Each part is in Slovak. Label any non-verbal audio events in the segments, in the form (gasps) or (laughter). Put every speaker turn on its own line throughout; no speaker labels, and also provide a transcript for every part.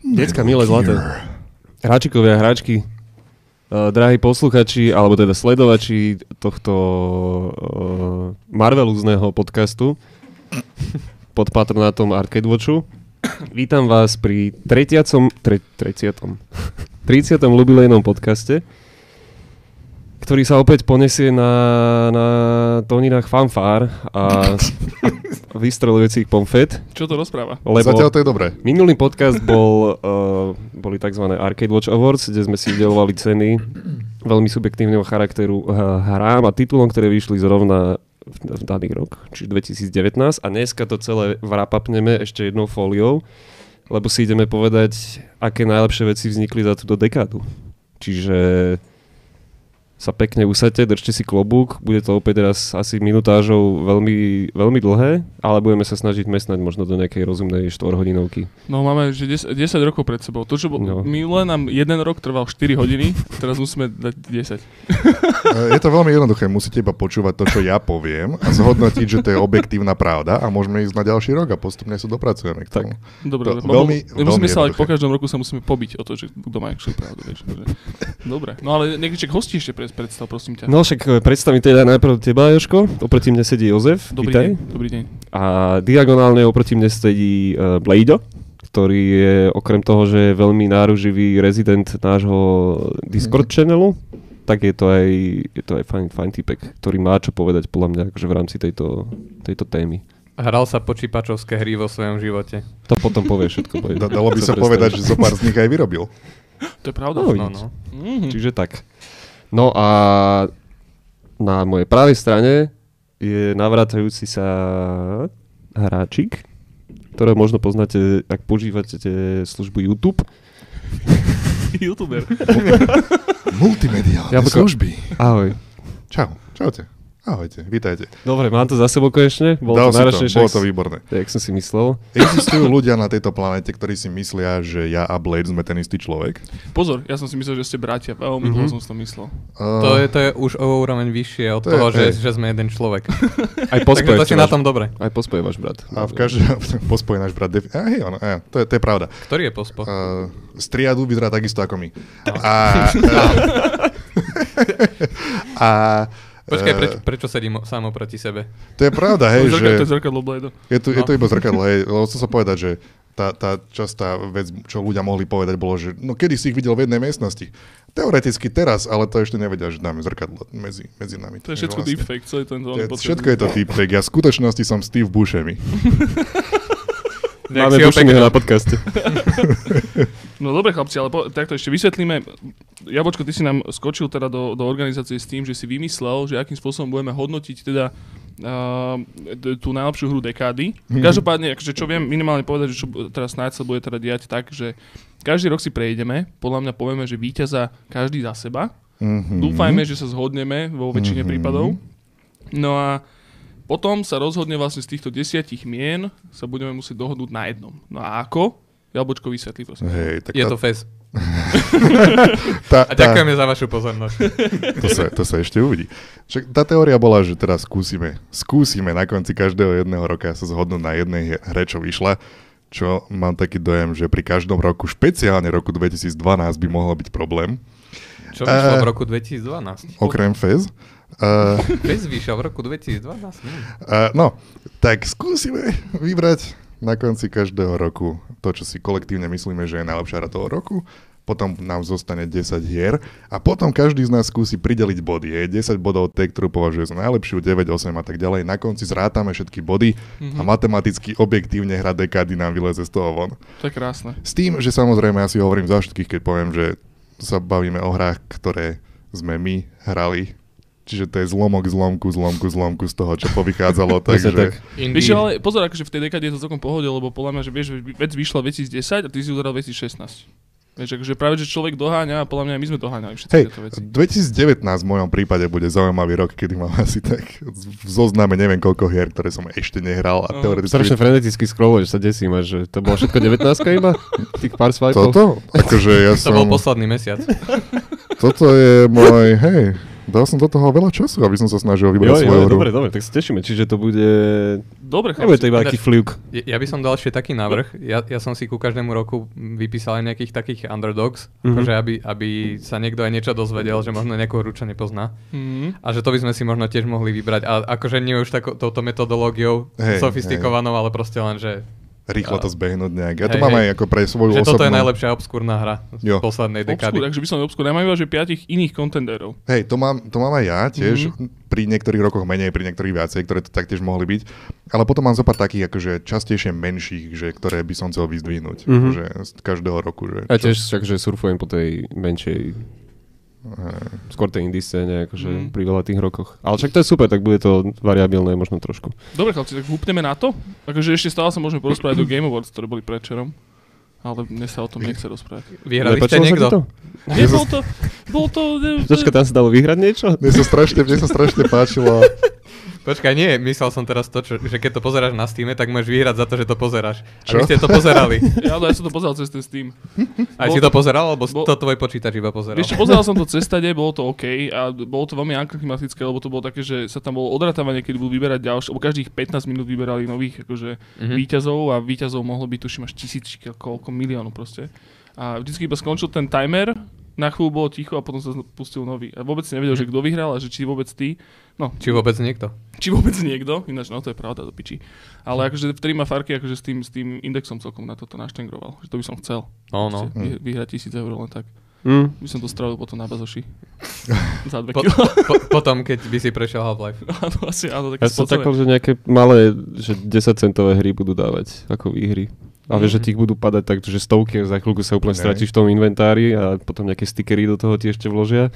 Decka milé zlaté. Hráčikovia, hráčky, uh, drahí posluchači, alebo teda sledovači tohto uh, Marvelúzneho podcastu (laughs) pod patronátom Arcade Watchu. Vítam vás pri tretiacom, tre, tretiatom, (laughs) 30. jubilejnom podcaste, ktorý sa opäť ponesie na, na tóninách fanfár
(laughs)
a vystrelujúcich pomfet,
Čo to rozpráva?
lebo...
Zatiaľ to je dobré.
Minulý podcast bol, (laughs) uh, boli tzv. Arcade Watch Awards, kde sme si udelovali ceny veľmi subjektívneho charakteru uh, hrám a titulom, ktoré vyšli zrovna v, v daný rok, čiže 2019. A dneska to celé vrapapneme ešte jednou fóliou, lebo si ideme povedať, aké najlepšie veci vznikli za túto dekádu. Čiže sa pekne usadte, držte si klobúk, bude to opäť raz asi minutážou veľmi, veľmi dlhé, ale budeme sa snažiť mesnať možno do nejakej rozumnej 4 hodinovky.
No máme že 10, 10 rokov pred sebou. To, čo bol,
No.
no. minulé nám jeden rok trval 4 hodiny, teraz musíme dať 10.
E, Je to veľmi jednoduché, musíte iba počúvať to, čo ja poviem a zhodnotiť, že to je objektívna pravda a môžeme ísť na ďalší rok a postupne sa dopracujeme k tomu.
Dobre,
To
dobre.
veľmi,
My musíme
veľmi
sa ale
jednoduché.
po každom roku sa musíme pobiť o to, že kto má actually pravdu. Vieš, že... Dobre, no ale niekde čak hosti ešte pred- predstav, prosím ťa.
No však e, predstavím teda najprv teba, Joško. Oproti mne sedí Jozef.
Dobrý
vítaj.
deň, dobrý deň.
A diagonálne oproti mne sedí uh, Blado, ktorý je okrem toho, že je veľmi náruživý rezident nášho Discord
Mhm.
channelu, tak je to aj, je to aj fajn, fajn typek, ktorý má čo povedať podľa mňa akože v rámci tejto, tejto témy.
Hral sa počípačovské hry vo svojom živote.
To potom povie všetko.
(laughs)
povie.
Da, dalo by sa
predstaviť.
povedať, že zo pár z nich aj
(laughs)
vyrobil.
To je
No,
pravda?
No,
vidíš.
no.
Mhm.
Čiže tak. No a na mojej pravej strane je navrácajúci sa hráčik, ktoré možno poznáte, ak používate službu YouTube.
(laughs) YouTuber.
Multimediálne
Jablko.
služby.
Ahoj.
Čau, čaute. Ahojte, vítajte.
Dobre, mám to za sebou konečne. Bolo to
Dal si to,
náročnejšie,
bolo
jak
to
si-
výborné.
jak som si myslel.
Existujú ľudia na tejto planete, ktorí si myslia, že ja a Blade sme ten istý človek.
Pozor, ja som si myslel, že ste bratia. Veľmi
Mhm.
dlho som si to myslel.
Uh,
To, je, to je už o úroveň vyššie od
To je-
toho, že,
hej.
že sme jeden
(laughs)
človek.
Aj
Takže
pospoje
to
ešte
si na
váš-
tom dobre.
Aj pospoje váš brat.
A v každom (laughs) pospoje náš brat. Defi- a hej, on, a, to, je, to je pravda.
Ktorý je pospo?
Uh, z triadu vyzerá takisto ako my. A, eh, (laughs) a,
Počkaj,
eh,
preč, prečo sedím sám oproti sebe?
To je pravda, hej,
to, je
že
zrkadlo, to je zrkadlo Bledo.
je, tu, je
no.
to iba zrkadlo, hej, lebo chcem sa povedať, že tá, tá častá vec, čo ľudia mohli povedať, bolo, že no kedy si ich videl v jednej miestnosti. Teoreticky teraz, ale to ešte nevedia, že dáme zrkadlo medzi, medzi nami.
To je všetko deepfake, No. celý ten
vlastne- To
to
je, všetko je to deepfake. Ja v skutočnosti som Steve Bushemi.
Jak
Máme
si ho
dušenia
pekne-
na podcaste.
No dobre chlapci, ale po, takto ešte vysvetlíme. Jabočko, ty si nám skočil teda do, do organizácie s tým, že si vymyslel, že akým spôsobom budeme hodnotiť teda uh, t- tú najlepšiu hru dekády. Každopádne, akože čo viem minimálne povedať, že čo bu- teraz snáď sa bude teda diať tak, že každý rok si prejdeme, podľa mňa povieme, že víťaza každý za seba.
Mm-hmm.
Dúfajme, že sa zhodneme vo väčšine
Mhm.
prípadov. No a potom sa rozhodne vlastne z týchto desiatich mien sa budeme musieť dohodnúť na jednom. No a ako? Jablčko vysvetlí, prosím.
Hej, tak
Je
tá,
to fez.
tá,
A
tá,
ďakujeme za vašu pozornosť.
to, sa, to sa ešte uvidí. Však tá teória bola, že teraz skúsime, skúsime na konci každého jedného roka sa zhodnúť na jednej he- hre, čo vyšla, čo mám taký dojem, že pri každom roku, špeciálne roku 2012 by mohlo byť problém,
Čo vyšlo
Eh.
v roku 2012?
okrem FES. Uh,
Fez vyšiel v roku 2012? Mm.
uh, no, tak skúsime vybrať na konci každého roku to, čo si kolektívne myslíme, že je najlepšia hra toho roku, potom nám zostane 10 hier a potom každý z nás skúsi prideliť body. Je 10 bodov tej, ktorú považuje za najlepšiu, 9, 8 a tak ďalej. Na konci zrátame všetky body a matematicky objektívne hra dekády nám vyleze z toho von.
To je krásne.
S tým, že samozrejme ja si hovorím za všetkých, keď poviem, že sa bavíme o hrách, ktoré sme my hrali. Čiže to je zlomok, zlomku, zlomku, zlomku z toho, čo
(laughs)
povychádzalo.
Presne tak.
takže...
Vieš, čo, ale pozor, akože v tej dekade je to celkom pohode, lebo podľa mňa, že vieš, vec vyšla 2010 a ty si uzeral 2016. Vieš, akože práve, že človek doháňa a podľa mňa aj my sme doháňali všetky
Hej,
tieto veci.
2019 v mojom prípade bude zaujímavý rok, kedy mám asi tak v zozname neviem koľko hier, ktoré som ešte nehral a
No,
teoreticky...
Strašne freneticky scrolluješ, sa desím, až, že to bolo všetko 19 iba? Tých pár swipeov?
Toto? Akože ja
To bol
som...
posledný mesiac.
Toto je môj... Hej, Dal som do toho veľa času, aby som sa snažil
Jo,
vybrať
jo,
svoju hru.
dobre, dobre, tak sa tešíme. Čiže to bude...
Dobre,
Nebude to
chlapci.
iba aký fliuk.
Ja, ja by som dal ešte taký návrh. Ja, ja som si ku každému roku vypísal aj nejakých takých underdogs,
Mhm.
mm-hmm. že aby, aby sa niekto aj niečo dozvedel, že možno nejakú hru, čo nepozná.
Mhm.
A že to by sme si možno tiež mohli vybrať. A akože nie už tako, touto metodológiou
Hej,
hey, sofistikovanou, hey. ale proste len, že,
Rýchlo to zbehnúť nejak. Ja to
Hej,
mám
hej.
aj ako pre svoju
že
osobnú...
toto je najlepšia obskúrna hra z
Jo.
poslednej dekády.
Obskúr, takže by som obskúr. Ja mám iba, že piatich iných kontenderov.
Hej, to mám, to mám aj ja tiež,
Mhm.
mm-hmm. pri niektorých rokoch menej, pri niektorých viacej, ktoré to taktiež mohli byť, ale potom mám zo pár takých akože častejšie menších, že, ktoré by som chcel
Mhm.
vyzdvihnúť mm-hmm. že z každého roku. Že,
Ja tiež však, že surfujem po tej menšej,
Hej.
skôr tej indie scéne, akože
Mhm.
pri veľa tých rokoch. Ale však to je super, tak bude to variabilné možno trošku.
Dobre, chlapci, tak húpneme na to. Akože ešte stále sa môžeme porozprávať o Game Awards, ktoré boli predčerom. Ale mne sa o tom nechce rozprávať.
(laughs) Vyhrali
Nepačilo sa
ste
ti
niekto?
to?
Nie, bol to... Bol to... Ne,
Počkaj, tam sa dalo vyhrať niečo?
Mne sa strašne, mne sa strašne
(laughs)
páčilo.
Počkaj, nie, myslel som teraz to, čo, že keď to pozeráš na Steam, tak môžeš vyhrať za to, že to pozeráš. A
Čo?
vy ste to (laughs) pozerali.
ja, ja som to pozeral cez ten Steam.
Aj
Bol
si
to-
to pozeral, alebo
bol-
to tvoj počítač iba pozeral?
Ešte pozeral som to cez stade, bolo to OK a bolo to veľmi anklimatické, lebo to bolo také, že sa tam bolo odratávanie, keď budú vyberať ďalšie, lebo každých 15 minút vyberali nových akože mm-hmm. výťazov a výťazov mohlo byť tuším až tisíčky, koľko miliónov proste. A vždycky iba skončil ten timer, na chvíľu bolo ticho a potom sa zn- pustil nový. A vôbec si nevedel, že kto vyhral a že či vôbec ty. No,
Či vôbec niekto?
či vôbec niekto, ináč no to je pravda do piči. Ale akože vtedy ma Farky akože s tým, s tým indexom celkom na toto naštengroval, že to by som chcel.
No, no.
Proste vy- Vyhrať tisíc eur len tak.
Mm.
By som to strávil potom na bazoši. Za dve
Po,
kilo. (laughs)
po, potom, keď by si prešiel Half-Life.
Áno, asi áno, také
Ja som
spocené.
čakal, že nejaké malé, že 10 centové hry budú dávať ako výhry. A vieš, že tých budú padať tak, že stovky a za chvíľku sa úplne
Ne.
stratíš v tom inventári a potom nejaké stickery do toho ti ešte vložia.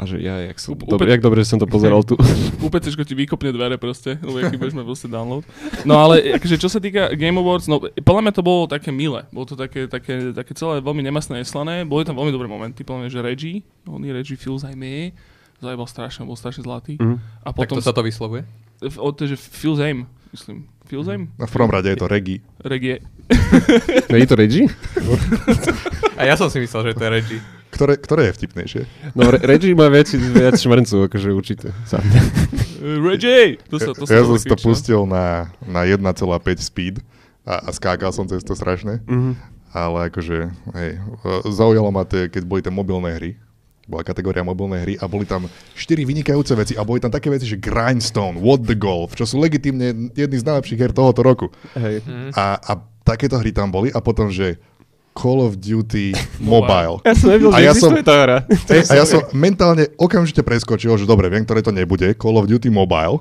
A že ja, jak, som,
Úpl-
dobre, jak dobre, že som to pozeral tu.
UPCčko ti vykopne dvere proste, lebo aký budeš mať proste download. No ale akože, čo sa týka Game Awards, no podľa mňa to bolo také milé. Bolo to také, také, také celé veľmi nemastné neslané. Boli tam veľmi dobré momenty, podľa mňa, že Reggie, on je Reggie Fils aj my, zajebal strašne, bol strašne zlatý.
Mhm.
A
Potom
potom,
Takto sa to vyslovuje?
v- o, to, je, že Fils Aim, myslím. Fils Aim?
No, v prvom rade je to Regi.
Regie.
No, je to Reggie?
A ja som si myslel, že to je Reggie.
Ktoré, ktoré je vtipnejšie?
No, Re- Reggie má viac, viac šmrncov, akože určite. Za mňa.
Reggie! To sa, to no. sa
ja
dalo
som si to
kričať.
pustil na, na 1,5 speed a, a skákal som cez to strašne.
Mhm.
Ale akože, hej, e, zaujalo ma to, keď boli tie mobilné hry. Bola kategória mobilné hry a boli tam štyri vynikajúce veci a boli tam také veci, že Grindstone, What the Golf, čo sú legitimne jedny z najlepších her tohoto roku.
Hej.
Hm.
A, a takéto hry tam boli a potom, že Call of Duty Mobile.
Ja som nevedel,
A
že
ja
existuje
som-
tá hra.
Hej, a ja som mentálne okamžite preskočil, že dobre, viem, ktoré to nebude, Call of Duty Mobile.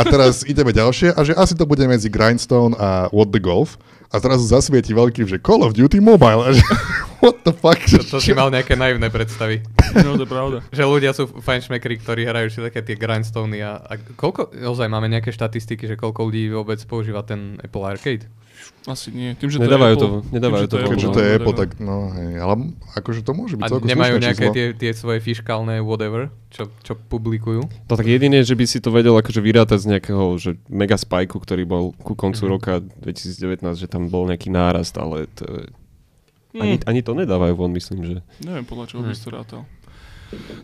A teraz ideme ďalšie a že asi to bude medzi Grindstone a What the Golf. A teraz zasvieti veľkým, že Call of Duty Mobile. A že, (laughs) what the fuck?
To, to si mal nejaké naivné predstavy.
No, to je pravda.
Že ľudia sú fajnšmekri, ktorí hrajú všetky také tie grindstony a, a koľko, ozaj máme nejaké štatistiky, že koľko ľudí vôbec používa ten Apple Arcade?
Asi nie. Tým, že
(laughs) Nedávajú
to, je
to-
Apple,
nedávajú
tým, že
to von.
Keďže
Keďže
to je
no,
Apple,
no.
tak no hej, ale akože to môže byť
A
celkom
nemajú
slušné
nejaké
číslo.
tie, tie svoje fiškálne whatever, čo, čo publikujú?
No tak jedine, že by si to vedel akože vyrátať z nejakého že mega spajku, ktorý bol ku
Mhm.
koncu roka 2019, že tam bol nejaký nárast, ale to, je-
Mm.
ani, ani to nedávajú von, myslím, že.
Neviem, podľa čoho by
Hm.
si to rátal.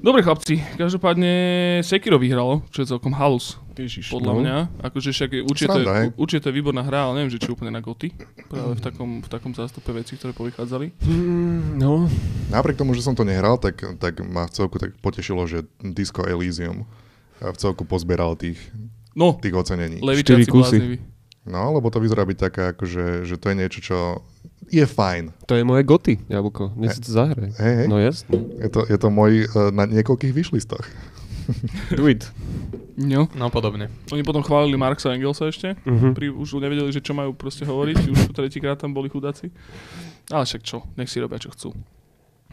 Dobre chlapci, každopádne Sekiro vyhralo, čo je celkom halus. Ježiš, podľa
no.
mňa. Akože však je, určite,
Sranda, hej?
u- určite to je výborná hra, ale neviem, že či úplne na goty. Práve v
Hm.
takom, v takom zástupe vecí, ktoré povychádzali.
Mm, no.
Napriek tomu, že som to nehral, tak, tak ma v celku tak potešilo, že Disco Elysium v celku pozbieral tých,
No,
tých ocenení.
štyri
levičiaci
kusy.
blázniví.
No, lebo to vyzerá byť taká, akože, že to je niečo, čo je fajn.
To je moje goty, jablko. Dnes si to zahraj.
Hej, hej.
No jasne.
Je to, je to môj eh, na niekoľkých vyšlistoch.
Do it.
No.
No podobne.
Oni potom chválili Marksa a Engelsa ešte.
Mhm.
Pri, už nevedeli, že čo majú proste hovoriť. Už po tretíkrát tam boli chudáci. Ale však čo, nech si robia, čo chcú.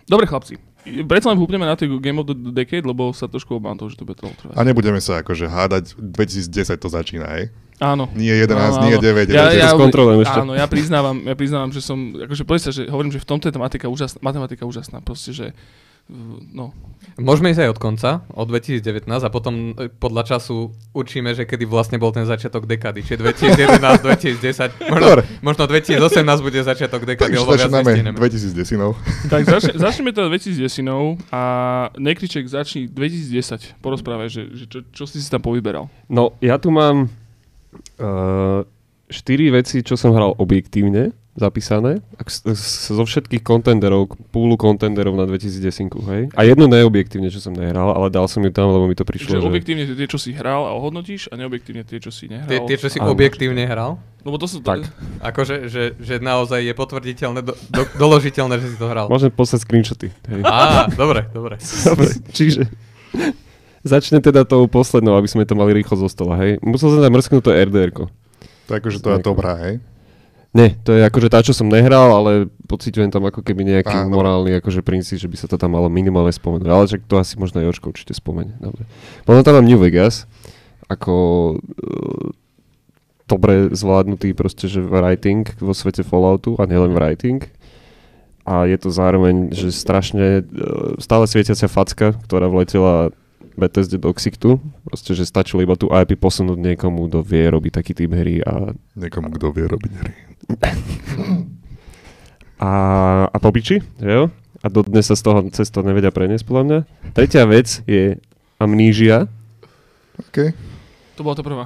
Dobre chlapci, predsa len húpneme na tie Game of the Decade, lebo sa trošku obávam toho, že to bude trvalo trvať.
A nebudeme sa akože hádať, 2010 to začína, hej?
No, Áno.
Nie 11, nie 9,
ja-
je to-
ja- skontrolujem ešte.
Áno, ja priznávam, ja priznávam, že som, akože povedz sa, že hovorím, že v tomto je tematika úžasná, matematika úžasná, proste, že no,
Môžeme ísť aj od konca, od 2019 a potom e, podľa času určíme, že kedy vlastne bol ten začiatok dekady. Čiže
(laughs)
2011,
no,
2010, možno,
Dobre.
možno 2018 bude začiatok dekady,
Takže
lebo viac
začíname
nestihneme.
2010.
Tak začne, začneme teda 2010 a Nekriček začni 2010. Porozprávaj, že, že čo, čo si si tam povyberal.
No, ja tu mám uh, štyri veci, čo som hral objektívne, zapísané, ak, s- s- zo všetkých kontenderov, púlu kontenderov na 2010, hej. A jednu neobjektívne, čo som nehral, ale dal som ju tam, lebo mi to
Čiže
prišlo, že...
objektívne tie, čo si hral a ohodnotíš a neobjektívne tie, čo si nehral.
Tie, tie, čo si
Áno.
objektívne hral?
Lebo to sú...
Tak.
Akože, že, že naozaj je potvrditeľné, do, do, doložiteľné, že si to hral.
Môžem poslať screenshoty, hej.
Á, dobre, dobre.
(laughs) Dobre, čiže... (laughs) Začne teda tou poslednou, aby sme to mali rýchlo zo stola, hej. Musel som tam mrsknúť to rdr -ko.
To je akože to je
Nejako.
dobrá, hej?
Nie, to je akože tá, čo som nehral, ale pociťujem tam ako keby nejaký
Áno.
Áno. morálny akože princíp, že by sa to tam malo minimálne spomenúť. Ale však to asi možno aj Jožko určite spomenie. Dobre. Potom tam mám New Vegas, ako eh, dobre zvládnutý proste, že writing vo svete Falloutu a nielen writing. A je to zároveň, že strašne eh, stále svietiacia facka, ktorá vletela Bethesda do Xictu. Proste, že stačilo iba tú IP posunúť niekomu, kto vie robiť taký typ hry a
Niekomu, kto vie robiť hry.
a, a pobiči, že jo? A dodnes sa z toho cez to nevedia preniesť, podľa mňa. Tretia vec je amnížia.
OK.
To bola tá prvá.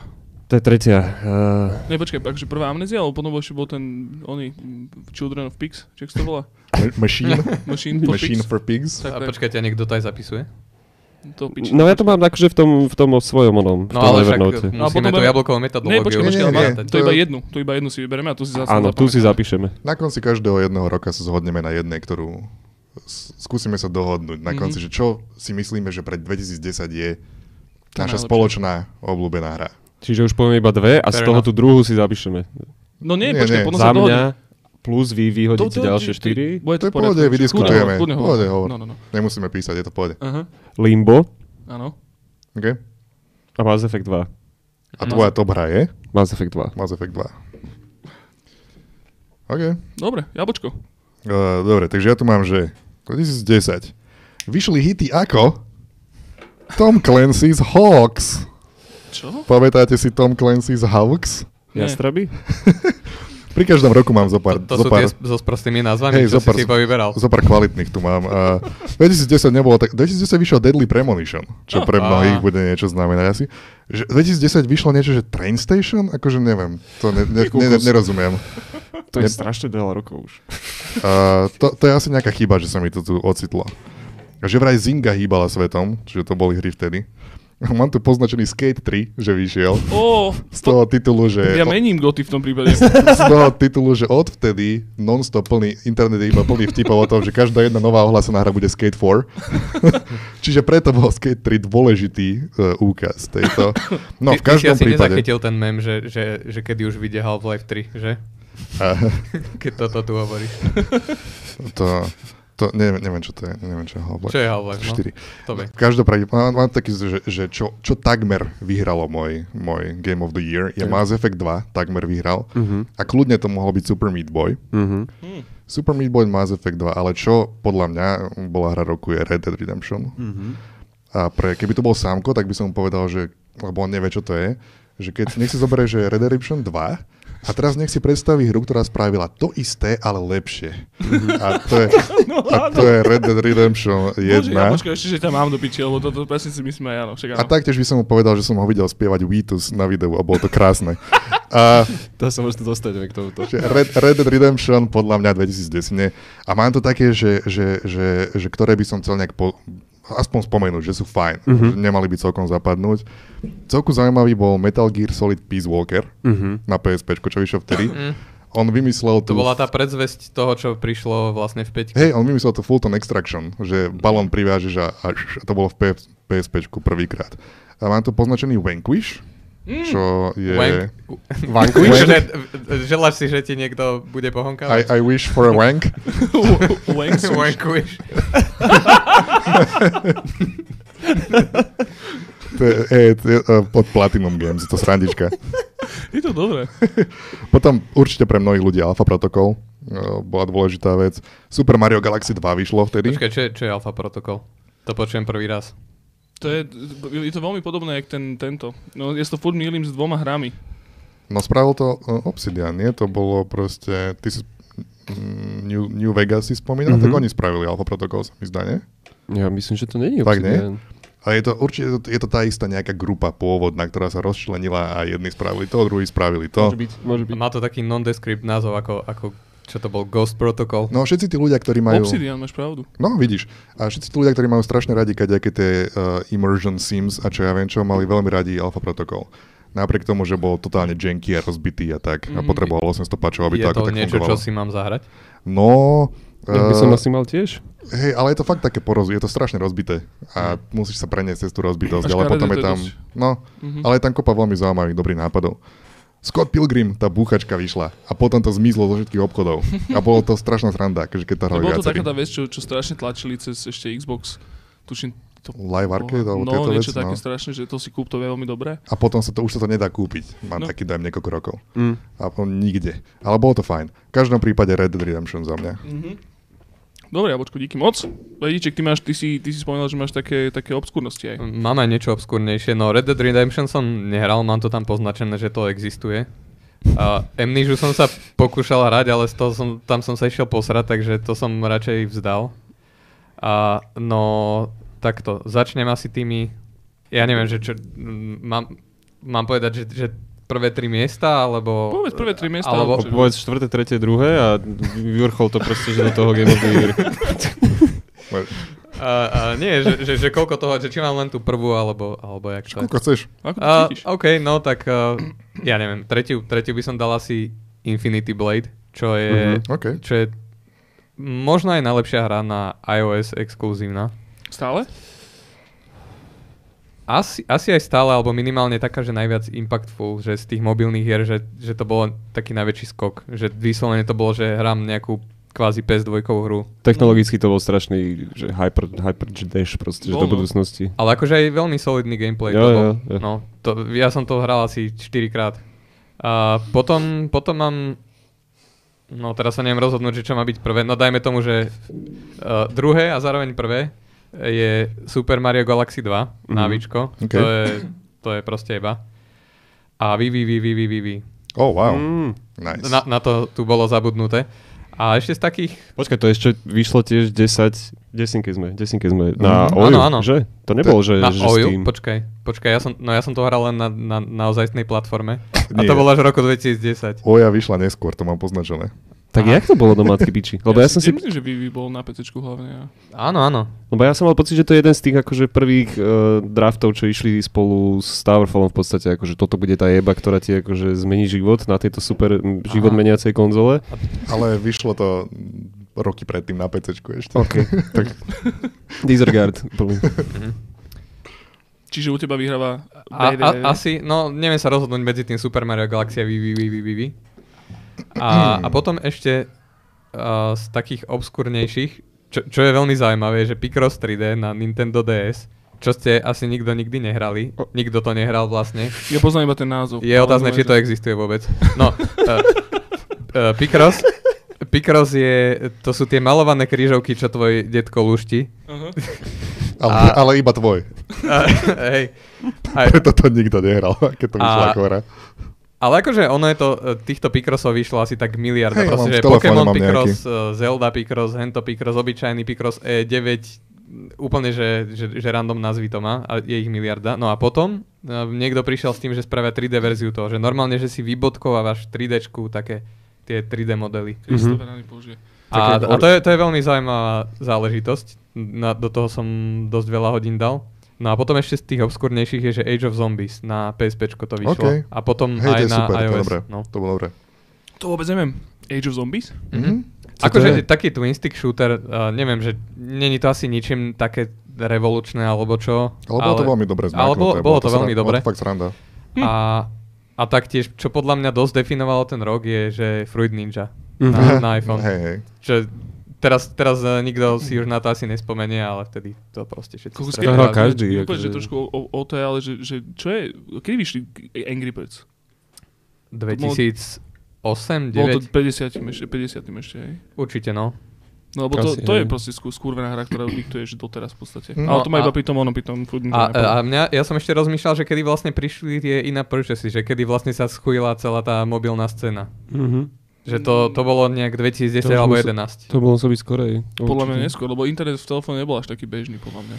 To je tretia. Uh,
Ne, počkaj, takže prvá amnézia, alebo potom bol ešte bol ten, oný, mm, Children of Pigs, čo to
(laughs)
volá?
Ma- Machine,
Machine (laughs) for
machine
Pigs.
for pigs.
Tak,
A
tak.
počkajte, a niekto to aj zapisuje?
To piči.
no ja to mám akože v tom, v tom svojom onom, v
No
tom
ale však
Evernote.
No a
musíme
potom
tú
budeme-
jablkovú
Ne,
metodológiu.
počkaj,
Nie,
počkaj,
nie,
ale má-
nie.
to iba jednu, to iba jednu si vyberieme a tu si zase
Áno, tu si
zapamätáme.
zapíšeme.
Na konci každého jedného roka sa zhodneme na jednej, ktorú s- skúsime sa dohodnúť. Na
Mhm.
konci, že čo si myslíme, že pre 2010 je
Tá
naša
najlepšia.
spoločná obľúbená hra.
Čiže už povieme iba dve a z
Fair
toho
enough.
tú druhú si zapíšeme.
No nie,
Nie,
počkaj,
nie.
potom
Za
sa dohodne.
mňa plus vy vyhodíte ďalšie štyri.
Bude v
To je
poriadku.
pohode, vydiskutujeme.
Kľudne hovor,
Pohode,
kľudne hovor.
hovor.
No, no, no.
Nemusíme písať, je to v pohode.
Aha,
Limbo
áno. No.
OK?
a Mass Effect 2.
A tvoja top hra je
Mass Effect 2.
Mass Effect 2. OK.
Dobre, jablčko.
Uh, dobre, takže ja tu mám, že 2010. Vyšli hity ako Tom Clancy's Hawks.
Čo?
Pamätáte si Tom Clancy's Hawks?
Nie.
Jastraby?
Pri každom roku mám zo pár,
To, to
zo
sú
pár,
tie s- so sprostými
Hej,
názvami, čo
zopár-
si si povyberal.
zo pár kvalitných tu mám. Uh, 2010 nebolo tak... 2010 vyšiel Deadly Premonition,
No,
čo pre mnohých
á.
bude niečo znamenať asi. Že 2010 vyšlo niečo, že Train Station? Akože neviem, to ne, ne, ne, ne, nerozumiem.
To je
Ne-
strašne veľa rokov už.
Uh, to, to je asi nejaká chyba, že sa mi to tu ocitlo. Že vraj Zinga hýbala svetom, čiže to boli hry vtedy. (laughs) Mám tu poznačený Skate 3, že vyšiel.
Ó,
Z toho titulu, že...
ja mením goty v tom prípade.
z toho titulu, že odvtedy non-stop plný, internet je (laughs) iba plný vtipov o tom, že každá jedna nová ohlásená hra bude Skate 4.
(laughs)
Čiže preto bol Skate 3 dôležitý uh, úkaz tejto. No,
Ty-
v každom
ty si asi
prípade...
nezachytil ten mem, že, že, že kedy už vyjde Half-Life 3, že? (laughs)
A-
Keď toto tu hovoríš.
(laughs) to, to neviem, neviem, čo to je. Neviem, čo je Half-Life.
Čo je Half-Life, no?
4.
To vie.
Každopádne, mám, mám taký, že, že čo, čo takmer vyhralo môj, môj Game of the Year, je
Tak.
Mass Effect 2, takmer vyhral.
Mhm.
A kľudne to mohol byť Super Meat Boy.
Mhm.
Hm.
Super Meat Boy Mass Effect 2, ale čo podľa mňa bola hra roku je Red Dead Redemption.
Mhm.
A pre, keby to bol Sámko, tak by som mu povedal, že, lebo on nevie, čo to je, že keď nech si zoberie, že Red Dead Redemption 2 a teraz nech si predstaví hru, ktorá spravila to isté, ale lepšie. A to je, a to je Red Dead Redemption 1.
Bože, No, jablčko, ešte, že tam mám do piči, lebo toto presne si myslím aj áno. Však áno.
A
no.
(laughs)
taktiež by som mu povedal, že som ho videl spievať Vítus na videu a bolo to krásne. A
To sa možno dostaneme k tomuto.
že Red, Red Dead Redemption podľa mňa 2010. nie. A mám to také, že, že, že, že ktoré by som chcel nejak po, aspoň spomenúť, že sú fajn.
Mhm.
Že nemali by celkom zapadnúť. Celku zaujímavý bol Metal Gear Solid Peace Walker
Mhm.
na PSP, čo vyšiel vtedy.
Mm.
On vymyslel
To
tú...
bola tá predzvesť toho, čo prišlo vlastne v 5.
Hej, on vymyslel tú Fulton Extraction, že balón privážeš a, a, š- a to bolo v PS, PSP prvýkrát. A mám tu poznačený Vanquish, čo je...
Vanquish? Že, želáš si, že ti niekto bude
I,
pohonkávať?
I wish for a
(laughs)
(laughs)
wank.
Wanks.
(laughs)
Vanquish.
To je, je, to je eh, od Platinum Games, to srandička.
Je to dobré.
Potom určite pre mnohých ľudí Alpha Protocol, eh, bola dôležitá vec. Super Mario Galaxy 2 vyšlo vtedy.
Počkaj, čo je, čo je Alfa protokol? To počujem prvý raz.
To je, je to veľmi podobné, jak ten, tento. No, ja si to furt mýlim s dvoma hrami.
No spravil to eh, Obsidian, nie? To bolo proste... Ty si mm, New, New Vegas si
Mhm.
spomínal, tak oni spravili Alpha Protocol, sa mi zdá, nie?
Ja myslím, že to není
Fakt nie?
Obsidian.
A je to určite, je to- je to tá istá nejaká grupa pôvodná, ktorá sa rozčlenila a jedni spravili to, druhí spravili to.
Môže byť, môže byť.
Má to taký nondescript názov, ako, ako čo to bol Ghost Protocol.
No všetci tí ľudia, ktorí
Majú.
majú...
Obsidian, máš pravdu.
No, vidíš. A všetci tí ľudia, ktorí majú strašne radi kaďaké tie uh, immersion sims a čo ja viem čo, mali veľmi radi Alpha Protocol. Napriek tomu, že bol totálne janky a rozbitý a tak. A
Mhm.
potreboval 800 pačov, aby
je
to ako
to
tak
niečo,
fungovalo.
čo si mám zahrať?
No,
Ja by som
eh,
asi mal tiež.
hej, ale je to fakt také poroz, je to strašne rozbité. A musíš sa preniesť cez tú rozbitosť,
A
ale potom
škaredé
je
to je
tam...
dosť.
No,
Mhm.
ale je tam kopa veľmi zaujímavých, dobrých nápadov. Scott Pilgrim, tá búchačka vyšla a potom to zmizlo zo všetkých obchodov. A bolo to strašná sranda, keďže keď to hrali
Bolo to
viacerí.
taká tá vec, čo, čo strašne tlačili cez ešte Xbox. Tuším, to...
Live arcade alebo
no,
tieto
niečo
veci,
také
no.
strašné, že to si kúp, to je veľmi dobré.
A potom sa to, už sa to nedá kúpiť. Mám
No.
no. taký dojem niekoľko rokov.
Mm.
A on nikde. Ale bolo to fajn. V každom prípade Red Dead Redemption za mňa.
Mhm. Dobre, Jabočko, díky moc. Vedíček, ty, máš, ty, si, ty si spomínal, že máš také, také obskúrnosti aj.
Mám aj niečo obskúrnejšie. No Red Dead Redemption som nehral, mám to tam poznačené, že to existuje. A Amnesia som sa pokúšal hrať, ale z toho som, tam som sa išiel posrať, takže to som radšej vzdal. A no takto, začnem asi tými, ja neviem, že čo, m, mám, mám povedať, že, že prvé tri miesta, alebo...
Povedz prvé tri miesta,
Alebo,
alebo čo?
Povedz čtvrté, tretie, druhé a vyvrchol to proste, že do toho Game of the Year.
a, a, nie, že, že, že koľko toho, že či mám len tú prvú, alebo, alebo jak to je.
Koľko chceš?
Ako to
Uh,
cítiš?
OK, no tak uh, ja neviem, tretiu, tretiu by som dal asi Infinity Blade, čo je,
Mhm.
OK.
čo je možno aj najlepšia hra na iOS exkluzívna.
Stále?
Asi, asi aj stále, alebo minimálne taká, že najviac impactful, že z tých mobilných hier, že, že to bolo taký najväčší skok. Že vyslovene to bolo, že hrám nejakú kvázi PS2 hru.
(laughs) Technologicky to bol strašný, že hyper, hyper dash proste, že do
Bol, no.
budúcnosti.
Ale akože aj veľmi solidný gameplay
Jo,
to
jo,
bol.
jo.
No, to, ja som to hral asi 4 krát. A potom, potom mám... No teraz sa neviem rozhodnúť, že čo má byť prvé. No dajme tomu, že uh, druhé a zároveň prvé je Super Mario Galaxy 2, mm-hmm.
Mhm.
návičko.
OK.
To, je, to je proste iba. A vy, vy, vy, vy, vy, vy, vy.
Oh, wow.
Mm.
Nice.
Na, na to tu bolo zabudnuté. A ešte z takých
Počkaj, to ešte vyšlo tiež 10, desinky sme, desinky sme na
Mhm.
mm, OU,
Áno, áno.
že? To nebolo, že,
na
že
Oju?
Steam.
Počkaj, počkaj, ja som, no ja som to hral len na, na, na ozajstnej platforme. A
Nie.
to bolo až v roku 2010.
Oja vyšla neskôr, to mám poznačené.
tak
Aha.
jak to bolo do matky piči? Lebo
(laughs)
ja, som si,
Myslím, že Vivi bol na PC hlavne. a-
Áno, áno.
lebo ja som mal pocit, že to je jeden z tých akože prvých uh, draftov, čo išli spolu s Towerfallom v podstate, akože toto bude tá jeba, ktorá ti akože zmení život na tejto super m, život
Aha.
meniacej konzole.
Ale vyšlo to mm, roky predtým na PC ešte.
(laughs)
(laughs)
OK, tak disregard. plný.
Čiže u teba vyhráva...
A,
Dej, dej,
a,
dej, dej.
asi, no neviem sa rozhodnúť medzi tým Super Mario Galaxy a VVVVVV. A, a potom ešte uh, z takých obskúrnejších, čo, čo je veľmi zaujímavé, je, že Picross 3D na Nintendo DS, čo ste asi nikto nikdy nehrali, nikto to nehral vlastne.
Ja poznám iba ten názov.
Je otázne, či to existuje vôbec. No, uh, uh, Picross, Picross je, to sú tie malované krížovky, čo tvoj detko lúšti.
Aha.
Ale,
A-
ale iba tvoj.
A, hej. A,
(laughs) Preto to nikto nehral, (laughs) keď to vyšla
A-
ako hra.
ale akože ono je to, e, týchto Picrossov vyšlo asi tak miliarda.
Hej, ja
proste,
mám
že
v telefóne,
Pokémon
mám
Picross, nejaký. Zelda Picross, Hento Picross, obyčajný Picross E9, úplne, že, že, že random názvy to má a je ich miliarda. No a potom e, niekto prišiel s tým, že spravia 3D verziu toho, že normálne, že si vybodkovávaš 3Dčku také tie 3D modely.
Kristofera nepoužije.
A,
Také
a
or-
to, je, to je veľmi zaujímavá záležitosť. Na, do toho som dosť veľa hodín dal. No a potom ešte z tých obskúrnejších je, že Age of Zombies na PSP to vyšlo.
Okej.
A potom
Hej,
aj
to je
na
super, to
iOS.
je dobré.
No.
To bolo dobré.
To vôbec neviem. Age of Zombies?
Mhm. Čo to je?
Akože taký twin stick shooter, uh, neviem, že není to asi ničím také revolučné alebo čo.
Ale bolo to veľmi dobre zmaknuté.
Ale bolo, bolo to
sra-
veľmi
bolo
dobre.
to fakt sranda.
A, a taktiež, čo podľa mňa dosť definovalo ten rok, je, že Fruit Ninja na,
Mhm.
(laughs)
na iPhone.
Hej,
(laughs)
hej.
Čo teraz, teraz e, nikto si už na to asi nespomenie, ale vtedy to proste všetci
Koľko
strašne
To hral
rád-
každý.
Úplne,
akože-
že trošku o, o, o to je, ale že, že čo je... Kedy vyšli Angry Birds?
2000, 8,
Bolo to
9,
50 ešte, 50 ešte, hej.
určite no.
No lebo to,
Asi,
to je
hej.
proste skú- skúrvená hra, ktorá diktuješ doteraz v podstate.
No
No, Ale to má
a-
iba pri tom ono, pri tom food
A, a mňa, ja som ešte rozmýšľal, že kedy vlastne prišli tie iná purchasy, že kedy vlastne sa schujila celá tá mobilná scéna.
Mm-hmm.
Že to, to bolo nejak 2010
To už
alebo
musí-
11.
To bolo sa byť skorej.
Podľa mňa neskôr, lebo internet v telefóne nebol až taký bežný, podľa mňa.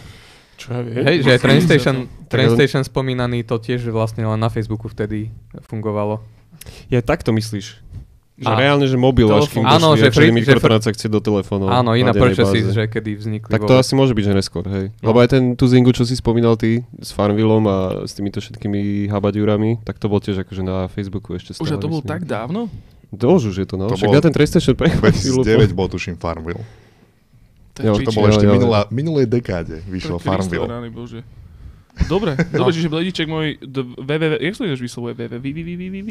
Čo ja viem.
Hej, že aj Train Station, Train
Tak-
Station spomínaný, to tiež vlastne len na Facebooku vtedy fungovalo.
Ja tak to myslíš. Že
Á.
reálne, že mobil až kým
Telefón. Áno,
došli
že
akože
pri- že
mikrotransakcie do telefónov.
Áno, iná
na dennej
purchases,
báze.
že kedy vznikli.
Tak to
vôbec.
asi môže byť, že neskôr, hej.
No.
Lebo aj ten tu Zingu, čo si spomínal ty s Farmvillom a s týmito všetkými habadiurami, tak to bol tiež akože na Facebooku ešte stále.
Už a to bolo
myslím.
tak dávno?
To už, už je to, no.
To
Však
bolo
ja ten PlayStation pre chvíľu...
2009 bol tuším Farmville.
Jo,
To
Čiže-
bolo ešte
jo, jo.
minulá, minulej dekáde vyšlo Farmville.
Rány, bože. Dobre, dobre, čiže blediček môj d- www, jak sa to ináč vyslovuje? www,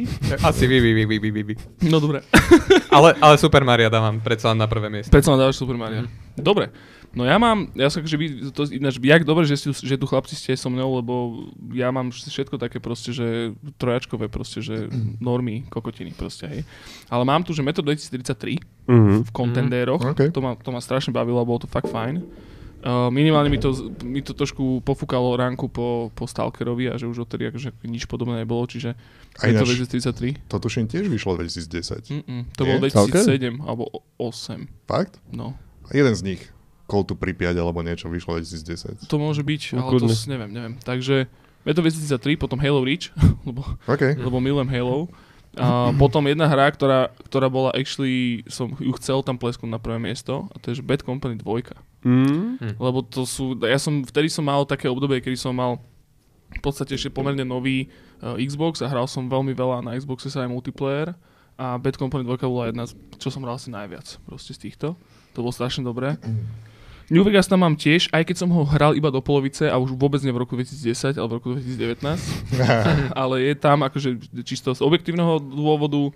(laughs) Asi vy, vy, vy, vy, vy, vy, vy.
No dobre, (laughs)
Ale, ale Super Mario dávam predsa len na prvé miesto.
predsa len dávaš Super Mario. Dobre, no ja mám, ja sa že vy, to ináč, jak dobre, že, si, že tu chlapci ste so mnou, lebo ja mám všetko také proste, že trojačkové proste, že normy, kokotiny proste, hej. Ale mám tu, že Metro 2033,
Mhm.
v kontendéroch.
Mhm.
Mm.
OK.
To, ma, to ma strašne bavilo, a bolo to fakt fajn. Uh, minimálne mi to, z- mi to trošku pofúkalo ránku po, po Stalkerovi a že už odtedy akože nič podobné nebolo, čiže
A
je to
ináč-
33.
To tuším tiež vyšlo 2010.
Mm-mm, to
Nie?
bolo
Stalker?
2007 alebo o- 8.
Fakt?
No,
Jeden z nich. Call to Pripyat alebo niečo vyšlo 2010.
to môže
No,
byť, ale to
kľudne.
s, neviem, neviem. Takže Metal 2033, potom Halo Reach, (laughs) lebo
OK.
Mhm.
lebo milujem Halo. A potom jedna hra, ktorá, ktorá bola actually, som ju chcel tam plesknúť na prvé miesto, a to je že Bad Company 2. Mhm.
Mm.
Lebo to sú, ja som, vtedy som mal také obdobie, kedy som mal v podstate ešte pomerne nový uh, Xbox a hral som veľmi veľa, na Xboxe sa aj multiplayer a Bad Company 2 bola jedna, z- čo som hral asi najviac proste z týchto. To bolo strašne dobré. New Vegas tam mám tiež, aj keď som ho hral iba do polovice a už vôbec nie v roku 2010, ale v roku 2019. ale je tam akože čisto z objektívneho dôvodu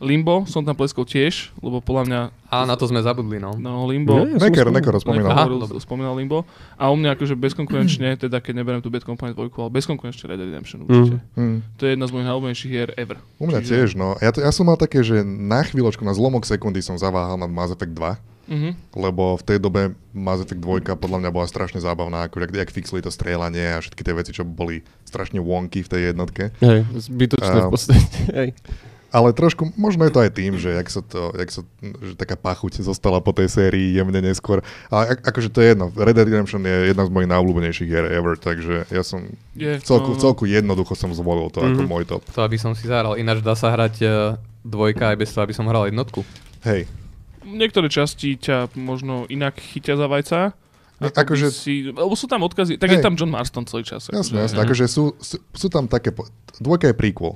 Limbo som tam pleskol tiež, lebo podľa mňa
A na to sme zabudli, no.
no, Limbo,
Nie, som
Neker, Neker
spomínal.
rozpomínal.
Aha.
Aha, spomínal Limbo. A u mňa akože bezkonkurenčne, teda keď neberiem tu Bad Company 2, ale bezkonkurenčne Red Dead Redemption určite. Mm.
Hm.
To je jedna z mojich najobľúbenejších hier ever.
U mňa
Čiže-
tiež, no. Ja, to, ja som mal také, že na chvíľočku, na zlomok sekundy som zaváhal nad Mass Effect 2,
Mhm.
lebo v tej dobe Mass Effect 2 podľa mňa bola strašne zábavná, ako jak, jak fixli to strieľanie a všetky tie veci, čo boli strašne wonky v tej jednotke.
Hej, zbytočné v
Áno.
podstate. Hej.
Ale trošku, možno je to aj tým, že, jak sa to, jak sa, že taká pachuť zostala po tej sérii jemne neskôr. Ale ak, akože to je jedno. Red Dead Redemption je jedna z mojich najobľúbenejších hier ever, takže ja som
Je,
v
no,
celku, v
no.
celku jednoducho som zvolil to ako
Mhm.
môj top.
To, aby som si zahral. Ináč dá sa hrať e, dvojka aj bez toho, aby som hral jednotku.
Hej,
Niektoré časti ťa možno inak chytia za vajca. ako
Ne,
by
akože-
Si, lebo sú tam odkazy, tak je
Hej.
tam John Marston celý čas. akože.
jasné, jasné. Akože sú, sú, sú tam také... Po... Dvojka je prequel,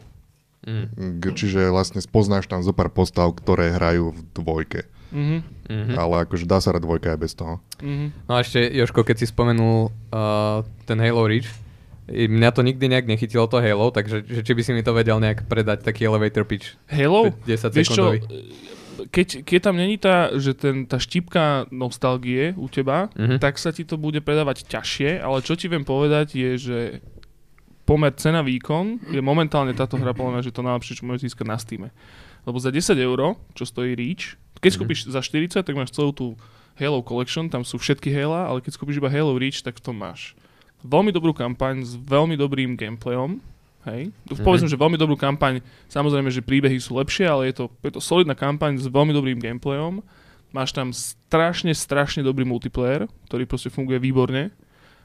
Mm.
K- čiže vlastne spoznáš tam zo pár postav, ktoré hrajú v dvojke.
Mhm,
Mhm.
Ale akože dá sa hrať dvojka aj bez toho.
mhm.
No a ešte, Joško, keď si spomenul uh, ten Halo Reach, i mňa to nikdy nejak nechytilo to Halo, takže že či by si mi to vedel nejak predať, taký elevator pitch.
Halo?
10
Oh, Vieš čo,
sekundový.
keď, keď tam není tá, že ten, tá štipka nostalgie u teba,
Mhm.
tak sa ti to bude predávať ťažšie, ale čo ti viem povedať je, že pomer cena-výkon je momentálne táto hra podľa mňa, že to najlepšie, čo môžeš získať na Steam. Lebo za 10 eur, čo stojí Reach, keď skúpiš za 40, tak máš celú tú Halo Collection, tam sú všetky Halo, ale keď skúpiš iba Halo Reach, tak v tom máš veľmi dobrú kampaň s veľmi dobrým gameplayom, hej. Tu Povedzme, že veľmi dobrú kampaň, samozrejme, že príbehy sú lepšie, ale je to, je to solidná kampaň s veľmi dobrým gameplayom. Máš tam strašne, strašne dobrý multiplayer, ktorý proste funguje výborne.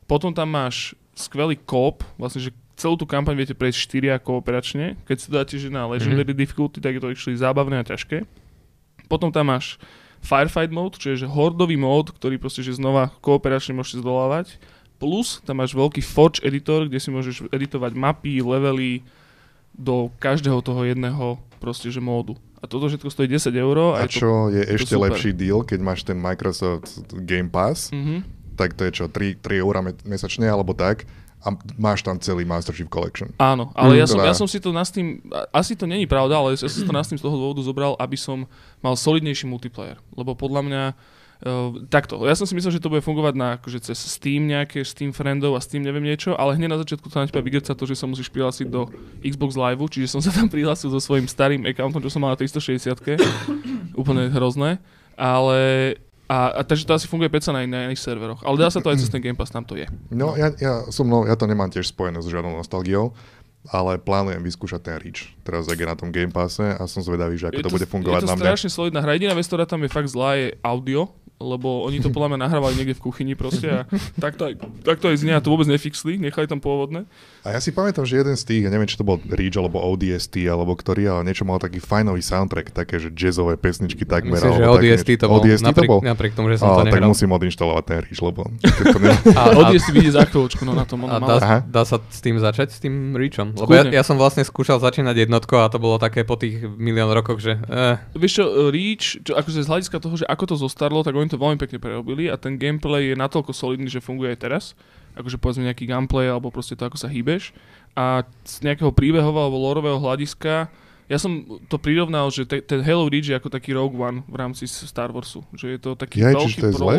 Potom tam máš skvelý kóp, vlastne, že celú tú kampaň viete prejsť 4 kooperačne. Keď si to dáte že
Mhm.
na Legendary difficulty, tak je to actually zábavné a ťažké. Potom tam máš Firefight mode, čo je že hordový mód, ktorý proste že znova kooperačne môžete zdolávať. Plus tam máš veľký Forge editor, kde si môžeš editovať mapy, levely do každého toho jedného proste že módu. A toto všetko stojí 10 eur. No,
A
je to-
čo je ešte
super.
lepší deal, keď máš ten Microsoft Game Pass,
Mhm.
tak to je čo, 3, 3 eurá me- mesačne alebo tak a máš tam celý Master Chief Collection.
Áno, ale
Mm,
ja, som,
teda-
ja som si to na Steam, a- asi to není pravda, ale ja som si to na Steam z toho dôvodu zobral, aby som mal solidnejší multiplayer. Lebo podľa mňa Uh, takto, ja som si myslel, že to bude fungovať na, akože cez Steam nejaké, Steam friendov a Steam neviem niečo, ale hneď na začiatku sa na teba vygrca to, že sa musíš prihlásiť do Xbox Live, čiže som sa tam (laughs) prihlásil so svojím starým accountom, čo som mal na 360 úplne hrozné, ale a, a, takže to asi funguje peca na, na iných serveroch. Ale dá sa to aj cez ten Game Pass, tam to je.
No, ja, ja, so mnou, ja to nemám tiež spojené s žiadnou nostalgiou, ale plánujem vyskúšať ten Reach. Teraz, ak je na tom Game Passe a som zvedavý, že ako to, bude fungovať
je to
na mňa.
strašne solidná hra. Jediná vec, ktorá tam je fakt zlá, je audio, lebo oni to podľa mňa nahrávali niekde v kuchyni
(laughs)
proste a tak to aj, tak to aj znie a to vôbec nefixli, nechali tam pôvodné.
A ja si pamätám, že jeden z tých, ja neviem, či to bol Reach alebo ODST alebo ktorý, ale niečo mal taký fajnový soundtrack, také, že jazzové pesničky takmer.
Myslím, že
alebo také
ODST
niečo.
to bol,
ODST
napriek,
to bol?
napriek tomu, že som to
Á, tak
nehral.
musím odinštalovať ten Reach, lebo keď to nemám.
A,
A,
a,
Odie si vidieť za chvíľočku, no na tom.
a
Ona
dá,
mala...
Aha.
dá sa s tým začať, s tým Reachom? Lebo ja,
Skúsme.
ja som vlastne skúšal začínať jednotko a to bolo také po tých milión rokoch, že eh,
Vieš čo, Reach, čo, akože z hľadiska toho, že ako to zostarlo, tak oni to veľmi pekne prerobili a ten gameplay je natoľko solidný, že funguje aj teraz. Akože povedzme nejaký gameplay alebo proste to, ako sa hýbeš. A z nejakého príbehového alebo lorového hľadiska ja som to prirovnal, že te, ten Halo Reach je ako taký Rogue One v rámci s- Star Warsu. Že je to taký
Jaj,
veľký
čiže to je
pro- (laughs)
zle?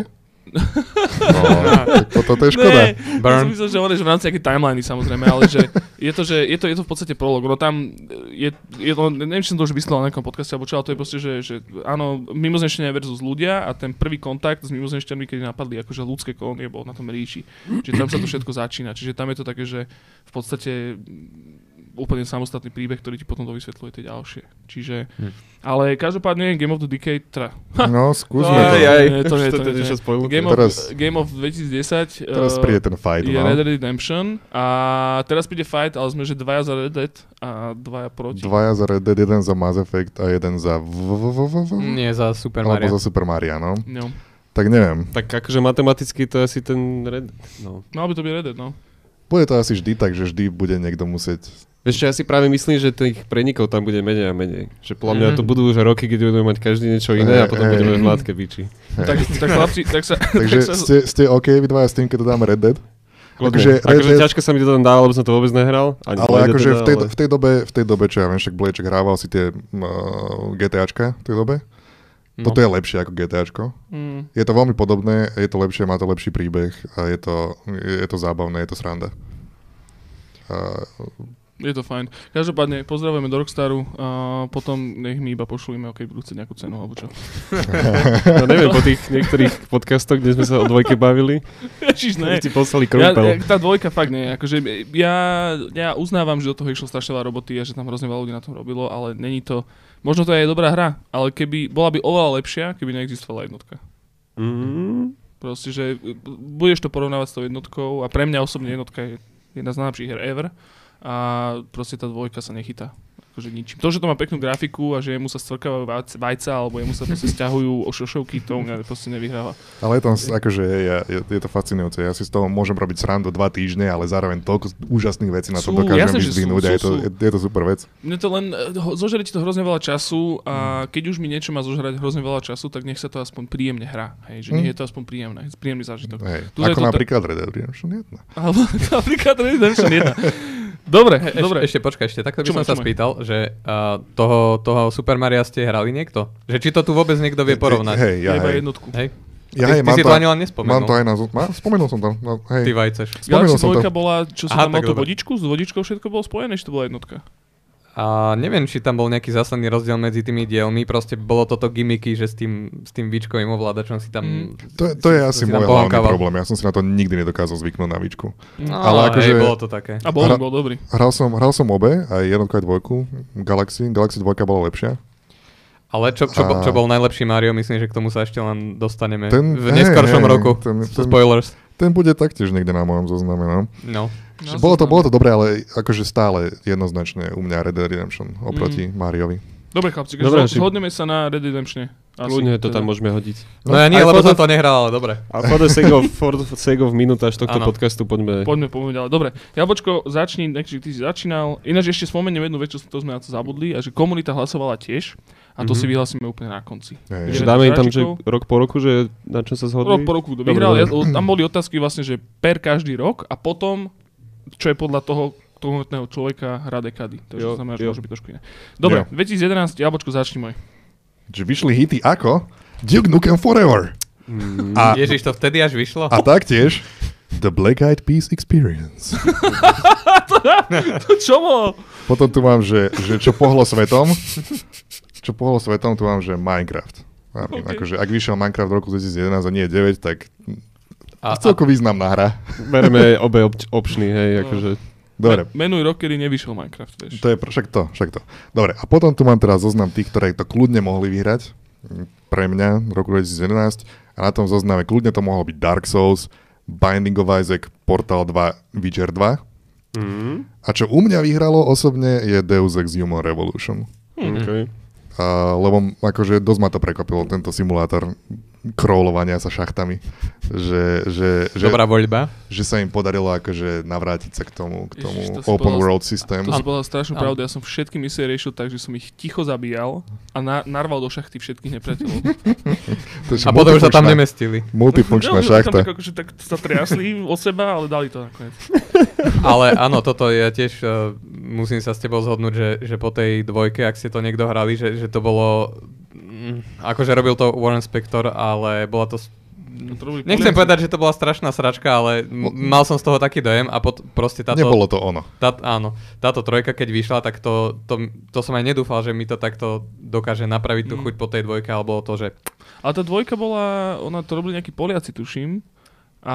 No, tak potom to je škoda.
Ne, ja som
burn.
myslel, že on je že v rámci nejaké timeliny samozrejme, ale že je to, že je to, je to v podstate prolog. No tam je, je to, neviem, či som to už vyslal na nejakom podcaste, alebo čo, ale to je proste, že, že áno, mimozenštenia versus ľudia a ten prvý kontakt s mimozenštianmi, keď napadli akože ľudské kolónie, bol na tom ríči. Čiže tam sa to všetko začína. Čiže tam je to také, že v podstate mm, úplne samostatný príbeh, ktorý ti potom to vysvetľuje tie ďalšie. Čiže,
Hm.
ale každopádne Game of the Decade, teda
No, skúsme
Aj,
to.
aj, nie, to nie,
(laughs) Už teda
to nie, to
niečo
nie.
spojilo.
Game of,
Teraz-
Game of 2010
Teraz
eh,
príde ten fight,
je
no.
Red Dead Redemption a teraz príde fight, ale sme že dvaja za Red Dead a dvaja proti.
Dvaja za Red Dead, jeden za Mass Effect a jeden za... v- v- v- v- v-
nie za Super
Alebo
Mario.
za Super Mario, no.
No.
Tak neviem.
Tak akože matematicky to je asi ten red... No.
Mal by to byť Red Dead, no.
Bude to asi vždy tak, že vždy bude niekto musieť...
Vieš čo, ja si práve myslím, že tých prenikov tam bude menej a menej. Že podľa mňa
Mhm.
to budú už roky, keď budeme mať každý niečo iné a potom
Hej,
budeme
hej.
v látke biči.
Hej.
Tak, tak chlapci, tak sa... (laughs) tak
(laughs) Takže
sa
ste, ste OK vy dvaja s tým, keď to dáme Red Dead?
Kľudne.
Akože
Akože,
Red
akože
Dead-
ťažko sa mi to tam dá, lebo som to vôbec nehral. Ani
Ale
Blade
akože
teda,
v tej,
ale-
v tej dobe, v tej dobe, čo ja viem, však Bleček hrával si tie uh, GTAčka v tej dobe.
No.
Toto je lepšie ako GTAčko.
Mm,
Je to veľmi podobné, je to lepšie, má to lepší príbeh a je to, je to zábavné, je to sranda. Uh,
je to fajn. Každopádne, pozdravujeme do Rockstaru a potom nech mi iba pošlíme, keď budú chcieť nejakú cenu alebo čo. (laughs)
Ja neviem, po tých niektorých podcastoch, kde sme sa o dvojke bavili,
Ježiš, ne.
ti poslali
Ja, ja,
krúpel.
tá dvojka fakt nie. Akože, ja, ja uznávam, že do toho išlo strašne veľa roboty a že tam hrozne veľa ľudí na tom robilo, ale není to... Možno to je aj dobrá hra, ale keby, bola by oveľa lepšia, keby neexistovala jednotka.
Mm,
Proste, že e, budeš to porovnávať s tou jednotkou a pre mňa osobne jednotka je jedna z najlepších her ever a proste tá dvojka sa nechytá akože ničím. To, že to má peknú grafiku a že jemu sa stvrkávajú vajc- vajca alebo jemu sa proste stiahujú o šošovky, to u mňa proste nevyhráva.
ale je to, akože, je, je, je to fascinujúce. Ja si z toho môžem robiť srandu dva týždne, ale zároveň toľko úžasných vecí na tom
Sú,
dokážem
jasne, že sú,
vyzdvihnúť a
sú,
je to,
sú.
je, je to super vec.
Mne to len, e, ho- zožere ti to hrozne veľa času a keď už mi niečo má zožrať hrozne veľa času, tak nech sa to aspoň príjemne hrá. Hej, že nech
Mm.
je to aspoň príjemné, príjemný
No.
zážitok.
Hej.
Tu je
Ako
to ta-
napríklad Red Dead Redemption 1.
Alebo (laughs) napríklad Redemption 1. Dobre,
Eš-
dobre.
E, Ešte počkaj, ešte takto by
Čo
som
máš,
sa
čo máš?
spýtal, že uh, toho, toho Super Maria ste hrali niekto? Že či to tu vôbec niekto vie porovnať?
Hej, ja,
Ja, iba
hej.
jednotku.
Hej.
Ja,
Ty-
hej,
ty
mám
si
to,
to ani len
Mám
nespomenul.
to aj na... zo- Má, spomenul som to. No,
Ty
hej.
vajceš.
Spomenul
Galaxy
som to.
2 bola, čo sa
Aha,
tam mal
tak
tú
dobre.
vodičku, s vodičkou všetko bolo spojené, že to bola jednotka.
A neviem, či tam bol nejaký zásadný rozdiel medzi tými dielmi, proste bolo toto gimmicky, že s tým, s tým výčkovým ovládačom si tam...
Mm.
To, to je asi
si tam
môj hlavný
pohonkával.
problém. Ja som si na to nikdy nedokázal zvyknúť na výčku.
No,
Ale
ale akože...
akože-
Hej, bolo to také.
A bol,
Hra-
bol dobrý.
Hral som, hral som obe, aj jednotku, aj dvojku. Galaxy. Galaxy 2 bola lepšia.
Ale čo, čo,
A-
bol- čo bol najlepší Mario, myslím, že k tomu sa ešte len dostaneme
Ten-
v neskoršom
hej, hej,
roku.
ten- ten-
Spoilers.
Ten bude taktiež niekde na mojom zozname, no.
No.
No,
bolo, to,
zoznam.
bolo to dobré, ale akože stále jednoznačne u mňa Red Dead Redemption oproti Mariovi.
Dobre chlapci,
Dobre,
Dobre,
asi-
zhodneme sa na Red Redemption. Asi,
Kľudne to
teda.
tam môžeme hodiť.
No ja nie,
aj
lebo
foto-
som to nehral, ale dobre.
A
(laughs)
for the sake of, for the sake of minútaž tohto
Áno.
podcastu poďme...
Poďme poďme ďalej. Dobre, Jablčko, začni, nechci, ty si začínal. Ináč ešte spomeniem jednu vec, čo to sme na to zabudli, a že komunita hlasovala tiež, a to
Mhm.
si vyhlasíme úplne na konci.
Že
Hej.
Jeden
dáme im tam, že
hráčikov.
rok po roku, že na čom sa
Rok
zhodli?
po roku kto
Dobre,
vyhral, ja,
dobre.
tam boli otázky vlastne, že per každý rok a potom, čo je podľa toho konkrétneho človeka hra dekady. Takže
Jo,
to znamená, že
jo.
môže byť trošku iné. Dobre,
Jo.
2011, Jablčko, začni môj.
Že vyšli hity ako Duke Nukem Forever.
Mm.
A,
Ježiš, to vtedy až vyšlo?
a taktiež The Black Eyed Peas Experience.
To čo bolo?
Potom tu mám, že, že čo pohlo svetom. Čo pohlo svetom, tu mám, že Minecraft. Amen.
OK.
Akože, ak vyšiel Minecraft v roku 2011 a nie 9, tak
A, a,
celkom významná hra.
Bereme obe obč- opčny, hej,
No.
akože.
Dobre,
Menuj rok, kedy nevyšiel Minecraft, vieš.
to je pr- však to, však to. Dobre, a potom tu mám teraz zoznam tých, ktoré to kľudne mohli vyhrať. Mm, Pre mňa v roku 2011. A na tom zozname kľudne to mohlo byť Dark Souls, Binding of Isaac, Portal 2, Witcher 2.
Mm.
A čo u mňa vyhralo osobne je Deus Ex Human Revolution.
Mm-hmm.
Okay.
A, lebo akože dosť ma to prekvapilo, tento simulátor crawlovania sa šachtami. Že, že, že,
dobrá voľba.
že sa im podarilo akože navrátiť sa k tomu, k tomu
Ježiš, to si
open
povedal-
world
To
systému.
si povedal strašnú
Áno.
pravdu, ja som všetky misie riešil tak, že som ich ticho zabíjal a na, narval do šachty všetkých nepriateľov.
To je
A potom už sa tam
multifunkčná- (laughs)
nemestili.
(laughs) No,
Multifunkčná
(laughs)
že
šachta.
Tam tak, akože, tak sa triasli od seba, ale dali to nakoniec.
Ale áno, toto ja tiež uh, musím sa s tebou zhodnúť, že, že po tej dvojke, ak ste to niekto hrali, že, že to bolo... mm, Akože robil to Warren Spector, ale bola to... s-
No, To robili
Nechcem
Poliaci.
povedať, že to bola strašná sračka, ale m- mal som z toho taký dojem a pot, proste táto...
Nebolo to ono.
Tá, áno, táto trojka, keď vyšla, tak to, to, to som aj nedúfal, že mi to takto dokáže napraviť tú
Mm.
chuť po tej dvojke, alebo to, že
Ale tá dvojka bola, ona to robili nejakí Poliaci, tuším. A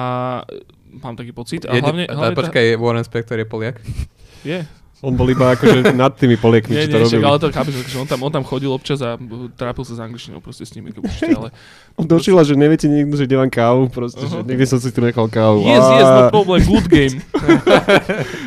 e, mám taký pocit. A hlavne,
Jedne,
hlavne
ale počkaj, Warren Spector je Poliak?
Je.
On bol iba akože
(laughs)
nad tými poliekmi,
Nie,
čo to
nie, však,
robili.
ale to chápeš, že on tam, on tam chodil občas a uh, trápil sa s angličtinou proste s nimi. Určite, ale...
Došila, že neviete niekto, že kde mám kávu, proste, že
Aha.
niekde som si tu nechal kávu.
Yes,
Á,
yes, no problem, good
(laughs)
game.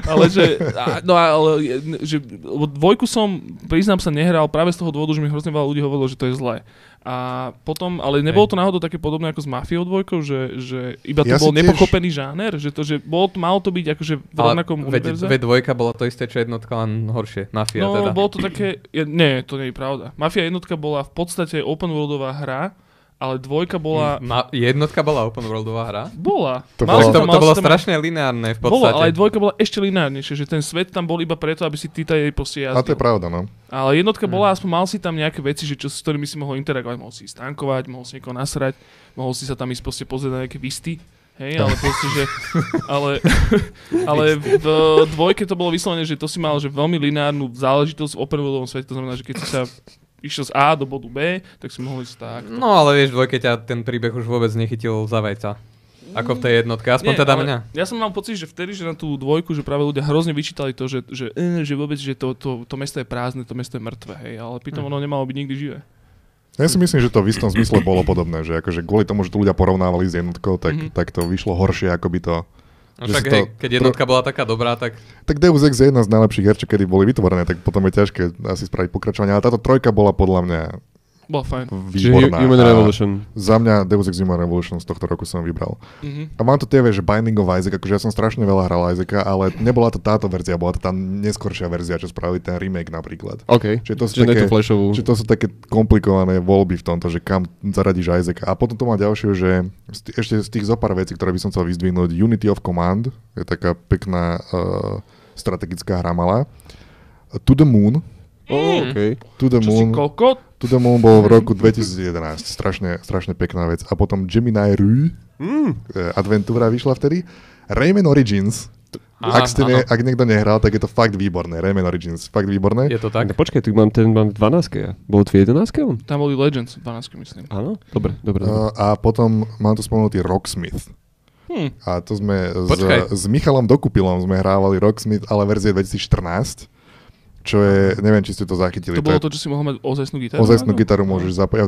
ale že, a- no ale, je- že lebo dvojku som, priznám sa, nehral práve z toho dôvodu, že mi hrozne veľa ľudí hovorilo, že to je zlé. A potom, ale nebolo to náhodou také podobné ako s Mafiou dvojkou, že, že iba to ja
Ja
bol
si tiež-
nepochopený žáner, že to, že bol, malo to byť akože v rovnakom
veď,
univerze.
veď dvojka bola to isté, čo jednotka, len horšie. Mafia
no,
teda.
bolo to také, ja, nie, to nie je pravda. Mafia jednotka bola v podstate open worldová hra, ale dvojka bola,
Mm, Ma, jednotka bola open worldová hra?
bola.
To
Mal
bolo-
si
to,
tam-
to
mal si
bolo
tam-
strašne lineárne v
Bolo,
podstate.
ale aj dvojka bola ešte lineárnejšia, že ten svet tam bol iba preto, aby si ty tady proste
A to
jazdil.
je pravda, no.
Ale jednotka bola, aspoň mal si tam nejaké veci, že čo, s ktorými si mohol interagovať. Mohol si ísť tankovať, mohol si niekoho nasrať, mohol si sa tam ísť proste pozrieť na nejaké visty. Hej,
(laughs)
ale proste, že... Ale, ale v dvojke to bolo vyslovene, že to si mal že veľmi lineárnu záležitosť v open worldovom svete. To znamená, že keď si sa išiel z A do bodu B, tak si mohol ísť tak.
No ale vieš, v dvojke ťa ten príbeh už vôbec nechytil za vajca. Ako v tej jednotke, aspoň
Nie,
teda
ale
mňa.
Ja som mal pocit, že vtedy, že na tú dvojku, že práve ľudia hrozne vyčítali to, že, že, eh, že vôbec, že to, to, to mesto je prázdne, to mesto je mŕtve, hej, ale pritom ono nemalo byť nikdy živé.
Ja si myslím, že to v istom zmysle bolo podobné, že akože kvôli tomu, že to ľudia porovnávali s jednotkou, tak,
Mhm.
tak to vyšlo horšie, ako by to...
No
že
Však
si to
hej, keď jednotka bola taká dobrá, tak
Tak Deus Ex je jedna z najlepších her, čo kedy boli vytvorené, tak potom je ťažké asi spraviť pokračovanie, ale táto trojka bola podľa mňa
Bolo fajn.
Čiže
výborná.
Human
a
Revolution.
Za mňa Deus Ex Human Revolution z tohto roku som vybral.
Mhm.
A mám tu tie, vieš, že Binding of Isaac, akože ja som strašne veľa hral Isaaca, ale nebola to táto verzia, bola to tá neskoršia verzia, čo spravili ten remake napríklad.
OK,
Čiže to sú
čiže ne
také-
tú flashovú.
Čiže to sú také komplikované voľby v tomto, že kam zaradíš Isaaca. A potom to má ďalšie, že z t- ešte z tých zo pár vecí, ktoré by som chcel vyzdvihnúť, Unity of Command je taká pekná uh, strategická hra malá. To the Moon,
Oh, OK.
To the
Čo si
Moon,
kokot?
to the Moon bol v roku 2011. Strašne, strašne pekná vec. A potom Gemini Rue, mm. adventúra vyšla vtedy. Rayman Origins, ak,
Aha,
ste ne, ak niekto nehral, tak je to fakt výborné. Rayman Origins, fakt výborné. Eh,
je to tak.
No počkaj, tu mám ten mám v 12. Ja. Bolo tu 11. on?
Tam boli Legends, 12 myslím.
Áno? Dobre, dobre. dobre.
Uh, a potom mám tu spomenutý Rocksmith.
Hm.
A to sme
Počkaj.
s, s Michalom Dokupilom sme hrávali Rocksmith, ale verzie 2014, čo je, neviem, či ste to zachytili.
To bolo
je-
to, čo si mohol mať ozajstnú gitaru.
ozajstnú
áno?
gitaru môžeš zapojiť. A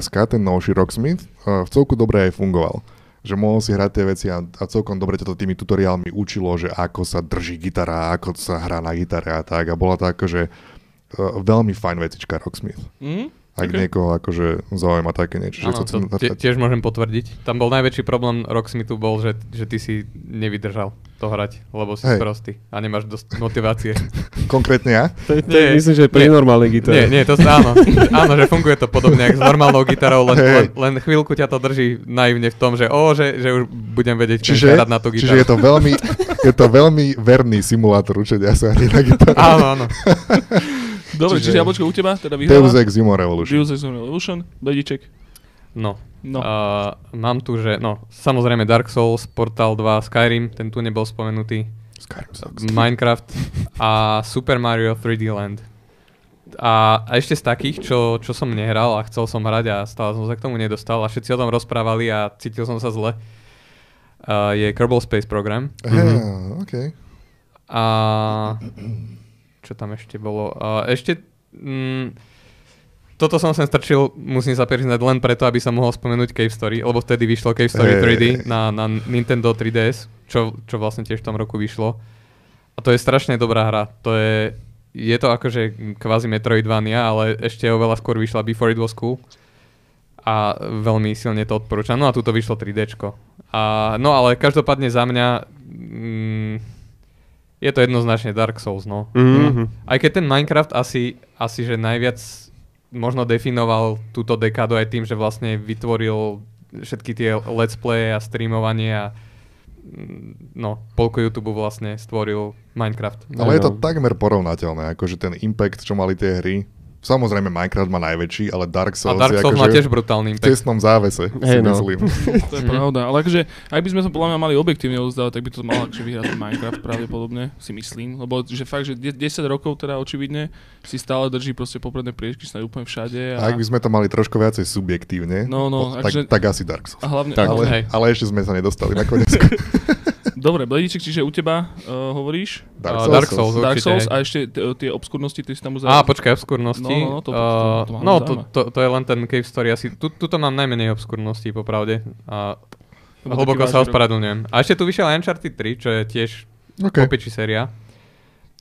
2014 ten novší Rocksmith uh, v celku dobre aj fungoval. Že mohol si hrať tie veci a, a celkom dobre ťa to tými tutoriálmi učilo, že ako sa drží gitara, ako sa hrá na gitare a tak. A bola to akože uh, veľmi fajn vecička Rocksmith.
Mhm. Ok.
Ak niekoho akože zaujíma také niečo. že
Áno,
chcete-
to tie- tiež môžem potvrdiť. Tam bol najväčší problém Rocksmithu bol, že, že ty si nevydržal to hrať, lebo si
Hej.
sprostý a nemáš dosť motivácie.
Konkrétne ja.
To, je- to
nie,
je, myslím, že pri
nie.
normálnej gitare.
Nie, nie, to
(laughs)
sa áno. Áno, že funguje to podobne, ako s normálnou gitarou, len, len, len chvíľku ťa to drží naivne v tom, že o, že, že už budem vedieť
Čiže,
hrať na tú
čiže je, to
gitaru.
veľmi, je to veľmi verný simulátor učenia sa hry na gitaru.
(laughs) Áno, áno.
Dobre, čiže,
Čiže-
jablčko u teba, teda vyhrala.
Deus Ex Human Revolution.
Deus Ex Revolution, Dediček.
No,
No.
Uh, mám tu, že no, samozrejme Dark Souls, Portal 2, Skyrim, ten tu nebol spomenutý,
Skyrim sucks.
Minecraft a Super Mario 3D Land. A, a ešte z takých, čo, čo som nehral a chcel som hrať a stále som sa k tomu nedostal a všetci o tom rozprávali a cítil som sa zle, uh, je Kerbal Space Program.
Mhm. OK.
A čo tam ešte bolo? A ešte... Mm, toto som sem strčil, musím sa priznať, len preto, aby som mohol spomenúť Cave Story, lebo vtedy vyšlo Cave Story
Hej.
3D na, na Nintendo 3DS, čo, čo vlastne tiež v tom roku vyšlo. A to je strašne dobrá hra. To je, je to akože kvázi Metroidvania, ale ešte oveľa skôr vyšla Before It Was Cool. A veľmi silne to odporúčam. No a tu to vyšlo 3Dčko. A, no ale každopádne za mňa mm, je to jednoznačne Dark Souls, no.
Mhm.
Aj keď ten Minecraft asi, asi že najviac možno definoval túto dekádu aj tým, že vlastne vytvoril všetky tie let's play a streamovanie a mm, no, polku YouTube vlastne stvoril Minecraft.
Ale je to
Áno.
takmer porovnateľné, akože ten impact, čo mali tie hry. Samozrejme Minecraft má najväčší, ale Dark
A
Souls
Dark
je
Souls má
akože
tiež
v
brutálny impact.
tesnom závese, si
Hej, no.
(laughs)
myslím.
To
Mhm.
je pravda, ale akože, ak by sme to podľa mňa mali objektívne ozdávať, tak by to mal akže vyhrať ten Minecraft pravdepodobne, si myslím. Lebo že fakt, že de- 10 rokov teda očividne si stále drží proste popredné priečky, snáď úplne všade. A,
A ak by sme to mali trošku viacej subjektívne,
No, no,
tak,
akože-
tak asi Dark Souls.
a hlavne,
Tak.
hlavne,
Hej.
Ale ešte sme sa nedostali nakoniec.
(laughs)
Dobre, Blediček, čiže u teba uh, hovoríš
A No, Dark Souls.
Dark
určite,
Souls
hej.
a ešte t- tie obskurnosti, ty si tam
Á,
uzavol.
počkaj, obskurnosti.
No, no, no, to- to-
Eh,
to ma
no, to,
zaujíma.
to, to je len ten cave story. Asi, tu, tuto mám najmenej obskurnosti, popravde.
To
A
bol taký
hlboko
vážny
sa
rok.
ospravedlňujem. A ešte tu vyšiel Uncharted 3, čo je tiež
Okay.
popiči séria.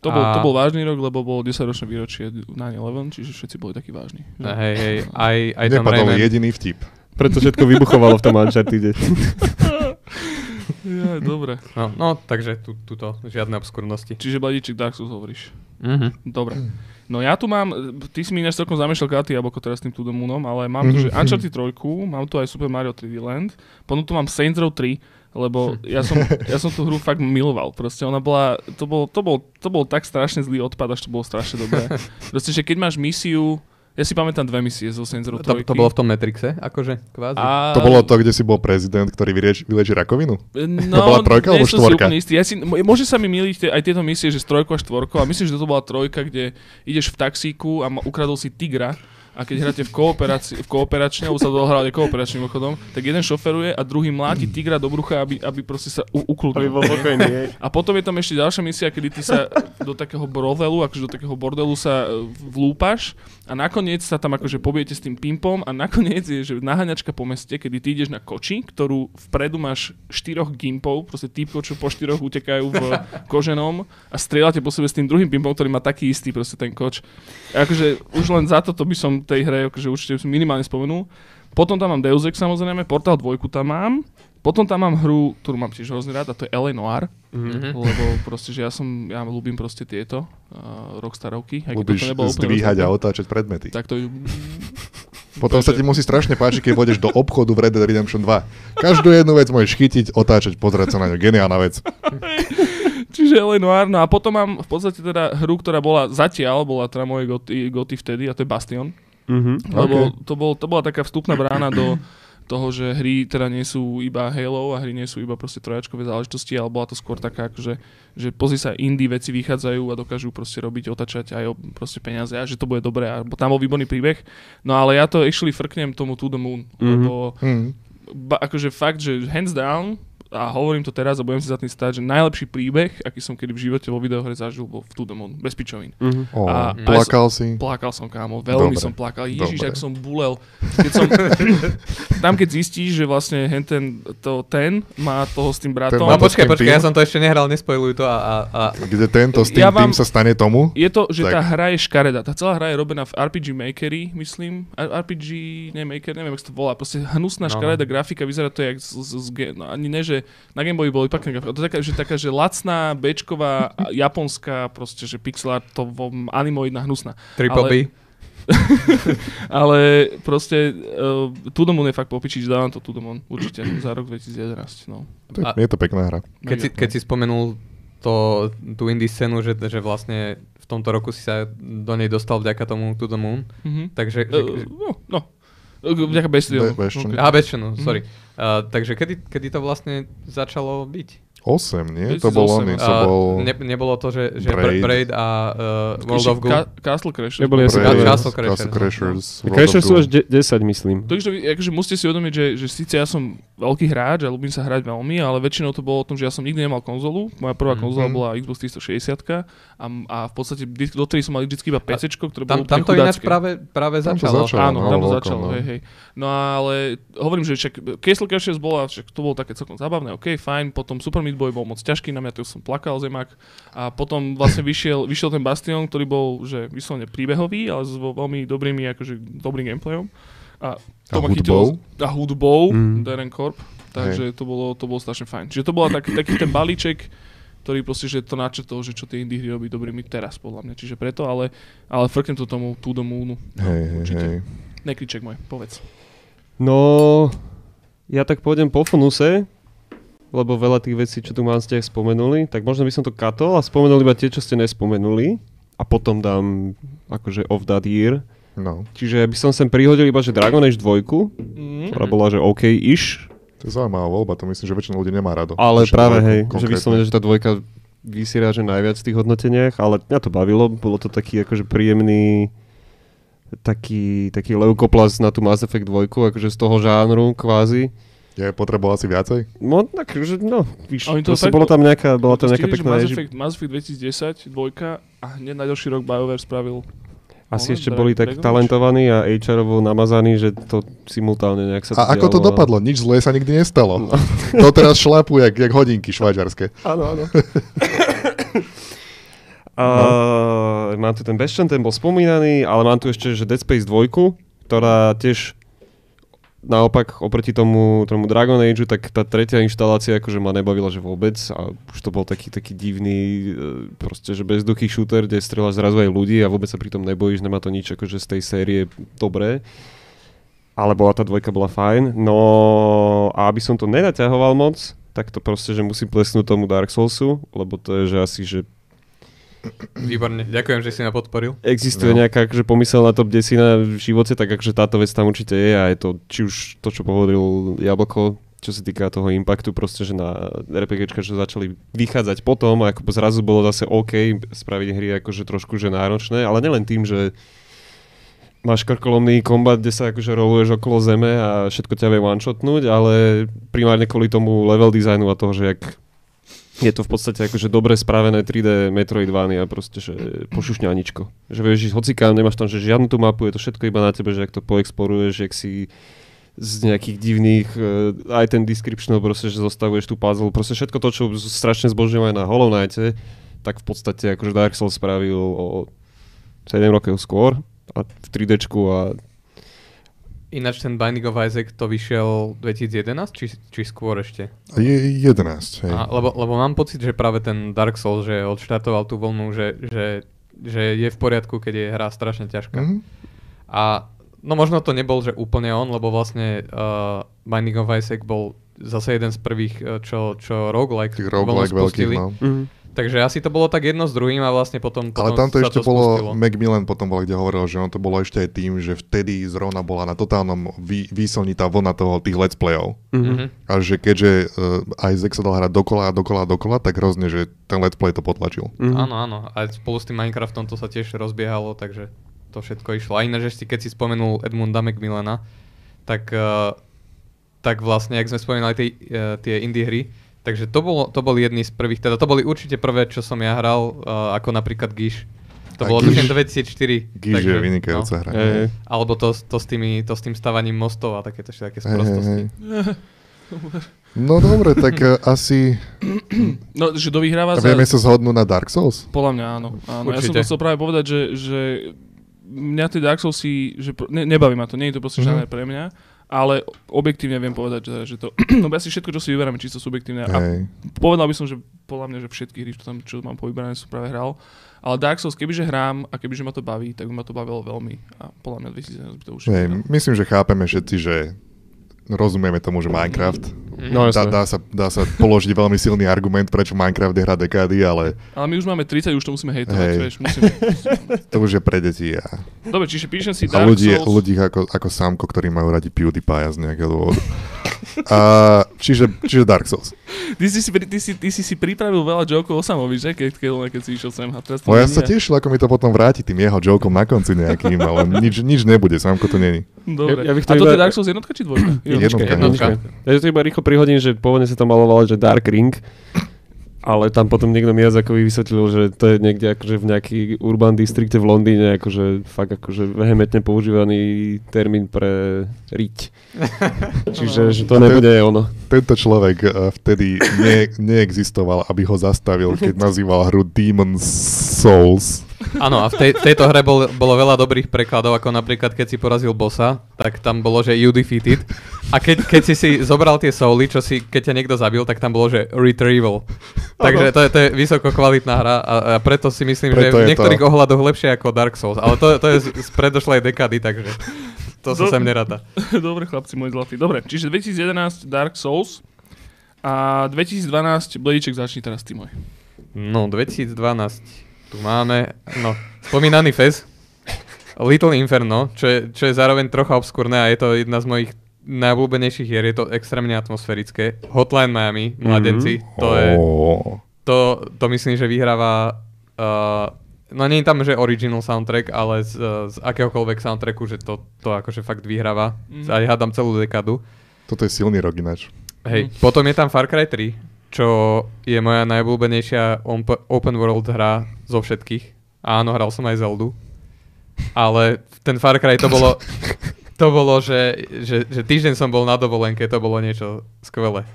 To bol, to
A-
bol vážny rok, lebo bolo 10 ročné výročie 9-11, čiže všetci boli takí vážni. že?
Hej, hej, aj, aj ten
Nepadol
Rayman.
jediný vtip.
(laughs) Preto všetko vybuchovalo v tom Unchartede.
Jaj, dobre.
No, no, takže tu, tuto, žiadne obskurnosti.
Čiže Bladiček Dark Souls hovoríš.
Mhm.
Dobre. No ja tu mám, ty si mi ináč celkom zamešal karty jablko teraz s tým Tudomunom, ale mám tu, že
Mhm.
Uncharted 3, mám tu aj Super Mario 3D Land, potom tu mám Saints Row 3,
(laughs)
lebo ja som, ja som tú hru fakt miloval. Proste ona bola, to bol, to bol, to bol tak strašne zlý odpad, až to bolo strašne
(laughs)
dobré. Proste, že keď máš misiu, ja si pamätám dve misie zo Saints Row
To,
3.
to bolo v tom Matrixe, akože, kvázi.
a...
To bolo to, kde si bol prezident, ktorý vyrieč, vyleží rakovinu?
No,
bola trojka
nie
alebo
som si
štvorka?
úplne istý. Ja si, m- môže sa mi miliť tie, aj tieto misie, že s trojkou a štvorkou. A myslím, že toto bola trojka, kde ideš v taxíku a ma- ukradol si tigra. A keď hráte v, kooperácii, v kooperačne, alebo sa to hrali kooperačným obchodom, tak jeden šoferuje a druhý mláti tigra do brucha, aby, aby proste sa u- ukludnil.
pokojný,
A potom je tam ešte ďalšia misia, kedy ty sa do takého brodelu, akože do takého bordelu sa e, vlúpaš a nakoniec sa tam akože pobijete s tým pimpom a nakoniec je, že naháňačka po meste, kedy ty ideš na koči, ktorú vpredu máš štyroch gimpov, proste týpkov, čo po štyroch utekajú v koženom a strieľate po sebe s tým druhým pimpom, ktorý má taký istý proste ten koč. A akože už len za toto by som tej hre akože určite minimálne spomenul. Potom tam mám Deus Ex samozrejme, Portal 2 tam mám, potom tam mám hru, ktorú mám tiež hrozne rád a to je LA Noir.
Mhm.
Lebo proste, že ja som, ja ľúbim proste tieto uh, rockstarovky. aj keď toto
Ľubíš
nebolo úplne
zdvíhať a
rockstarovka.
otáčať predmety.
Tak to je...
Potom sa ti musí strašne páčiť, keď pôjdeš do obchodu v Red Dead Redemption 2. Každú jednu vec môžeš chytiť, otáčať, pozerať sa na ňu. Geniálna vec.
(laughs) Čiže LA Noir, no a potom mám v podstate teda hru, ktorá bola zatiaľ, bola teda moje goty, goty vtedy a to je Bastion.
Mhm.
Lebo to, bol, to bola taká vstupná brána do toho, že hry teda nie sú iba Halo a hry nie sú iba proste trojačkové záležitosti, ale bola to skôr taká, akože, že pozri sa, indie veci vychádzajú a dokážu proste robiť, otačať aj o proste peniaze a že to bude dobré. A tam bol výborný príbeh. No ale ja to actually frknem tomu To The Moon, mm-hmm. lebo
Mm.
ba, akože fakt, že hands down, a hovorím to teraz a budem si za tým stať, že najlepší príbeh, aký som kedy v živote vo videohre zažil, bol v To The Moon, bez pičovín.
Mhm.
Ó,
A-
plakal si.
Plakal som, kámo, veľmi
Dobre.
som plakal. Ježiš,
Dobre.
ak som bulel. Keď
(laughs)
som, tam keď zistíš, že vlastne henten, to ten má toho s tým bratom.
No
má to- s
počkaj,
kým
počkaj, ja
tým?
som to ešte nehral, nespojujú to a... a, a
Kde tento s tým,
Ja vám-
tým sa stane tomu?
Je to, že
Tak.
tá hra je škareda. Tá celá hra je robená v RPG Makery, myslím. A- RPG, ne Maker, neviem, ako sa to volá. Proste hnusná
No.
škareda grafika, vyzerá to jak z, z, z ge- no, ani ne, že na Game Boy boli pekné grafika. To je taká, že taká, že lacná, bečková, a- japonská, proste, že pixel artovo, animoidná, hnusná.
Triple
Ale-
B.
Ale proste uh, Tudomon je fakt popičiť, dávam to Tudomon určite za rok 2011. No.
To je,
A-
je to pekná hra.
No Keď si,
Mega.
keď si spomenul to, tú indie scénu, že, že vlastne v tomto roku si sa do nej dostal vďaka tomu To The Moon,
Mhm.
takže...
Eh, no, no. Vďaka Bestial.
Be- Bastion.
Okay.
Aha, Bastion, sorry. Uh, takže kedy, kedy to vlastne začalo byť?
8, nie? To
2008,
bol oný,
A
co bol...
ne, nebolo to, že, že Braid.
Braid.
Braid a uh, World of Goo?
No, Ka- Castle Crashers.
Neboli asi
Pre-
Castle
Castle
Crashers.
Crashers. World of
Crasher sú
Doom.
až de- 10, myslím.
Takže vy- akože musíte si uvedomiť, že, že síce ja som veľký hráč a ľúbim sa hrať veľmi, ale väčšinou to bolo o tom, že ja som nikdy nemal konzolu. Moja prvá
Mhm.
konzola bola Xbox 360 a, m- a v podstate vždy- dotedy som mal vždy iba PC, ktoré bolo
Tam, tam to
úplne
ináč
chudácké.
práve, práve
Tam to
začalo.
začalo.
Áno,
no,
tam to
veľkom,
začalo,
no.
hej, hej. No ale hovorím, že však Castle Crashers bola, však to bolo také celkom zábavné, OK, fajn, potom Super Meat Boy bol moc ťažký na mňa, to som plakal zemak a potom vlastne vyšiel, vyšiel ten Bastion, ktorý bol, že vyslovene príbehový, ale s vo- veľmi dobrými, akože dobrým gameplayom a to
A
ma
hudbou?
chytilo, a hudbou,
Mm.
mm. Darren Corp, takže to bolo, to bolo strašne fajn. Čiže to bol tak, taký ten balíček, ktorý proste, že to načetol, že čo tie indie hry robí dobrými teraz, podľa mňa. Čiže preto, ale, ale frknem to tomu, tú domu,
Hej, hej,
určite.
hej.
Nekriček môj, povedz.
No, ja tak pôjdem po funuse, lebo veľa tých vecí, čo tu mám, ste aj spomenuli. Tak možno by som to katol a spomenul iba tie, čo ste nespomenuli. A potom dám akože of that year.
No,
Čiže by som sem prihodil iba, že Dragon Age 2,
Mm.
ktorá bola, že OK-ish,
to je zaujímavá voľba, to myslím, že väčšina ľudí nemá rado.
ale
Že
práve
dvojku
hej, že
konkrétne.
vyslovene, že tá dvojka vysiera, že najviac v tých hodnoteniach, ale mňa to bavilo, bolo to taký akože príjemný taký, taký leukoplas na tú Mass Effect 2, akože z toho žánru kvázi.
Je potreboval asi viacej?
No, tak, že, no, víš,
Oni to
proste
fakt-
bolo tam nejaká, bola tam nejaká
Stihli, že
pekná
Mass
reži-
Effect, Mass Effect 2010, dvojka a hneď na ďalší rok BioWare spravil.
Asi
Moment,
ešte
Dra-
boli tak
Dragon Age.
talentovaní a HR-ovo namazaní, že to simultálne nejak sa
A ako to
dialo
dopadlo? Nič zlé sa nikdy
No.
nestalo. (laughs) To teraz šlapu, jak, jak hodinky švajčiarske.
Áno, áno. (coughs) A, mám tu ten Bastion, ten bol spomínaný, ale mám tu ešte že Dead Space 2, ktorá tiež naopak oproti tomu, tomu Dragon Ageu, tak tá tretia inštalácia akože ma nebavila, že vôbec a už to bol taký, taký divný e, proste, že bezduchý shooter, kde strieľaš zrazu aj ľudí a vôbec sa pritom nebojíš, nemá to nič akože z tej série dobré. Ale bola tá dvojka bola fajn. No a aby som to nenaťahoval moc, tak to proste, že musím plesnúť tomu Dark Soulsu, lebo to je, že asi, že
Výborne, ďakujem, že si ma podporil.
existuje
No.
no. nejaká akože pomyselná top 10 v živote, tak akože táto vec tam určite je a je to, či už to, čo pohovoril Jablko, čo sa týka toho impactu, proste, že na RPGčka, čo začali vychádzať potom a ako zrazu bolo zase OK spraviť hry akože trošku, že náročné, ale nielen tým, že máš krkolomný kombat, kde sa akože roluješ okolo zeme a všetko ťa vie one-shotnúť, ale primárne kvôli tomu level designu a toho, že jak je to v podstate akože dobre spravené 3D Metroidvania, proste, že pošušňaničko. Že vieš, že hocikám, nemáš tam že žiadnu tú mapu, je to všetko iba na tebe, že ak to poexploruješ, jak si z nejakých divných, eh, aj ten descriptional, proste, že zostavuješ tú puzzle, proste všetko to, čo strašne zbožňujem aj na Hollow Knighte, tak v podstate akože Dark Souls spravil o 7 rokov skôr a v 3Dčku a
Ináč ten Binding of Isaac to vyšiel 2011, či, či skôr ešte?
Je 11, hej.
A, lebo, lebo mám pocit, že práve ten Dark Souls, že odštartoval tú vlnu, že, že, že je v poriadku, keď je hra strašne ťažká.
Mhm.
A no možno to nebol, že úplne on, lebo vlastne uh, Binding of Isaac bol zase jeden z prvých, eh, čo, čo roguelike,
Tých
vlnu
roguelike veľkých,
spustili.
no.
Takže asi to bolo tak jedno s druhým a vlastne
Ale
potom, potom
tam to
sa
ešte
to
bolo,
spustilo.
Macmillan potom bol, kde hovoril, že on to bolo ešte aj tým, že vtedy zrovna bola na totálnom vý, výslní tá vlna toho, tých let's playov.
Mhm.
A že keďže uh, Isaac sa dal hrať dokola a dokola a dokola, tak hrozne, že ten let's play to potlačil.
Áno, áno. A spolu s tým Minecraftom to sa tiež rozbiehalo, takže to všetko išlo. A ináč ešte, keď si spomenul Edmunda Macmillana, tak, eh, tak vlastne, ak sme spomínali tie, eh, tie indie hry, takže to, bolo, to boli jedni z prvých, teda to boli určite prvé, čo som ja hral, eh, ako napríklad Gish.
A
To bolo
Gish-
tuším 2004.
Gíž je
takže, no.
vynikajúca hra.
Hej.
(laughs)
Alebo to, s- to, s tými, to s tým stavaním mostov a takéto
Hej,
všetké také
hej, hej.
sprostosti.
No dobre, tak eh, asi
No, že dovyhráva
vieme
sa...
sa zhodnúť na Dark Souls.
Podľa mňa áno. áno. Ja som
Určite.
to chcel práve povedať, že, že mňa tie Dark Soulsy, že pro, ne, nebaví ma to, nie je to proste
Mhm.
žiadne pre mňa, ale objektívne viem povedať, že, že to, (clears throat) no asi všetko, čo si vyberáme, čisto subjektívne. A
Hej.
povedal by som, že podľa mňa, že všetky hry, čo, tam, čo mám povyberané, som práve hral. Ale Dark Souls, kebyže hrám a kebyže ma to baví, tak by ma to bavilo veľmi. A podľa mňa 2017 by to už...
Hej, myslím, že chápeme všetci, že rozumieme tomu, že Minecraft
No,
Dá,
jasné.
dá, sa, dá sa položiť veľmi silný argument, prečo Minecraft je hra dekády, ale
Ale my už máme 30, už to musíme hejtovať,
Hej.
vieš, musíme.
to už je pre deti a,
Dobre, čiže píšem si
a
Dark
ľudí,
Souls.
ľudí ako, ako Samko, ktorí majú radi PewDiePie z nejakého dôvodu. A, čiže, čiže Dark Souls.
Ty si, si, pri- ty, si, ty si si pripravil veľa jokov o Samovi, že? Keď, keď, keď si išiel sem. A teraz to
No
nie
ja sa
je.
tešil, ako mi to potom vráti tým jeho jokom na konci nejakým, ale nič, nič nebude, Samko to není.
Dobre.
Ja- ja bych to
a toto
iba-
je Dark Souls jednotka či dvojka?
Jednotka,
jednotka.
Ja to iba rýchlo prihodím, že pôvodne sa tam malovalo, že Dark Ring, ale tam potom niekto Miyazakovi vysvetlil, že to je niekde akože v nejaký urban distrikte v Londýne, akože fakt akože vehementne používaný termín pre
(laughs)
riť. Čiže že to
A to je-
nebude (laughs) ono.
Tento človek eh, vtedy ne, neexistoval, aby ho zastavil, keď nazýval hru Demon Souls.
Áno, a v tej, tejto hre bol, bolo veľa dobrých prekladov, ako napríklad keď si porazil bossa, tak tam bolo, že you defeated. A keď, keď si si zobral tie souly, čo si, keď ťa niekto zabil, tak tam bolo, že retrieval. Takže to je, to je vysoko kvalitná hra a, a preto si myslím,
Preto
že
je
v niektorých
to.
ohľadoch lepšie ako Dark Souls. Ale to, to je z, z predošlej dekady, takže to sa
Do-
sem neráta.
(laughs) Dobre, chlapci, môj zlatý. Dobre, čiže 2011 Dark Souls a 2012 Blediček začni teraz ty môj.
No, 2012. Tu máme, no, spomínaný Fez. Little Inferno, čo je, čo je zároveň trocha obskúrne a je to jedna z mojich najobľúbenejších hier. Je to extrémne atmosférické. Hotline Miami, mladenci, to je...
Oh. Ó.
To, to myslím, že vyhráva... Uh, no nie je tam, že original soundtrack, ale z, z akéhokoľvek soundtracku, že to, to akože fakt vyhráva.
Mhm.
Aj hádam celú dekadu.
Toto je silný rok ináč.
Hej, potom je tam Far Cry 3, čo je moja najobľúbenejšia omp- open world hra zo všetkých. A áno, hral som aj Zeldu. Ale ten Far Cry to bolo... To bolo, že, že, že týždeň som bol na dovolenke, to bolo niečo skvelé.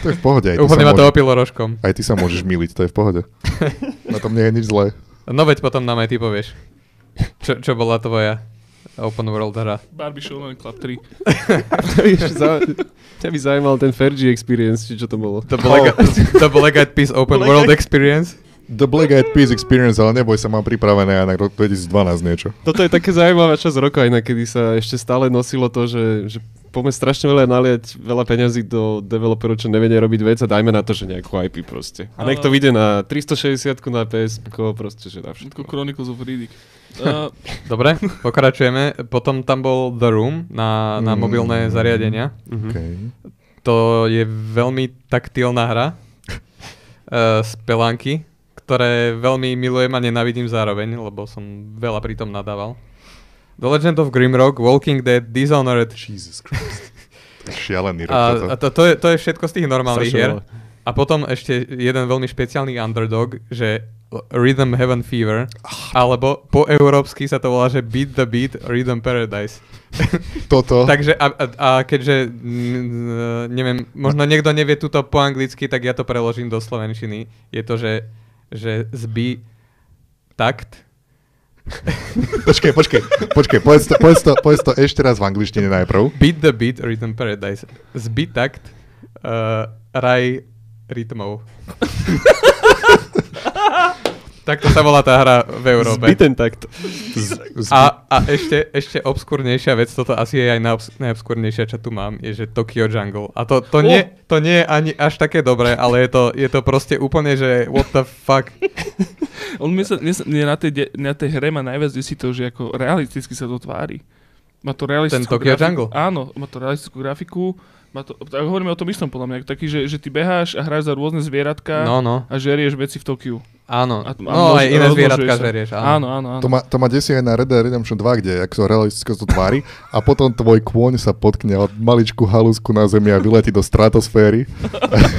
To je v pohode. Aj ty, sa
Úplne ma to
môže,
opilo rožkom.
aj ty sa môžeš miliť, to je v
(laughs)
pohode. Na tom nie je nič zlé.
No veď potom nám aj ty povieš, čo, čo bola tvoja open world hra.
Barbie Shonen Club 3.
Ťa by zaujímal ten Fergie experience, či čo to bolo.
To bola,
(laughs)
oh. (laughs) to bola Guide Peace Open
Black
World
Eyed-
Experience.
The Black Eyed Peas Experience, ale neboj sa, mám pripravené aj na rok 2012 niečo.
Toto je také zaujímavá časť roka, inak kedy sa ešte stále nosilo to, že, že poďme strašne veľa naliať veľa peňazí do developerov, čo nevedia robiť vec a dajme na to, že nejakú IP proste. A nech to vyjde na 360 na PS, proste, že na všetko.
Všetko Chronicles of
(laughs)
Riddick. Uh,
Dobre, pokračujeme. Potom tam bol The Room na, na
Mm.
mobilné zariadenia.
Okay.
To je veľmi taktilná hra (laughs) uh, z pelanky, ktoré veľmi milujem a nenávidím zároveň, lebo som veľa pritom nadával. The Legend of Grimrock, Walking Dead, Dishonored.
Jesus Christ. To je šialený rok toto.
A, a to, to, je, to je všetko z tých normálnych
Strašne veľa.
hier. A potom ešte jeden veľmi špeciálny underdog, že Rhythm Heaven Fever, alebo po európsky sa to volá, že Beat the Beat Rhythm Paradise.
Toto.
Takže a, a, a keďže, mm, neviem, možno niekto nevie túto po anglicky, tak ja to preložím do slovenčiny. Je to, že, že zbí takt.
(laughs) Počkej, počkej, počkej, povedz to, povedz to, povedz to ešte raz v angličtine najprv.
Beat the beat, rhythm paradise. Zbí takt, uh, raj
(laughs)
rytmov. Takto sa volá tá hra v Európe.
Zbyten takto.
Z, z,
A, a ešte, ešte obskúrnejšia vec, toto asi je aj najobs- najobskúrnejšia, čo tu mám, je, že Tokyo Jungle. A to, to, nie, to nie je ani až také dobré, ale je to, je to proste úplne, že what the fuck.
on mne, sa, mne, sa, mne na, tej de, na tej hre ma najviac desí to, že ako realisticky sa to tvári. Má to realistickú
Tokyo
grafiku.
Jungle?
Áno, má to realistickú grafiku. Má to, tak hovoríme o tom istom podľa mňa. Taký, že, že ty beháš a hráš za rôzne zvieratka
No, no,
a žerieš veci v Tokiu.
áno.
A, a
No, aj
množ-
iné
rozmnožuješ
zvieratka
sa.
žerieš,
Áno,
áno.
áno, áno.
to, ma, to ma desí aj na Red Dead Redemption 2, kde ako sa realisticky to tvári a potom tvoj kôň sa potkne od maličku halúzku na zemi a vyletí do stratosféry. (laughs)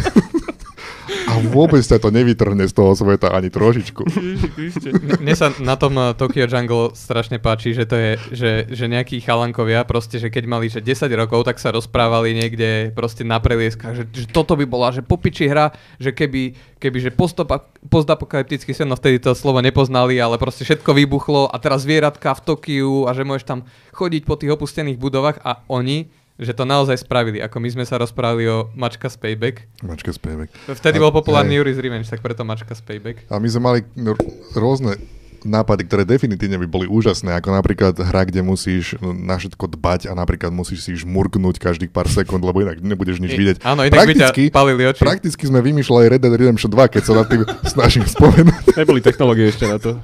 A vôbec sa to nevytrhne z toho sveta ani trošičku.
Ježiši Kriste. (laughs)
M- Mne sa na tom eh, Tokyo Jungle strašne páči, že to je, že, že nejakí chalankovia proste, že keď mali že 10 rokov, tak sa rozprávali niekde proste na prelieskách, že, že toto by bola, že popiči hra, že keby, keby že postopa- postapokalyptický sen, no vtedy to slovo nepoznali, ale proste všetko vybuchlo a teraz zvieratka v Tokiu a že môžeš tam chodiť po tých opustených budovách a oni že to naozaj spravili, ako my sme sa rozprávali o Mačka z Payback.
Mačka z payback. A-
Vtedy bol populárny
hej.
Yuri's Revenge, tak preto Mačka z Payback.
A my sme mali r- rôzne nápady, ktoré definitívne by boli úžasné, ako napríklad hra, kde musíš na všetko dbať a napríklad musíš si žmurknúť každých pár sekúnd, lebo inak nebudeš nič
I-
vidieť.
áno, inak by ťa palili oči.
Prakticky sme vymýšľali Red Dead Redemption 2, keď sa na tým (laughs) snažím spomenúť.
Neboli technológie ešte na to.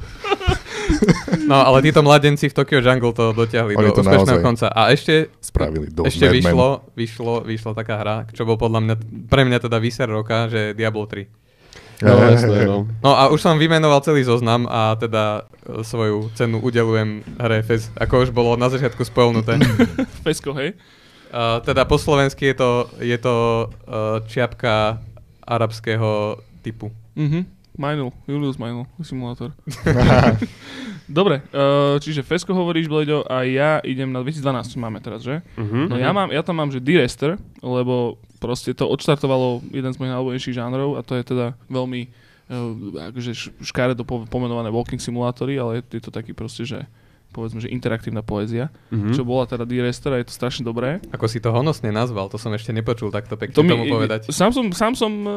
No, ale títo mladenci v Tokyo Jungle to dotiahli
Oni
do
to
úspešného
naozaj
konca. A ešte,
Spravili do
ešte
Mad Men.
vyšlo, vyšlo, vyšla taká hra, čo bol podľa mňa, pre mňa teda výser roka, že Diablo 3.
No, jasné, no.
No a už som vymenoval celý zoznam a teda e, svoju cenu udelujem hre FES, ako už bolo na začiatku
(laughs)
spolnuté.
Pesko, hej?
Uh, teda po slovensky je to, je to uh, čiapka arabského typu.
Mhm. Minul, Julius Minul,
(laughs)
simulátor. Dobre, uh, čiže Fesko hovoríš, Bledo, a ja idem na 2012, máme teraz, že?
Mhm.
No ja, mám, ja tam mám, že Direster, lebo proste to odštartovalo jeden z mojich najobľúbenejších žánrov a to je teda veľmi uh, akože š- škaredo po- pomenované walking simulátory, ale je, je to taký proste, že povedzme, že interaktívna poézia,
Mhm.
čo bola teda D-Rester a je to strašne dobré.
Ako si to honosne nazval, to som ešte nepočul takto pekne
To mi,
tomu povedať.
Sám som, sám som uh,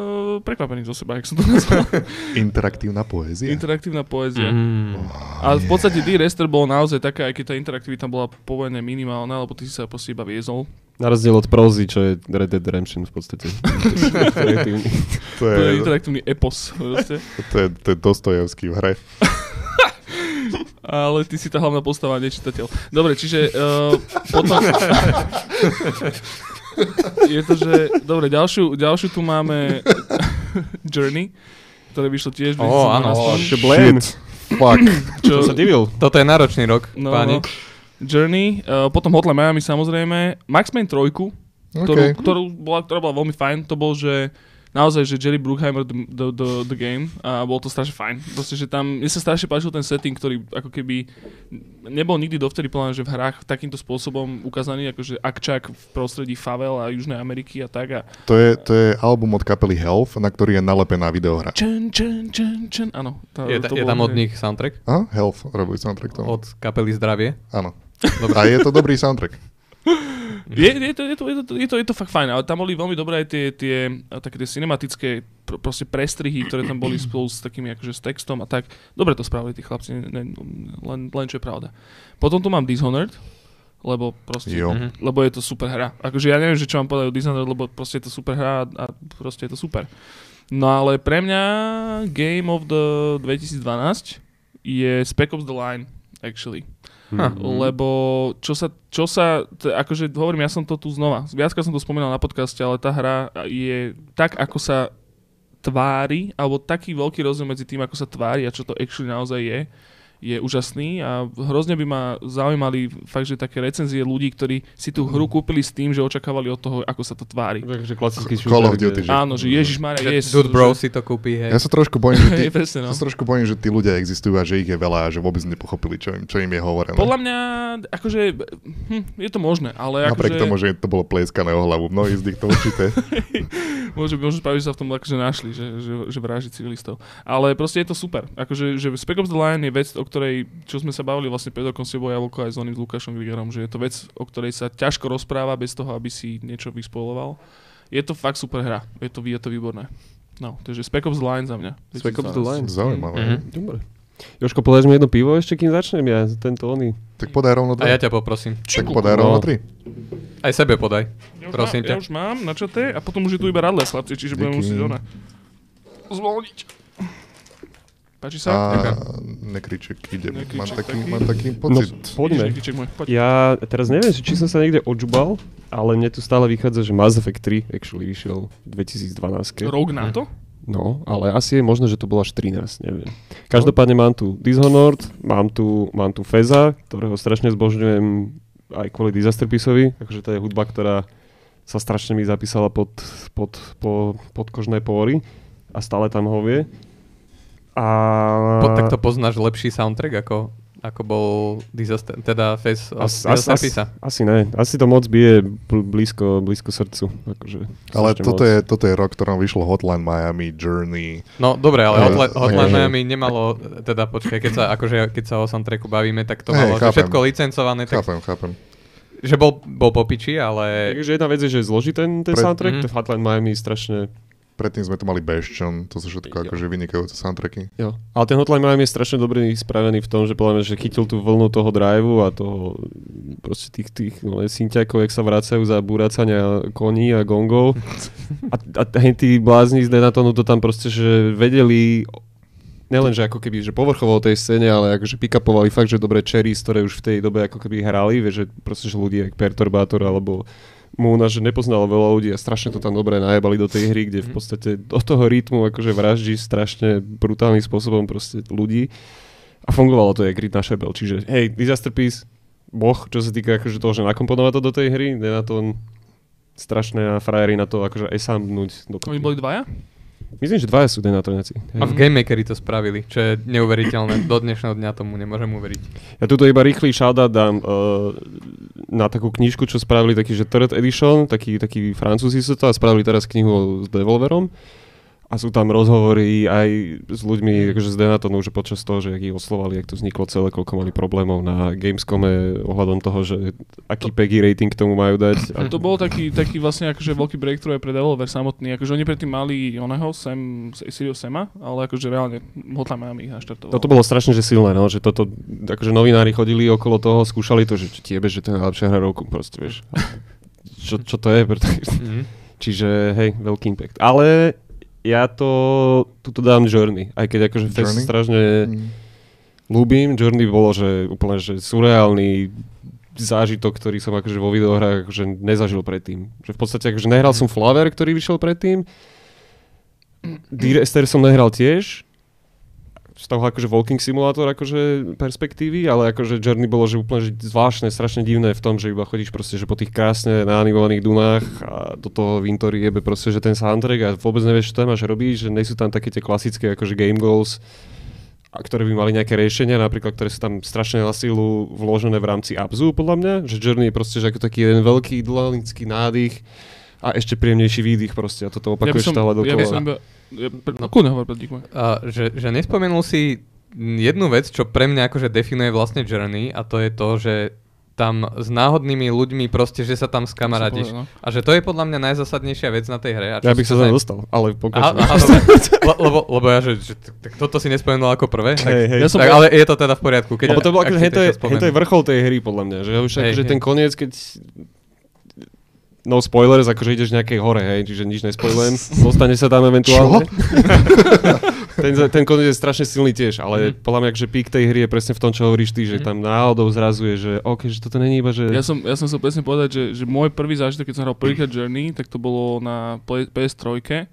prekvapený zo seba, jak som to nazval.
Interaktívna poézia.
Interaktívna poézia.
Mm.
A v podstate D-Rester bol naozaj taká, aj keď tá interaktivita bola povojene minimálna, lebo ty si sa proste iba viezol.
Na rozdiel od prózy, čo je Red Dead Redemption v (laughs) podstate. Definitívny.
To
To
je
je,
interaktívny epos. Proste.
to je, to je Dostojevský v hre.
Ale ty si tá hlavná postava, nečítateľ. Dobre, čiže uh, potom... je to, že... Dobre, ďalšiu, ďalšiu tu máme (laughs) Journey, ktoré vyšlo tiež. v
Ó, áno,
2012.
Ešte Blaine.
Fuck.
Oh, Čo sa divil?
Toto je náročný rok,
no, no.
páni.
Journey, uh, potom Hotline Miami samozrejme, Max Payne 3, ktorú,
Okay.
ktorú bola, ktorá bola veľmi fajn. To bol, že naozaj, že Jerry Bruckheimer the, the, the, the game a bolo to strašne fajn. Proste, že tam, mne sa strašne páčil ten setting, ktorý ako keby nebol nikdy dovtedy plán, že v hrách takýmto spôsobom ukázaný, akože akčak v prostredí favel a Južnej Ameriky a tak a
To je, to je album od kapely Health, na ktorý je nalepená videohra.
čen, čen, čen, čen, áno. Tá,
Je, ta, je
bolo-
tam od nich soundtrack?
A? Health robili soundtrack tomu.
Od kapely Zdravie?
Áno.
(laughs)
A je to dobrý soundtrack.
Je, je, to, je, to, je, to, je, to, je to fakt fajn, ale tam boli veľmi dobré aj tie, tie eh, také tie cinematické pr- proste prestrihy, ktoré tam boli spolu s takými akože s textom a tak. Dobre to spravili tí chlapci, ne, ne, len, len čo je pravda. Potom tu mám Dishonored, lebo proste,
Jo.
Mhm.
lebo je to super hra. Akože ja neviem, že čo mám povedať o Dishonored, lebo proste je to super hra a- a proste je to super. No ale pre mňa Game of the 2012 je Spec Ops The Line, actually.
Ha.
Lebo čo sa, čo sa t- akože hovorím, ja som to tu znova, viackrát som to spomínal na podcaste, ale tá hra je tak, ako sa tvári, alebo taký veľký rozdiel medzi tým, ako sa tvári a čo to actually naozaj je, je úžasný a hrozne by ma zaujímali fakt, že také recenzie ľudí, ktorí si tú hru kúpili s tým, že očakávali od toho, ako sa to tvári.
Takže klasický
K- Call of Duty, že-
Áno, že Ježiš Maria,
Že
yes,
Dude Bro
že-
si to kúpi, hej.
Ja sa trošku bojím,
(laughs) Hej,
že tí,
presne, no.
ja sa trošku bojím, že tí ľudia existujú a že ich je veľa a že vôbec nepochopili, čo im, čo im je hovorené.
Podľa mňa, akože, hm, je to možné, ale
Napriek
akože...
tomu, že to bolo pleskané o hlavu. Mnohí z nich to
(laughs)
určite.
Môže, môže spraviť, že sa v tom akože našli, že, že, že vraží civilistov. Ale proste je to super. Akože, že Spec Ops The Line je vec, o ktorej, čo sme sa bavili vlastne pred rokom s tebou Jablko aj s oným s Lukášom Grigerom, že je to vec, o ktorej sa ťažko rozpráva bez toho, aby si niečo vyspojoval. Je to fakt super hra. Je to, je to výborné. No, takže Spec Ops The Line za mňa.
Spec Ops The Line.
Zaujímavé.
Mhm.
Dobre. Joško, podáš mi jedno pivo ešte, kým začnem ja tento oný.
Tak podaj rovno
A ja
dva.
ťa poprosím.
Tak podaj rovno
No.
tri.
Aj sebe podaj.
Ja už,
Prosím
mám,
ťa.
ja už mám načaté a potom už je tu iba radle, chlapci, čiže budeme
Díky.
musieť ona zvoliť. Páči sa?
A
Ďakujem.
nekriček ide.
Nekriček
Mám taký,
taký.
mám taký pocit.
Poďme.
Ideš, Nikiček môj, poď.
Ja teraz neviem, že či som sa niekde odžubal, ale mne tu stále vychádza, že Mass Effect 3 actually vyšiel v 2012.
Rogue na to?
No, ale asi je možné, že to bolo až 13, neviem.
No.
Každopádne mám tu Dishonored, mám tu, mám tu Feza, ktorého strašne zbožňujem aj kvôli Disaster Pieceovi, akože to je hudba, ktorá sa strašne mi zapísala pod, pod, po, pod kožné pory a stále tam hovie. A...
Po, tak to poznáš lepší soundtrack ako, ako bol disaster, teda Face of
As, as,
Disaster
as,
Pisa.
asi ne, asi to moc bije bl- blízko, blízko srdcu. Akože,
Ale
strašne
toto
moc.
je, toto je rok, ktorom vyšlo Hotline Miami, Journey.
No dobre, ale
Ale-
Hotline-
ale-
Hotline
ale-
Miami nemalo, teda počkaj, keď sa, akože, keď sa o soundtracku bavíme, tak to
Hej,
malo že
chápem.
všetko licencované, tak,
Chápem, chápem.
že bol, bol po piči, ale
Takže jedna vec je, že je zložitý ten, ten
Pre-
soundtrack,
Mhm.
mm-hmm. Hotline Miami strašne
Predtým sme tu mali Bastion, to sú všetko
Jo.
akože vynikajúce soundtracky.
Jo. Ale ten Hotline Miami je strašne dobrý spravený v tom, že podľa mňa, že chytil tú vlnu toho driveu a toho proste tých, tých no, synťakov, jak sa vracajú za búracania koní a gongov. A, a hej, tí blázni z Denatonu to tam proste, že vedeli nielen, že ako keby, že povrchovo o tej scéne, ale akože pick-upovali fakt, že dobré cherries, ktoré už v tej dobe ako keby hrali, vieš, že proste, že ľudí jak Perturbátor alebo Múna, že nepoznalo veľa ľudí a strašne to tam dobre najebali do tej hry, kde v podstate do toho rytmu akože vraždí strašne brutálnym spôsobom proste ľudí a fungovalo to jak hry na šebel, čiže hej, Disaster Piece, boh, čo sa týka akože toho, že nakomponovať to do tej hry, ne na to strašné frajery na to akože esambnúť. Do
Oni boli dvaja?
Myslím, že dvaja sú denatorňaci.
A v Game Makeri to spravili, čo je neuveriteľné. Do dnešného dňa tomu nemôžem uveriť.
Ja tuto iba rýchly shoutout dám uh, na takú knižku, čo spravili taký, že third edition, taký, taký francúzi sú to a spravili teraz knihu s Devolverom a sú tam rozhovory aj s ľuďmi akože z Denatonu, že počas toho, že jak ich oslovali, jak to vzniklo celé, koľko mali problémov na Gamescome ohľadom toho, že aký PEGI rating k tomu majú dať. A
A to bol taký, taký vlastne akože veľký breakthrough aj pre developer samotný. Akože oni predtým mali oného, Sam, Sirio Sema, ale akože reálne Hotline Miami ich naštartoval.
Toto bolo strašne že silné, no, že toto, akože novinári chodili okolo toho, skúšali to, že či tiebe, že to je najlepšia hra roku, proste, vieš. čo, čo to je? Preto-
Mhm.
Čiže, hej, veľký impact. Ale ja to, tuto dám Journey, aj keď akože Fest
Journey?
strašne
Mm.
ľúbim. Journey bolo, že úplne, že surreálny zážitok, ktorý som akože vo videohrách akože nezažil predtým. Že v podstate akože nehral som Flaver, ktorý vyšiel predtým. Dear Esther som nehral tiež. Z toho akože walking simulator akože perspektívy, ale akože Journey bolo že úplne že zvláštne, strašne divné v tom, že iba chodíš proste, že po tých krásne naanimovaných dunách a do toho Vintory jebe proste, že ten soundtrack a vôbec nevieš, čo tam máš robiť, že nejsú tam také tie klasické akože game goals, a ktoré by mali nejaké riešenia, napríklad, ktoré sú tam strašne na sílu vložené v rámci Abzu, podľa mňa, že Journey je proste že ako taký jeden veľký dlanický nádych a ešte príjemnejší výdych proste a toto
ja by
opakuješ
som,
stále dokola.
ja by som iba... Ja, pre, no. Kľudne hovor, pred díkma.
A že, že nespomenul si jednu vec, čo pre mňa akože definuje vlastne Journey a to je to, že tam s náhodnými ľuďmi proste, že sa tam
To
skamaradíš.
som povedal, no.
A že to je podľa mňa najzásadnejšia vec na tej hre. A
Ja
čo si
bych sa
to
za
ne-
dostal, ale
Á,
pokračujem.
á, dobre. (laughs) Le- lebo, lebo ja, že, že t- tak toto si nespomenul ako prvé, tak,
Hej, hej.
Ja som
tak
bol-
ale je to teda v poriadku. Keď,
Lebo to bol
ak
akože,
si
hej, to, je,
chceš
hej, to je
spomenúť.
vrchol tej hry, podľa mňa. Že už
Hej,
akože
hej.
ten koniec, keď... No spoilers, akože ideš v nejakej hore, hej, čiže nič
(laughs)
nespoilujem. Zostane sa tam eventuálne. (laughs) ten, za- ten koniec je strašne silný tiež, ale
Mhm.
podľa mňa, že pík tej hry je presne v tom, čo hovoríš ty, že
Mhm.
tam náhodou zrazuje, že OK, že toto není iba, že...
Ja som, ja som chcel presne povedať, že, že môj prvý zážitok, keď som hral prvýkrát Journey, tak to bolo na Play, PS3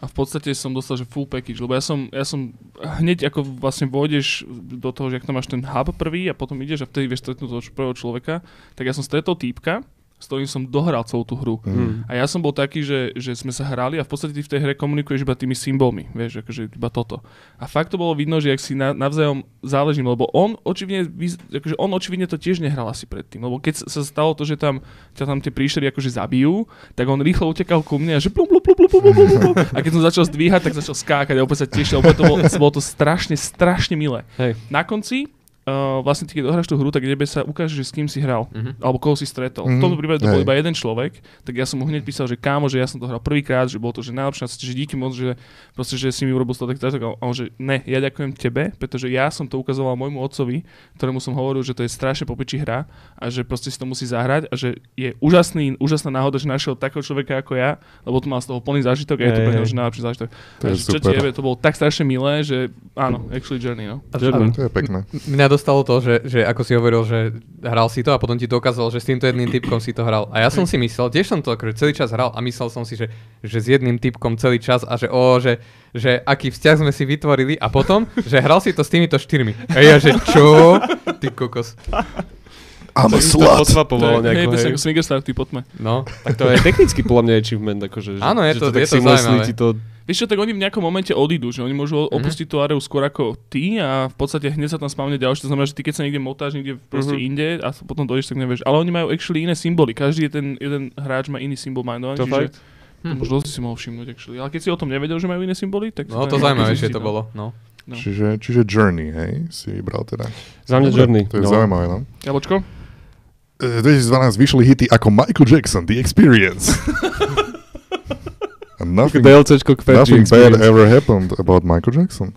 a v podstate som dostal, že full package, lebo ja som, ja som hneď ako vlastne vojdeš do toho, že ak tam máš ten hub prvý a potom ideš a vtedy vieš stretnúť toho č- prvého človeka, tak ja som stretol týpka, s ktorým som dohral celú tú hru.
Hm.
A ja som bol taký, že, že sme sa hrali a v podstate ty v tej hre komunikuješ iba tými symbolmi, vieš, akože iba toto. A fakt to bolo vidno, že ak si na, navzájom záležím, lebo on očividne, vyz- akože on očividne to tiež nehral asi predtým, lebo keď sa stalo to, že tam, ťa tam tie príšery akože zabijú, tak on rýchlo utekal ku mne a že plum, plum, plum, plum, plum, plum, plum, plum. A keď som začal zdvíhať, tak začal skákať a opäť sa tešil, opäť to bolo, bolo to strašne, strašne milé.
Hej.
Na konci Uh, vlastne ty, keď dohráš tú hru, tak tebe sa ukáže, že s kým si hral,
Mhm.
alebo koho si stretol. V
Mhm.
tomto prípade to bol
Hej.
iba jeden človek, tak ja som mu hneď písal, že kámo, že ja som to hral prvýkrát, že bolo to, že najlepšie, že díky moc, že proste, že si mi urobil to tak, tak, a on, že ne, ja ďakujem tebe, pretože ja som to ukazoval môjmu otcovi, ktorému som hovoril, že to je strašne popiči hra a že proste si to musí zahrať a že je úžasný, úžasná náhoda, že našiel takého človeka ako ja, lebo tu mal z toho plný zážitok a je to
Hej,
pre neho
hej.
že najlepší zážitok.
To je
Takže čo
super.
tiebe, to bolo tak strašne milé, že áno, actually journey, no.
A-
Journey.
a-
To je pekné.
Mňa dostalo to, že, že ako si hovoril, že hral si to a potom ti to ukázalo, že s týmto jedným typkom si to hral. A ja som si myslel, tiež som to akože celý čas hral a myslel som si, že, že s jedným typkom celý čas a že o, že, že aký vzťah sme si vytvorili a potom, že hral si to s týmito štyrmi. A ja, že čo? Ty kokos.
(laughs) I'm a
Tak si to
slut!
posvapovalo
To je-
nejako,
hej, presne
hej.
ako Swingerstar, ty potme.
No.
Tak to je technicky podľa mňa achievement, akože, že,
Áno, je
že
to-
tak
je to
seamlessly
zaujímavé.
ti to
Vieš čo, tak oni v nejakom momente odídu, že oni môžu o- opustiť tú areu skôr ako ty a v podstate hneď sa tam spavne ďalšie, to znamená, že ty keď sa niekde motáš, niekde proste
Mhm.
inde a s- potom dojdeš, tak nevieš. Ale oni majú actually iné symboly, každý je ten jeden hráč má iný symbol
To
mindovaný, čiže
fakt?
Hm.
to možno si si mohol všimnúť actually. Ale keď si o tom nevedel, že majú iné symboly, tak... si
No
je-
to zaujímavejšie
si-
to bolo. No.
No.
Čiže, čiže Journey, hej, si vybral teda.
za mňa Journey.
To je zaujímavé, no.
Jablčko?
(laughs) E, 2012 vyšli hity ako Michael Jackson, The Experience. Nothing,
DLCčko k Fergie
nothing bad
Experience.
ever happened about Michael
(laughs)
Jackson.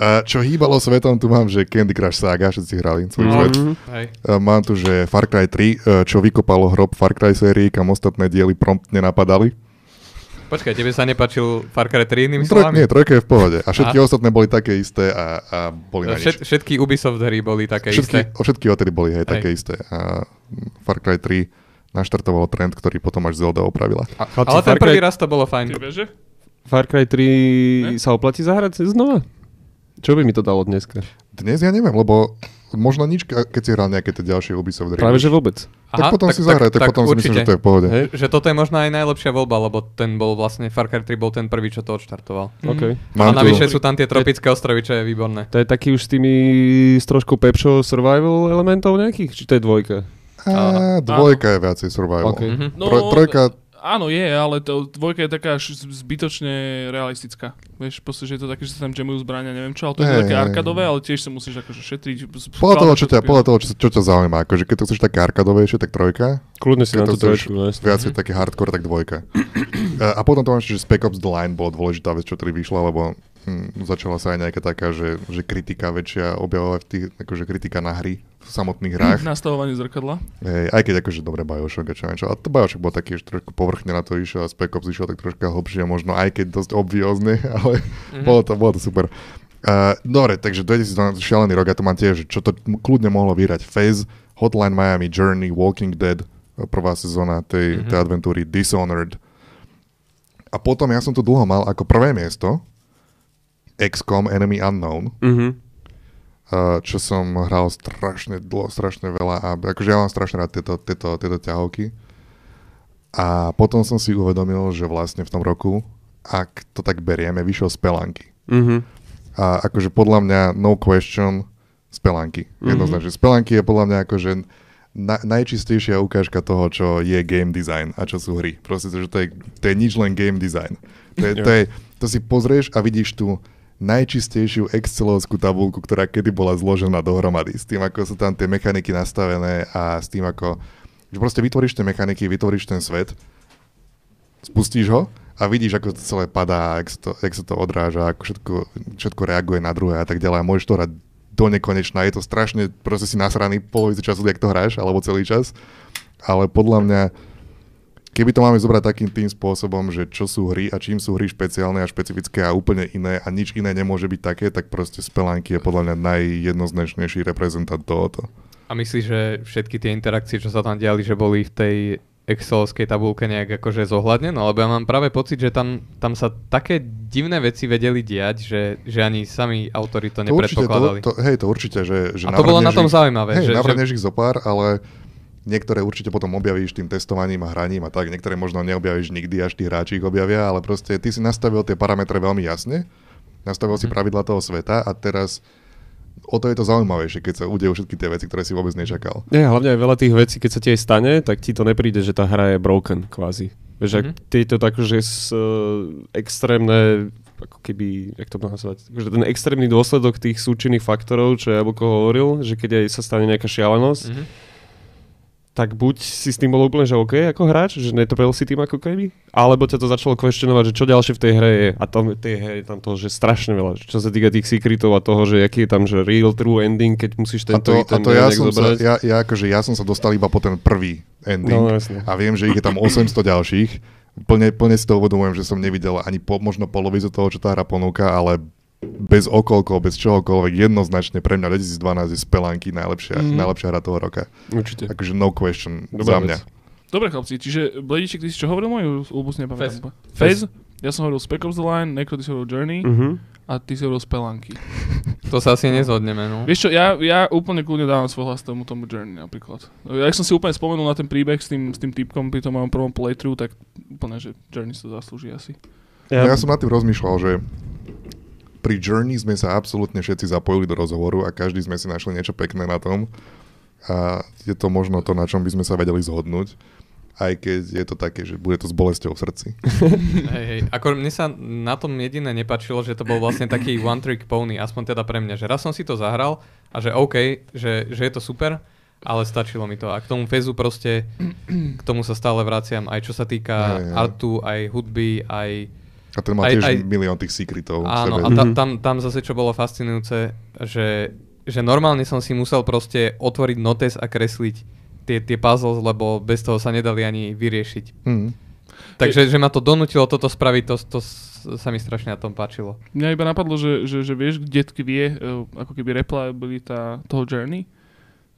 A čo hýbalo svetom, tu mám, že Candy Crush Saga, všetci hrali svoj
No.
svet.
Mhm.
Hej.
E, Mám tu, že Far Cry 3, e, čo vykopalo hrob Far Cry sérii, kam ostatné diely promptne napadali.
Počkaj, tebe sa nepačil Far Cry 3
No,
inými
Troj, nie,
slovami?
trojka je v pohode. A všetky
A?
ostatné boli také isté a, a boli na nič.
Všet, všetky Ubisoft hry boli také
Všetky,
isté.
všetky odtedy boli hej,
Hej.
také isté. A mm, Far Cry 3 naštartovalo trend, ktorý potom až Zelda opravila.
A,
Chlapci,
ale ten
Far Cry-
prvý raz to bolo
Tie
fajn.
veže?
Far Cry 3
Ne?
sa oplatí zahrať znova? Čo by mi to dalo dneska?
Dnes ja neviem, lebo možno nič, keď si hral nejaké tie ďalšie Ubisoft hry.
Práve že vôbec.
tak potom si zahraj, tak, potom si myslím, že to je v pohode.
Hej.
Že toto je možno aj najlepšia voľba, lebo ten bol vlastne, Far Cry 3 bol ten prvý, čo to odštartoval.
OK.
Mhm. A
Mám tu,
navyše sú tam tie tropické ostrovy, čo je výborné.
To je taký už s tými s trošku pepšou survival elementov nejakých? Či to je dvojka?
a, dvojka je viacej survival.
OK.
Mhm.
Tro, trojka,
Áno, je, ale to, dvojka je taká až z- zbytočne realistická. Vieš, proste, že je to také, že sa tam jamujú zbrania, neviem čo, ale to je
Hej,
také
hej,
arkadové,
hej.
ale tiež sa musíš akože šetriť. s-
podľa toho,
skladať
čo ťa,
dokopy.
podľa toho, čo, čo ťa zaujíma. Akože keď to chceš také arkadovejšie, tak trojka.
Kľudne si
Keď
na
to
to
chceš
trojku. no, jasne.
Viacej také hardcore, tak dvojka. E, a potom to máš, že Spec Ops The Line bola dôležitá vec, čo tedy vyšla, lebo hm, začala sa aj nejaká taká, že, že kritika väčšia objavovať v tých, akože kritika na hry v samotných
Mhm.
hrách.
Hm, Nastavovanie zrkadla.
Hej, aj keď akože dobre Bioshock a čo neviem čo. A to Bioshock bol taký, že trošku povrchne na to išiel a Spec Ops išiel tak troška hlbšie, možno aj keď dosť obviozne, (laughs) ale
Mhm.
mm-hmm. bolo, to, bolo to super. Uh, dobre, takže 2012 šialený rok, ja to mám tiež, že čo to m- kľudne mohlo vyrať. Fez, Hotline Miami, Journey, Walking Dead, eh, prvá sezóna tej, mm-hmm. tej adventúry, Dishonored. A potom ja som tu dlho mal ako prvé miesto XCOM Enemy Unknown.
Mhm.
Uh, čo som hral strašne dlho, strašne veľa a akože ja mám strašne rád tieto, tieto, tieto ťahovky. A potom som si uvedomil, že vlastne v tom roku, ak to tak berieme, vyšiel Spelanky.
Mhm.
A akože podľa mňa, no question, Spelanky. Jednoznačne. Spelanky je podľa mňa akože na, najčistejšia ukážka toho, čo je game design a čo sú hry. Proste, že to je, to je nič len game design. To, je, to, je, to si pozrieš a vidíš tú najčistejšiu Excelovskú tabulku, ktorá kedy bola zložená dohromady. S tým, ako sú tam tie mechaniky nastavené a s tým, ako... Že proste vytvoríš tie mechaniky, vytvoríš ten svet, spustíš ho a vidíš, ako to celé padá, ako sa to, jak sa to odráža, ako všetko, všetko reaguje na druhé a tak ďalej. A môžeš to hrať do nekonečna. Je to strašne, proste si nasraný polovici času, jak to hráš, alebo celý čas. Ale podľa mňa, keby to máme zobrať takým tým spôsobom, že čo sú hry a čím sú hry špeciálne a špecifické a úplne iné a nič iné nemôže byť také, tak proste Spelanky je podľa mňa najjednoznačnejší reprezentant tohoto.
A myslíš, že všetky tie interakcie, čo sa tam diali, že boli v tej excelovskej tabulke nejak akože zohľadnené? Lebo ja mám práve pocit, že tam, tam sa také divné veci vedeli diať, že, že ani sami autori to nepredpokladali.
To, určite, to, to, hej, to určite, že, že
A to bolo na
navrhneš
tom
ich-
zaujímavé,
Hej,
že-
navrhneš ich zo pár, ale niektoré určite potom objavíš tým testovaním a hraním a tak, niektoré možno neobjavíš nikdy, až tí hráči ich objavia, ale proste ty si nastavil tie parametre veľmi jasne, nastavil
Mhm.
si pravidla toho sveta a teraz o to je to zaujímavejšie, keď sa udejú všetky tie veci, ktoré si vôbec nečakal.
Nie, hlavne aj veľa tých vecí, keď sa ti aj stane, tak ti to nepríde, že tá hra je broken, kvázi. Vieš,
Mhm.
mm-hmm. ak tieto tak, že s, uh, extrémne, ako keby, jak to mám nazvať, že ten extrémny dôsledok tých súčinných faktorov, čo Jablko hovoril, že keď aj sa stane nejaká šialenosť,
Mhm.
mm-hmm. tak buď si s tým bol úplne, že OK ako hráč, že netrpel si tým ako keby, alebo ťa to začalo questionovať, že čo ďalšie v tej hre je. A tam v tej hre je tam toho, že strašne veľa, čo sa týka tých secretov a toho, že aký je tam, že real true ending, keď musíš
A
tento
to, a
item
to ja,
nejak
som sa,
zobrať.
ja, ja, akože ja som sa dostal iba po ten prvý ending
No, jasne.
a viem, že ich je tam 800 ďalších. Plne, plne si to uvedomujem, že som nevidel ani po, možno polovicu toho, čo tá hra ponúka, ale bez okolkov, bez čohokoľvek, jednoznačne pre mňa 2012 je Spelanky najlepšia, mm. najlepšia hra toho roka.
Určite.
Takže no question
Dobrá
za
vec.
mňa.
Dobre chlapci, čiže Blediček, ty si čo hovoril moju úbus
Fez.
nepamätám. Fez. Ja som hovoril Spec Ops The Line, Necro, ty si hovoril Journey
Hm.
Mhm.
a ty si hovoril Spelanky.
to sa asi nezhodneme, no.
Vieš čo, ja, ja úplne kľudne dávam svoj hlas tomu tomu Journey napríklad. Ja ak som si úplne spomenul na ten príbeh s tým, s tým typkom pri tom mojom prvom playthrough, tak úplne, že Journey si to zaslúži asi.
No Ja, ja som nad tým rozmýšľal, že pri Journey sme sa absolútne všetci zapojili do rozhovoru a každý sme si našli niečo pekné na tom. A je to možno to, na čom by sme sa vedeli zhodnúť. Aj keď je to také, že bude to s bolesťou v srdci.
Hej, hej. Ako mne sa na tom jediné nepačilo, že to bol vlastne taký one trick pony, aspoň teda pre mňa, že raz som si to zahral a že OK, že, že je to super, ale stačilo mi to. A k tomu Fezu proste, k tomu sa stále vraciam, aj čo sa
Hej,
týka
hej.
artu, aj hudby, aj...
A ten má
Aj-
tiež
aj-
milión tých secretov v
Áno,
sebe.
a ta,
Mhm.
tam, tam zase čo bolo fascinujúce, že, že normálne som si musel proste otvoriť notes a kresliť tie, tie puzzles, lebo bez toho sa nedali ani vyriešiť.
Mhm.
Takže že ma to donútilo toto spraviť, to, to s- sa mi strašne na tom páčilo.
Mňa iba napadlo, že, že, že vieš, kde tkvie eh, ako keby replayabilita toho Journey?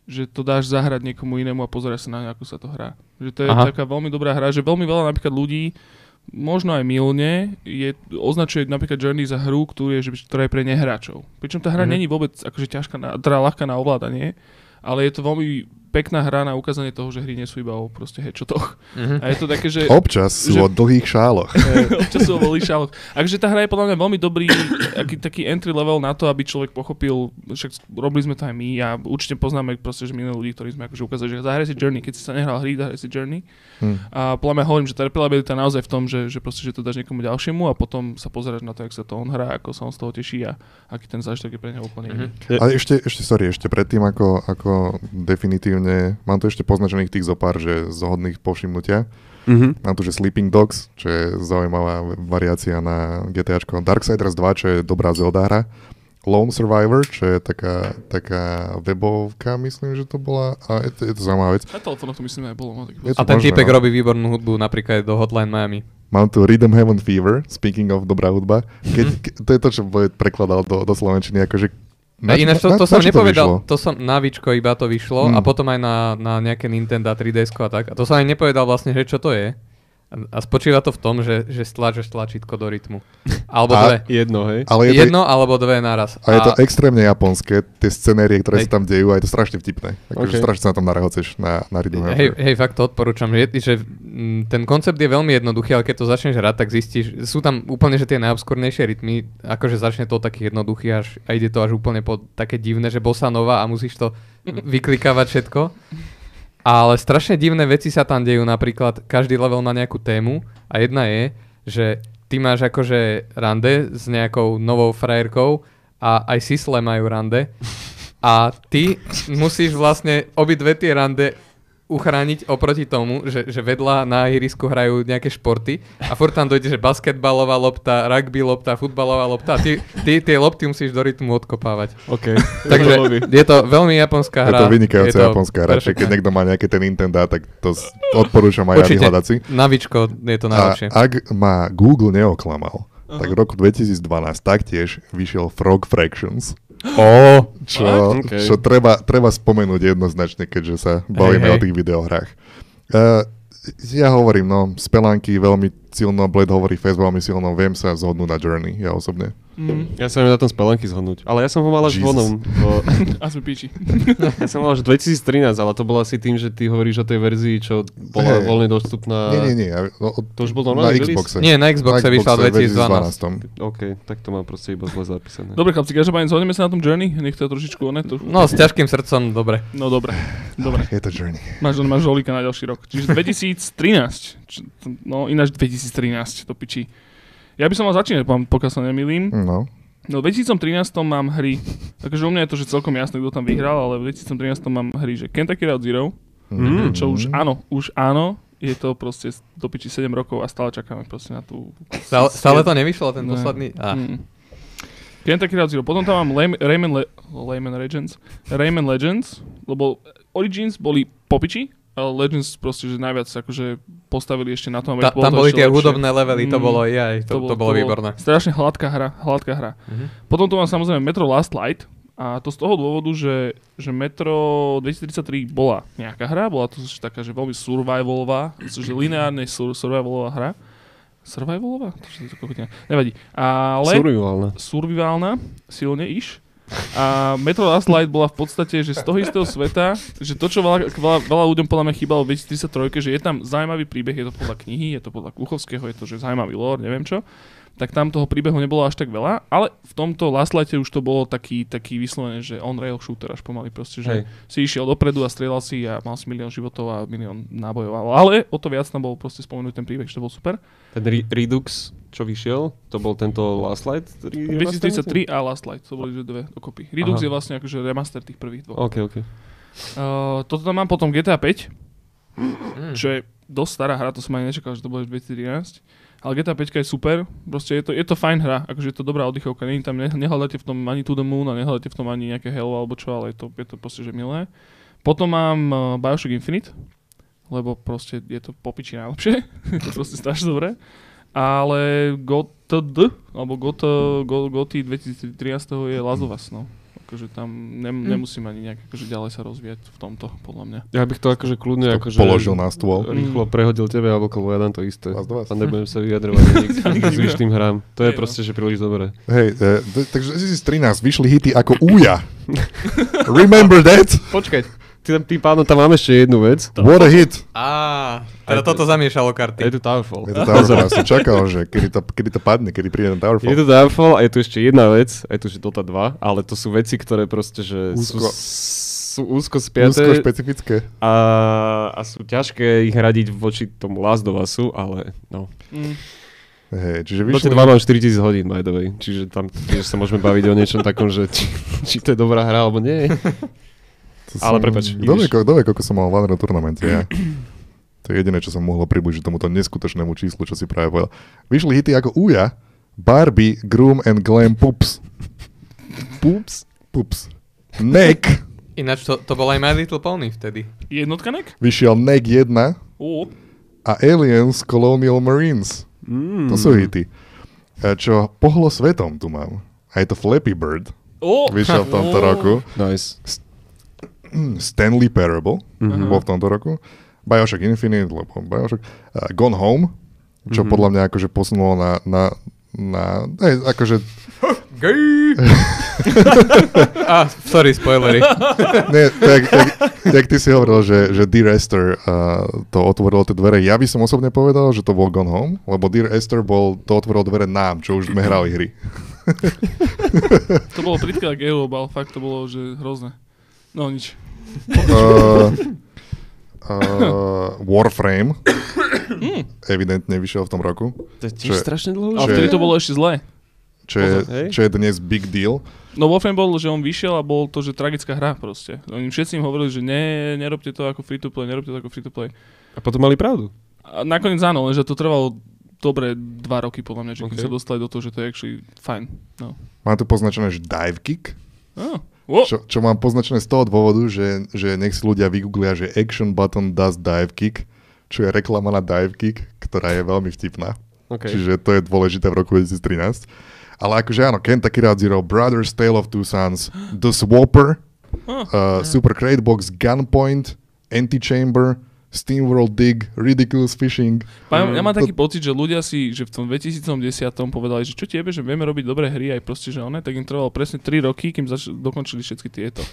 Že to dáš zahrať niekomu inému a pozeráš sa na ne, ako sa to hrá. Že to je
Aha.
Aha. taká veľmi dobrá hra, že veľmi veľa napríklad ľudí, možno aj milne, je, označuje napríklad Journey za hru, ktorú je, že, ktorá je pre nehráčov. Pričom tá hra
Mhm.
mm-hmm. není vôbec akože ťažká, na, teda ľahká na ovládanie, ale je to veľmi pekná hra na ukázanie toho, že hry nie sú iba o proste headshotoch. A je to také,
(laughs)
že...
Občas sú
že-
o dlhých šáloch.
(laughs) občas sú volí šalok. Takže tá hra je podľa mňa veľmi dobrý aký, taký entry level na to, aby človek pochopil, však robili sme to aj my a určite poznáme proste, že milión ľudí, ktorí sme akože ukázali, že zahraj si Journey, keď si sa nehral hry, zahraj si Journey.
Hm.
A podľa mňa hovorím, že tá replayabilita je naozaj v tom, že, že proste, že to dáš niekomu ďalšiemu a potom sa pozeráš na to, jak sa to on hrá, ako sa on z toho teší a aký ten zážitok je pre neho úplne iný.
Je-
Ale ešte, ešte, sorry, ešte predtým, ako, ako definitívne, mám tu ešte poznačených tých zopár, že zhodných povšimnutia.
Mhm.
Mám tu, že Sleeping Dogs, čo je zaujímavá variácia na GTAčko. Darksiders 2, čo je dobrá Zelda hra. Lone Survivor, čo je taká, taká webovka, myslím, že to bola. A je to, je to zaujímavá vec.
Na telefónoch to myslím aj bolo. No, tak...
Je to
A ten
možné,
typek
no.
robí výbornú hudbu napríklad do Hotline Miami.
Mám tu Rhythm Heaven Fever, speaking of dobrá hudba. Keď,
Mhm.
ke, to je to, čo Boyd prekladal do, do Slovenčiny, akože...
Na, Ináč to, to som
čo vyšlo?
nepovedal, to, som na Víčko iba to vyšlo
Hmm.
a potom aj na, na nejaké Nintendo 3DS a tak. A to som aj nepovedal vlastne, že čo to je. A, a spočíva to v tom, že, že stlačíš tlačítko do rytmu. Alebo
A-
dve.
Jedno, hej?
Ale je to,
Jedno alebo dve naraz.
A je to extrémne japonské, tie scenérie, ktoré
Hej.
sa tam dejú, a je to strašne vtipné. Akože
Ok.
strašne sa na tom narehoceš na, na Rhythm
Hej,
Heaven.
hej, fakt to odporúčam, že, je- že mm, ten koncept je veľmi jednoduchý, ale keď to začneš hrať, tak zistíš, sú tam úplne že tie najobskúrnejšie rytmy, akože začne to taký jednoduchý až, a ide to až úplne po také divné, že bossa nova a musíš to vyklikávať všetko. Ale strašne divné veci sa tam dejú, napríklad každý level má nejakú tému a jedna je, že ty máš akože rande s nejakou novou frajerkou a aj sisle majú rande a ty musíš vlastne obidve tie rande uchrániť oproti tomu, že, že vedľa na ihrisku hrajú nejaké športy a furt tam dojde, že basketbalová lopta, rugby lopta, futbalová lopta a ty, ty tie lopty musíš do rytmu odkopávať.
(laughs)
OK.
Takže
Lobby.
je to veľmi
Je
japonská hra.
to vynikajúca japonská hra, čiže keď
perfektné.
niekto má nejaké ten Nintendo, tak to s- odporúčam aj ja
Určite.
vyhľadať si.
Na Vičko je to
A
najlepšie.
ak ma Google neoklamal, tak v roku 2012 taktiež vyšiel Frog Fractions,
Oh.
čo,
Fakt?
čo treba, treba spomenúť jednoznačne, keďže sa bavíme
hej.
o tých videohrách. Uh, ja hovorím, no, spelanky veľmi silno, Blade hovorí Face veľmi silno, viem sa zhodnúť na Journey, ja osobne.
(laughs) Mm,
Ja sa viem na tom spelenky zhodnúť. Ale ja som ho mal až
Jesus.
vonom. Bo... (laughs)
a sme píči.
Ja som mal až 2013, ale to bolo asi tým, že ty hovoríš o tej verzii, čo bola
Hej.
voľne dostupná.
Nie, nie, nie. ja- No, od-
To už bol normálny
na
release?
Xboxe.
Nie, na Xboxe vyšla v 2012.
2012.
OK, tak to mám proste iba zle zapísané.
Dobre chlapci, každopádne zhodneme sa na tom Journey, nech to je trošičku oné. To...
No, s ťažkým srdcom, dobre.
no dobre, dobre.
Je to Journey.
Máš, máš žolíka na ďalší rok. Čiže 2013. Č- No ináč 2013, to pičí. Ja by som mal začínať, pán- pokiaľ sa nemýlim.
No.
No v 2013 mám hry, takže u mňa je to že celkom jasné, kto tam vyhral, ale v 2013 mám hry, že Kentucky Route Zero,
Mm.
čo
Mhm.
už áno, už áno, je to proste do piči 7 rokov a stále čakáme proste na tú...
Stále, stále to nevyšlo, ten
Ne.
posledný... Ah.
Mm. Kentucky Route Zero. Potom tam mám Lay- Rayman, Le- Rayman Legends. Rayman Legends, lebo Origins boli popiči, ale Legends proste, že najviac akože postavili ešte na tom, aby to
Ta,
bolo
tam
to
boli
ešte
tie
lepšie.
hudobné levely, to
Mm,
bolo, jaj, to, to, bolo výborné.
Strašne hladká hra, hladká hra.
Mhm.
Potom tu mám samozrejme Metro Last Light a to z toho dôvodu, že, že Metro 2033 bola nejaká hra, bola to že taká, že veľmi survivalová, že lineárne sur- survivalová hra. Survivalová? To, je to kokotina. Nevadí. Ale
Survivalné.
surviválna, silne iš. A Metro Last Light bola v podstate, že z toho istého sveta, že to, čo veľa, veľa, veľa ľuďom podľa mňa chýbalo v 2033, že je tam zaujímavý príbeh, je to podľa knihy, je to podľa Kuchovského, je to že zaujímavý lore, neviem čo, tak tam toho príbehu nebolo až tak veľa, ale v tomto Last Lighte už to bolo taký, taký vyslovene, že on-rail shooter až pomaly proste,
Hej.
že si išiel dopredu a strieľal si a mal si milión životov a milión nábojov, ale o to viac tam bol proste spomenúť ten príbeh, že to bol super.
Ten Re- Redux, čo vyšiel, to bol tento Last Light? re-
2033 a Last Light, to boli že dve dokopy. Redux
Aha.
je vlastne akože remaster tých prvých dvoch.
OK, OK.
Uh, toto tam mám potom GTA 5,
Mhm. Hm.
čo je dosť stará hra, to som ani nečakal, že to bude v 2013. Ale GTA 5 je super, proste je to, je to fajn hra, akože je to dobrá oddychovka, není tam, ne, nehľadáte v tom ani To The Moon a nehľadáte v tom ani nejaké Halo alebo čo, ale je to, je to proste, že milé. Potom mám uh, Bioshock Infinite, lebo proste je to popiči najlepšie, (laughs) je to proste strašne dobré. Ale GOTD, alebo GOT, GOT, GOTY 2013 je Last of Us, no. Akože tam nem, nemusím ani nejak akože ďalej sa rozvíjať v tomto, podľa mňa.
Ja bych to akože kľudne
To
akože
položil na stôl.
Mm.
rýchlo prehodil tebe alebo komu, ja dám to isté.
Vás do vás.
A nebudem sa vyjadrovať
(laughs)
ani k- ani k zvyšným hrám. To je
Hej, no.
proste, že príliš dobré.
Hej, e, t- takže 2013 vyšli hity ako Uja. Remember that?
Počkať.
Ty, tým pádom tam máme ešte jednu vec.
What a hit.
Á, teda
Aj-
toto
Je
zamiešalo karty.
tu Towerfall.
Je to Towerfall, ja som čakal, že kedy to, kedy to padne, kedy príde ten
Je
Towerfall.
tu Towerfall a je tu ešte jedna vec, a je tu že Dota 2, ale to sú veci, ktoré proste, že sú,
Úzko.
sú úzko
Úzko
spiaté
špecifické.
a, a sú ťažké ich hradiť voči tomu Last of Usu, ale no.
Mm.
Hej, čiže
Dota
vyšli...
2 mám 4000 hodín, by the way, čiže tam tiež sa môžeme baviť o niečom takom, že či, či to je dobrá hra alebo nie.
To
Ale
som-
prepáč,
Kto vie,
ideš.
ko- kto vie, koľko som mal v Valorant turnamente, ja? To je jediné, čo som mohlo približiť tomuto neskutočnému číslu, čo si práve povedal. Vyšli hity ako Uja, Barbie, Groom and Glam Pups. Pups? Pups. Neck.
Ináč to, to bol aj My Little Pony vtedy.
Jednotka nek?
Vyšiel Neck 1
Ó,
a Aliens Colonial Marines.
Mm.
To sú hity. E, Čo pohlo svetom tu mám. A je to Flappy Bird.
ó.
Vyšiel v tomto
Ó.
roku. Hm,
Nice.
Stanley Parable mm-hmm. bol v tomto roku. Bioshock Infinite, lebo Bioshock. Uh, Gone Home, čo mm-hmm. podľa mňa akože posunulo na... na, na hej, akože, (laughs)
Gej! (laughs) Á, sorry, (laughs) spoilery.
nie, tak, tak, tak ty si hovoril, že, že Dear Esther uh, to otvorilo tie dvere. Ja by som osobne povedal, že to bol Gone Home, lebo Dear Esther bol, to otvorilo dvere nám, čo už sme hrali hry.
To bolo plitké ako Eurobal, fakt to bolo, že hrozné. No nič.
Uh, uh, Warframe evidentne vyšiel v tom roku,
To je
tiež Čo je-
strašne dlho.
A
Že-
vtedy to bolo ešte zlé.
čo je,
Pozor, hej.
čo je dnes big deal.
No Warframe bol, že on vyšiel a bol to, že tragická hra proste. Oni všetci im hovorili, že ne, nerobte to ako free to play, nerobte to ako free to play.
A potom mali pravdu.
A nakoniec áno, lenže to trvalo dobre dva roky podľa mňa, že kým
Ok.
sa dostali do toho, že to je actually fajn. No.
Mám tu poznačené, že dive kick,
Ah, wow.
čo, čo mám poznačené z toho dôvodu, že, že nech si ľudia vygooglia, že action button does dive kick, čo je reklama na dive kick, ktorá je veľmi vtipná.
Okay.
Okay. Čiže to je dôležité v roku 2013. Ale akože áno, Kentucky Route Zero, Brothers, Tale of Two Sons, The Swapper, uh, Super Crate Box, Gunpoint, Antichamber, SteamWorld Dig, Ridiculous Fishing.
Pán, ja mám
to-
taký pocit, že ľudia si, že v tom 2010 povedali, že čo tiebe, že vieme robiť dobré hry aj proste, že one, tak im trvalo presne 3 roky, kým zač- dokončili všetky tieto.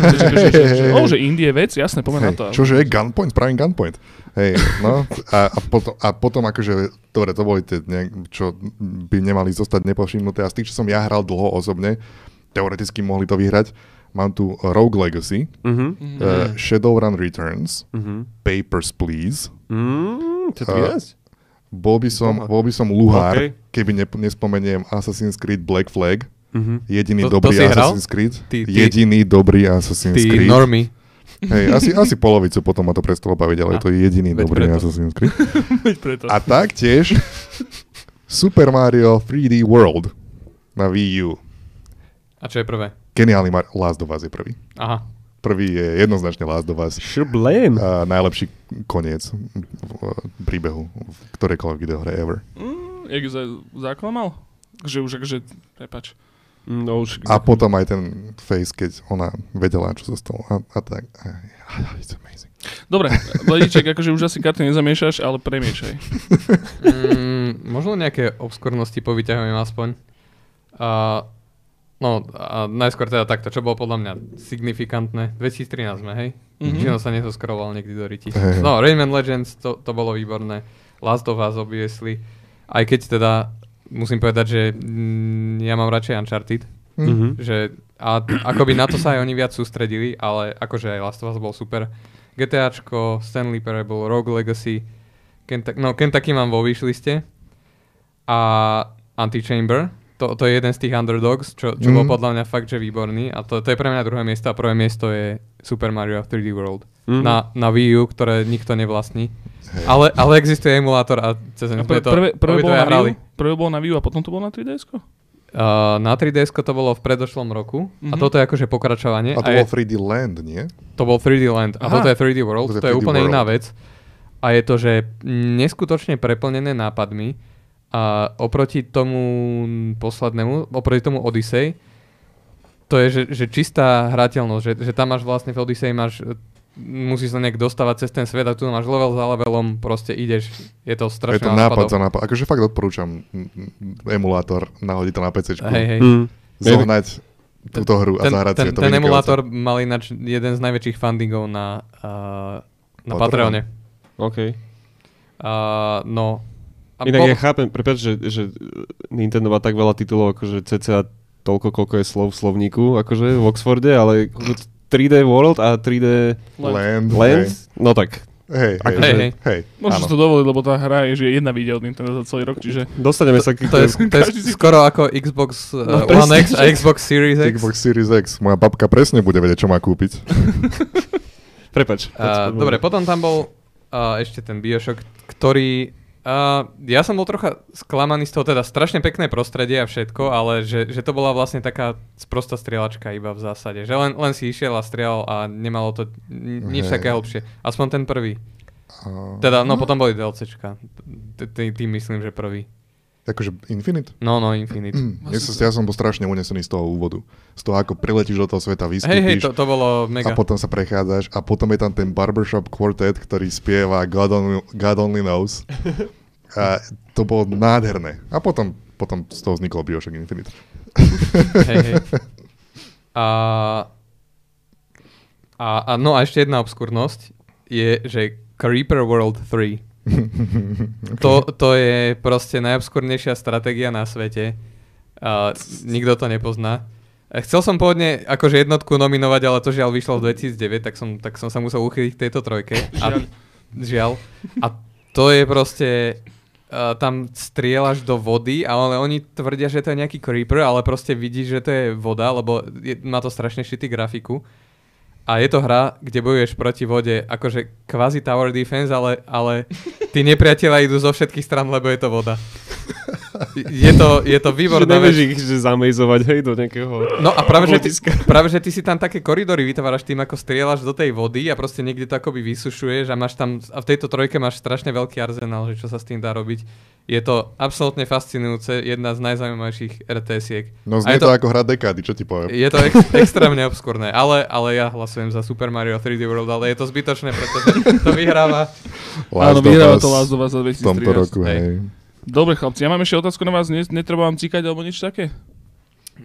že, že, že, že, že, o, že Indie je vec, jasné, poďme na
Hej,
to.
čože je gunpoint, spravím gunpoint. Hej, no a, a, potom, a potom akože, dobre, to boli tie, ne, čo by nemali zostať nepovšimnuté a z tých, čo som ja hral dlho osobne, teoreticky mohli to vyhrať. Mám tu Rogue Legacy,
Mhm.
mm. uh, Shadowrun Returns,
Mhm.
Papers, Please.
Mm, to je
A-
13?
Bol by som,
Aha.
bol by som luhár,
OK.
okay. keby ne, nespomeniem Assassin's Creed Black Flag.
Mhm.
Jediný
To- to
dobrý
si hral?
Assassin's Creed.
Ty- ty-
Jediný dobrý Assassin's
Ty
Creed.
normy.
Hej, asi, asi polovicu potom ma to prestalo baviť, ale je to jediný
veď
dobrý
preto.
Assassin's Creed.
Veď preto.
A taktiež (laughs) Super Mario 3D World na Wii U.
A čo je prvé?
Geniálny Mar- Last of Us je prvý.
Aha.
Prvý je jednoznačne Last of Us.
Šublém.
A najlepší koniec v- v- príbehu v ktorejkoľvek videohre ever.
Jak ju za- zaklamal? Že už akože, prepač.
No už...
A potom aj ten face, keď ona vedela, čo sa stalo. A, a tak. It's amazing.
Dobre, Vladíček, akože už asi karty nezamiešaš, ale premiešaj.
Mm, možno nejaké obskurnosti povyťahujem aspoň. A, no, a najskôr teda takto, čo bolo podľa mňa signifikantné. 2013 sme, hej?
Mhm.
Mm-hmm. Čino sa nezoskroval niekdy do riti.
Hej.
No, Rayman Legends, to, to bolo výborné. Last of Us, obviously. Aj keď teda musím povedať, že mm, ja mám radšej Uncharted.
Mhm.
Hm? Že, a akoby na to sa aj oni viac sústredili, ale akože aj Last of Us bol super. GTAčko, Stanley Parable, Rogue Legacy, Kentucky, no Kentucky mám vo vyšliste a Antichamber, To, to je jeden z tých underdogs, čo, čo mm.
Mhm.
bol podľa mňa fakt, že výborný. A to, to je pre mňa druhé miesto a prvé miesto je Super Mario 3D World.
Mhm.
Mm. Na, na Wii U, ktoré nikto nevlastní.
Hej.
Ale, ale existuje emulátor a cez
A
ne
pre,
sme to
prvé, prvé, bolo
obidvaja
na Wii,
hrali.
U? prvé bolo na Wii U a potom to bolo na 3DS?
Uh, na 3DS to bolo v predošlom roku mm-hmm. a
Mhm.
toto je akože pokračovanie.
A to
je-
bolo 3D Land, nie?
to bol 3D Land
Aha.
a toto je 3D World,
Toto je
to je
3D
úplne
World.
iná vec. A je to, že neskutočne preplnené nápadmi a oproti tomu poslednému, oproti tomu Odyssey, to je, že, že čistá hrateľnosť, že, že tam máš vlastne v Odyssey máš e, musíš sa nejak dostávať cez ten svet a tu máš level za levelom, proste ideš, je to
Je
strašne
to
na
nápad
spadov.
za nápad. Akože fakt odporúčam mm, mm, emulátor, nahodiť to na PC,
Hej, hej.
Mm.
zohnať túto hru a
ten,
zahrať si.
ten,
je to
ten
vynikajúce.
emulátor mal ináč jeden z najväčších fundingov na, uh, na
Patreone.
Patreone.
OK.
Uh, no. A
Inak
bol-
ja chápem, prepáč, že, že Nintendo má tak veľa titulov, akože cca toľko, koľko je slov v slovníku, akože v Oxforde, ale 3D World a 3D
Land.
Land, no tak,
Hej, hej,
Akože-
hej.
Hej,
hej.
hej.
hej.
Môžem
áno.
si to dovoliť, lebo tá hra je, že jedna vidia od Nintendo za celý rok, čiže
dostaneme sa k...
to je, to je
Každý si-
skoro ako Xbox uh,
No,
One
presne,
X a Xbox Series X. Eh,
Xbox Series X. Moja babka presne bude vedieť, čo má kúpiť.
Prepač.
Uh, dobre, potom tam bol uh, ešte ten Bioshock, ktorý... Uh, ja som bol trocha sklamaný z toho, teda strašne pekné prostredie a všetko, ale že, že to bola vlastne taká sprosta strieľačka iba v zásade. Že len, len si išiel a strieľal a nemalo to ni- nič
Hej.
také hlbšie. Aspoň ten prvý.
A-
Teda, no potom boli DLCčka. T- t- Tým myslím, že prvý.
Akože Infinite? Hm,
No, no, Infinite.
Ja som, ja som bol strašne unesený z toho úvodu. Z toho, ako priletíš do toho sveta,
Hej,
vystúpiš
hej, to, to bolo
a
mega.
potom sa prechádzaš a potom je tam ten Barbershop Quartet, ktorý spieva God Only, God only Knows. A to bolo nádherné. A potom, potom z toho vznikol Bioshock Infinite.
Hej, hej. A, a, a, no a ešte jedna obskurnosť je, že Creeper World 3. To, to je proste najobskurnejšia stratégia na svete. A, nikto to nepozná. A Chcel som pôvodne akože jednotku nominovať, ale to žiaľ vyšlo v 2009, tak som, tak som sa musel uchyliť k tejto trojke. A, žiaľ. A to je proste... Uh, tam strieľaš do vody, ale oni tvrdia, že to je nejaký creeper, ale proste vidíš, že to je voda, lebo je, má to strašne šitý grafiku. A je to hra, kde bojuješ proti vode, akože kvázi tower defense, ale, ale tí nepriatelia idú zo všetkých stran, lebo je to voda. Je to, je to
Výborné. Že
výborná
nevieš
vec.
ich že zamejzovať, hej, do nejakého...
No a práve že, ty,
Letiska.
práve, že ty si tam také koridory vytváraš tým, ako strieľaš do tej vody a proste niekde to akoby vysušuješ a máš tam, a v tejto trojke máš strašne veľký arzenál, že čo sa s tým dá robiť. Je to absolútne fascinujúce, jedna z najzaujímavejších RTS-iek.
No
A
znie
je
to,
to-
ako hra dekády, čo ti poviem.
Je to ex-
(laughs)
extrémne obskurné, ale, ale ja hlasujem za Super Mario 3D World, ale je to zbytočné, pretože to vyhráva.
áno,
Last of
vyhráva
Us
to Last of Us za
V tomto
2013.
roku,
hej.
hej.
Dobre chlapci, ja mám ešte otázku na vás, Ne- netreba vám cíkať alebo niečo také?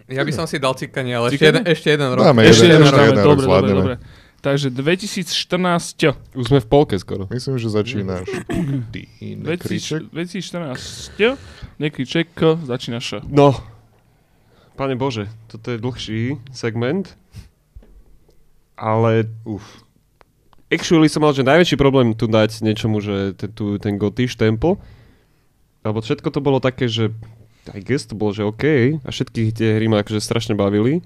Ja by som si dal cikanie, ale ešte
Cikanie?
jeden, ešte jeden rok.
Dáme
Ešte
jeden,
jedno
ešte
dáme,
jeden rok
dobre, dobre,
zvládneme.
dobre. Takže 2014,
Už sme v polke skoro.
Myslím, že začínaš. Ty iný kriček.
2014, nejaký ček, začína š.
No. Pane Bože, toto je dlhší segment, ale
Uf.
actually som mal, že najväčší problém tu dať niečomu, že ten, tu, ten gotiš tempo, lebo všetko to bolo také, že I guess to bolo, že OK, a všetky tie hry ma akože strašne bavili.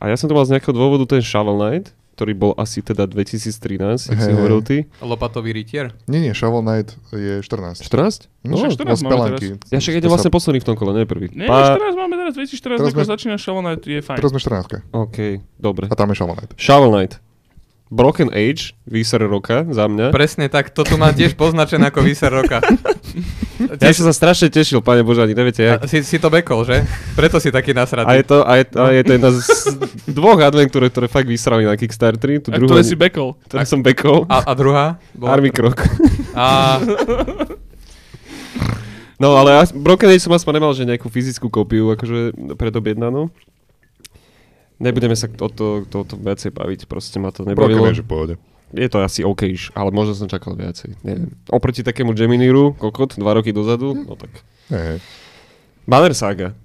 A ja som to mal z nejakého dôvodu ten Shovel Knight, ktorý bol asi teda 2013, jak si
Hej.
hovoril ty.
Lopatový rytier.
Nie, nie, Shovel Knight je 14.
14?
No,
Však 14 máme
Ja však idem
To sa-
vlastne posledný v tom kole, nie prvý.
Nie,
Pa-
14 máme teraz, 2014,
Teraz
ako
sme-
začína Shovel Knight, je fajn.
Teraz sme 14.
OK, dobre.
A tam je Shovel Knight.
Shovel Knight. Broken Age, výser roka za mňa.
Presne tak, toto má tiež poznačené ako výser
(laughs)
roka.
Ja som sa strašne tešil, pane Bože, ani neviete jak.
A, si, si to bekol, že? Preto si
A
taký
je
nasratý.
to, a je, a je to jedna z (laughs) dvoch adventúr, ktoré fakt vysrali na Kickstarteri. Tu
A
druhú,
ktoré si bekol.
ktoré som bekol.
A, a druhá? Bola...
Army Krok.
A,
(laughs) No ale as- Broken Age som aspoň nemal, že nejakú fyzickú kópiu, akože predobjednanú. Nebudeme sa o to, to, to viacej baviť, proste ma to nebavilo.
Broken Age v pohode.
Je to asi OK, ale možno som čakal viacej, neviem. Oproti takému Geminiru, kokot, dva roky dozadu, no tak.
Hej, hej.
Banner Saga.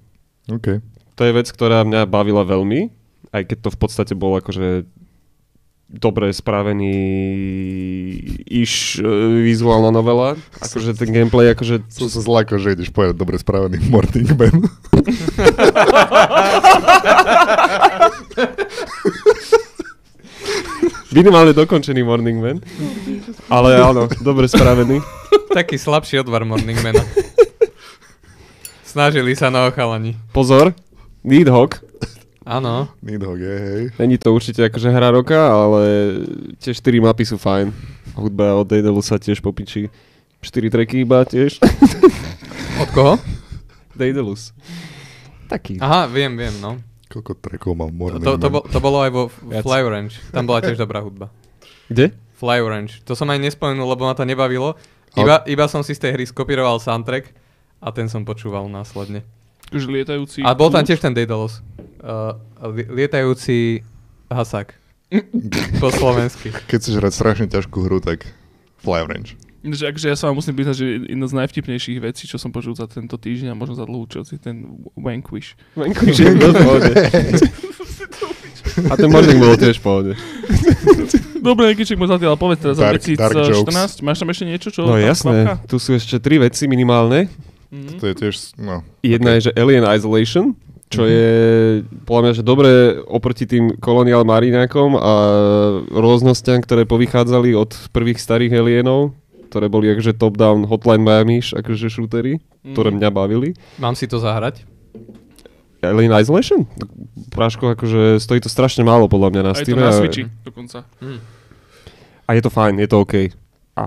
OK.
To je vec, ktorá mňa bavila veľmi, aj keď to v podstate bol akože dobre spravený iš e, vizuálna novela. Akože ten gameplay, akože...
Som sa zlako, že ideš povedať dobre spravený (laughs) Morning Man.
Minimálne dokončený Morning Man. Ale áno, dobre spravený.
Taký slabší odvar Morning Mana. Snažili sa no, na ochalani.
Pozor, Needhog.
Áno.
Nidhogg, hej, hej.
Není to určite akože hra roka, ale tie 4 mapy sú fajn. Hudba od Daedalus sa tiež popičí. 4 tracky iba tiež.
Od koho?
Daedalus. Taký.
Aha, viem, viem, no.
Koľko trekov mal Morning
To, to,
Man?
bol, to bolo aj vo F-
Viac.
Fly Orange. Tam bola tiež dobrá hudba.
Kde?
Fly Orange. To som aj nespomenul, lebo ma to nebavilo.
Ale-
Iba, iba som si z tej hry skopíroval soundtrack a ten som počúval následne.
Akože lietajúci...
A bol tam tiež ten Daedalus. Uh, li- lietajúci hasák. po slovensky.
Keď chceš hrať strašne ťažkú hru, tak Fly Range.
Ináč, akože ja sa vám musím priznať, že jedna z najvtipnejších vecí, čo som počul za tento týždeň a možno za dlhú čas, je ten Vanquish.
(laughs) Venku, že je to v pohode. A ten morning bol tiež v pohode.
Dobre, Nikiček, môj zlatý, ale povedz teraz za
Dark- dark jokes.
2014. Máš tam ešte niečo, čo?
No
tam
jasné,
kvapka?
tu sú ešte tri veci minimálne.
Mhm.
To je tiež, no,
Jedna je, že Alien Isolation, čo je podľa mňa, že dobre oproti tým koloniál mariňákom a rôznostiam, ktoré povychádzali od prvých starých Alienov, ktoré boli akože top-down Hotline Miami, š- akože shootery,
mhm.
ktoré mňa bavili.
Mám si to zahrať?
Alien Isolation? Práško, akože stojí to strašne málo podľa mňa na
Aj to
Steam.
na Switchi dokonca.
Mm.
A je to fajn, je to OK. A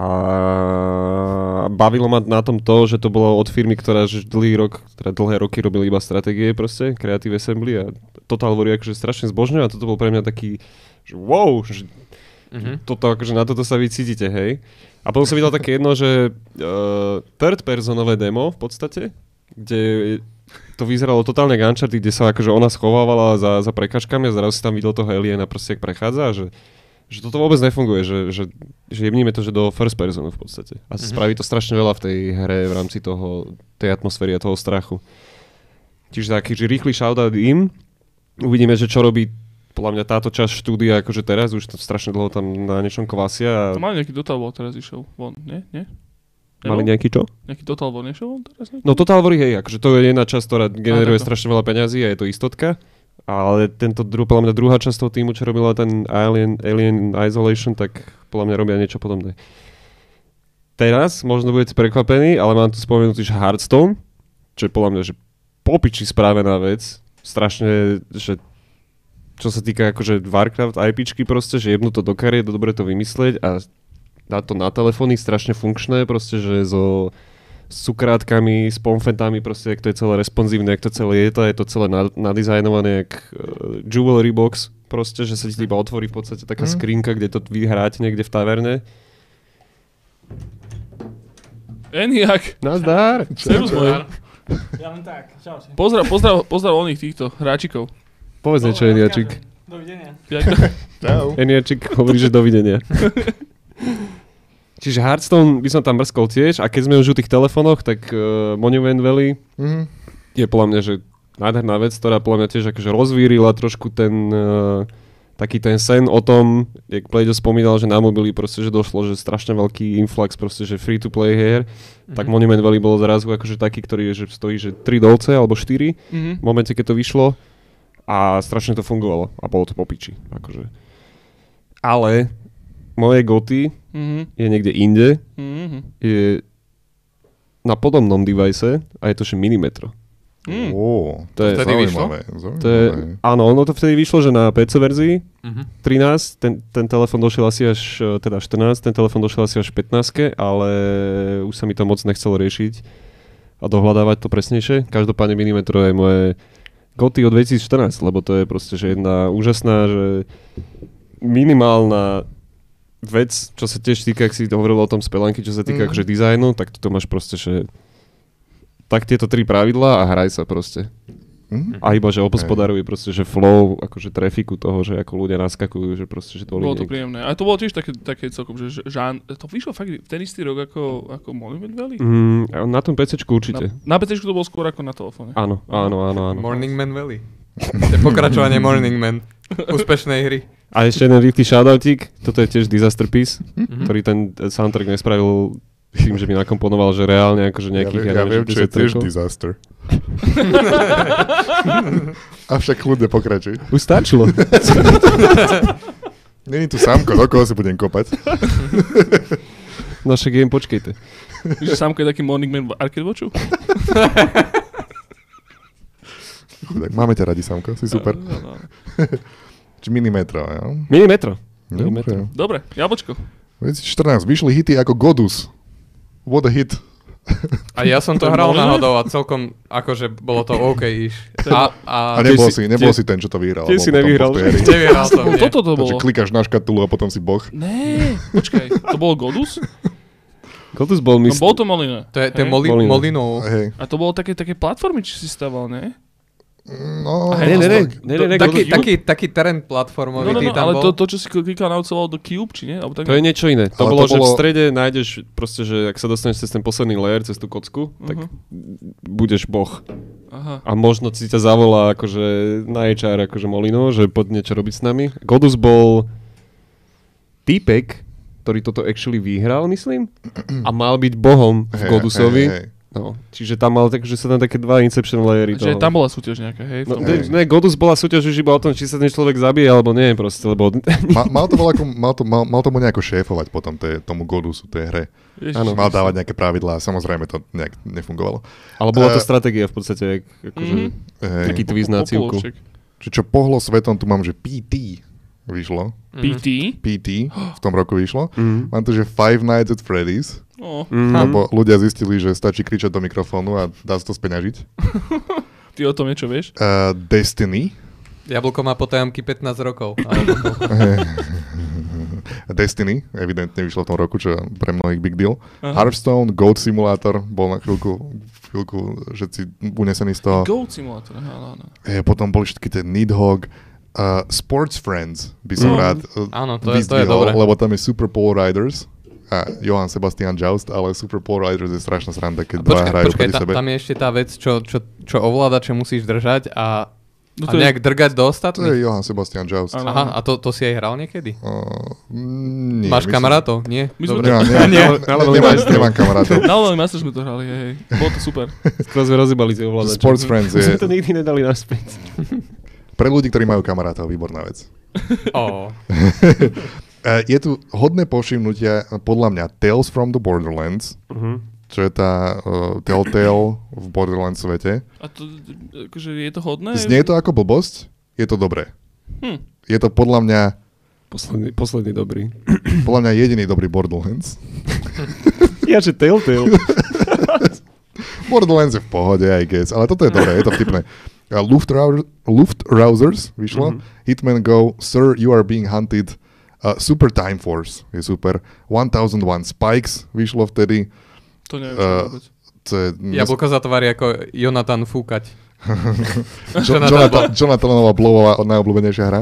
bavilo ma na tom to, že to bolo od firmy, ktorá že dlhý rok, teda dlhé roky robili iba stratégie proste, Creative Assembly a Total Warrior akože strašne zbožňujú a toto bol pre mňa taký, že wow, že
Mhm.
toto, akože na toto sa vy cítite, hej. A potom som videl také jedno, že uh, third personové demo v podstate, kde to vyzeralo totálne jak Uncharted, kde sa akože ona schovávala za, za prekažkami a zrazu si tam videl toho Eliena proste, jak prechádza a že, že toto vôbec nefunguje, že, že, že jemníme to, že do first personu v podstate. A mm-hmm. spraví to strašne veľa v tej hre v rámci toho, tej atmosféry a toho strachu. Čiže taký, že rýchly shoutout im. Uvidíme, že čo robí podľa mňa táto časť štúdia, akože teraz, už to strašne dlho tam na niečom kvasia.
To
A
mal nejaký Total War teraz išiel von, nie? Nie?
mali
Nebol?
nejaký čo?
Nejaký Total War nešiel von teraz? Nie?
No Total War, hej, akože to je jedna časť, ktorá generuje
takto.
strašne veľa peňazí a je to istotka. Ale tento, dru, podľa mňa, druhá časť toho týmu, čo robila ten Alien, Alien Isolation, tak podľa mňa robia niečo podobné. Teraz, možno budete prekvapení, ale mám tu spomenutý že Hearthstone, čo je podľa mňa, že popiči spravená vec. Strašne, že čo sa týka akože Warcraft IPčky proste, že jebnú to do kariet, dobre to vymyslieť a dá to na telefóny strašne funkčné, proste, že so s cukrátkami, s pomfetami, proste, jak to je celé responsívne, jak to celé je, to je to celé na- nadizajnované, jak uh, jewelry box, proste, že sa ti iba otvorí v podstate taká
Mm.
skrinka, kde to vy hráte niekde v taverne.
Eniak!
(laughs) Nazdar!
Servus môj.
Ja len tak, čaute.
Pozdrav, pozdrav, pozdrav oných týchto hráčikov.
Povedz niečo,
Dobre,
Eniačik.
odkážem. Dovidenia.
Jak to,
Čau.
Eniačik hovorí, že dovidenia. Čiže Hearthstone by som tam mrskol tiež a keď sme už u tých telefónoch, tak uh, Monument Valley
Mhm.
je podľa mňa, že nádherná vec, ktorá podľa mňa tiež akože rozvírila trošku ten uh, taký ten sen o tom, jak Playdo spomínal, že na mobily proste, že došlo, že strašne veľký influx proste, že free to play hier, mm-hmm. tak Monument Valley bol zrazu akože taký, ktorý je, že stojí, že 3 dolce alebo 4
(laughs) mhm.
v momente, keď to vyšlo a strašne to fungovalo a bolo to po piči, akože. Ale moje goty
Mhm.
je niekde inde,
Mhm.
je na podobnom device a je to že Minimetro.
Mm.
Ó,
To je,
Vtedy vyšlo?
zaujímavé, zaujímavé.
to je, áno, ono to vtedy vyšlo, že na PC verzii
Mhm.
13, ten, ten telefon došiel asi až, e, teda 14, ten telefon došiel asi až v 15, ale už sa mi to moc nechcelo riešiť a dohľadávať to presnejšie. Každopádne Minimetro je moje goty od 2014, lebo to je proste že jedna úžasná, že minimálna vec, čo sa tiež týka, ak si hovoril o tom spelanky, čo sa týka
Mhm.
mm. akože dizajnu, tak to máš proste, že tak tieto tri pravidlá a hraj sa proste.
Mhm.
A iba, že obospodáruje proste, že flow, akože trafiku toho, že ako ľudia naskakujú, že proste, že to
Bolo to
niekde.
príjemné. A to bolo tiež také, také celkom, že že žán... To vyšlo fakt v ten istý rok ako, ako Monument Valley?
Mm, a na tom PCčku určite.
Na, na PC to bolo skôr ako na telefóne.
Áno, áno, áno, áno.
Morning Man Valley. To je pokračovanie Morning Man. Úspešnej hry.
A ešte jeden rýchly shoutoutík, toto je tiež Disaster Piece,
Mhm.
Mhm.
Mhm.
ktorý ten e, soundtrack nespravil tým, že mi nakomponoval, že reálne akože nejakých...
ja, viem- ja
neviem,
viem,
že
že je tiež
treko. (laughs)
disaster. Avšak kľudne pokračuj.
Už stačilo.
Není tu sámko, do koho si budem kopať.
No však jem, počkejte.
Víš, že Samko je taký Morning Man v Arcade
(laughs)
Watchu?
Tak máme ťa radi, sámko, si super.
No, no.
Či milimetro, jo?
Mini metro. Milimetro.
Dobre.
Dobre, jablčko.
2014 vyšli hity ako Godus. What a hit.
A ja som to
To je
hral
možné?
náhodou a celkom, akože bolo to OK iš.
je-
A, a,
A nebol
si-
si, nebol
tie-
si ten, čo to vyhral.
tie
bol
si
potom
nevyhral. (laughs)
postieri.
nevyhral som, nie.
Toto to
Takže
bolo.
klikáš na škatulu a potom si boh.
Ne, (laughs) počkaj, to bol Godus?
Kotus bol
No
mist...
bol to Molina.
To je, to je
hej?
moli,
Molino.
Molinov.
Hej.
A to bolo také, také platformy, či si stával, ne?
No,
A
Ne, ne, ne, ne, ne, ne,
To-
Taký,
Golden
taký, taký
No,
terén platformový
no, no,
tam
ale
bol.
to, to, čo si klikal, naucoval do Cube, či ne? Alebo tak,
To je niečo iné. To
Ale
bolo,
to
že v
bolo-
strede nájdeš proste, že ak sa dostaneš cez ten posledný layer, cez tú kocku, tak
Mhm.
budeš boh.
Aha.
A možno si ťa zavolá akože na HR, akože Molino, že pod niečo robiť s nami. Godus bol týpek, ktorý toto actually vyhral, myslím, a mal byť bohom v
Hej,
Godusovi.
hej, hej.
No, čiže tam mal tak, že sa tam také dva Inception layery. toho.
Že tam bola súťaž nejaká, hej? v
No,
tom.
ne, ne, Godus bola súťaž už iba o tom, či sa ten človek zabije, alebo nie, proste, lebo...
Ma, mal, to voľako, mal, to, mal, mal tomu nejako šéfovať potom tej, tomu Godusu, tej hre.
Ježiš.
áno.
Mal dávať nejaké pravidlá a samozrejme to nejak nefungovalo.
Ale bola to
Eh,
stratégia v podstate, jak, akože,
Mhm.
taký
Hej.
twist na cívku.
Populovček.
Čo, čo pohlo svetom, tu mám, že PT vyšlo.
Mhm.
PT?
PT v tom roku vyšlo.
Mhm.
Mám tu, že Five Nights at Freddy's,
No,
Mhm.
lebo
(laughs)
ľudia zistili, že stačí kričať do mikrofónu a dá sa to speňažiť.
ty o tom niečo vieš?
Uh, Destiny.
Jablko má potajomky 15 rokov. Alebo-
Destiny evidentne vyšlo v tom roku, čo je pre mnohých big deal. Hearthstone, Goat Simulator bol na chvíľku, chvíľku všetci unesení z toho.
Goat Simulator, aha, no, áno, áno.
E, potom boli všetky tie Nidhogg. Uh, Sports Friends by som
Mm.
rád e,
Áno, to je- to je
vyzdvihol,
dobré.
lebo tam je Super Pole Riders a Johann Sebastian Joust, ale Super Pole Riders je strašná sranda, (laughs) keď dva
Počkaj,
hrajú
počkaj
proti
ta,
sebe.
tam je ešte tá vec, čo, čo, čo ovládače musíš držať a,
No
a
to je-
nejak drgať
To
do
je
ostatných.
Johann Sebastian Joust.
Áno.
Aha, a to, to si aj hral niekedy?
Uh, nie,
Máš
myslím-
kamarátov? (laughs) Nie?
My sme-
Dobre.
Ja,
Ale-
nie, nie,
ale- ale-
nemám, nemám
(laughs)
kamarátov.
Na Online Masters sme to hrali, hej, hej. Bolo to super.
Skoro sme rozjebali tie ovládače.
Sports Friends
My
je
(laughs) sme to nikdy nedali naspäť.
pre ľudí, ktorí majú kamarátov, výborná vec. (laughs)
Ó.
E, je tu hodné povšimnutia, podľa mňa, Tales from the Borderlands, čo je tá uh, Telltale v Borderlands svete.
A to, akože, je to hodné?
Znie to ako blbosť, je to dobré.
Hm.
Je to podľa mňa, (clears throat)
Posledný, posledný dobrý.
podľa mňa jediný dobrý Borderlands.
Ja, že
(laughs)
Telltale.
Borderlands je v pohode, I guess, ale toto je dobré, je to vtipné. A Luftrau- Luftrausers vyšlo, Hitman Go, Sir, You Are Being Hunted, a Super Time Force je super, 1001 Spikes vyšlo vtedy,
To neviem, čo
Eh,
vôbec.
to je...
Jablko za tvári ako Jonathan
(laughs)
Fúkať.
Jo- Jonathan, Jonathanová Blowová najobľúbenejšia hra.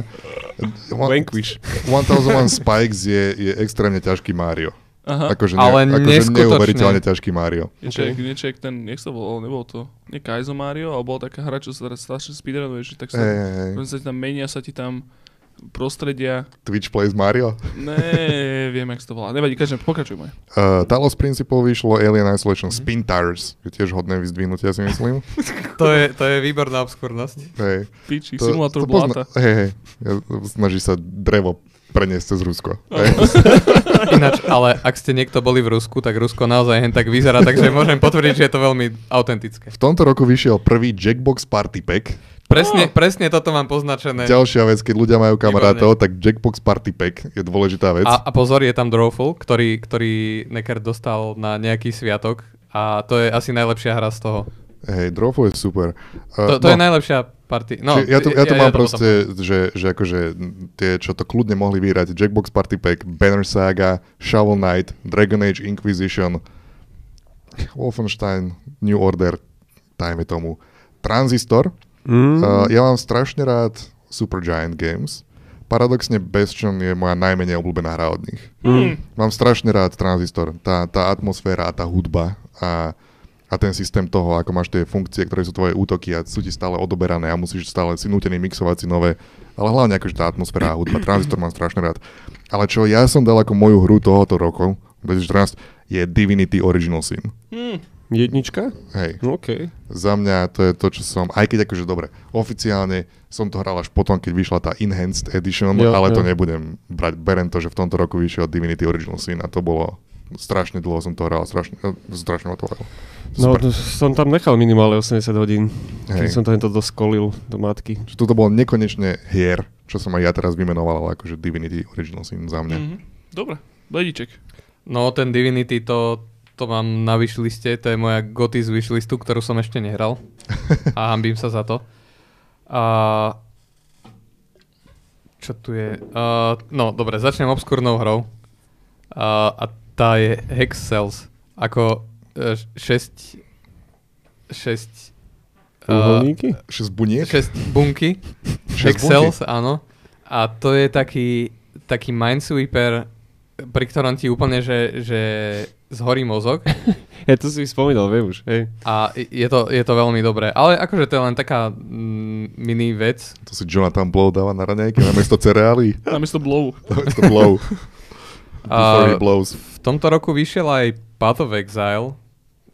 One-
Vanquish.
1001 Spikes je, je extrémne ťažký Mario.
Aha,
Akože, ne,
Ale
akože
neskutočne.
neuveriteľne ťažký Mario.
niečo, okay. niečo, jak ten, jak sa to volalo, nebolo to, nie Kaizo Mario, ale bola taká hra, čo sa teraz strašne speedrunuje, že tak sa,
Hej, hej, hej.
hey. sa ti tam menia, sa ti tam prostredia.
Twitch plays Mario.
Ne, (laughs) viem, jak sa to volá. Nevadí, každým, pokračujme.
Uh, Talos Principle vyšlo, Alien Isolation,
Mhm.
Spin Tires. Je tiež hodné vyzdvihnutia, si
(laughs)
myslím.
To je, to je výborná obskurnosť.
Hej,
Piči, simulátor bláta.
hej, hej. Ja, snaží sa drevo preniesť cez Rusko.
(laughs)
Hej.
Ináč, ale ak ste niekto boli v Rusku, tak Rusko naozaj hen tak vyzerá, takže môžem potvrdiť, že je to veľmi autentické.
V tomto roku vyšiel prvý Jackbox Party Pack.
Presne, presne toto mám poznačené.
Ďalšia vec, keď ľudia majú kamarátov, tak Jackbox Party Pack je dôležitá vec.
A, a pozor, je tam Drawful, ktorý, ktorý Necker dostal na nejaký sviatok a to je asi najlepšia hra z toho.
Hej, Drofo je super. Uh,
To, to no. je najlepšia party. No,
Čiže ja tu, ja tu mám
to
proste, že, že akože tie, čo to kľudne mohli vyhrať, Jackbox Party Pack, Banner Saga, Shovel Knight, Dragon Age Inquisition, Wolfenstein, New Order, dajme tomu, Transistor.
Mm.
Uh, ja mám strašne rád Supergiant Games. Paradoxne Bastion je moja najmenej obľúbená hra od nich.
Mm.
Mám strašne rád Transistor, tá, tá atmosféra a tá hudba a a ten systém toho, ako máš tie funkcie, ktoré sú tvoje útoky a sú ti stále odoberané a musíš stále si nutený mixovať si nové, ale hlavne akože tá atmosféra a hudba, Transistor mám strašne rád. Ale čo ja som dal ako moju hru tohoto roku, 2014, je Divinity Original Sin.
Jednička?
Hej,
No okej.
za mňa to je to, čo som, aj keď akože dobre, oficiálne som to hral až potom, keď vyšla tá Enhanced Edition,
Jo,
jo, ale to
jo.
nebudem brať, berem to, že v tomto roku vyšiel Divinity Original Sin a to bolo strašne dlho som to hral, strašne, eh, strašne ma to hral.
No,
Super.
to som tam nechal minimálne 80 hodín, keď
Hej.
som tento doskolil do matky.
Čiže toto bolo nekonečne hier, čo som aj ja teraz vymenoval, ale akože Divinity Original Sin za mňa. Mm.
Mhm. Dobre, lediček.
No ten Divinity to, to mám na wishliste, to je moja goty z wishlistu, ktorú som ešte nehral a hambím sa za to. A čo tu je? Uh, no dobre, začnem obskúrnou hrou uh, a tá je Hex Cells, ako e, 6 6
Uholníky?
6 buniek?
6 e, bunky.
Šesť
Excels, áno. A to je taký, taký minesweeper, pri ktorom ti úplne, že, že zhorí mozog
Ja to si spomínal, viem už, hej.
a je to, je to veľmi dobré. Ale akože to je len taká mm, mini vec.
To si Jonathan Blow dáva na raňajky namiesto cereálií, (laughs)
Namiesto blowu.
namiesto Blow. Before he
(laughs) A
blows.
v tomto roku vyšiel aj Path of Exile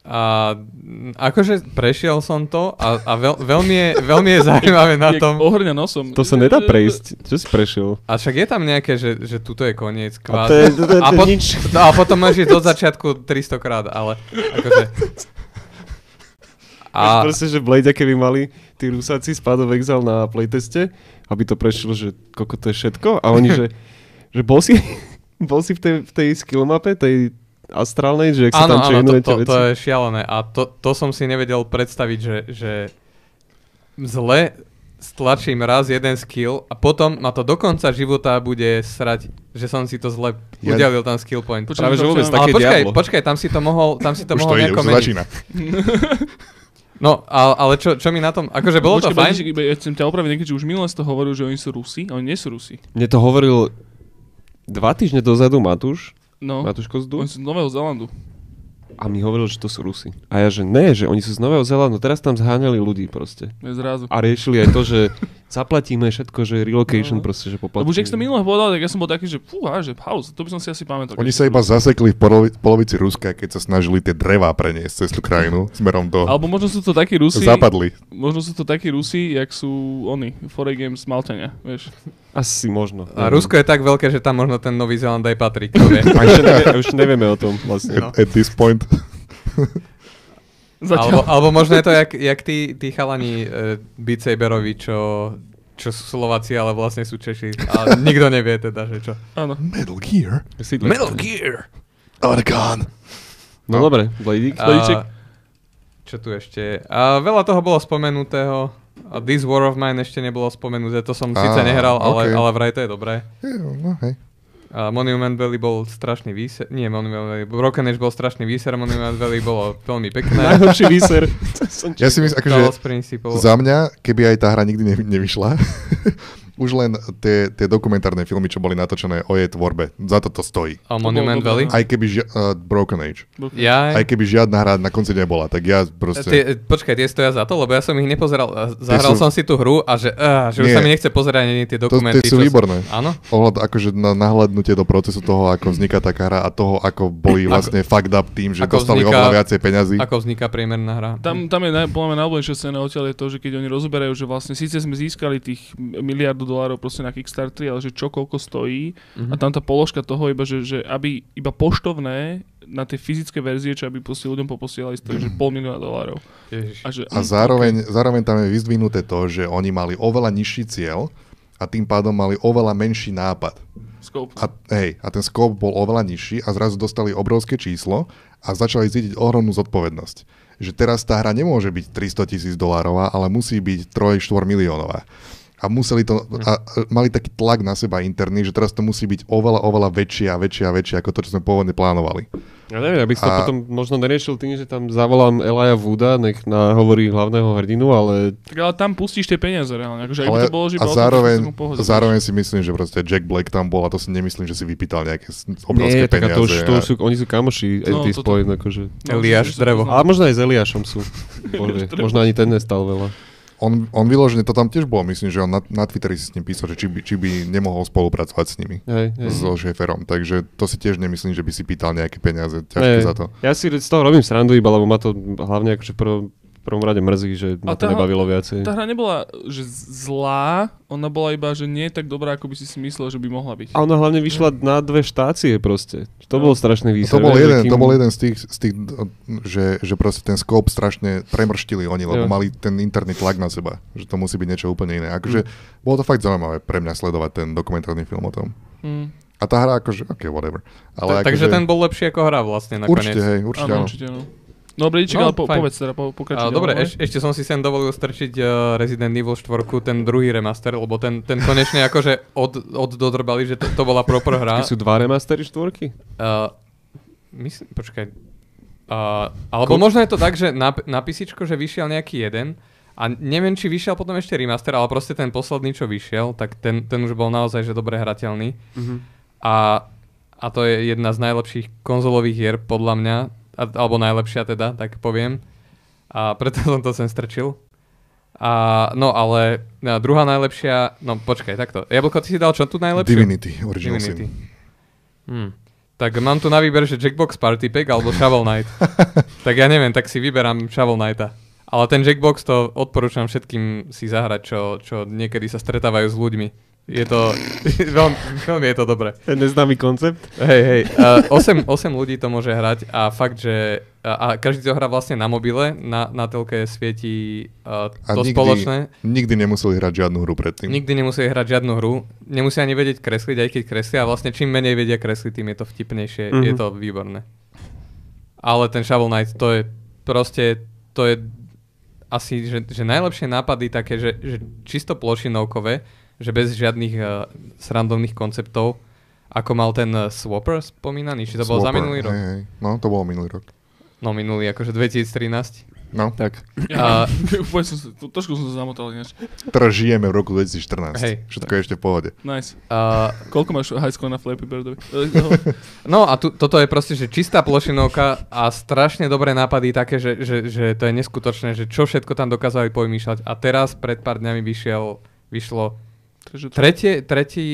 a mm, akože prešiel som to a, a veľ, veľmi, je, veľmi je zaujímavé na
Jak
tom.
Ohrňa nosom.
To sa nedá prejsť. Čo si prešiel?
A však je tam nejaké, že, že tuto je koniec
A
kvázi.
to je, to, to,
a,
to,
pot-
nič.
no, a potom máš ísť do začiatku 300 krát, ale
(laughs)
akože...
A...
A,
Proste, že Blade, keby mali tí Rusáci spadov exal na playteste, aby to prešlo, že koko to je všetko. A oni,
(laughs)
že, že bol si, bol si v tej, v tej skillmape, tej astrálnej, že ak sa tam
áno, áno, to,
chainujete
to,
veci.
to je šialené. A to, to som si nevedel predstaviť, že, že zle stlačím raz jeden skill a potom ma to do konca života bude srať, že som si to zle
Ja-
udelil tam skill point.
Počkaj,
Práve, že vôbec
Ale
ale
také
počkaj,
diablo.
počkaj, tam si to mohol, tam si to
už to
mohol
ide,
nejako
už to
meniť.
začína.
No, ale, ale čo, čo mi na tom, akože bolo
Počkaj,
to fajn,
Bladíček, iba ja chcem ťa opraviť, niekedy už minule si to hovoril, že oni sú Rusi, a oni nie sú Rusi.
Mne to hovoril dva týždne dozadu Matúš,
No,
Matúš Kozdu,
oni sú z Nového Zélandu.
a mi hovoril, že to sú Rusi. A ja, že ne, že oni sú z Nového Zelandu, teraz tam zháňali ľudí proste.
Ja zrazu.
A riešili aj to, že zaplatíme všetko, že relocation
No.
proste, že poplatíme.
Lebo už, jak si to minule povedal, tak ja som bol taký, že fúha, že house, to by som si asi pamätal.
Oni
keď
sa
sú
iba
Rusi.
zasekli v polovi- polovici Ruska, keď sa snažili tie drevá preniesť cez tú krajinu smerom do...
Alebo možno sú to takí Rusi,
Zapadli.
možno sú to takí Rusi, jak sú oni, Foray Games Maltania, vieš.
Asi možno.
Mhm.
A Rusko je tak veľké, že tam možno ten Nový Zeland aj patrí. kto
(laughs)
vie.
A ešte nevie, už nevieme o tom vlastne.
No.
At, at this point.
alebo,
Zatiaľ.
alebo možno je to jak, jak tí, tí chalani uh, Beat Saberovi, čo, čo sú Slováci, ale vlastne sú Češi. A nikto nevie teda, že čo.
Áno.
Metal Gear?
Sídlo.
Metal Gear!
Argon!
No dobre, Bladík.
Sladiček.
A, čo tu ešte? A veľa toho bolo spomenutého. A This War of Mine ešte nebolo spomenuté, to som
Á,
síce nehral, ale,
ok.
ale vraj to je dobré.
Je, No hej.
A Monument Valley bol strašný výser, nie Monument Valley, Broken Age bol strašný výser, Monument Valley bolo veľmi pekné.
Najhorší výser. To som
Ja si myslím, akože...
Talos Principle.
Za mňa, keby aj tá hra nikdy nevy, nevyšla, (laughs) už len tie, tie dokumentárne filmy, čo boli natočené o jej tvorbe, za to to stojí.
A
bolo
Monument
dobré,
Valley.
no.
Aj keby žia- uh, Broken Age.
Ja,
Aj keby žiadna hra na konci nebola, tak ja proste...
Tie, počkaj, tie stoja za to, lebo ja som ich nepozeral. A Zahral
sú-
som si tú hru a že, uh, že už
Nie.
sa mi nechce pozerať ani tie
To,
dokumenty.
tie sú
čo
výborné.
Áno?
Ohľad akože na nahľadnutie do procesu toho, ako vzniká taká hra a toho, ako boli vlastne fucked up tým, že
ako
dostali
vzniká-
oveľa viacej peňazí.
Ako vzniká priemerná hra.
Tam, tam je naj, podľa mňa najbolejšia scéna odtiaľ je to, že keď oni rozoberajú, že vlastne síce sme získali tých miliardu dolárov proste na Kickstarteri, ale že čo koľko stojí
Mhm.
a tam tá položka toho iba, že, že aby iba poštovné na tie fyzické verzie, čo aby proste ľuďom poposielali, stojí, že pol milióna dolárov. A že,
Mm,
A zároveň, zároveň tam je vyzdvihnuté to, že oni mali oveľa nižší cieľ a tým pádom mali oveľa menší nápad.
scope.
A, hej, a ten scope bol oveľa nižší a zrazu dostali obrovské číslo a začali cítiť ohromnú zodpovednosť. Že teraz tá hra nemôže byť 300 tisíc dolárová, ale musí byť 3-4 miliónová. A a museli to, a, a mali taký tlak na seba interný, že teraz to musí byť oveľa, oveľa väčšie a väčšie a väčšie ako to, čo sme pôvodne plánovali.
Ja neviem, aby si to
A-
potom možno neriešil tým, že tam zavolám Elaja Vuda, nech na hovorí hlavného hrdinu, ale
Tak ale tam pustíš tie peniaze reálne. Akože, ak by
Ale,
to bolo, že iba
a
o tom,
zároveň,
že chcem mu pohodu.
zároveň si myslím, že proste Jack Black tam bol a to si nemyslím, že si vypýtal nejaké s-
nie,
obrovské
tak a
peniaze.
to už, to
a-
už sú, oni sú kamoši,
No,
no,
toto-
Spojen, akože.
No,
Eliáš
že- že sa
Drevo.
A
poznám.
možno aj s Eliášom sú. (laughs) Bože, možno ani ten nestal veľa.
On, on vyložene, to tam tiež bolo, myslím, že on na, na Twitteri si s ním písal, že či by, či by nemohol spolupracovať s nimi,
Hej, hej.
so šéferom. Takže to si tiež nemyslím, že by si pýtal nejaké peniaze, ťažké
Hej.
za to.
Ja si z toho robím srandu iba, lebo ma to hlavne akože v prvom, v prvom rade mrzí, že ma
A
to
tá-
nebavilo viacej.
Tá hra nebola, že zlá, ona bola iba, že nie je tak dobrá, ako by si si myslel, že by mohla byť.
A ona hlavne vyšla na dve štácie proste. To
No.
bol strašný
To
výsledok.
bol, jeden, to bol jeden z tých, z tých že, že proste ten scope strašne premrštili oni, lebo
Jo.
mali ten interný tlak na seba, že to musí byť niečo úplne iné. Akože bolo to fakt zaujímavé pre mňa sledovať ten dokumentárny film o tom.
Mm.
A tá hra akože, ok, whatever. Ale
Ta- takže
akože,
ten bol lepší ako hra vlastne nakoniec.
Určite, hej, určite
Áno,
áno.
určite, no. Dobre, Iček,
No,
ale po,
fajn.
povedz teda, po, pokračuj.
A, dobre,
ďalej. (laughs)
eš, ešte som si sem dovolil strčiť uh, Resident Evil 4, ten druhý remaster, lebo ten, ten konečne akože od, oddodrbali, že to, to bola proper hra.
Sú dva remastery štvorky?
Uh, myslím, počkaj. Uh, alebo možno je to tak, že na, na písičko, že vyšiel nejaký jeden a neviem, či vyšiel potom ešte remaster, ale proste ten posledný, čo vyšiel, tak ten, ten už bol naozaj, že dobre hrateľný.
Mhm.
A, a to je jedna z najlepších konzolových hier, podľa mňa, a, alebo najlepšia teda, tak poviem. A preto som to sem strčil. A, no ale a druhá najlepšia, no počkaj, takto. Jablko, ty si dal čo tu najlepšiu?
Divinity, Original Sin.
Divinity. Hmm. Tak mám tu na výber, že Jackbox Party Pack alebo
(laughs)
Shovel Knight. tak ja neviem, tak si vyberám Shovel Knighta. Ale ten Jackbox to odporúčam všetkým si zahrať, čo, čo niekedy sa stretávajú s ľuďmi. Je to... (laughs) veľmi, veľmi je to dobré.
Ten neznámy koncept?
Hej, hej, uh, 8, 8 ľudí to môže hrať a fakt, že... A, a každý to hrá vlastne na mobile, na, na telke svieti uh,
A
to
nikdy-
spoločné.
Nikdy nemuseli hrať žiadnu hru predtým.
Nikdy nemusia hrať žiadnu hru, nemusia ani vedieť kresliť, aj keď kreslia a vlastne čím menej vedia kresliť, tým je to
Mhm.
vtipnejšie, mm-hmm. je to výborné. Ale ten Shovel Knight, to je proste, to je asi, že, že najlepšie nápady také, že, že čisto plošinovkové, že bez žiadnych uh, srandovných konceptov, ako mal ten uh, Swapper spomínaný, či to bol za
Swapper,
minulý rok?
Hej, hej. No, to bolo minulý rok.
No minulý, akože 2013.
No,
Tak.
Ja,
A-
(laughs) úplne som sa, to, trošku som sa zamotal ináč.
teraz žijeme v roku 2014.
Hej.
Všetko je ešte v pohode.
Nice.
Uh,
Koľko máš high score na Flappy Eh, Birdovi?
(laughs) No a tu, toto je proste, že čistá plošinovka a strašne dobré nápady také, že, že, že to je neskutočné, že čo všetko tam dokázali pojmýšľať. A teraz pred pár dňami vyšiel, vyšlo
Takže to-
tretie, tretí,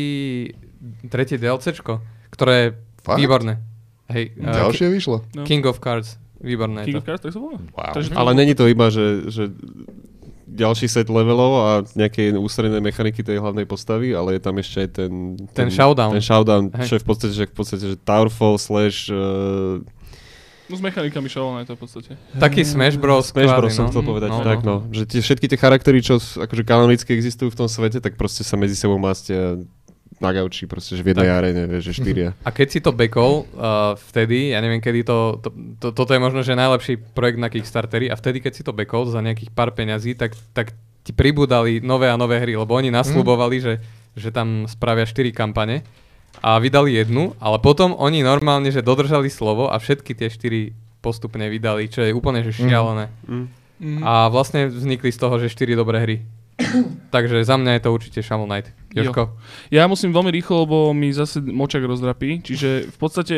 tretie DLCčko, ktoré je
Fakt?
výborné. Hej, eh,
Ďalšie vyšlo.
no.
Ki- King of Cards, výborné
King of
je to.
Cards, tak sa volá?
Wow.
Takže-
Mhm.
Ale není to iba, že, že ďalší set levelov a nejaké ústredné mechaniky tej hlavnej postavy, ale je tam ešte aj ten...
Ten showdown.
Ten showdown, čo
Hej.
je v podstate, že, v podstate, že Towerfall slash... Uh,
No s mechanikami Shovel Knight v podstate.
Taký Smash Bros.
Smash Bros.
skvelý,
som
no.
chcel povedať,
No,
tak
no.
no. Že tie, všetky tie charaktery, čo s- akože kanonicky existujú v tom svete, tak proste sa medzi sebou mastia na gauči, proste, že v jednej aréne, vieš, že štyria.
A keď si to bekol uh, vtedy, ja neviem kedy to, to, to, toto je možno, že najlepší projekt na Kickstarteri a vtedy, keď si to bekol za nejakých pár peňazí, tak, tak ti pribúdali nové a nové hry, lebo oni nasľubovali, že, že tam spravia 4 kampane a vydali jednu, ale potom oni normálne, že dodržali slovo a všetky tie 4 postupne vydali, čo je úplne že šialené.
Mm.
A vlastne vznikli z toho, že 4 dobré (coughs) hry. Takže za mňa je to určite Shovel Knight.
Jo.
Joško,
Ja musím veľmi rýchlo, lebo mi zase močak rozdrapí. Čiže v podstate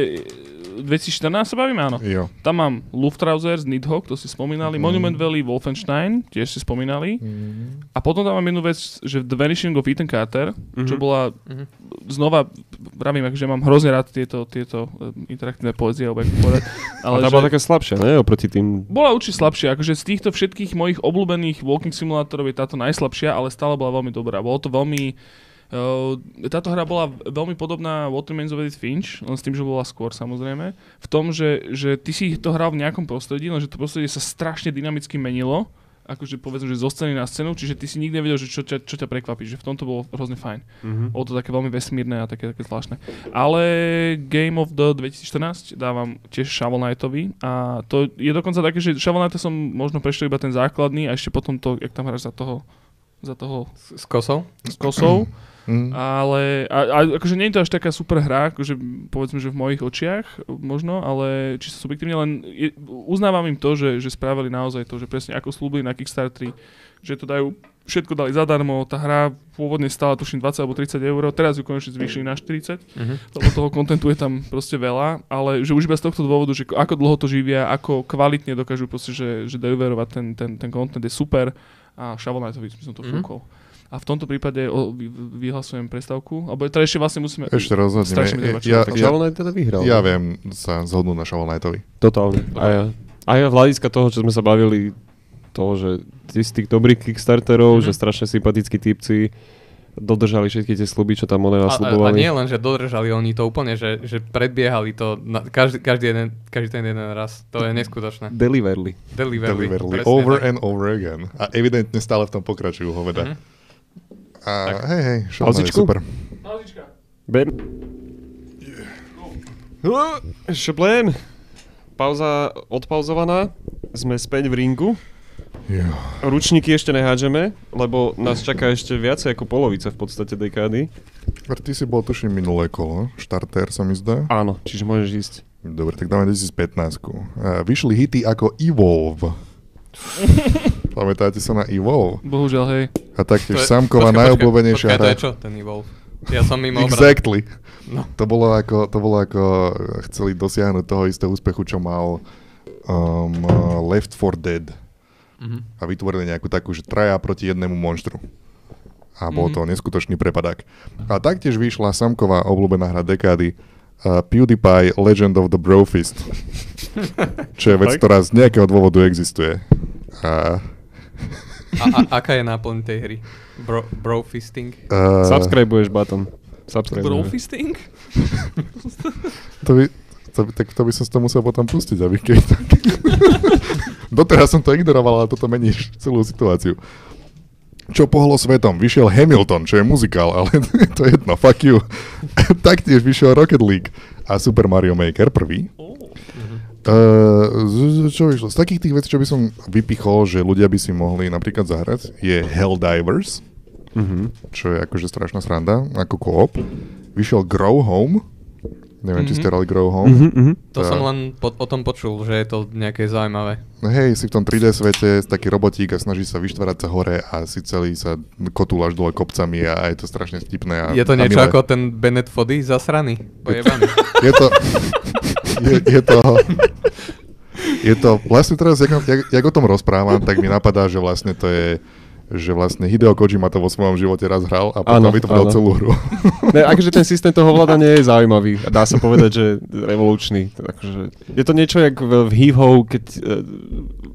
e, 2014 sa bavíme, áno.
Jo.
Tam mám Luftrausers, Nidhogg, to si spomínali, Monument Valley, Wolfenstein, tiež si spomínali.
Hm.
A potom tam mám jednu vec, že The Vanishing of Ethan Carter, čo bola
Mhm.
znova, pravím, že mám hrozne rád tieto, tieto e, interaktívne poezie, alebo ako povedať.
Ale tá
že-
bola taká slabšia, ne? Oproti tým...
bola určite slabšia, akože z týchto všetkých mojich obľúbených walking simulátorov je táto najslabšia, ale stále bola veľmi dobrá. Bolo to veľmi... Uh, táto hra bola veľmi podobná Waterman's of Edith Finch, len s tým, že bola skôr samozrejme, v tom, že, že ty si to hral v nejakom prostredí, lenže to prostredie sa strašne dynamicky menilo, akože povedzme, že zo scény na scénu, čiže ty si nikdy nevedel, že čo ťa, čo ťa prekvapí, že v tomto bolo hrozne fajn.
Mhm.
Bolo to také veľmi vesmírne a také, také zvláštne. Ale Game of the 2014 dávam tiež Shovel Knightovi a to je dokonca také, že Shovel Knighta som možno prešiel iba ten základný a ešte potom to, jak tam hráš za toho za toho
S, s kosou?
s kosou,
Mm.
ale a, a akože nie je to až taká super hra, akože povedzme, že v mojich očiach možno, ale čisto subjektívne len je, uznávam im to, že, že spravili naozaj to, že presne ako slúbili na Kickstarteri, že to dajú, všetko dali zadarmo, tá hra pôvodne stála tuším 20 alebo 30 eur, teraz ju konečne zvýšili na 40
Mhm.
lebo toho kontentu je tam proste veľa, ale že už iba z tohto dôvodu, že ako dlho to živia, ako kvalitne dokážu proste, že, že deliverovať ten, ten, ten content je super a Shovel Knightovi som to
Mhm.
fúkol. A v tomto prípade o, vy, vyhlasujem prestávku, alebo teda ešte vlastne musíme...
Ešte rozhodneme.
Strašne mi to
Ja,
Tak
ja,
Shovel Knight teda vyhral.
ja viem sa zhodnúť na Shovel Knightovi.
Totálne. A ja, a ja v hľadiska toho, čo sme sa bavili, to, že tí z tých dobrých Kickstarterov, že
Mhm.
strašne sympatickí typci dodržali všetky tie sluby, čo tam one
A, a, a
nasľubovali.
nie len, že dodržali oni to úplne, že, že predbiehali to na, každý, každý, jeden, každý ten jeden raz. To je neskutočné.
Deliverli.
Deliverly.
Deliverly.
presne
Over
tak.
and over again. A evidentne stále v tom pokračujú hoveda.
Mhm.
A
Tak.
hej, hej, Shovel Knight je
Pauzičku?
super.
Pauzička.
Ben. Šeplém. No, Pauza odpauzovaná. Sme späť v ringu.
Jo.
Ručníky ešte nehádžeme, lebo nás čaká ešte viacej ako polovica v podstate dekády.
Ty si bol tuším minulé kolo, štartér sa mi zdá.
Áno, čiže môžeš (laughs) ísť.
Dobre, tak dáme 2015. A vyšli hity ako Evolve. Pamätáte sa na Evolve?
Bohužiaľ, hej.
A
To
taktiež
je-
Samková
počkaj,
najobľúbenejšia
počkaj,
hra.
to je čo, ten Evolve? Ja som mimo obrazu.
Exactly.
No.
To bolo ako, to bolo ako eh, chceli dosiahnuť toho istého úspechu, čo mal um, eh, Left 4 Dead. (laughs)
Mhm.
A vytvorili nejakú takú, že traja proti jednému monštru. A
Mhm.
bol to neskutočný prepadák. A taktiež vyšla Samková obľúbená hra dekády uh, PewDiePie Legend of the Brofist. čo je
Tak.
vec, ktorá z nejakého dôvodu existuje. A,
A, a aká je náplň tej hry? Bro, bro fisting?
uh,
Subscribuješ batom. Subscribuješ.
Brofisting?
(laughs) To by, to by, tak to by som si to musel potom pustiť, aby keď (laughs) tak. Doteraz som to ignoroval, ale toto mení celú situáciu. Čo pohlo svetom? Vyšiel Hamilton, čo je muzikál, ale (laughs) to je jedno, fuck you. (laughs) Taktiež vyšiel Rocket League a Super Mario Maker prvý. Uh, z- z- čo vyšlo? Z takých tých vecí, čo by som vypichol, že ľudia by si mohli napríklad zahrať, je Helldivers,
Mhm.
čo je akože strašná sranda, ako koop. Vyšiel Grow Home, neviem, či ste
Mhm.
hrali Grow Home.
Mhm, mhm.
To
Tá.
som len po, o tom počul, že je to nejaké zaujímavé.
No Hej, si v tom 3D svete, taký robotík a snaží sa vyštvárať sa hore a si celý sa kotúľaš dole kopcami a, a je to strašne vtipné. A,
Je to
a
niečo
milé.
ako ten Bennett Foddy zasraný. Pojebaný.
Je
(laughs)
to... (laughs) Je, je to... Je to... Vlastne teraz, jak, jak, jak o tom rozprávam, tak mi napadá, že vlastne to je že vlastne Hideo Kojima to vo svojom živote raz hral a
Áno,
potom vytvoril
áno.
celú hru.
(laughs) Ne, akože ten systém toho vládania je zaujímavý. A Dá sa povedať, že revolučný. Teda Akože, je to niečo jak v, v Heave Ho, keď e,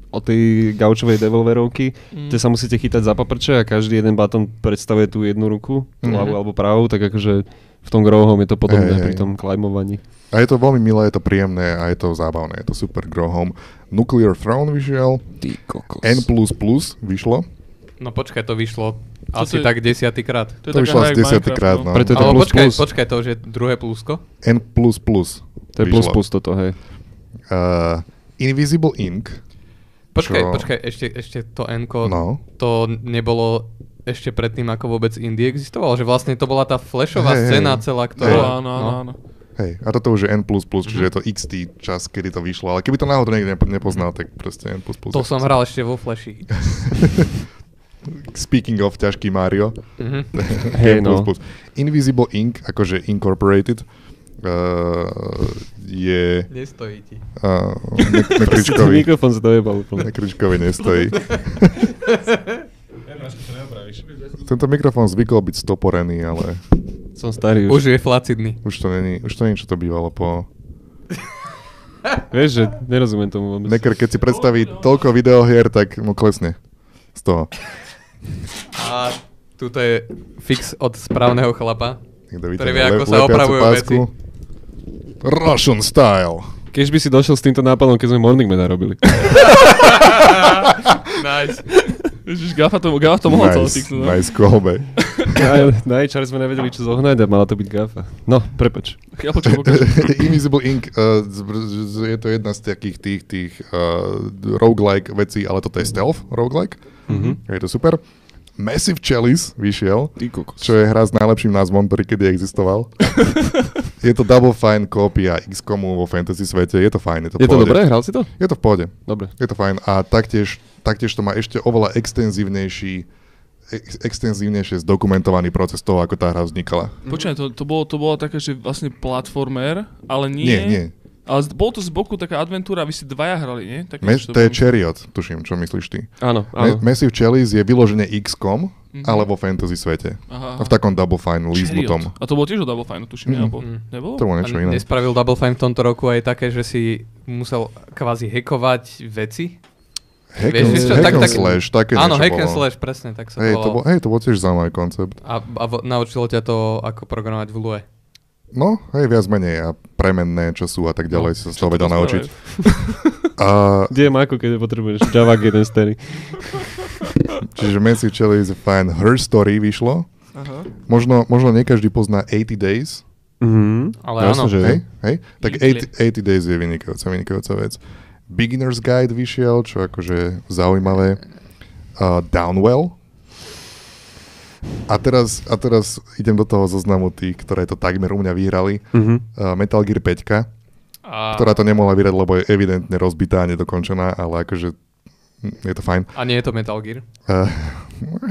o tej gaučovej devolverovky,
Mhm.
mm. kde sa musíte chytať za paprče a každý jeden batón predstavuje tú jednu ruku, tú
Mhm.
ľavú alebo pravú, tak akože v tom grohom je to podobné
Hej,
hey, pri
hej.
tom klajmovaní.
A je to veľmi milé, je to príjemné a je to zábavné. Je to super grow home. Nuclear Throne vyšiel,
Ty kokos.
N++ vyšlo.
No počkaj, to vyšlo
Čo
asi
to je?
tak desiatýkrát.
To, je
To
taká
vyšlo
hra
asi
jak Minecraft,
desiatýkrát, no.
Preto je to
Alebo
plus
počkaj,
plus.
počkaj, to už je druhé plusko.
N++
To je plus
vyšlo.
plus toto, hej.
Uh, Invisible Ink.
Počkaj,
Čo?
počkaj, ešte, ešte to n
No.
to nebolo ešte predtým, ako vôbec Indie existovalo, že vlastne to bola tá flashová
Hej, hej.
scéna celá,
To, áno,
ktorá... no.
áno, áno.
Hej, a toto už je N++, čiže
Mhm.
je to XT čas, kedy to vyšlo, ale keby to náhodou niekde nepo- nepoznal, tak proste N++.
To som hral ešte vo flashi.
(laughs) Speaking of ťažký Mario. (laughs)
Mhm.
Hej,
N++.
no.
Invisible Ink, akože Incorporated, uh, je...
Nestojí ti.
Uh, ne,
(laughs)
nekričkovi,
Mikrofón sa dojebal úplne.
nekričkovi nestojí.
to neopravíš.
Tento mikrofón zvykol byť stoporený, ale
Som starý už.
Už je flacidný.
už to není, už to není, čo to bývalo po...
Vieš, že nerozumiem tomu vôbec.
Neker, keď si predstaví
No,
toľko videohier, tak mu klesne z toho.
A tuto je fix od správneho chlapa.
Niekto vyťahne
Ktorý vie,
le-
ako sa
lepiacu
opravujú
pásku.
veci.
Russian style.
Keď by si došiel s týmto nápadom, keď sme Morning Mana robili.
(laughs) Nice.
Ježiš, Gafa to, Gafa to mohol celé
nice,
fixnúť. no.
nice
(laughs)
callback. (laughs)
Na- Na HR sme nevedeli, čo zohnať a mala to byť gafa. No, prepač.
Ja počkaj,
(laughs)
počkaj.
Invisible Ink, uh, z- z- z- je to jedna z takých tých, eh, tých uh, roguelike vecí, ale toto je stealth roguelike.
Mhm.
Je to super. Massive Chalice vyšiel,
Ty kokos.
čo je hra s najlepším názvom, ktorý kedy existoval. je to Double Fine kópia XCOMu vo fantasy svete, je to fajn, je to
Je
v
to
pohode.
dobré? Hral si to?
Je to v pohode.
Dobre.
Je to fajn. A taktiež, taktiež to má ešte oveľa extenzívnejší ex- extenzívnejšie zdokumentovaný proces toho, ako tá hra vznikala.
Počkaj, to, to, bolo, to bolo také, že vlastne platformer, ale nie.
Nie, nie.
Ale z- bolo to z boku taká adventúra, vy si dvaja hrali, nie? Také,
Me-
niečo
to je
bolo.
Chariot, tuším, čo myslíš ty.
Áno, áno.
Me- Massive Chalice je vyložené XCOM,
Mhm.
ale vo fantasy svete.
Aha, aha.
V takom Double Fine líznutom.
Chariot. A to bolo tiež od Double Fine, tuším,
Mm.
mm. alebo
Mhm.
nebolo?
To bolo
A
niečo iné.
nespravil Double Fine v tomto roku aj také, že si musel kvázi hekovať veci?
Hack
Vieš,
and-
vieš čo,
hack
tak-
and
tak-
slash, také
Áno,
niečo
hack and
bolo.
slash, presne, tak sa
Hej, to bol,
volalo.
hej, to bol tiež zaujímavý koncept.
A, a vo, naučilo ťa to, ako programovať v Lue.
No, hej, viac menej a premenné, čo sú a tak ďalej,
No,
si sa z toho vedel naučiť.
Spravaj.
A,
Kde je Mako, keď potrebuješ? Javak jeden starý.
čiže Massive Chalice je fajn. Her Story vyšlo.
Aha.
Možno, možno nie každý pozná 80 Days.
Mhm.
Ale
No,
áno,
jasne, že-
Hej, hej. Tak
Nikdy.
80, 80 Days je vynikajúca, vynikajúca vec. Beginner's Guide vyšiel, čo akože zaujímavé. Uh, Downwell. A teraz, a teraz idem do toho zoznamu tých, ktoré to takmer u mňa vyhrali.
Mhm.
Uh, Metal Gear 5,
a,
ktorá to nemohla vyhrať, lebo je evidentne rozbitá a nedokončená, ale akože mm, je to fajn.
a nie je to Metal Gear.
Uh, (laughs)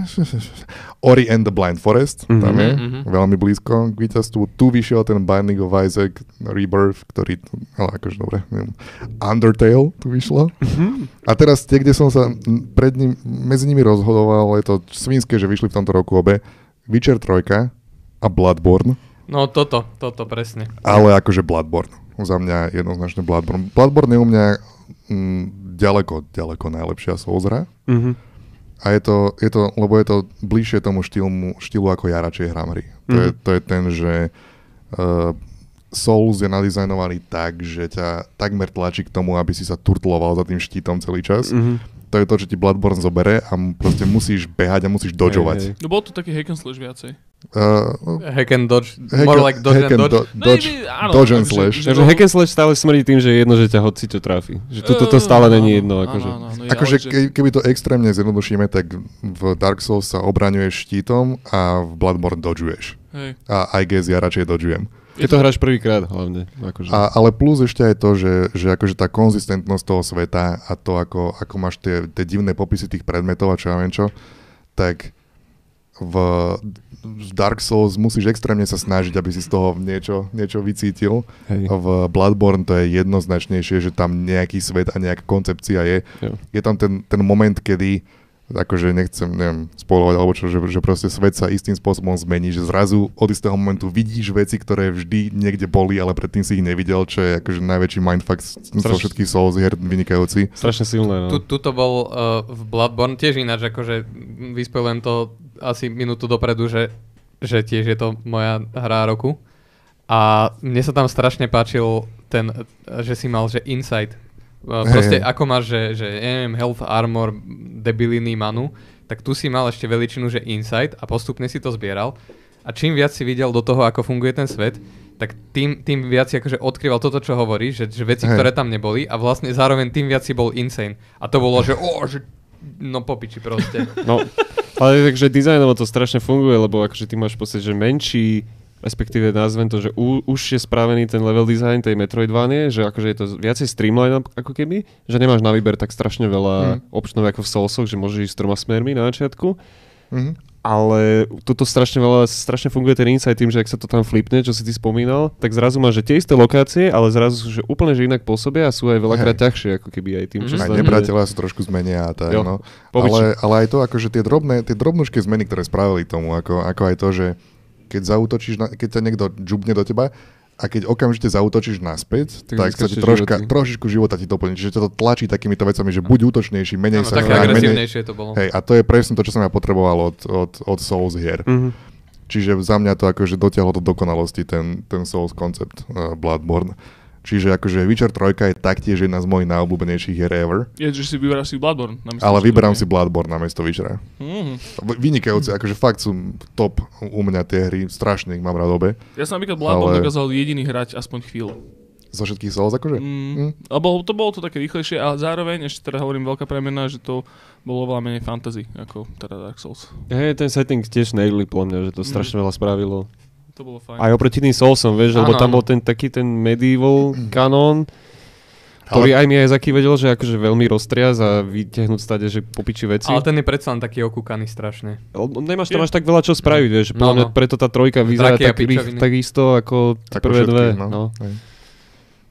Ori and the Blind Forest, mm-hmm. tam je,
Mhm, mhm.
mm-hmm. veľmi blízko k víťazstvu. Tu vyšiel ten Binding of Isaac Rebirth, ktorý, ale akože dobre, neviem. Undertale tu vyšlo.
Mhm.
A teraz tie, kde som sa m, pred ním, medzi nimi rozhodoval, je to svinské, že vyšli v tomto roku obe, Witcher 3 a Bloodborne,
No toto, toto presne.
ale akože Bloodborne. Za mňa jednoznačne Bloodborne. Bloodborne je u mňa mm, ďaleko, ďaleko najlepšia Souls hra.
Mhm.
A je to, je to, lebo je to bližšie tomu štýlu, štýlu ako ja radšej hrám hry. To, je,
Mhm.
to je ten, že uh, Souls je nadizajnovaný tak, že ťa takmer tlačí k tomu, aby si sa turtloval za tým štítom celý čas. Mm.
Mhm.
To je to, čo ti Bloodborne zobere a m- proste musíš behať a musíš
Hej,
dodžovať.
hej.
No bol to taký hack and slash viacej.
Uh,
Hack and dodge,
hack
more
and-
like dodge
hack
and
and
dodge.
do- dodge,
No, áno,
dodge and
takže-
slash.
že-
Takže hack and slash stále smrdí tým, že je jedno, že ťa hoci čo tráfi. Že toto to stále není jedno. Akože.
Áno, áno, áno, je,
Akože
ale že-
ke, keby to extrémne zjednodušíme, tak v Dark Souls sa obraňuješ štítom a v Bloodborne dodžuješ.
hej.
A I guess ja radšej dodžujem.
Keď to hráš prvýkrát hlavne. Akože.
A, ale plus ešte aj to, že, že akože tá konzistentnosť toho sveta a to, ako, ako máš tie, tie divné popisy tých predmetov a čo ja viem čo, tak v, v Dark Souls musíš extrémne sa snažiť, aby si z toho niečo, niečo vycítil.
Hej.
V Bloodborne to je jednoznačnejšie, že tam nejaký svet a nejaká koncepcia je.
Jo.
Je tam ten, ten moment, kedy akože nechcem, neviem, spolovať alebo čo, že, že proste svet sa istým spôsobom zmení, že zrazu od istého momentu vidíš veci, ktoré vždy niekde boli, ale predtým si ich nevidel, čo je akože najväčší mindfuck z- zo
Straš-
všetkých Souls hier vynikajúci.
Strašne silné. No.
Tu, tuto bol uh, v Bloodborne tiež ináč, akože vyspojujem to asi minútu dopredu, že, že tiež je to moja hra roku. A mne sa tam strašne páčil ten, eh, že si mal, že insight. Uh,
Hej,
proste
hej.
ako máš, že, že ja neviem, health, armor, debiliny, manu, tak tu si mal ešte veličinu, že insight a postupne si to zbieral. A čím viac si videl do toho, ako funguje ten svet, tak tým, tým viac si akože odkryval toto, čo hovorí, že, že veci,
Hej.
ktoré tam neboli a vlastne zároveň tým viac si bol insane. A to bolo, že o, že no popiči
(laughs)
proste.
No, ale takže dizajnovo to strašne funguje, lebo akože ty máš pocit, že menší, respektíve nazvem to, že u, už je spravený ten level design tej Metroidvanie, že akože je to z- viacej streamline up- ako keby, že nemáš na výber tak strašne veľa
Hm.
mm. optionov ako v Soulsoch, že môžeš ísť troma smermi na začiatku,
Mhm.
ale toto strašne veľa, strašne funguje ten insight tým, že ak sa to tam flipne, čo si ty spomínal, tak zrazu máš, že tie isté lokácie, ale zrazu sú že úplne že inak pôsobia a sú aj veľakrát
Hej.
ťažšie ako keby aj tým, čo
Aj
Mhm.
sa tam deje.
nepriatelia sa trošku zmenia a tak,
Jo,
no.
pobočne.
Ale, ale aj to, akože tie drobné, tie drobnožké zmeny, ktoré spravili tomu, ako, ako aj to, že keď zautočíš, na, keď ťa niekto džubne do teba a keď okamžite zautočíš naspäť,
Tak
tak, tak sa ti
získaš
troška,
životy.
trošičku života ti doplní. Čiže ťa to tlačí takýmito vecami, že buď útočnejší, menej
Áno,
sa
také
chráň, menej...
agresívnejšie to bolo.
Hej, a to je presne to, čo som ja potreboval od, od, od Souls hier.
Mhm.
Čiže za mňa to akože dotiahlo do dokonalosti ten, ten Souls koncept uh, Bloodborne. Čiže akože Witcher 3 je taktiež jedna z mojich najobľúbenejších hier ever.
Je, že si vyberáš si Bloodborne. namiesto
Ale
Bloodborne.
vyberám si Bloodborne na mesto Witchera.
Mhm.
V- Vynikajúce, akože fakt sú top u mňa tie hry, strašne ich mám rád obe.
Ja som napríklad Bloodborne
Ale-
dokázal jediný hrať aspoň chvíľu.
Zo všetkých Souls akože? Mm.
Mm. Lebo to bolo to také rýchlejšie, ale zároveň ešte teda hovorím veľká premena, že to bolo veľa menej fantasy, ako teda Dark Souls.
Hej, ten setting tiež nailili po mňa, že
Mhm.
to strašne veľa spravilo.
To bolo fajn.
Aj oproti tým Soulsom, vieš, lebo
Áno,
tam
áno. Mhm.
bol ten taký ten medieval kanón, ktorý aj mi aj Zaký vedel, že akože veľmi roztriaz a vytiahnuť stade, že popiči veci.
Ale ten je predsa len taký okúkaný strašne.
Lebo Nemáš tam až tak veľa čo spraviť, vieš. Podľa
No,
mňa
no.
preto tá trojka vyzerá
Draky a
tak, rých,
pičoviny.
tak isto ako tie
Ako
prvé
všetky,
dve.
no.
No.
Hej.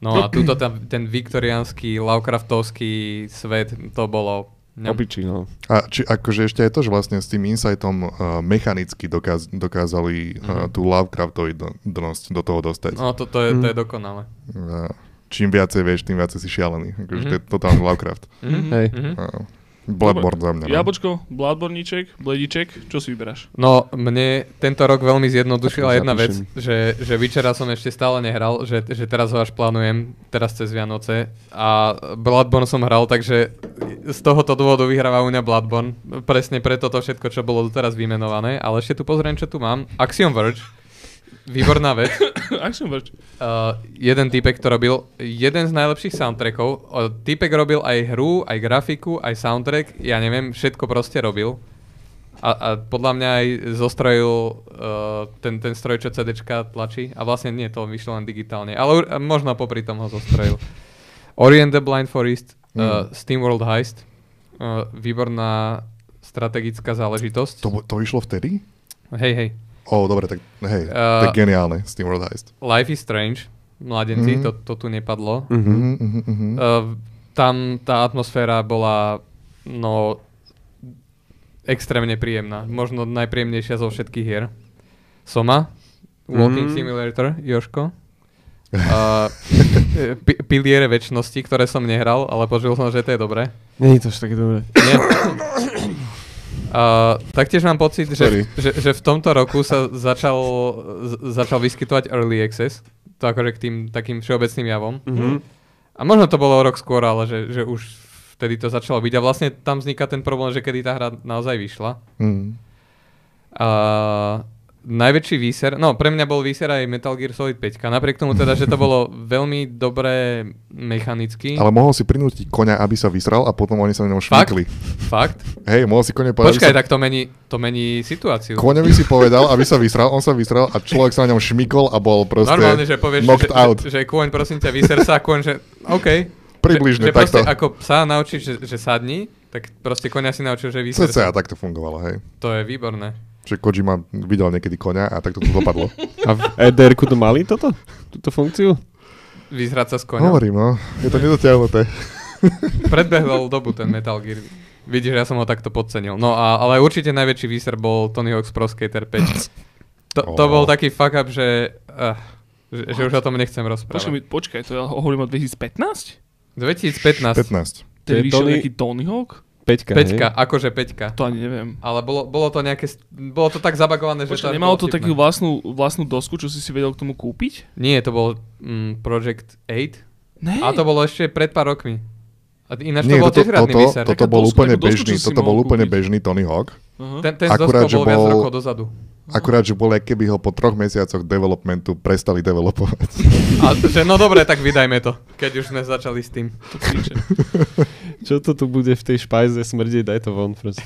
No a tuto tam, ten viktoriánsky, Lovecraftovský svet, to bolo...
No. Opiči, no.
A či, akože ešte aj to, že vlastne s tým insightom uh, mechanicky dokáz, dokázali uh,
Mhm.
tú Lovecraftoidnosť do toho dostať.
No to, to, je, to je
Mhm.
Mm.
dokonalé.
Uh, čím viacej vieš, tým viacej si šialený. Akože
Mhm.
to je totálny Lovecraft.
Mhm,
Hej.
mhm.
Uh, Bloodborne za mňa. no.
Jabočko, Bladborníček, Blediček, čo si vyberáš? (laughs)
No, mne tento rok veľmi zjednodušila
Tak
jedna vec,
zapíšem.
že, že Witchera som ešte stále nehral, že, že teraz ho až plánujem, teraz cez Vianoce. A Bloodborne som hral, takže z tohoto dôvodu vyhráva u mňa Bloodborne. Presne preto to všetko, čo bolo doteraz vymenované. Ale ešte tu pozriem, čo tu mám. Axiom Verge. Výborná vec.
Action Verge.
Uh, jeden typek to robil, jeden z najlepších soundtrackov. O, typek robil aj hru, aj grafiku, aj soundtrack, ja neviem, všetko proste robil. A, a podľa mňa aj zostrojil uh, ten, ten stroj, čo CDčka tlačí. A vlastne nie, to vyšlo len digitálne. Ale ur- možno popri tom ho zostrojil. Orient the Blind Forest, uh, SteamWorld Heist. Uh, výborná strategická záležitosť.
To, to išlo vtedy?
Hej, hej.
Ó, oh, dobre, tak hej, uh,
Eh,
tak geniálne, SteamWorld Heist.
Life is Strange,
Mhm.
mladenci, to, to tu nepadlo.
Mhm.
Mhm, mhm, mhm.
Uh, tam tá atmosféra bola no extrémne príjemná. Možno najpríjemnejšia zo všetkých hier. Soma,
Mm.
Walking Simulator,
(laughs)
Joško. Uh, (laughs) pi- piliere väčšnosti, ktoré som nehral, ale počul som, že to je dobré.
Není to až také dobré.
Nie. Uh, taktiež mám pocit,
Sorry.
že, že, že v tomto roku sa začal, z- začal vyskytovať early access. To akože k tým takým všeobecným javom.
Mhm.
A možno to bolo o rok skôr, ale že, že už vtedy to začalo byť. A vlastne tam vzniká ten problém, že kedy tá hra naozaj vyšla.
Mhm.
A najväčší výser, no pre mňa bol výser aj Metal Gear Solid 5. Napriek tomu teda, že to bolo veľmi dobré mechanicky.
Ale mohol si prinútiť koňa, aby sa vysral a potom oni sa na ňom
Fakt?
šmykli.
Fakt?
Hej, mohol si koňa povedať,
Počkaj,
aby sa...
tak to mení, to mení situáciu.
Koňovi si povedal, aby sa vysral, on sa vysral a človek sa na ňom šmykol a bol proste
Normálne, že povieš, že,
knocked out.
že, že kôň, prosím ťa, vyser sa, a kôň, že OK.
Približne
že, že proste
takto.
ako psa naučíš, že, že sadni, tak proste konia si naučil, že vyser
Cca
sa.
tak to fungovalo, hej.
To je výborné.
Že Kojima videl niekedy koňa a tak to tu
(laughs)
dopadlo.
A v EDR-ku to mali toto? Túto funkciu?
Vyzrať sa s koňom.
Hovorím, no. Je to nedotiahnuté.
Predbehol dobu ten Metal Gear. Vidíš, ja som ho takto podcenil. No a, ale určite najväčší výser bol Tony Hawk's Pro Skater 5. To, to
Oh.
bol taký fuck up, že, uh, že, že už o tom nechcem
Počkaj, mi-
rozprávať.
počkaj, to ja hovorím o 2015?
15.
2015.
To je
Tedy vyšiel
Tony-
nejaký Tony Hawk?
Peťka,
Peťka,
hej?
akože Peťka.
To ani neviem.
Ale bolo, bolo to nejaké, st- bolo to tak zabagované, že
Počkaj,
až
nemalo
bolo
to
vtipné.
takú vlastnú, vlastnú dosku, čo si si vedel k tomu kúpiť?
Nie, to bol mm, Project 8.
Ne.
A to bolo ešte pred pár rokmi. A ináč
Nie,
to bol
toto,
tiež radný
toto,
výser.
toto
Taká
bol
dosku-
úplne
takú dosku,
bežný,
čo si
toto bol
mohol
úplne
kúpiť.
bežný Tony Hawk.
No.
Aha.
Ten, ten z
Akurát,
Dosko
že
bol viac
bol-
rokov dozadu.
Akurát, že bol, keby ho po troch mesiacoch developmentu prestali developovať.
(laughs) A že no dobre, tak vydajme to, keď už sme začali s tým.
To piče.
Čo to tu bude v tej špajze smrdieť? Daj to von proste.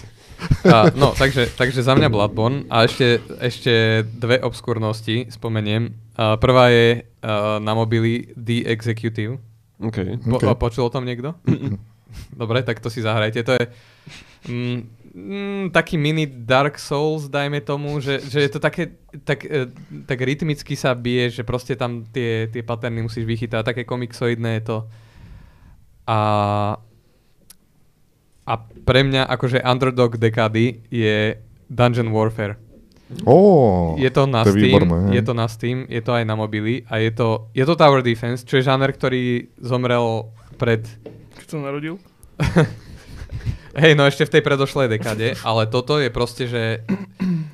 A, no, takže, takže za mňa Bloodborne a ešte, ešte dve obskurnosti spomeniem. A prvá je uh, na mobily The Executive.
OK.
Po,
Okay.
okay. Počul o tom niekto? (clears throat) Dobre, tak to si zahrajte. To je mm, mm, taký mini Dark Souls, dajme tomu, že, že je to také, tak, e, tak rytmicky sa bije, že proste tam tie, tie paterny musíš vychytať, také komiksoidné je to. A, a pre mňa akože underdog dekády je Dungeon Warfare.
Ó,
Je to na
Oh, to je
Steam,
výborné, hej.
je to na Steam, je to aj na mobily a je to, je to Tower Defense, čo je žáner, ktorý zomrel pred...
Keď som narodil?
(laughs) Hej, no ešte v tej predošlej dekade, ale toto je proste, že,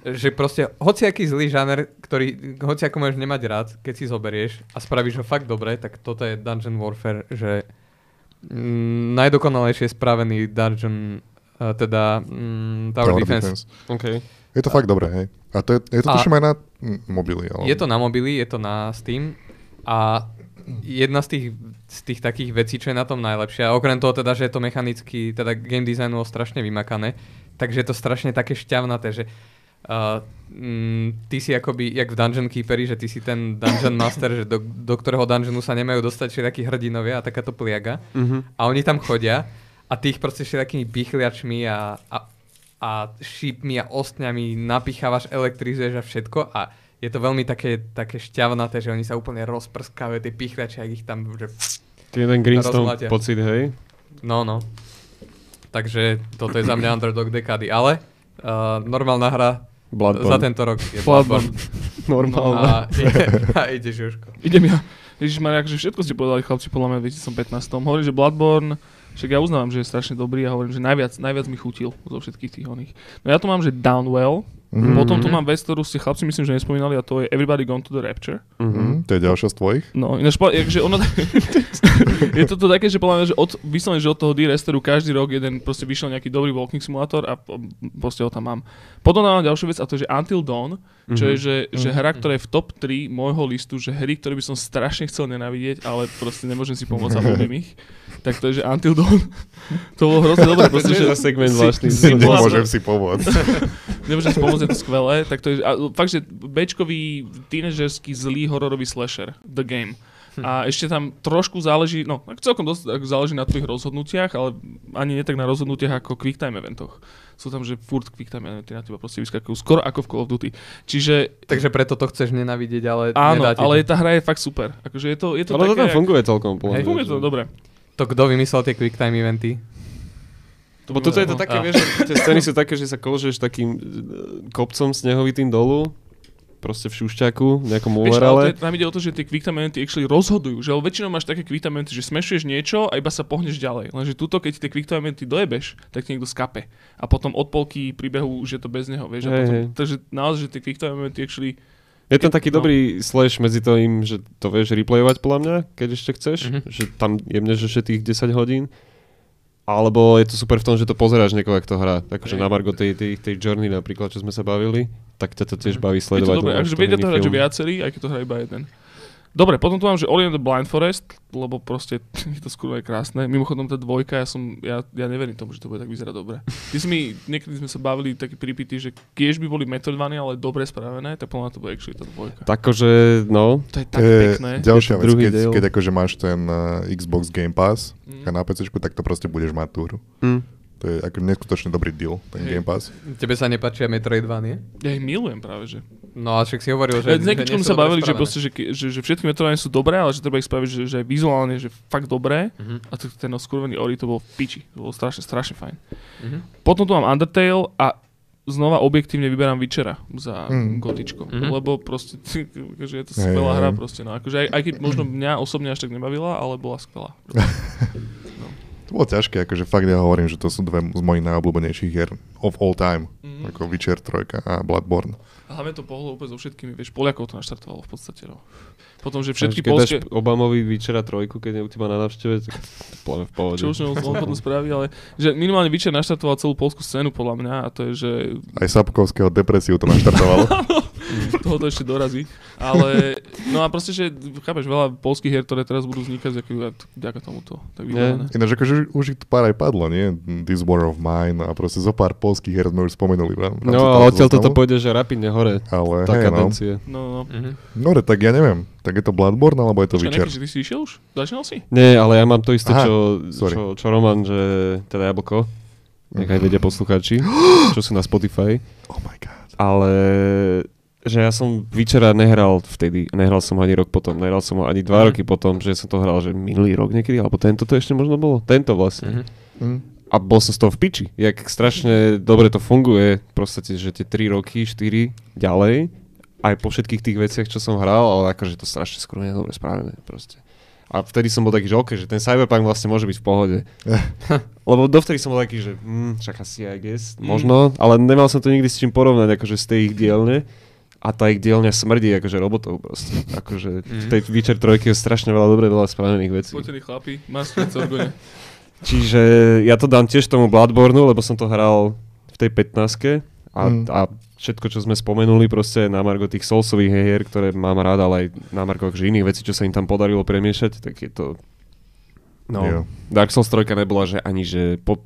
že proste hociaký zlý žáner, ktorý hociako môžeš nemať rád, keď si zoberieš a spravíš ho fakt dobre, tak toto je Dungeon Warfare, že mm, najdokonalejšie spravený Dungeon, eh, teda mm, Tower,
Tower Defense.
Defense.
OK.
Je to fakt dobré, hej. A to je, je to
A-
tuším aj na mm, mobily. Ale...
Je to na mobily, je to na Steam a jedna z tých, z tých takých vecí, čo je na tom najlepšia. Okrem toho teda, že je to mechanicky, teda game designovo strašne vymakané, takže je to strašne také šťavnaté, že Uh, mm, ty si akoby, jak v Dungeon Keeperi, že ty si ten Dungeon Master, že do, do ktorého dungeonu sa nemajú dostať všetky hrdinovia a takáto pliaga. Uh-huh. A oni tam chodia a ty ich proste všetkými pichliačmi a, a, a šípmi a ostňami napichávaš, elektrizuješ a všetko a je to veľmi také, také šťavnaté, že oni sa úplne rozprskávajú, tie pichliače, ak ich tam... Že...
Ten jeden Greenstone
Rozmlátia.
pocit, hej?
No, no. Takže toto je za mňa underdog dekády, ale uh, normálna hra
Bloodborne.
za tento rok je
Bloodborne.
Bloodborne.
Normálne.
A ide, (laughs) a ide Žužko.
Idem ja. Ježišmarja, akože všetko ste povedali chlapci podľa mňa v 2015. Hovorím, že Bloodborne, však ja uznávam, že je strašne dobrý a hovorím, že najviac, najviac mi chutil zo všetkých tých oných. No ja tu mám, že Downwell,
Mhm.
potom tu mám vec, ktorú ste chlapci myslím, že nespomínali a to je Everybody Gone to the Rapture.
Mhm.
Mhm, to je ďalšia z tvojich?
No, ináč, po- akože ono, (laughs) je to, to také, že podľa mňa, že od, vyslovene, že od toho D-Resteru každý rok jeden proste vyšiel nejaký dobrý walking simulátor a po- proste ho tam mám. Potom tam mám ďalšiu vec a to je, že Until Dawn, Mhm. čo
Mhm.
je, že, že hra, ktorá je v top 3 môjho listu, že hry, ktoré by som strašne chcel nenávidieť, ale proste nemôžem si pomôcť a ľúbim ich. Tak to je, že Until Dawn, to bolo hrozne dobré,
(laughs) To
proste,
je
že
za segment
si-
zvláštny.
si-
Nemôžem
bola-
Nemôžem si pomôcť.
Nemôžem si pomôcť, je to skvelé. Tak to je, a, fakt, že bečkový, tínežerský, zlý hororový slasher. The Game.
Hm.
A ešte tam trošku záleží, no tak celkom dosť tak záleží na tvojich rozhodnutiach, ale ani nie tak na rozhodnutiach ako quick time eventoch. Sú tam, že furt quick time eventy na teba proste vyskakujú, skoro ako v Call of Duty. Čiže
Takže preto to chceš nenávidieť, ale
áno,
nedá ti
ale
to.
tá hra je fakt super. Akože je to, je to
Ale to
také,
tam
jak-
funguje celkom, podľa
Hej,
mňa,
funguje
že-
to dobre.
To kto vymyslel tie quick time eventy?
Bo toto je to
No.
také,
A.
vieš, že tie scény sú také, že sa kolžeš takým e, kopcom snehovitým dolu, proste v šušťaku, v nejakom
Vieš, ale
overale.
to je- tam ide o to, že tie quick time eventy actually rozhodujú, že ale väčšinou máš také quick time eventy, že smešuješ niečo a iba sa pohneš ďalej. Lenže tuto, keď tie quick time eventy dojebeš, tak ti niekto skape. A potom od polky príbehu už je to bez neho, vieš. A
Hej,
potom,
hej.
takže naozaj, že tie quick time eventy actually...
Je tam taký
no.
dobrý slash medzi tým, že to vieš replayovať podľa mňa, keď ešte chceš,
Mhm.
že tam jemne, že tých 10 hodín. Alebo je to super v tom, že to pozeráš niekoho, ako to hrá. Takže
Hej.
na Margo tej, tej, tej Journey napríklad, čo sme sa bavili, tak ťa to tiež baví
Je
sledovať.
to dobré,
lebo máš
akože
to
vedia to
mini
hrať, že
film.
viacerí, aj keď to hrá iba jeden. Dobre, potom tu mám, že Ori and the Blind Forest, lebo proste (laughs) je to skoro aj krásne. Mimochodom tá dvojka, ja som, ja, ja neverím tomu, že to bude tak vyzerať dobre. Ty si mi, niekedy sme sa bavili také prípity, že keď by boli Metroidvania, ale dobre spravené, tak podľa mňa to bude actually tá dvojka.
Takže, no,
To je tak
To je
pekné.
Ďalšia
Je to
vec,
druhý
keď,
diel.
keď akože máš ten uh, Xbox Game Pass
Mm.
a na PC, tak to proste budeš mať tú hru.
hm,
To je ako neskutočne dobrý deal, ten
Hej.
Game Pass.
Tebe sa nepačia Metroidvania?
Ja ich milujem práve, že. Eh,
No a však si hovoril,
že s
že... že nie
niekým
sú
sa bavili, že,
dobre
proste, že, ke- že, že všetky Metroidvania sú dobré, ale že treba ich spraviť, že, že aj vizuálne, že fakt dobré. A
Mhm.
to, ten oskurvený Ori to bol v piči. To bolo strašne, strašne fajn.
spravené. Mhm.
Potom tu mám Undertale a znova objektívne vyberám Witchera za
Mm.
gotičko,
Mhm.
lebo proste (laughs) že je to
Hej,
skvelá
hej.
hra proste, no akože aj, aj keď možno mňa osobne až tak nebavila, ale bola skvelá.
(laughs) To bolo ťažké, akože fakt ja hovorím, že to sú dve z mojich najobľúbenejších hier of all time.
Mhm.
Ako Witcher 3 a Bloodborne.
A hlavne to pohlo úplne so všetkými, vieš, Poliakov to naštartovalo v podstate, no. Potom, že
Všetky
všetky
keď dáš
polské...
Obamovi vyčera trojku, keď je u teba na návšteve, tak (laughs) plne v pohode.
Čo už
(laughs)
on, on potom spraví, ale že minimálne Witcher naštartoval celú polskú scénu podľa mňa a to je, že (laughs)
Aj Sapkovského depresiu to naštartovalo.
tohoto ešte dorazí. Ale, no a proste, že chápeš, veľa polských hier, ktoré teraz budú vznikať vďaka- vďaka tomuto. Tak vybavené.
Ináč akože už- už ich tu pár aj padlo, nie? This War of Mine a proste zo pár polských hier sme už spomenuli. v rám- v rámci
No a
tohto
odtiaľ toto
zoznamu.
pôjde, že rapidne hore.
Ale
Tá
hej, no.
kadencie.
No, no.
Mhm.
No, re, tak ja neviem. Tak je to Bloodborne, alebo je to
Počkaj,
Witcher?
nekej, že ty si išiel už? Začal si?
Nie, ale ja mám to isté,
Aha,
čo,
sorry.
čo,
Mhm.
čo Roman, že teda jablko. Nech aj vedia
(gasps)
posluchači, čo sú na Spotify.
Oh my god.
Ale že ja som večera nehral vtedy, nehral som ho ani rok potom, nehral som ho ani
Mhm.
dva roky potom, že som to hral, že minulý rok niekedy, alebo tento to ešte možno bolo, tento vlastne.
Mhm.
Hm?
A bol som z toho v piči. Jak strašne dobre to funguje. Proste, že tie 3 roky, 4 ďalej. Aj po všetkých tých veciach, čo som hral, ale akože to strašne skoro nedobre spravené. Proste. A vtedy som bol taký, že OK, že ten Cyberpunk vlastne môže byť v pohode. (laughs) Lebo dovtedy som bol taký, že mm, však asi I guess,
Mm.
možno, ale nemal som to nikdy s čím porovnať, akože z tej ich dielne. A tá ich dielňa smrdí akože robotov proste. Akože v
Mm.
tej Witcher 3 je strašne veľa dobre, veľa spravených vecí.
Spotení chlapi, máš srdce orgone.
Čiže ja to dám tiež tomu Bloodborneu, lebo som to hral v tej 15 a A, mm.
Mm.
a všetko, čo sme spomenuli proste na margo tých solsových hier, ktoré mám rád, ale aj na margo akože iných vecí, čo sa im tam podarilo premiešať, tak je to... No, yeah.
Jo.
Dark Souls 3 nebola, že ani že po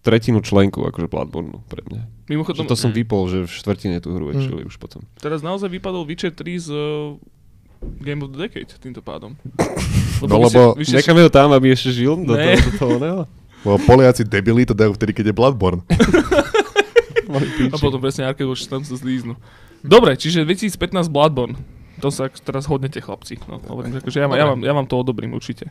tretinu členku, akože Bloodborne pre mňa.
Mimochodom,
Že to som vypol, že v štvrtine tú
Hmm.
hru actually už potom.
teraz naozaj vypadol Witcher 3 z uh, Game of the Decade týmto pádom.
No
vy
lebo
vy
necháme ho tam, aby ešte žil do toho,
Ne.
do toho oného.
(laughs) Lebo Poliaci debili to dajú vtedy, keď je Bloodborne.
A potom presne Arcade Watch tam sa zlíznu. Dobre, čiže 2015 Bloodborne. To sa ak- teraz hodnete, chlapci. No, hovorím, že akože ja, ma- ja, vám, ja vám to odobrím určite.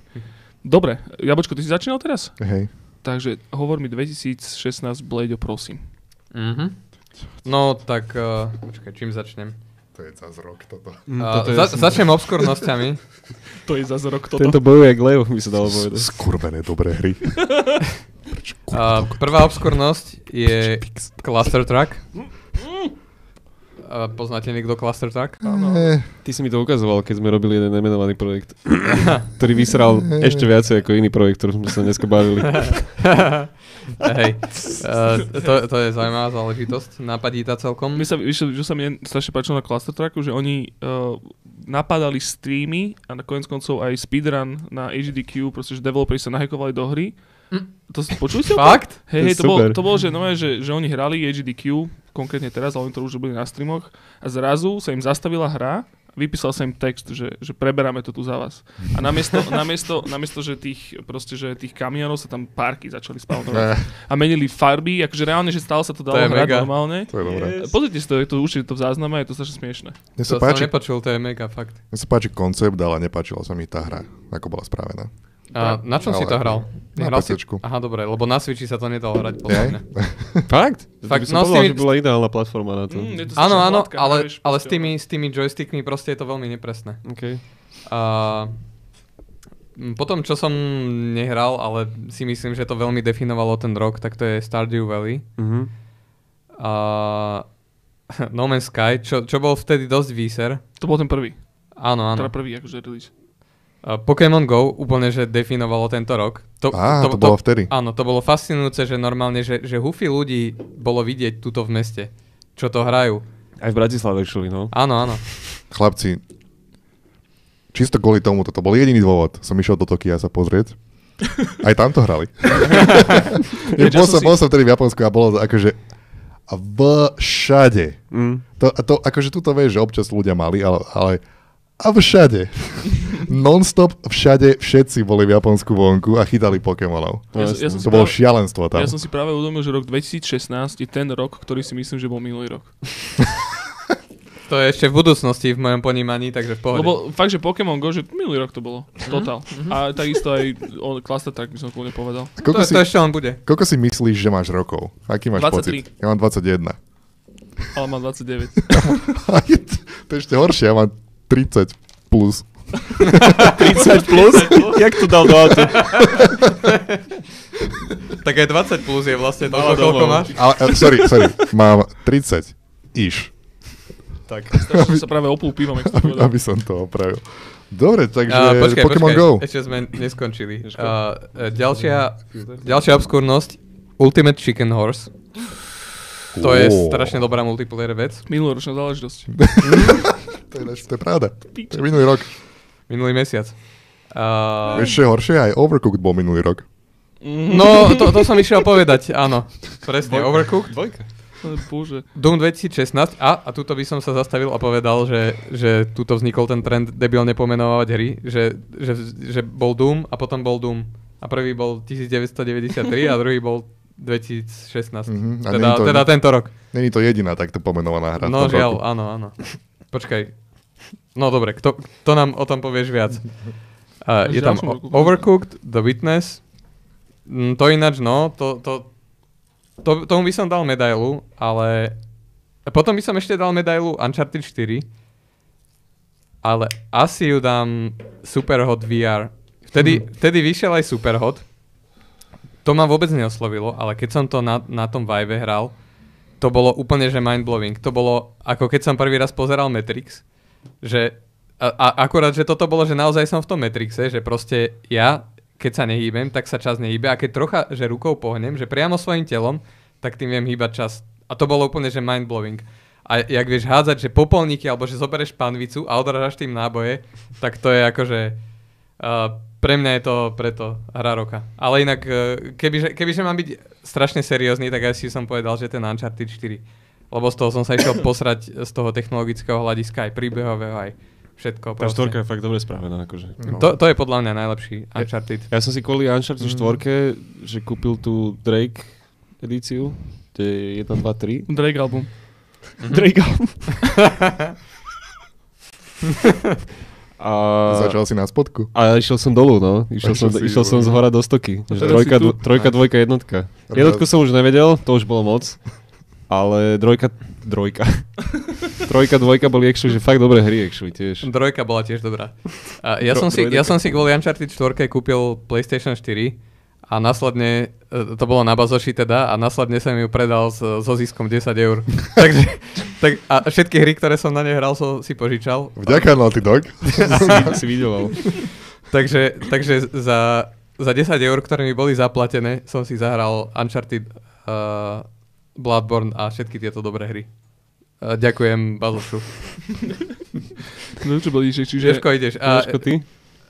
Dobre, Jabočko, ty si začínal teraz?
Hej.
Takže hovor mi 2016 Blade'o, prosím.
Mhm. No tak, uh, počkaj, čím začnem?
To je cez rok Hmm, Mm, toto.
Uh, za- začnem
(laughs)
obskurnosťami.
To je zase rok toto.
Tento bojuje jak Leo, mi sa dalo
S-
povedať.
Skurvené dobré hry.
Uh, prvá obskurnosť je Cluster Truck. Uh, poznáte niekto Cluster
(laughs)
Truck?
Eh,
Ty si mi to ukazoval, keď sme robili jeden nemenovaný projekt, (coughs) ktorý vysral ešte viacej ako iný projekt, ktorý sme sa dneska bavili.
Hej, uh, to, to je zaujímavá záležitosť, napadí tá celkom.
Mne sa, vieš, čo sa mne strašne páčilo na Cluster Tracku, že oni uh, napadali streamy a na konec koncov aj speedrun na HDQ, proste, že developeri sa nahackovali do hry. To s- počuli ste o tom?
Fakt?
To je
Hej, hej, to, bol,
super.
to bolo, že, no, že, že oni hrali HDQ, konkrétne teraz, ale oni to už robili na streamoch, a zrazu sa im zastavila hra, vypísal sa im text, že, že preberáme to tu za vás. A namiesto, namiesto, namiesto že, tých, proste, že tých kamionov sa tam parky začali spavnovať. A menili farby, akože reálne, že stále sa to dalo
je
hrať
mega.
normálne.
to je dobré.
Pozrite si to, je to určite to v zázname, je to strašne smiešne.
Mne sa,
To som
páči,
nepočul, to je mega fakt.
mne sa páči koncept, ale nepáčila sa mi tá hra, ako bola spravená.
A Eh, na čom si
Ale-
to hral?
Na
Hral si...
PCčku.
Aha, dobre, lebo na Switchi sa to nedalo hrať podľa
Hej?
mňa.
Fakt?
Fakt,
Fakt, som
no s
povedal,
tými-
že bola ideálna platforma na to.
Mm, je to
Áno,
strašne
áno,
hladká,
ale,
vieš,
ale s,
proste,
tými, s tými joystickmi proste je to veľmi nepresné.
Okay.
A m, potom, čo som nehral, ale si myslím, že to veľmi definovalo ten rok, tak to je Stardew Valley.
Mhm.
A (laughs) No Man's Sky, čo, čo bol vtedy dosť výser.
To bol ten prvý,
Áno, áno.
teda prvý akože release.
A Pokémon Go úplne, že definovalo tento rok.
(laughs) Á, to bolo vtedy.
Áno, to bolo fascinujúce, že normálne, že, že hufy ľudí bolo vidieť tuto v meste, čo to hrajú.
Aj v Bratislave šli, no.
Áno, áno.
Chlapci, čisto kvôli tomu, toto bol jediný dôvod, som išiel do Tokia sa pozrieť. Aj tam to hrali.
(laughs) Ja, ja
bol,
som
som,
si-
bol som vtedy v Japonsku a bolo to akože a všade.
Mm.
To, a to, akože tuto vieš, že občas ľudia mali, ale, ale a
(laughs)
všade. Non-stop všade všetci boli v Japonsku vonku a chytali Pokémonov.
Ja, som- ja, som si
To bolo
práve,
šialenstvo tam.
ja som si práve uvedomil, že rok 2016 je ten rok, ktorý si myslím, že bol minulý rok.
To je ešte v budúcnosti v mojom ponímaní, takže v pohode.
Lebo fakt, že Pokémon Go, že minulý rok to bolo. Total. A takisto aj o Cluster Track by som kľudne povedal.
A
to,
koľko, si,
to ešte len bude.
koľko si myslíš, že máš rokov? Aký máš
23.
pocit? Ja mám 21.
Ale má
(laughs)
29.
A je to, to je ešte horšie, ja mám 30
(laughs)
plus.
30 (laughs) plus? Jak to dal do auta?
(laughs) Tak aj 20 plus je vlastne to, koľko máš.
Ale, eh, sorry, sorry, mám 30. Iš.
tak.
Strašne sa práve opul pívam, jak som
Aby,
povedal.
aby som to opravil. Dobre, takže
A, počkaj,
Pokémon
počkaj,
Go.
eh, ešte sme neskončili. A, e, ďalšia, ďalšia obskúrnosť, Ultimate Chicken Horse. To je
Ó. (laughs)
strašne Mhm. dobrá multiplayer vec.
Minuloročná záležitosť.
To je, to je pravda. To je minulý rok.
Minulý mesiac. A,
Ešte horšie, aj Overcooked bol minulý rok.
no, to, to som išiel povedať, áno. Presne, Overcooked.
Dvojka.
Ale No, Bože.
Doom 2016 a, a tuto by som sa zastavil a povedal, že, že tuto vznikol ten trend debilne pomenovať hry, že, že, že bol Doom a potom bol Doom. A prvý bol 1993 a druhý bol 2016.
Mhm, a
teda,
není to- Teda
teda tento rok.
Není to jediná takto pomenovaná hra. v
No
tom
žiaľ,
roku.
áno, áno. Počkaj. No dobre, kto, kto nám o tom povieš viac? Uh,
V
je tam
ďalšom
o-
roku.
Overcooked, The Witness. Mm, to ináč, no, to, to, to, tomu by som dal medailu, ale potom by som ešte dal medailu Uncharted 4, ale asi ju dám Superhot VR. Vtedy, vtedy vyšiel aj Superhot. To ma vôbec neoslovilo, ale keď som to na, na tom Vive hral, to bolo úplne, že mindblowing. To bolo, ako keď som prvý raz pozeral Matrix, že a, a akurát, že toto bolo, že naozaj som v tom Matrixe, že proste ja, keď sa nehýbem, tak sa čas nehýbe a keď trocha, že rukou pohnem, že priamo svojim telom, tak tým viem hýbať čas. A A to bolo úplne, že mindblowing. A jak vieš hádzať, že popolníky, alebo že zoberieš panvicu a odrážaš tým náboje, tak to je akože... Uh, pre mňa je to preto hra roka. Ale inak, uh, kebyže, kebyže mám byť strašne seriózny, tak asi som povedal, že ten Uncharted 4. Lebo z toho som sa
(coughs)
išiel posrať z toho technologického hľadiska, aj príbehového, aj všetko.
Tá
proste.
štvorka je fakt dobre spravená, akože.
No.
To, to je podľa mňa najlepší Uncharted.
Ja som si kvôli Uncharted 4, že kúpil tú Drake edíciu, kde je 1, 2, 3.
Drake album.
Mhm.
Drake A...
Začal si na spodku.
A išiel som dolu, no. Išiel,
Išiel
som,
si
išiel som
dolu.
z hora do stoky. Že
teraz
trojka,
si tu.
dvo, trojka, dvojka, jednotka.
A
Jednotku
teraz-
som už nevedel, to už bolo moc. Ale trojka,
(laughs)
trojka. trojka, dvojka boli actually, že fakt dobré hry actually tiež.
(laughs)
Trojka bola tiež dobrá. A ja,
Dro-
som si,
droideka.
ja som si kvôli Uncharted 4 kúpil PlayStation 4 a následne, e, to bolo na bazoši teda, a následne som ju predal s, so ziskom 10 eur. (laughs) Takže, tak, a všetky hry, ktoré som na ne hral, som si požičal.
Vďaka, Naughty Dog.
si videl, no.
Takže, takže za, za 10 eur, ktoré mi boli zaplatené, som si zahral Uncharted, uh, Bloodborne a všetky tieto dobré hry. Uh, ďakujem Bazošu.
No čo boli, že, čiže...
Žeško, ideš. A,
Jožko, ty?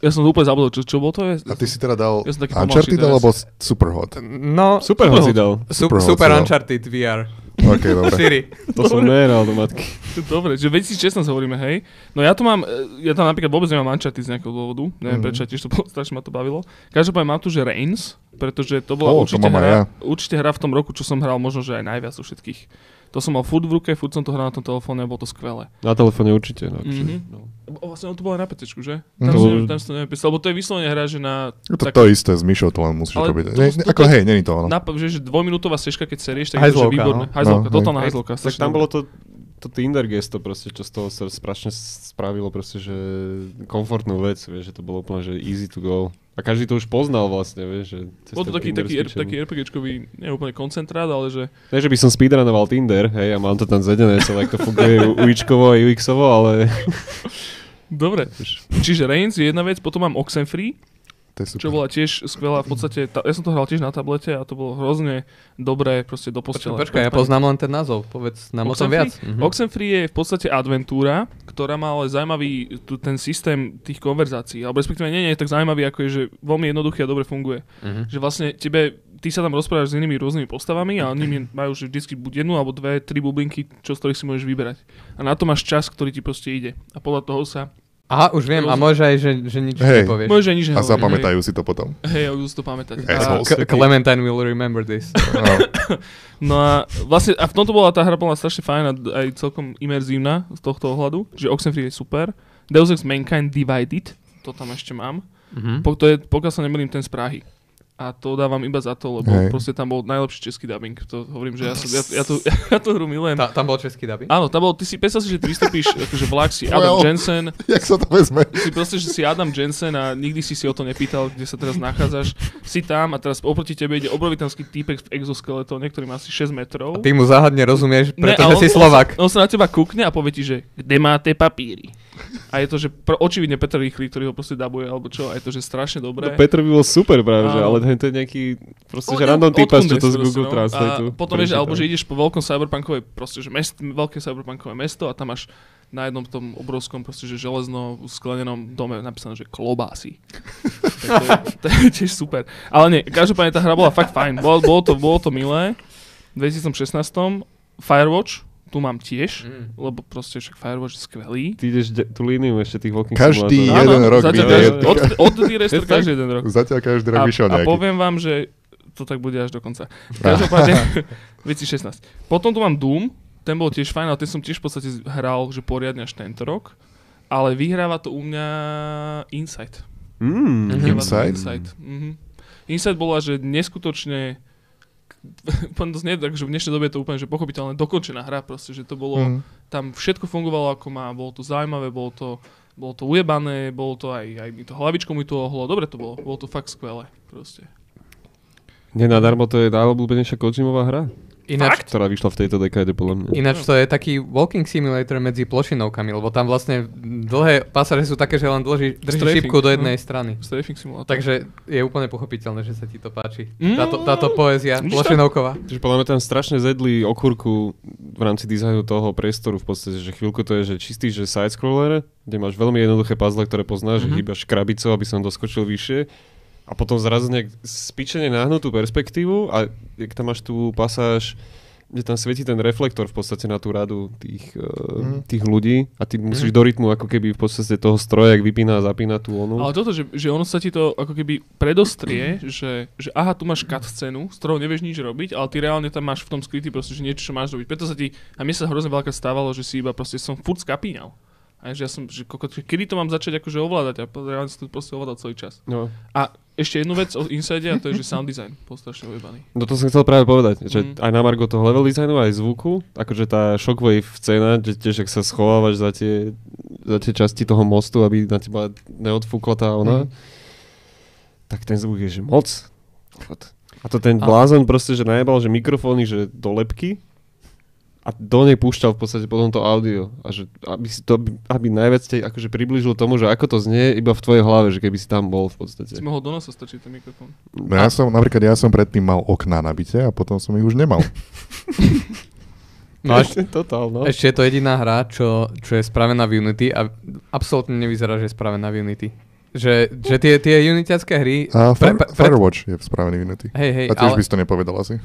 Ja som úplne zabudol, čo, čo bolo to? Je?
A ty si teda dal
Ja som taký pomalší
Uncharted
teraz.
alebo s- Superhot?
no,
Super ho si dal.
Superhot
super, super
si dal.
Uncharted VR
OK,
(laughs)
dobre.
4.
To som nehral do matky.
Dobre, že 2016 hovoríme, hej. No ja tu mám, e, ja tam napríklad vôbec nemám Uncharted z nejakého dôvodu, neviem
Mhm.
prečo, a tiež to bolo, (laughs) strašne ma to bavilo. Každopádne mám tu, že Reigns, pretože to bola
Ó, to
určite,
mám aj
hra,
ja.
určite hra v tom roku, čo som hral možno, že aj najviac zo všetkých. To som mal furt v ruke, furt som to hral na tom telefóne a bolo to skvelé.
Na telefóne určite. No,
Mhm.
mm-hmm. no.
O, vlastne on to bol aj na PC, že?
Mhm.
Tam,
To
si,
bol-
tam si to neviem predstaviť, lebo to je vyslovene hra, že na...
Je No To, to isté s myšou to len musíš
Ale
robiť.
to-
Ne,
to-
ne, ako
to-
hej, není to ono.
Na, že, že dvojminútová stežka, keď serieš, tak je to že
Hajzlovka,
výborné.
no.
Hajzlovka,
No. No,
totálna
hej.
hajzlovka.
Tak tam bolo to, to Tinder gesto proste, čo z toho sa strašne spravilo proste, že komfortnú vec, vieš, že to bolo úplne, že easy to go. A každý to už poznal vlastne, vieš, že... cez
Bol to
ten
taký,
Tinder
taký, er-
spíšený.
taký RPGčkový, nie úplne koncentrát, ale že
Ne, že by som speedrunoval Tinder, hej, a mám to tam zjedené, celé, jak to funguje u- UIčkovo a UXovo, ale...
Dobre, čiže Reigns je jedna vec, potom mám Oxenfree,
To je super.
čo bola tiež skvelá v podstate, ta, ja som to hral tiež na tablete a to bolo hrozne dobré proste do
Počkaj,
postele.
počkaj, ja poznám len ten názov, povedz nám o tom
Oxenfree?
viac. Mhm.
Oxenfree je v podstate adventúra, ktorá má ale zaujímavý tu, ten systém tých konverzácií, alebo respektíve nie, nie je tak zaujímavý, ako je, že veľmi jednoduchý a dobre funguje.
Mhm.
Že vlastne tebe, ty sa tam rozprávaš s inými rôznymi postavami a oni mi- majú že vždycky buď jednu alebo dve, tri bublinky, čo z ktorých si môžeš vyberať. A na to máš čas, ktorý ti proste ide. A podľa toho sa...
Aha, už viem, a môže aj, že, že nič
Hej.
nepovieš.
Môžeš aj nič
A
nehovoriť, hej.
zapamätajú si to
(laughs)
potom.
Hej, ja budú si to pamätať. A,
Assholes.
K- Clementine will remember this.
Áno.
no a vlastne, a v tomto bola tá hra bola strašne fajn a d- aj celkom imerzívna z tohto ohľadu, že Oxenfree je super. Deus Ex Mankind Divided, to tam ešte mám.
Mhm.
Po, to je, pokiaľ sa nemýlim, ten z Prahy. A to dávam iba za to, lebo
Hej.
proste tam bol najlepší český dubbing. To hovorím, že ja, sa, ja, ja, tu, (laughs) ja tú hru milujem.
Ta, tam bol český dubbing?
Áno, tam bol, ty si predstav si, že ty vystúpíš, akože vlak si Adam
Well.
Jensen,
Jak sa to vezme?
si proste, že si Adam Jensen a nikdy si si o to nepýtal, kde sa teraz nachádzaš. Si tam a teraz oproti tebe ide obrovitanský týpek v exoskeletóne, ktorý má asi 6 metrov.
A ty mu záhadne rozumieš,
Ne, a
pretože
on-
si
on sa-
Slovak.
On sa na teba kúkne a povie ti, že kde máte papíry. A je to, že pr- očividne Peter Rýchly, ktorý ho proste dabuje, alebo čo, a je to, že strašne
No,
dobré.
Petr by bol super práve, že,
Áno.
ale to je nejaký, proste, že
No, ne-
random
od
typa, čo to
Kundes
z
proste,
Google
no.
Translate.
A potom vieš, alebo že ideš po veľkom cyberpunkovej, proste, že mest, veľké cyberpunkové mesto a tam máš na jednom tom obrovskom proste, že železno sklenenom dome napísané, že klobásy.
(laughs)
tak to, je, to je tiež super. Ale nie, každopádne tá hra bola fakt fajn. Bolo, bolo, to, bolo to milé. V 2016 Firewatch, tu mám tiež,
Mhm.
Mm.
lebo proste však Firewatch je skvelý.
Ty ideš de- tú líniu ešte tých walking
Každý
simulátorov.
jeden
Áno,
rok
zatiaľ
vyjde
každý-
jedna.
Od, od
(laughs)
D-Rester
Je fakt?
každý jeden rok.
Zatiaľ každý
A,
rok vyšiel
a
nejaký.
poviem vám, že to tak bude až do konca. Každopádne, (laughs) veci 16. Potom tu mám Doom, ten bol tiež fajn, ale ten som tiež v podstate hral, že poriadne až tento rok. Ale vyhráva to u mňa Insight.
Mm.
Mhm.
Vyhráva to
Inside?
Inside. Mhm. Inside bola, že neskutočne (laughs) úplne dosť nie, takže v dnešnej dobe je to úplne že pochopiteľne dokončená hra proste, že to bolo
Mm.
tam všetko fungovalo ako má, bolo to zaujímavé, bolo to, bolo to ujebané, bolo to aj, aj mi to hlavičko mi to ohlo, dobre to bolo, bolo to fakt skvelé proste.
Nenadarmo to je najobľúbenejšia Kojimová hra.
Ináč,
ktorá vyšla v tejto dekáde, podľa mňa.
Ináč to je taký walking simulator medzi plošinovkami, lebo tam vlastne dlhé pasáže sú také, že len dlží, drží
Strafing,
šipku do
no.
jednej strany.
Strafing simulator.
Takže je úplne pochopiteľné, že sa ti to páči.
Mm.
Táto, táto poézia
Vidíš to?
plošinovková.
Čiže podľa mňa tam strašne zedli okurku v rámci dizajnu toho priestoru v podstate, že chvíľku to je, že čistý, že side-scroller, kde máš veľmi jednoduché puzzle, ktoré poznáš, mm-hmm.
Mhm.
že hýbaš krabicou, aby som doskočil vyššie a potom zrazu nejak spičene náhnutú perspektívu a jak tam máš tú pasáž, kde tam svieti ten reflektor v podstate na tú radu tých,
Mhm.
mm. tých ľudí a ty musíš do rytmu ako keby v podstate toho stroja, jak vypína a zapína tú onu.
Ale toto, že, že ono sa ti to ako keby predostrie, že, že aha, tu máš cut scénu, s ktorou nevieš nič robiť, ale ty reálne tam máš v tom skrytý proste, že niečo, čo máš robiť. Preto sa ti, a mne sa hrozne veľakrát stávalo, že si iba proste som furt skapíňal. A že ja som, že, koko, že kedy to mám začať akože ovládať a reálne som to proste ovládal celý čas.
No.
A ešte jednu vec o Inside a to je, že sound design bol strašne ujebany.
No to som chcel práve povedať, že mm.
Mm.
aj na Margo toho level designu, aj zvuku, akože tá shockwave scéna, že tiež ak sa schovávaš za tie, za tie časti toho mostu, aby na teba neodfúkla tá ona, mm. tak ten zvuk je, že moc. Chod. A to ten
A-
blázon proste, že najebal, že mikrofóny, že do lepky a do nej púšťal v podstate potom to audio. A že aby si to, aby najviac te akože priblížil tomu, že ako to znie iba v tvojej hlave, že keby si tam bol v podstate.
Si mohol do nosa stačiť ten mikrofón.
No ja som, napríklad ja som predtým mal okná na byte a potom som ich už
(laughs)
nemal.
No a
(laughs)
ešte,
Totál, no.
ešte je to jediná hra, čo, čo je spravená v Unity a absolútne nevyzerá, že je spravená v Unity. Že, že tie, tie unitiacké hry...
A Fire,
pre- pre-
Firewatch je spravený v Unity.
Hej, hej,
A tiež
ale-
by si to nepovedal asi.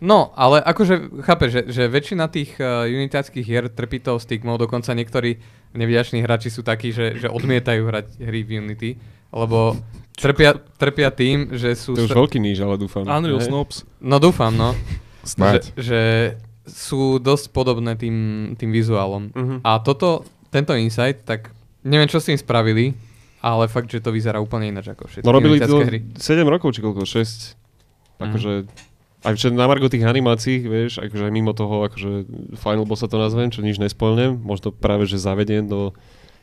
No, ale akože chápeš, že, že väčšina tých uh, unitáckých hier trpí tou stigmou, dokonca niektorí nevďační hráči sú takí, že, že odmietajú hrať hry v Unity, lebo trpia, trpia tým, že sú...
To je už
stra-
veľký níž, ale dúfam.
Unreal
Hej.
Snobs.
No dúfam, no.
Snáď.
Že, že sú dosť podobné tým, tým vizuálom.
Mhm.
A toto, tento insight, tak neviem, čo s tým spravili, ale fakt, že to vyzerá úplne ináč ako všetky
No robili to
unitiacké hry.
7 rokov, či koľko, 6. Akože, aj čo na margo tých animácií, vieš, akože aj mimo toho, akože Final Boss sa to nazvem, čo nič nespoľnem, možno práve, že zavediem do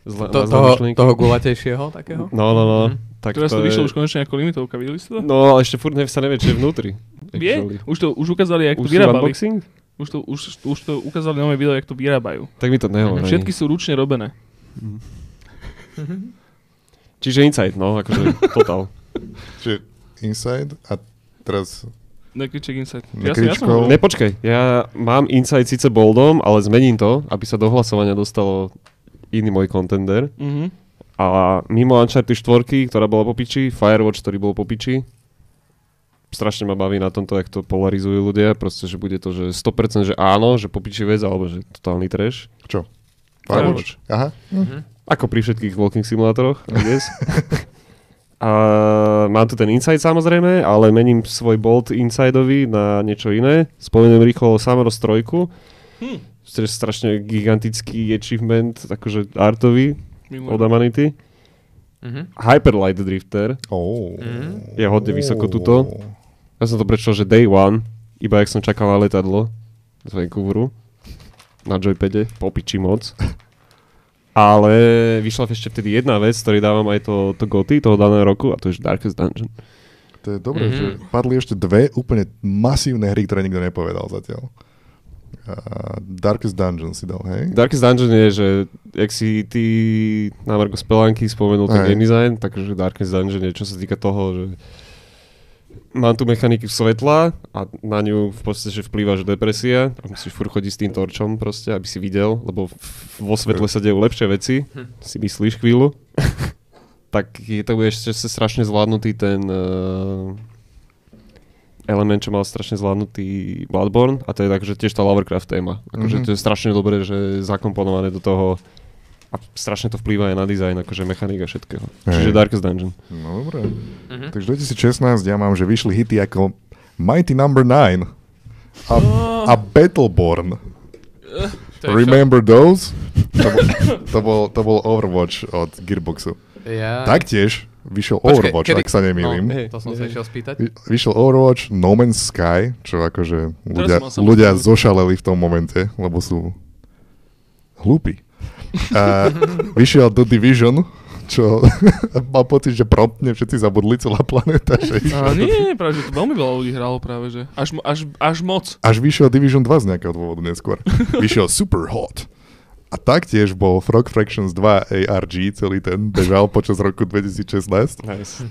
zla, na zlé
To, toho,
myšlienky.
toho gulatejšieho takého?
No, no, no.
Mhm.
Tak
Teraz
to
to
je-
vyšlo už konečne ako limitovka, videli ste to?
No, ale ešte furt ne- sa nevie, čo je vnútri.
Vie?
actually.
Už to už ukázali, jak
Už
to
si
vyrábali.
unboxing?
Už to, už, už to ukázali nové video, jak to vyrábajú.
Tak mi to nehovorí.
Všetky sú ručne robené.
Čiže Insight, no, akože (laughs) total.
Čiže Inside a teraz...
Nekriček Inside. Ja som,
Na
ja som
kričkou.
hovoril.
Ne, počkaj, ja mám Insight síce boldom, ale zmením to, aby sa do hlasovania dostalo iný môj kontender.
Mhm.
A mimo Uncharted 4, ktorá bola po piči, Firewatch, ktorý bol po piči, strašne ma baví na tomto, jak to polarizujú ľudia, proste, že bude to, že 100% že áno, že po piči vec, alebo že totálny trash.
Čo?
Firewatch.
Aha.
Ako pri všetkých walking simulátoroch, I guess. A mám tu ten Inside samozrejme, ale mením svoj bolt Insideový na niečo iné. Spomeniem rýchlo Samaros 3.
Hm.
Čiže strašne gigantický achievement, akože artový od
Mimo.
Amanity.
Mhm.
Hyperlight Drifter.
Mm.
Oh.
Mhm.
Je hodne vysoko tuto. Ja som to prečítal, že day one, iba jak som čakal na letadlo z Vancouveru na joypade, popiči moc. Ale vyšla ešte vtedy jedna vec, ktorej dávam aj to, to goty toho daného roku a to je že Darkest Dungeon.
To je dobré,
Mhm.
mm-hmm. že padli ešte dve úplne masívne hry, ktoré nikto nepovedal zatiaľ. Uh, Darkest Dungeon si dal, hej?
Darkest Dungeon je, že jak si ty na Marko Spelanky spomenul ten
Hej.
game design, takže Darkest Dungeon je, čo sa týka toho, že mám tu mechaniky svetla a na ňu v podstate že vplýva, že depresia a musíš furt chodiť s tým torčom proste, aby si videl, lebo v- vo svetle sa dejú lepšie veci, si myslíš
(laughs)
chvíľu. tak je to ešte strašne zvládnutý ten eh, element, čo mal strašne zvládnutý Bloodborne a to je tak, že tiež tá Lovecraft téma. Akože
Mhm.
to je strašne dobre, že zakomponované do toho a strašne to vplýva aj na dizajn, akože mechanika všetkého.
Hej.
Čiže Darkest Dungeon.
No dobré.
Mhm.
Takže 2016 ja mám, že vyšli hity ako Mighty Number 9 a, a Battleborn.
Oh. To je
Remember those? To bol, to, bol, to bol Overwatch od Gearboxu.
čo? Ja...
Taktiež vyšiel
Počkaj,
Overwatch,
kedy-
ak sa nemýlim.
No, to som sa išiel spýtať.
Vy- Vyšiel Overwatch, No Man's Sky, čo akože ľudia,
som mal samostatnú-
ľudia zošaleli v tom momente, lebo sú hlúpi. A vyšiel The Division, čo (laughs) mám pocit, že promptne všetci zabudli celá planéta. Že
(laughs) A
No.
nie, práve, že to veľmi veľa ľudí hralo práve, že až, mo- až, až moc.
Až vyšiel Division 2 z nejakého dôvodu neskôr. Vyšiel Super Hot. A taktiež bol Frog Fractions 2 ARG, celý ten bežal počas roku 2016.
Nice.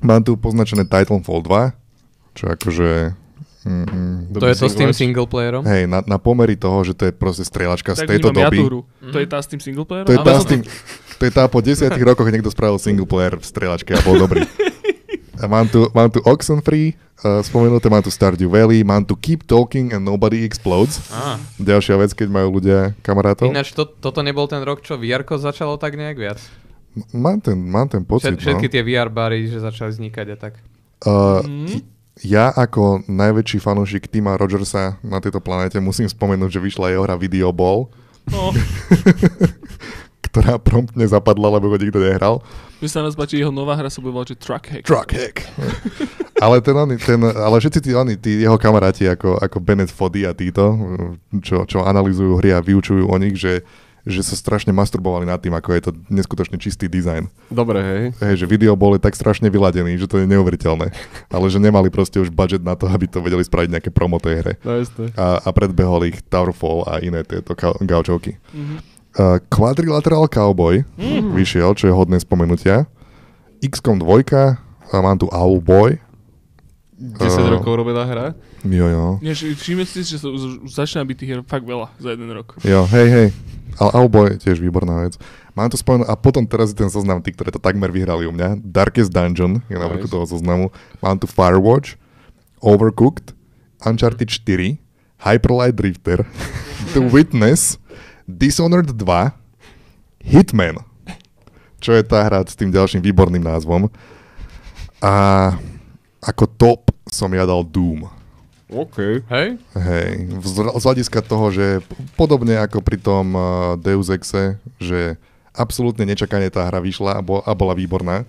Mám tu poznačené Titanfall 2, čo akože... Mm,
To je to s tým singleplayerom?
hej, na, na pomery toho, že to je proste strieľačka z
Tak
tejto
vnímam ja tú
doby.
hru. To
Mhm.
je tá s tým singleplayerom?
To je,
Áno,
tá
áno.
s tým, to je tá po desiatich rokoch niekto spravil single player v strieľačke a bol dobrý. A mám tu, mám tu Oxenfree, uh, spomenuté, mám tu Stardew Valley, mám tu Keep Talking and Nobody Explodes.
Á,
Ďalšia vec, keď majú ľudia kamarátov.
Mhm. ináč to, toto nebol ten rok, čo vr začalo tak nejak viac.
M- Mám ten, mám ten pocit,
Všet, všetky
no.
tie VR bary, že začali vznikať a tak.
Uh,
Mhm.
ja ako najväčší fanúšik Tima Rogersa na tejto planéte musím spomenúť, že vyšla jeho hra Video Ball,
No,
ktorá promptne zapadla, lebo ho nikto nehral.
mi sa nás páči, jeho nová hra sa bude volať, že Truck Hack.
Truck hack. (laughs) ale, ten, oný- ten, ale všetci tí, oni, tí jeho kamaráti ako, ako Bennett Foddy a títo, čo, čo analizujú hry a vyučujú o nich, že, že sa strašne masturbovali nad tým, ako je to neskutočne čistý dizajn.
Dobre, hej.
Hej, že video bol je tak strašne vyladený, že to je neuveriteľné. Ale že nemali proste už budget na to, aby to vedeli spraviť nejaké promo tej hre.
Nice, to.
A, a predbehol ich Towerfall a iné tieto ka- gaučovky.
Mhm.
Uh, Quadrilateral Cowboy mm. vyšiel, čo je hodné spomenutia. XCOM 2, a mám tu Owlboy.
10
Eh.
rokov robená hra.
Jo, jo.
Nie, že všimli ste si, že sa už už začína byť tých hier fakt veľa za jeden rok.
Jo, hej, hej. Ale Owlboy je tiež výborná vec. Mám to spomenúť. A potom teraz je ten zoznam tých, ktoré to takmer vyhrali u mňa. Darkest Dungeon je na
Nice.
vrchu toho zoznamu. Mám tu Firewatch, Overcooked, Uncharted 4, Hyperlight Drifter, (laughs) The Witness, Dishonored 2, Hitman, čo je tá hra s tým ďalším výborným názvom. A ako top som ja dal Doom.
OK.
Hej?
Hej, vzr- z hľadiska toho, že p- podobne ako pri tom uh, Deus Exe, že absolútne nečakanie tá hra vyšla a, bo- a bola výborná.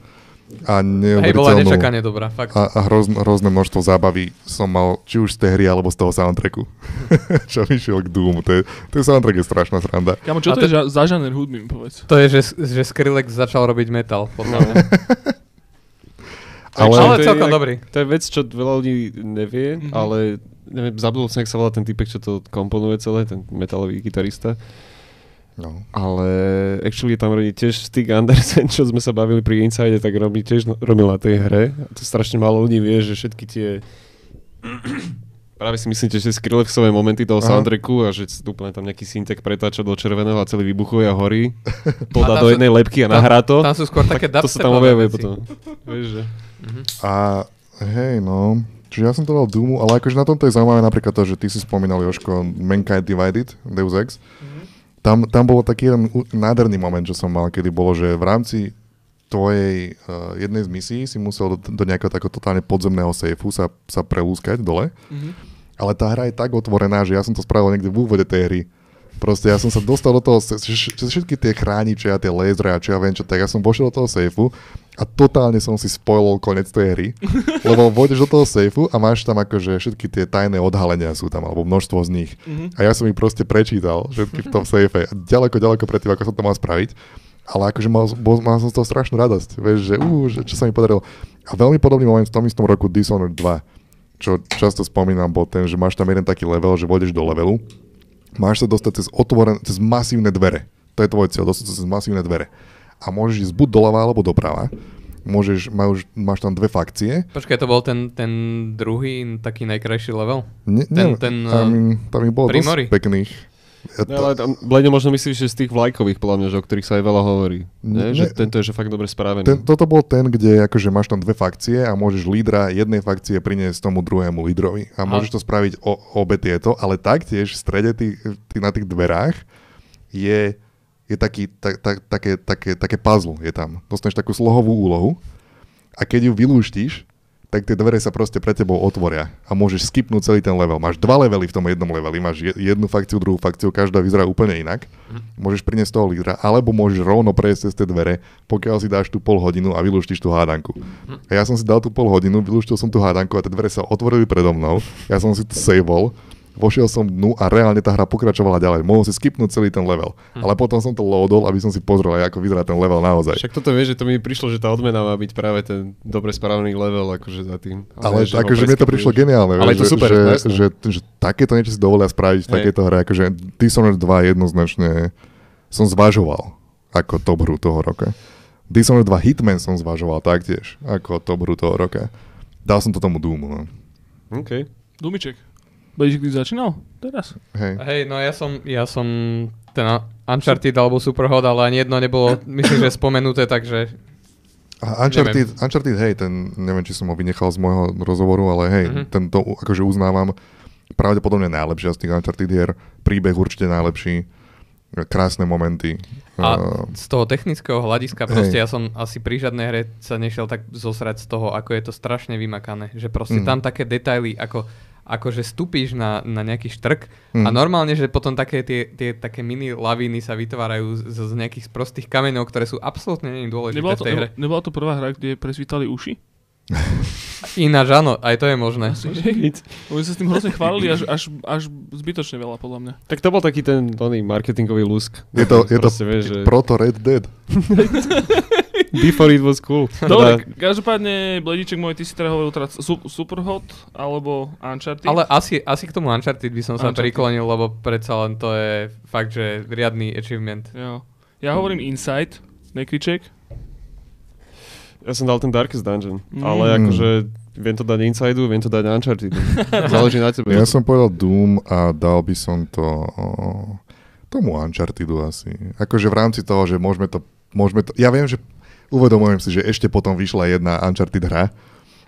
A
Hej,
neuveriteľnú
bola nečakane dobrá, fakt.
a, a hrozn- hrozné množstvo zábavy som mal či už z tej hry alebo z toho soundtracku. (laughs) Čo vyšiel k Doomu. To je, ten soundtrack je strašná sranda.
Kamo, čo
A
to je
te-
ža- za žáner hudby, mi povedz.
To je, že, že Skrillex začal robiť metal,
No.
podľa mňa.
Ale-
Ale,
to je
celkom
inak-
dobrý.
To je vec, čo veľa ľudí nevie,
Mhm.
mm-hmm. ale neviem, zabudol som, jak sa volá ten typek, čo to komponuje celé, ten metalový gitarista.
No.
Ale actually tam robí tiež Stig Andersen, čo sme sa bavili pri Inside, tak robí tiež no- robil na tej hre. A to strašne málo ľudí vie, že všetky tie... Práve si myslíte, že Skrillexové momenty toho
Aha.
soundtracku a že úplne tam nejaký syntek pretáča do červeného a celý vybuchuje a horí. Podá
tam
do
sú-
jednej lepky a
tam-
nahrá to.
Tam sú skôr také
tak to sa tam objavuje
dubstepové veci. Mhm.
potom. Vieš, že...
A hej, no. Čiže ja som to dal Doomu, ale akože na tomto je zaujímavé napríklad to, že ty si spomínal, Joško, Mankind Divided, Deus Ex. Tam, tam bolo taký jeden u- nádherný moment, čo som mal, kedy bolo, že v rámci tvojej uh, jednej z misií si musel do, do nejakého takého totálne podzemného sejfu sa, sa prelúskať dole.
Mhm.
Ale tá hra je tak otvorená, že ja som to spravil niekde v úvode tej hry. Proste ja som sa dostal do toho, cez cez všetky tie chrániče a tie lézre a čo ja viem čo, tak ja som vošiel do toho sejfu a totálne som si spojil koniec tej hry. Lebo vôjdeš do toho sejfu a máš tam akože všetky tie tajné odhalenia sú tam, alebo množstvo z nich.
Mhm.
A ja som ich proste prečítal, všetky v tom sejfe. Ďaleko, ďaleko predtým, ako som to mal spraviť. Ale akože mal, bol, mal som z toho strašnú radosť, vieš, že, ú, že čo sa mi podarilo. A veľmi podobný moment v tom istom roku Dishonored 2, čo často spomínam, bol ten, že máš tam jeden taký level, že vôjdeš do levelu, máš sa dostať cez otvorené, cez masívne dvere. To je tvoj cieľ, dostať sa cez masívne dvere. A môžeš ísť buď doľava, alebo doprava. Môžeš, máš, máš tam dve fakcie.
Počkaj, to bol ten, ten druhý, taký najkrajší level?
Ne, neviem,
Ten- ten, eh,
tam, im- tam im bolo
pri mori?
dosť pekných. Ja
No,
to-
ale tam, Bledo, možno myslíš, že z tých vlajkových, podľa mňa, že o ktorých sa aj veľa hovorí. Ne?
Ne-
Že tento je že fakt dobre správený.
Ten, toto bol ten, kde akože máš tam dve fakcie a môžeš lídra jednej fakcie priniesť tomu druhému lídrovi. A
A-
môžeš to spraviť o, obe tieto, ale taktiež v strede tých, tých, na tých dverách je, je taký, tak, tak, také, také, také puzzle je tam. Dostaneš takú slohovú úlohu a keď ju vylúštíš, tak tie dvere sa proste pre tebou otvoria a môžeš skipnúť celý ten level. Máš dva levely v tom jednom leveli, máš je- jednu fakciu, druhú fakciu, každá vyzerá úplne inak. Môžeš priniesť toho lídra, alebo môžeš rovno prejsť cez tie dvere, pokiaľ si dáš tú pol hodinu a vylúštiš tú hádanku. A ja som si dal tú pol hodinu, vylúštil som tú hádanku a tie dvere sa otvorili predo mnou, ja som si to saveol, vošiel som dnu a reálne tá hra pokračovala ďalej. Mohol si skipnúť celý ten level. Ale potom som to loadol, aby som si pozrel aj ako vyzerá ten level naozaj.
Však toto vieš, že to mi prišlo, že tá odmena má byť práve ten dobre správny level akože za tým.
Ale
že ho
akože mne to prišlo
preskakuješ.
geniálne.
Ale je
vieš,
to super,
že,
no
že, že, že takéto niečo si dovolia spraviť v
Hej.
takéto hre. Akože Dishonored 2 jednoznačne som zvažoval ako top hru toho roka. Dishonored 2 Hitman som zvažoval taktiež ako top hru toho roka. Dal som to tomu Doomu. No.
OK.
Dumiček. Budeš kdy začínal? Teraz.
Hej.
Hej, no ja som, ja som ten Uncharted alebo Superhot, ale ani jedno nebolo, myslím, že spomenuté, takže
A Uncharted, Uncharted, hej, ten, neviem, či som ho vynechal z môjho rozhovoru, ale hej,
Mhm.
mm-hmm. ten to akože uznávam. Pravdepodobne najlepšia z tých Uncharted hier. Príbeh určite najlepší. Krásne momenty.
Ah.
A
Eh,
z toho technického hľadiska proste
Hej.
ja som asi pri žiadnej hre sa nešiel tak zosrať z toho, ako je to strašne vymakané. Že proste
Mhm.
Mm.
tam také detaily, ako, ako že stúpiš na, na nejaký štrk a
Mm.
normálne, že potom také tie, tie také mini lavíny sa vytvárajú z, z nejakých prostých kameňov, ktoré sú absolútne není dôležité
Nebola
v
to,
tej hre.
nebo- nebola to prvá hra, kde presvítali
(laughs)
uši?
Ináč áno, aj to je možné.
Asi, že? Oni sa s tým hrozne chválili až, až, až zbytočne veľa, podľa
(laughs)
mňa.
Tak to bol taký ten oný marketingový lusk.
Je to, je to
Proste vieš, že
proto Red Dead.
before it was cool. Teda
Dobre, každopádne, Blediček môj, ty si teda hovoril teraz su- Superhot alebo Uncharted.
Ale asi, asi k tomu Uncharted by som sa
Uncharted.
priklonil, lebo predsa len to je fakt, že riadny achievement.
Jo. Ja hovorím Inside, nekriček.
Ja som dal ten Darkest Dungeon,
Mm.
ale akože viem to dať Insideu, viem to dať
(laughs)
Uncharted. Záleží na tebe.
Ja som povedal Doom a dal by som to o, tomu Unchartedu asi. Akože v rámci toho, že môžeme to, môžeme to ja viem, že uvedomujem si, že ešte potom vyšla jedna Uncharted hra,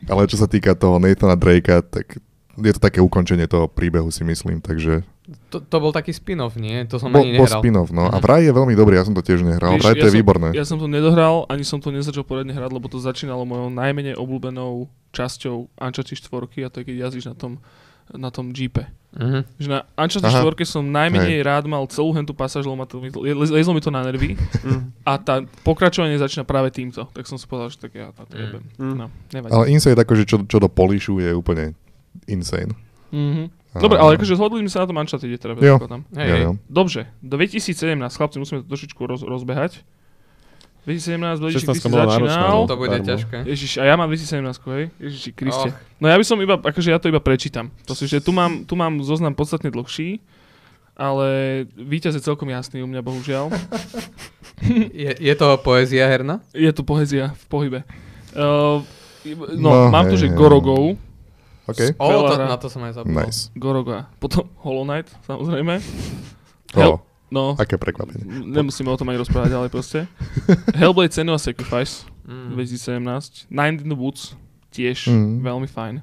ale čo sa týka toho Nathana Drakea, tak je to také ukončenie toho príbehu si myslím, takže
To, to bol taký spin-off, nie? To som
bol,
ani
bol
nehral.
spin-off, no. A
Mhm.
vraj je veľmi dobrý, ja som to tiež nehral,
Víš,
vraj to
ja
je
som-
výborné.
Ja som to nedohral, ani som to nezačal poriadne hrať, lebo to začínalo mojou najmenej obľúbenou časťou Uncharted 4 a to je, keď jazdíš na tom, na tom jeepe.
Mhm.
Že na Uncharted
Aha.
4 som najmenej rád mal celú hentu pasáž, lebo ma to, le- lezlo mi to na nervy
Mm,
a tá pokračovanie začína práve týmto. Tak som si povedal, že tak ja na to
Mm.
jebem.
Mm.
No, nevadí.
(laughs) Ale Insane, akože čo, čo do polišu je úplne insane.
Mhm. Dobre,
A-
ale akože zhodli sme sa na tom Uncharted, teda
Jo.
predpokladám.
Hej,
Ja,
hej.
ja.
Dobre, 2017, chlapci, musíme to trošičku roz, rozbehať. 2017, Blediček, ty
16
si
bola náročná,
začínal.
no.
To bude
Darmo.
ťažké.
Ježiš, a ja mám 2017, hej? Ježiši Kriste.
Och.
No ja by som iba, akože ja to iba prečítam. Proste, že tu mám, tu mám zoznam podstatne dlhší, ale víťaz je celkom jasný u mňa,
(laughs)
bohužiaľ.
Je, je to poézia herná?
Je tu pohézia v pohybe. Uh, no,
No,
mám tu, že
hej, hej.
Gorogov,
OK,
O,
Veľa
to,
hra.
na to som aj zabudol.
nice.
Goroga, potom Hollow Knight, samozrejme. Hel-
To,
No,
aké prekvapenie.
nemusíme o tom ani rozprávať, ale
(laughs)
proste. Hellblade Senua's Sacrifice,
Mm.
2017. Nine in the Woods, tiež
Mm.
veľmi fajn.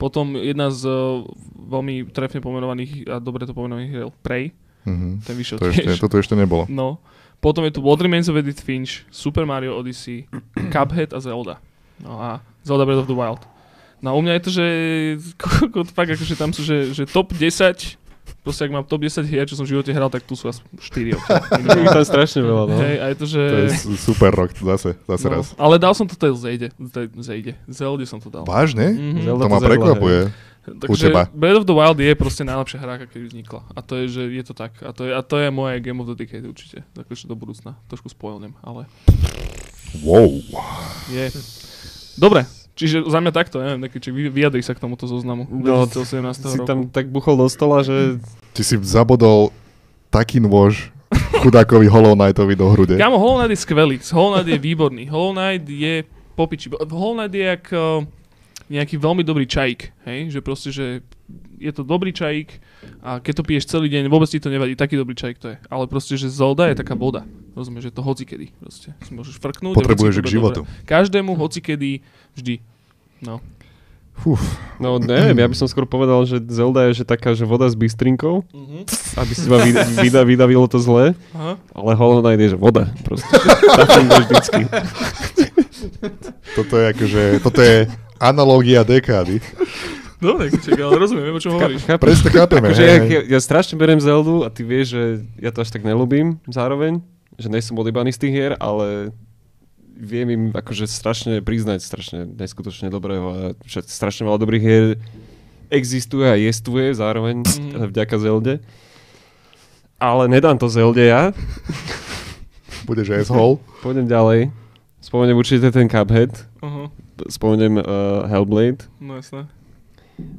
Potom jedna z uh, veľmi trefne pomenovaných a dobre to pomenovaných hier, Prey,
Mhm.
ten vyšiel
To ešte,
tiež.
toto ešte nebolo.
(laughs) No. Potom je tu What Remains of Edith Finch, Super Mario
(clears throat)
Odyssey, Cuphead a Zelda. No a Zelda Breath of the Wild. No a u mňa je to, že (laughs) kokot, fakt akože tam sú, že, že top 10, proste ak mám top 10 hier, čo som v živote hral, tak tu sú asi 4
(laughs)
Je tam strašne veľa, no.
Hej, a je to, že...
To je su- super rok, zase, zase
no,
raz.
ale dal som to tej Zejde. Tej- Zejde. Zelde som to dal.
No. Vážne?
Mhm.
Zelda
To ma
zjedla, hej.
prekvapuje. U
Takže
teba.
Breath of the Wild je proste najlepšia hra, aká kedy vznikla. A to je, že je to tak. A to je, a to je moje Game of the Decade určite. Takže do budúcna. Trošku spoilnem, ale
Wow.
je. Dobre, čiže za mňa takto, neviem, neký, či vy- vyjadri sa k tomuto zoznamu.
No,
2017
Si
roku.
tam tak buchol do stola, že
Ty si zabodol taký nôž chudákovi Hollow Knightovi do hrude.
Kámo, Hollow Knight je skvelý. Hollow Knight je výborný. Hollow Knight je popiči. Hollow Knight je jak eh, nejaký veľmi dobrý čajík, hej? Že proste, že je to dobrý čajík a keď to piješ celý deň, vôbec ti to nevadí. Taký dobrý čajík to je. Ale proste, že Zelda je taká voda. Rozumieš, že to hocikedy. Proste si môžeš frknúť. a vždycky to
Potrebuješ ju k
bude
životu.
dobré. Každému hocikedy vždy. No.
No neviem, ja by som skôr povedal, že Zelda je že taká, že voda s bystrinkou,
Mhm.
aby si ma vy,
(laughs)
vyda, vydavilo to zlé,
Aha.
ale Hollow Knight je, že voda proste. tak funguje vždycky.
(laughs) Toto je akože, toto je analógia dekády.
Dobre, Kiček, ale rozumiem, (laughs) o čom hovoríš.
Chápeš?
Presne chápeme.
Akože
hej,
ja,
hej.
ja, ja strašne berem Zeldu a ty vieš, že ja to až tak nelúbim zároveň, že nie som odjebaný z tých hier, ale viem im akože strašne priznať strašne neskutočne dobrého a všet- strašne veľa dobrých hier existuje a jestuje zároveň
Mhm.
mm. vďaka Zelde. Ale nedám to Zelde ja.
Budeš asshole.
Pôjdem ďalej. Spomeniem určite ten Cuphead.
Aha,
Spomeniem uh, Hellblade.
no jasné.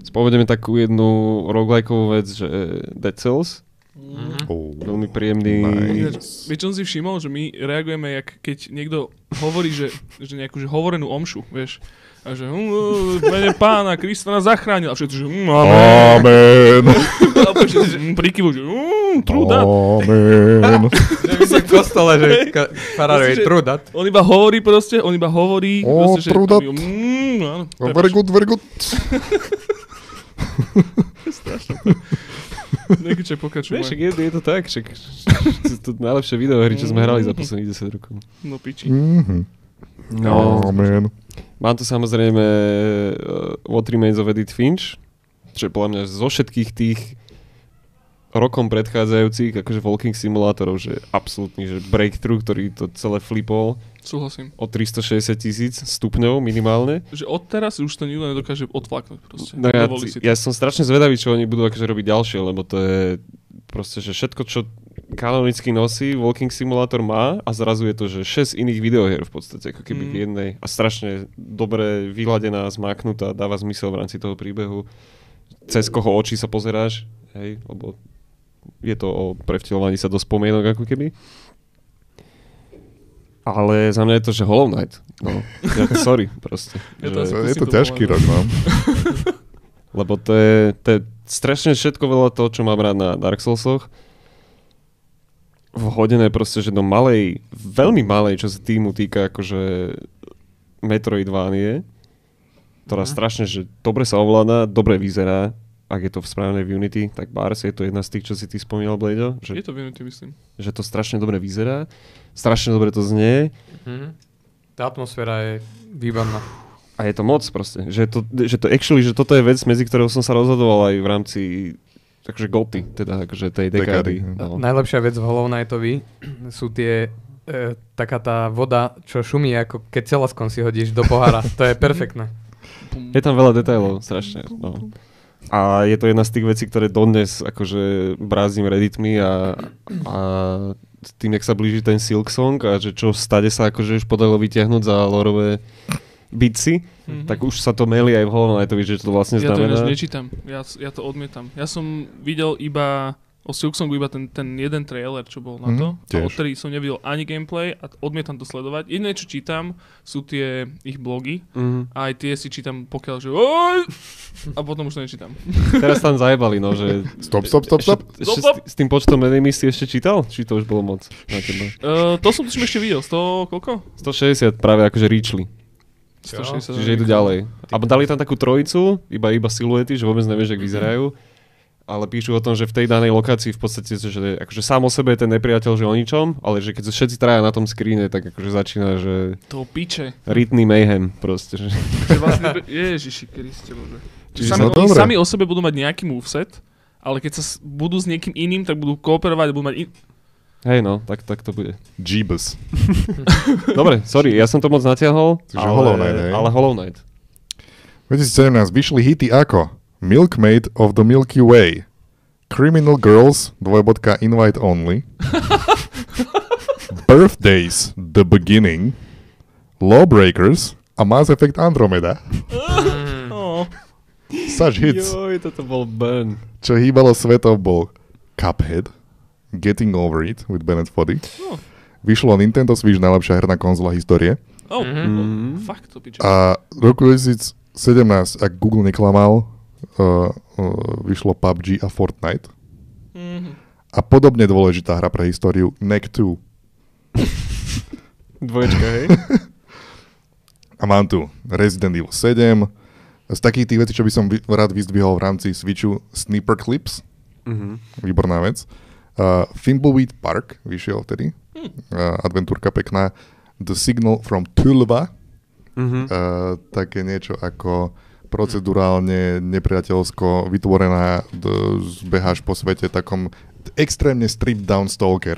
Spomeniem takú jednu roguelikovú vec, že eh, Dead Cells.
Mhm.
Mhm.
Oh.
Veľmi príjemný...
Nice.
Vieš, čo som si všimol, že my reagujeme, jak keď niekto hovorí, že, že nejakú že hovorenú omšu, vieš. A že, hm, v mene pána, Krista nás zachránil. A všetci, že, hm, amen.
Amen.
A opäť všetci, že, hm, prikyvujú, že, hm, true that.
(laughs) Amen.
Že by si v kostole, že ka- farárov je
Proste, že-
trudat.
On iba hovorí proste, on iba hovorí.
Ó,
proste, že,
true that.
Mm, áno,
Very
(laughs) prepač,
good, very good.
Niekedy čo pokračuj.
Vieš, však
moje.
je, je to tak, však (laughs) sú to najlepšie videohry, čo sme hrali za posledných 10 rokov.
No piči.
Mhm.
No.
Amen.
Mám tu samozrejme eh, What Remains of Edith Finch, čo je podľa mňa zo všetkých tých rokom predchádzajúcich, akože walking simulátorov, že absolútny, že breakthrough, ktorý to celé flipol
Súhlasím.
o 360 tisíc stupňov minimálne.
Že odteraz už to nikto nedokáže odflaknúť proste.
No ja,
Dovolí si to.
ja som strašne zvedavý, čo oni budú akože robiť ďalšie, lebo to je proste, že všetko, čo kanonicky nosí, Walking Simulator má a zrazu je to, že 6 iných videohier v podstate, ako keby
Mm.
v jednej a strašne dobre vyladená, zmáknutá, dáva zmysel v rámci toho príbehu. Cez koho oči sa pozeráš, hej, lebo je to o prevtelovaní sa do spomienok ako keby. Ale za mňa je to, že Hollow Knight. No, ja, sorry, proste.
Ja
že-
to asi
To- Je
Skúsim
to
to
ťažký
povedať.
rok, no.
lebo to je, to je strašne všetko veľa toho, čo mám rád na Dark Soulsoch. Vhodené proste, že do malej, veľmi malej, čo sa týmu týka akože Metroidvanie, ktorá
Mhm.
strašne, že dobre sa ovláda, dobre vyzerá, ak je to v správnej v Unity, tak Bars je to jedna z tých, čo si ty spomínal, Bladejo,
Je
že,
to vynutie, myslím.
že to strašne dobre vyzerá, strašne dobre to znie,
Mhm. Tá atmosféra je výborná.
A je to moc proste. Že to, že to actually, že toto je vec, medzi ktorou som sa rozhodoval aj v rámci takže goty, teda akože tej
Dekády,
dekády.
hm.
No.
Najlepšia vec v Hollow Knightovi sú tie e, taká tá voda, čo šumí, ako keď celaskom si hodíš do pohára. To je
(laughs)
perfektné.
Je tam veľa detailov, strašne. No. A je to jedna z tých vecí, ktoré dodnes akože brázdim redditmi a, a tým, jak sa blíži ten Silk Song a že čo stade sa akože už podarilo vyťahnuť za lorové bici,
Mhm.
tak už sa to meli aj v Hollow Knightovi, že to vlastne
Ja to
znamená...
ináč nečítam, ja, s- ja to odmietam. Ja som videl iba o Silk Songu iba ten, ten jeden trailer, čo bol na
Mhm,
to.
tiež.
a odtedy som nevidel ani gameplay a odmietam to sledovať. Jediné, čo čítam, sú tie ich blogy
Mhm.
a aj tie si čítam pokiaľ, že oj, a potom už to nečítam.
Teraz tam zajebali, no, že
Stop, stop, stop, stop.
Ešte, ešte
Stop, stop.
s- S tým počtom enemies si ešte čítal? Či to už bolo moc na teba?
Uh, to som tuším ešte videl, 100 koľko?
160 práve akože ríčli,
160.
čiže idú ďalej. A dali tam takú trojicu, iba, iba siluety, že vôbec nevieš, jak vyzerajú. Ale píšu o tom, že v tej danej lokácii v podstate, že akože sám o sebe je ten nepriateľ, že o ničom, ale že keď sú všetci traja na tom skríne, tak akože začína, že
To piče.
rytný mayhem proste. (laughs) Že.
Že vlastne, Ježiši Kriste, bože. Čiže
Čiže
sami,
no
oni
dobre.
sami o sebe budú mať nejaký moveset, ale keď sa s- budú s niekým iným, tak budú kooperovať, budú mať in...
Hej no, tak, tak to bude.
Jeebus.
Dobre, sorry, ja som to moc natiahol,
Takže Hollow Knight, hej?
ale Hollow Knight.
2017 vyšli hity ako Milkmaid of the Milky Way, Criminal Girls, dvojbodka Invite Only, Birthdays, The Beginning, Lawbreakers a Mass Effect Andromeda.
No.
Such hits.
Joj, toto bol burn.
Čo hýbalo svetom bol Cuphead, Getting Over It with Bennett Foddy.
No.
Vyšlo Nintendo Switch, najlepšia herná konzola histórie.
Oh,
Mhm.
mm. fakt to piče.
A v roku 2017, ak Google neklamal, uh, uh, vyšlo PUBG a Fortnite.
Mhm.
A podobne dôležitá hra pre históriu, Neck 2.
Dvoječka, hej?
A mám tu Resident Evil 7. Z takých tých vecí, čo by som vy- rád vyzdvihol v rámci Switchu, Sniper Clips,
Mhm.
výborná vec. Uh, Thimbleweed Park vyšiel vtedy, uh, adventúrka pekná. The Signal from Tulva,
Mhm.
uh, také niečo ako procedurálne, nepriateľsko vytvorená, d- beháš po svete takom extrémne strip down stalker.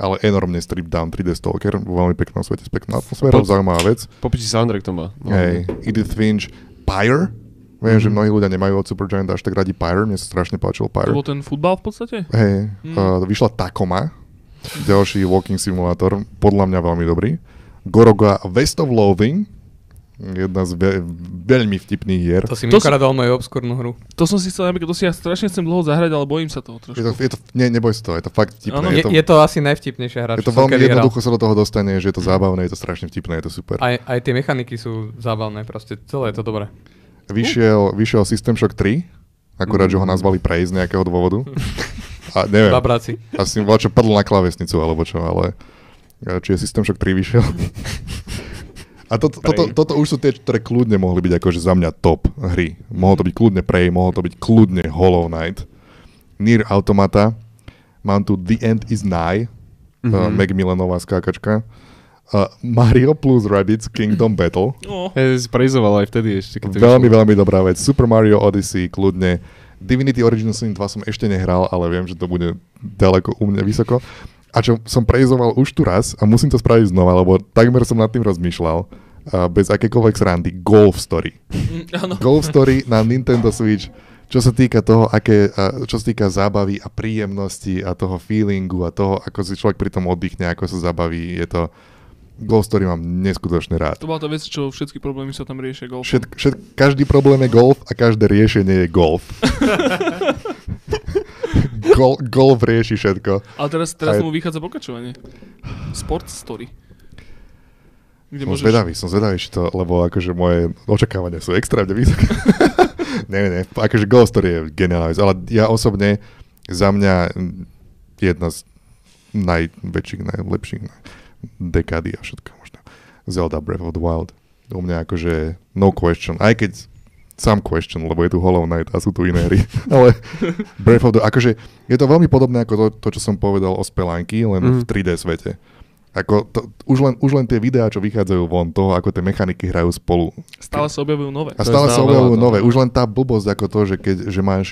Ale enormne strip down 3D stalker, vo veľmi peknom svete, s peknou atmosférou,
Pod-
zaujímavá vec.
No.
No.
Popiči soundtrack to má.
Hej, Edith Finch, Pyre, Viem, mm-hmm. že mnohí ľudia nemajú od Supergiant až tak radi Pyre, mne sa strašne páčil
Mhm. To
Pyre.
bol ten futbal v podstate?
Hej,
Mm.
uh, vyšla Takoma, ďalší walking simulátor, podľa mňa veľmi dobrý. Goroga West of Loathing, jedna z ve- veľmi vtipných hier.
To si mi
To si-
ukradol moju obskúrnu hru.
To som si chcel napríklad, to si ja strašne chcem dlho zahrať, ale bojím sa toho
Je to,
trošku.
je to, nie, neboj sa toho, je to fakt vtipné.
Áno.
je, to,
Je, je to asi najvtipnejšia hra,
je to
čo som
veľmi
kedy hral.
jednoducho sa do toho dostane, že je to zábavné, je to strašne vtipné, je to super.
Aj, aj tie mechaniky sú zábavné, proste celé je to dobré.
Vyšiel, vyšiel System Shock 3, akurát, že ho nazvali Prey z nejakého dôvodu. A neviem,
Babráci.
asi voľa čo padlo na klavesnicu alebo čo, ale e, či je System Shock 3 vyšiel. A to, toto,
Prey.
toto už sú tie, ktoré kľudne mohli byť akože za mňa top hry. Mohol to byť kľudne Prey, mohol to byť kľudne Hollow Knight. Nier Automata. Mám tu The End is Nigh.
Mhm.
Mm-hmm. Uh, Macmillanová skákačka. Uh, Mario plus Rabbids Kingdom Battle. (laughs)
No,
Ja si prejzoval aj vtedy ešte, keď to
Veľmi,
vyšlo.
veľmi dobrá vec. Super Mario Odyssey, kľudne. Divinity Original Sin 2 som ešte nehral, ale viem, že to bude ďaleko u mňa vysoko. A čo som prejzoval už tu raz a musím to spraviť znova, lebo takmer som nad tým rozmýšľal. A bez akékoľvek srandy. Golf Story.
mm,
No.
áno.
Golf Story na Nintendo Switch. Čo sa týka toho, aké, a čo sa týka zábavy a príjemnosti a toho feelingu a toho, ako si človek pri tom oddychne, ako sa zabaví, je to... Golf Story mám neskutočne rád.
To bola tá vec, čo všetky problémy sa tam riešia golfom. (laughs)
Všet, všet, každý problém je golf a každé riešenie je golf. Gol, golf rieši všetko.
Ale teraz, teraz
Aj-
mu vychádza pokračovanie. Sport Story. Kde
Som zvedavý, som zvedavý, či to, lebo akože moje očakávania sú extrémne vysoké. (laughs) ne, ne, ne, akože golf story je geniálna vec, ale ja osobne, za mňa mm, jedna z najväčších, najlepších na- dekády a všetko možno. Zelda Breath of the Wild. U mňa akože no question, aj keď some question, lebo je tu Hollow Knight a sú tu iné hry. (laughs) Ale Breath of the... Akože je to veľmi podobné ako to, to čo som povedal o Spelanky, len mm. v
Mhm.
3D svete. Ako to, už, len, už len tie videá, čo vychádzajú von toho, ako tie mechaniky hrajú spolu.
Stále sa objavujú nové.
To
A
je
stále
zaujímavé,
sa
no.
objavujú
to.
nové. Už len tá blbosť ako to, že, keď, že máš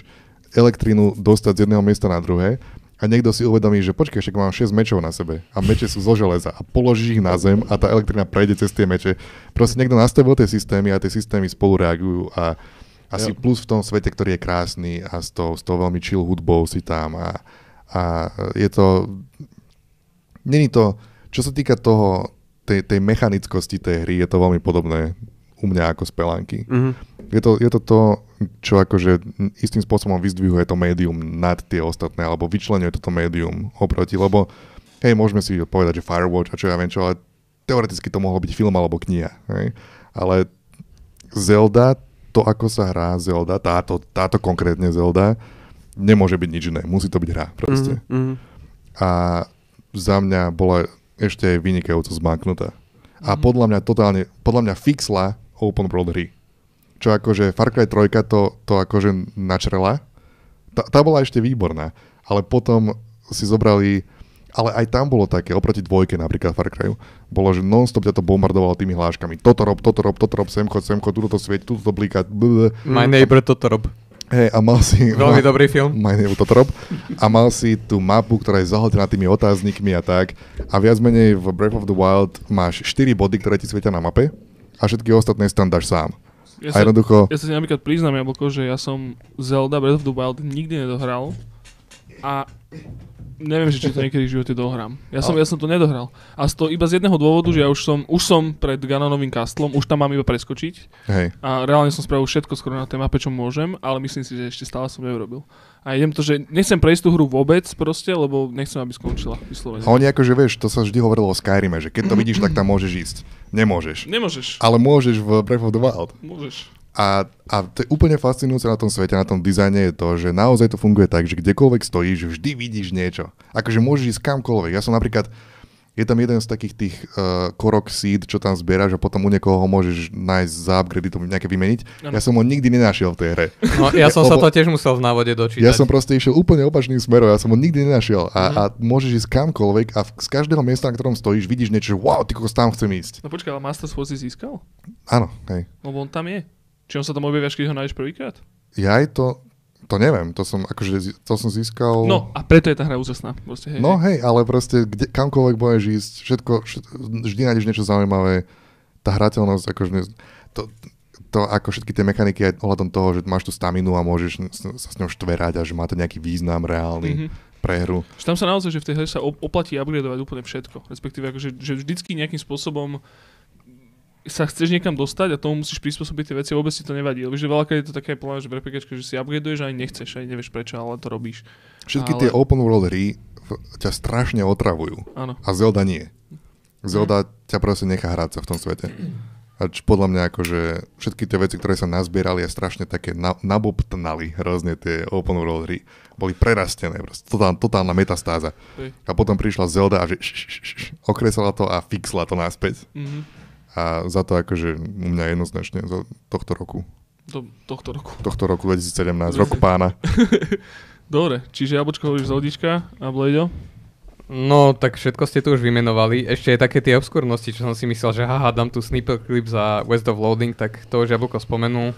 elektrínu dostať z jedného miesta na druhé a niekto si uvedomí, že počkaj, však mám 6 mečov na sebe a meče sú zo železa a položí ich na zem a tá elektrina prejde cez tie meče. Proste niekto nastavil tie systémy a tie systémy spolu reagujú a asi
Jo.
plus v tom svete, ktorý je krásny a s tou, s tou veľmi chill hudbou si tam a, a je to... Není to... Čo sa týka toho, tej, tej mechanickosti tej hry, je to veľmi podobné u mňa ako spelanky.
Mhm.
Je to, je to to, čo akože istým spôsobom vyzdvihuje to médium nad tie ostatné, alebo vyčlenuje toto médium oproti, lebo hej, môžeme si povedať, že Firewatch a čo ja viem čo, ale teoreticky to mohlo byť film alebo kniha, hej? ale Zelda, to ako sa hrá Zelda, táto, táto konkrétne Zelda, nemôže byť nič iné, musí to byť hra proste. Mm-hmm.
Mhm.
A za mňa bola ešte aj vynikajúco zmaknutá. A
Mhm.
podľa mňa totálne, podľa mňa fixla open world hry. Čo akože Far Cry 3 to, to akože načrela. Tá, tá bola ešte výborná, ale potom si zobrali, ale aj tam bolo také, oproti dvojke napríklad Far Cryu, bolo, že non-stop ťa to bombardovalo tými hláškami. Toto rob, toto rob, toto rob, sem chod, sem chod, tuto to svieť, tuto to blíka. bl, bl.
My Neighbor Totorob.
(laughs) Hej, a mal si...
Veľmi
mal-
dobrý film.
My name Totrop. A mal si tú mapu, ktorá je zahltená tými otáznikmi a tak. A viac menej v Breath of the Wild máš 4 body, ktoré ti svietia na mape a všetky ostatné si tam dáš sám.
Ja sa,
a jednoducho...
ja sa ti napríklad priznám, Jablko, že ja som Zelda Breath of the Wild nikdy nedohral. A neviem, že či to niekedy v živote dohrám. Ja som, ja som to nedohral. A z toho iba z jedného dôvodu, že ja už som, už som pred Ganonovým kastlom, už tam mám iba preskočiť.
Hej.
A reálne som spravil všetko skoro na tej mape, čo môžem, ale myslím si, že ešte stále som neurobil. A idem to, že nechcem prejsť tú hru vôbec proste, lebo nechcem, aby skončila vyslovene.
A oni akože, vieš, to sa vždy hovorilo o Skyrime, že keď to vidíš, tak tam môžeš ísť. Nemôžeš.
Nemôžeš.
Ale môžeš v Breath of the Wild.
Môžeš.
A, a to je úplne fascinujúce na tom svete, na tom dizajne je to, že naozaj to funguje tak, že kdekoľvek stojíš, vždy vidíš niečo. Akože môžeš ísť kamkoľvek. Ja som napríklad, je tam jeden z takých tých uh, korok seed, čo tam zbieraš a potom u niekoho ho môžeš nájsť za upgrade, to nejaké vymeniť.
Áno.
Ja som ho nikdy nenašiel v tej hre.
No, ja som sa
Lebo-
to tiež musel v návode dočítať.
Ja som proste išiel úplne opačným smerom, ja som ho nikdy nenašiel.
Mhm.
A, a môžeš ísť kamkoľvek a v- z každého miesta, na ktorom stojíš, vidíš niečo, že wow, ty kokos, tam chcem ísť.
No počkaj, ale Master Sword si získal?
Áno, hej.
Lebo on tam je. Či on sa tam objaví, až keď ho nájdeš prvýkrát?
Ja aj to, to neviem, to som, akože, zi- to som získal...
No, a preto je tá hra úžasná. Proste, hej,
No
hej.
hej, ale proste kde, kamkoľvek budeš ísť, všetko, všetko, vždy nájdeš niečo zaujímavé, tá hrateľnosť, akože ne, to, to, ako všetky tie mechaniky aj ohľadom toho, že máš tú staminu a môžeš s- sa s ňou štverať a že má to nejaký význam
Mhm.
reálny pre hru.
Že tam sa naozaj, že v tej hre sa op- oplatí upgradovať úplne všetko. Respektíve, akože, že vždycky nejakým spôsobom sa chceš niekam dostať a tomu musíš prispôsobiť tie veci a vôbec ti to nevadí. Lebo že veľakrát je to také plné, že v RPGčke, že si upgraduješ a ani nechceš, ani nevieš prečo, ale to robíš.
Všetky
Ale-
tie open world hry v- ťa strašne otravujú.
Áno.
A Zelda nie. Zelda ťa proste nechá hrať sa v tom svete. A č- podľa mňa akože všetky tie veci, ktoré sa nazbierali, je strašne také na, nabobtnali hrozne tie open world hry. Boli prerastené, proste totál, totálna metastáza.
Hej.
A potom prišla Zelda a že š, š, š, š, okresala to a fixla to naspäť.
Mhm.
A za to akože u mňa jednoznačne za tohto roku.
Do tohto roku.
Tohto roku 2017, roku pána.
Dobre, čiže jablčko hovoríš z hodička a Bledo?
No, tak všetko ste tu už vymenovali. Ešte aj také tie obskurnosti, čo som si myslel, že haha, dám tu snippet clip za West of Loading, tak to už Jablko spomenul.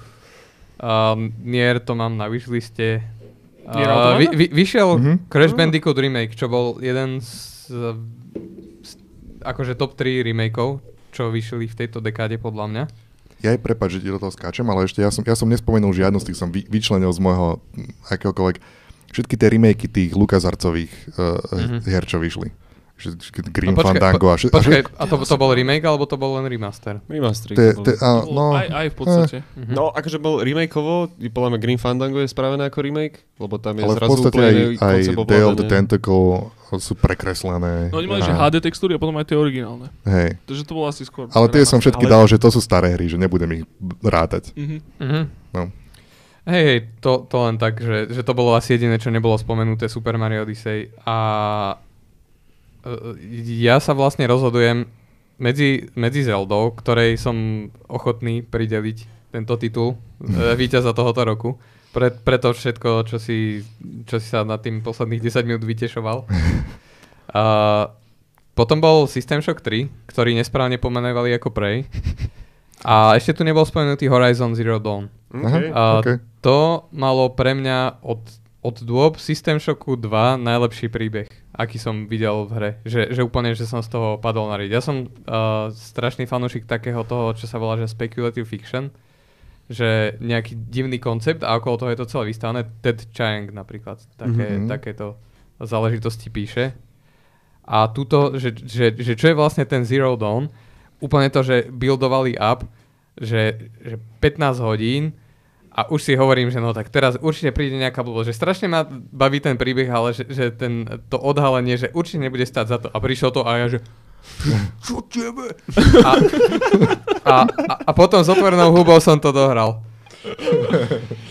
Um, Nier to mám na wishliste.
Nier
Uh, vy,
Automata?
vy, vyšiel
Mhm.
mm-hmm. Crash Bandicoot remake, čo bol jeden z, z akože top 3 remakeov, čo vyšli v tejto dekáde podľa mňa.
Ja aj prepáč, že ti do toho skáčem, ale ešte ja som, ja som nespomenul žiadnu z tých, som vy, vyčlenil z môjho hm, akéhokoľvek. Všetky tie remakey tých LucasArtsových uh, mm-hmm.
Mhm.
her, čo vyšli. Že- že Grim
No počkaj,
Fandango a, všet, a
Počkaj,
všetko.
a to, to bol remake alebo to bol len remaster?
Remastery.
Te, te, a,
To bolo
no,
aj, aj v podstate.
Mhm.
No, akože bol remakeovo, podľa mňa Green Fandango je spravené ako remake, lebo tam je
ale v
zrazu
podstate
úplne
aj,
iný
aj
koncept
Day of the
ovládané.
Tentacle sú prekreslené.
No oni mali,
A-
že HD textúry a potom aj tie originálne.
Hej.
Takže to bolo asi skôr.
Ale tie som všetky
Ale-
dal, že to sú staré hry, že nebudem ich rátať.
Mhm.
Mhm.
No.
Hej, hej, to, to len tak, že, že to bolo asi jediné, čo nebolo spomenuté Super Mario Odyssey a e, ja sa vlastne rozhodujem medzi, medzi Zeldou, ktorej som ochotný prideliť tento titul e, víťaza tohoto roku. Pre, preto všetko, čo si, čo si sa nad tým posledných 10 minút vytešoval. A potom bol System Shock 3, ktorý nesprávne pomenovali ako Prey. A ešte tu nebol spomenutý Horizon Zero Dawn.
Aha,
Okay.
A
okay.
to malo pre mňa od, od dôb System Shocku 2 najlepší príbeh, aký som videl v hre. Že, že úplne, že som z toho padol na riť. Ja som uh, strašný fanúšik takého toho, čo sa volá, že speculative fiction. Že nejaký divný koncept a okolo toho je to celé vystavené. Ted Chiang napríklad také,
Mhm.
mm-hmm. takéto záležitosti píše. A túto, že, že, že čo je vlastne ten Zero Dawn, úplne to, že buildovali up, že, že 15 hodín a už si hovorím, že no tak teraz určite príde nejaká blbosť, že strašne ma baví ten príbeh, ale že, že ten, to odhalenie, že určite nebude stať za to. A prišlo to a ja, že čo tebe? A, a, a, a potom s otvorenou hubou som to dohral.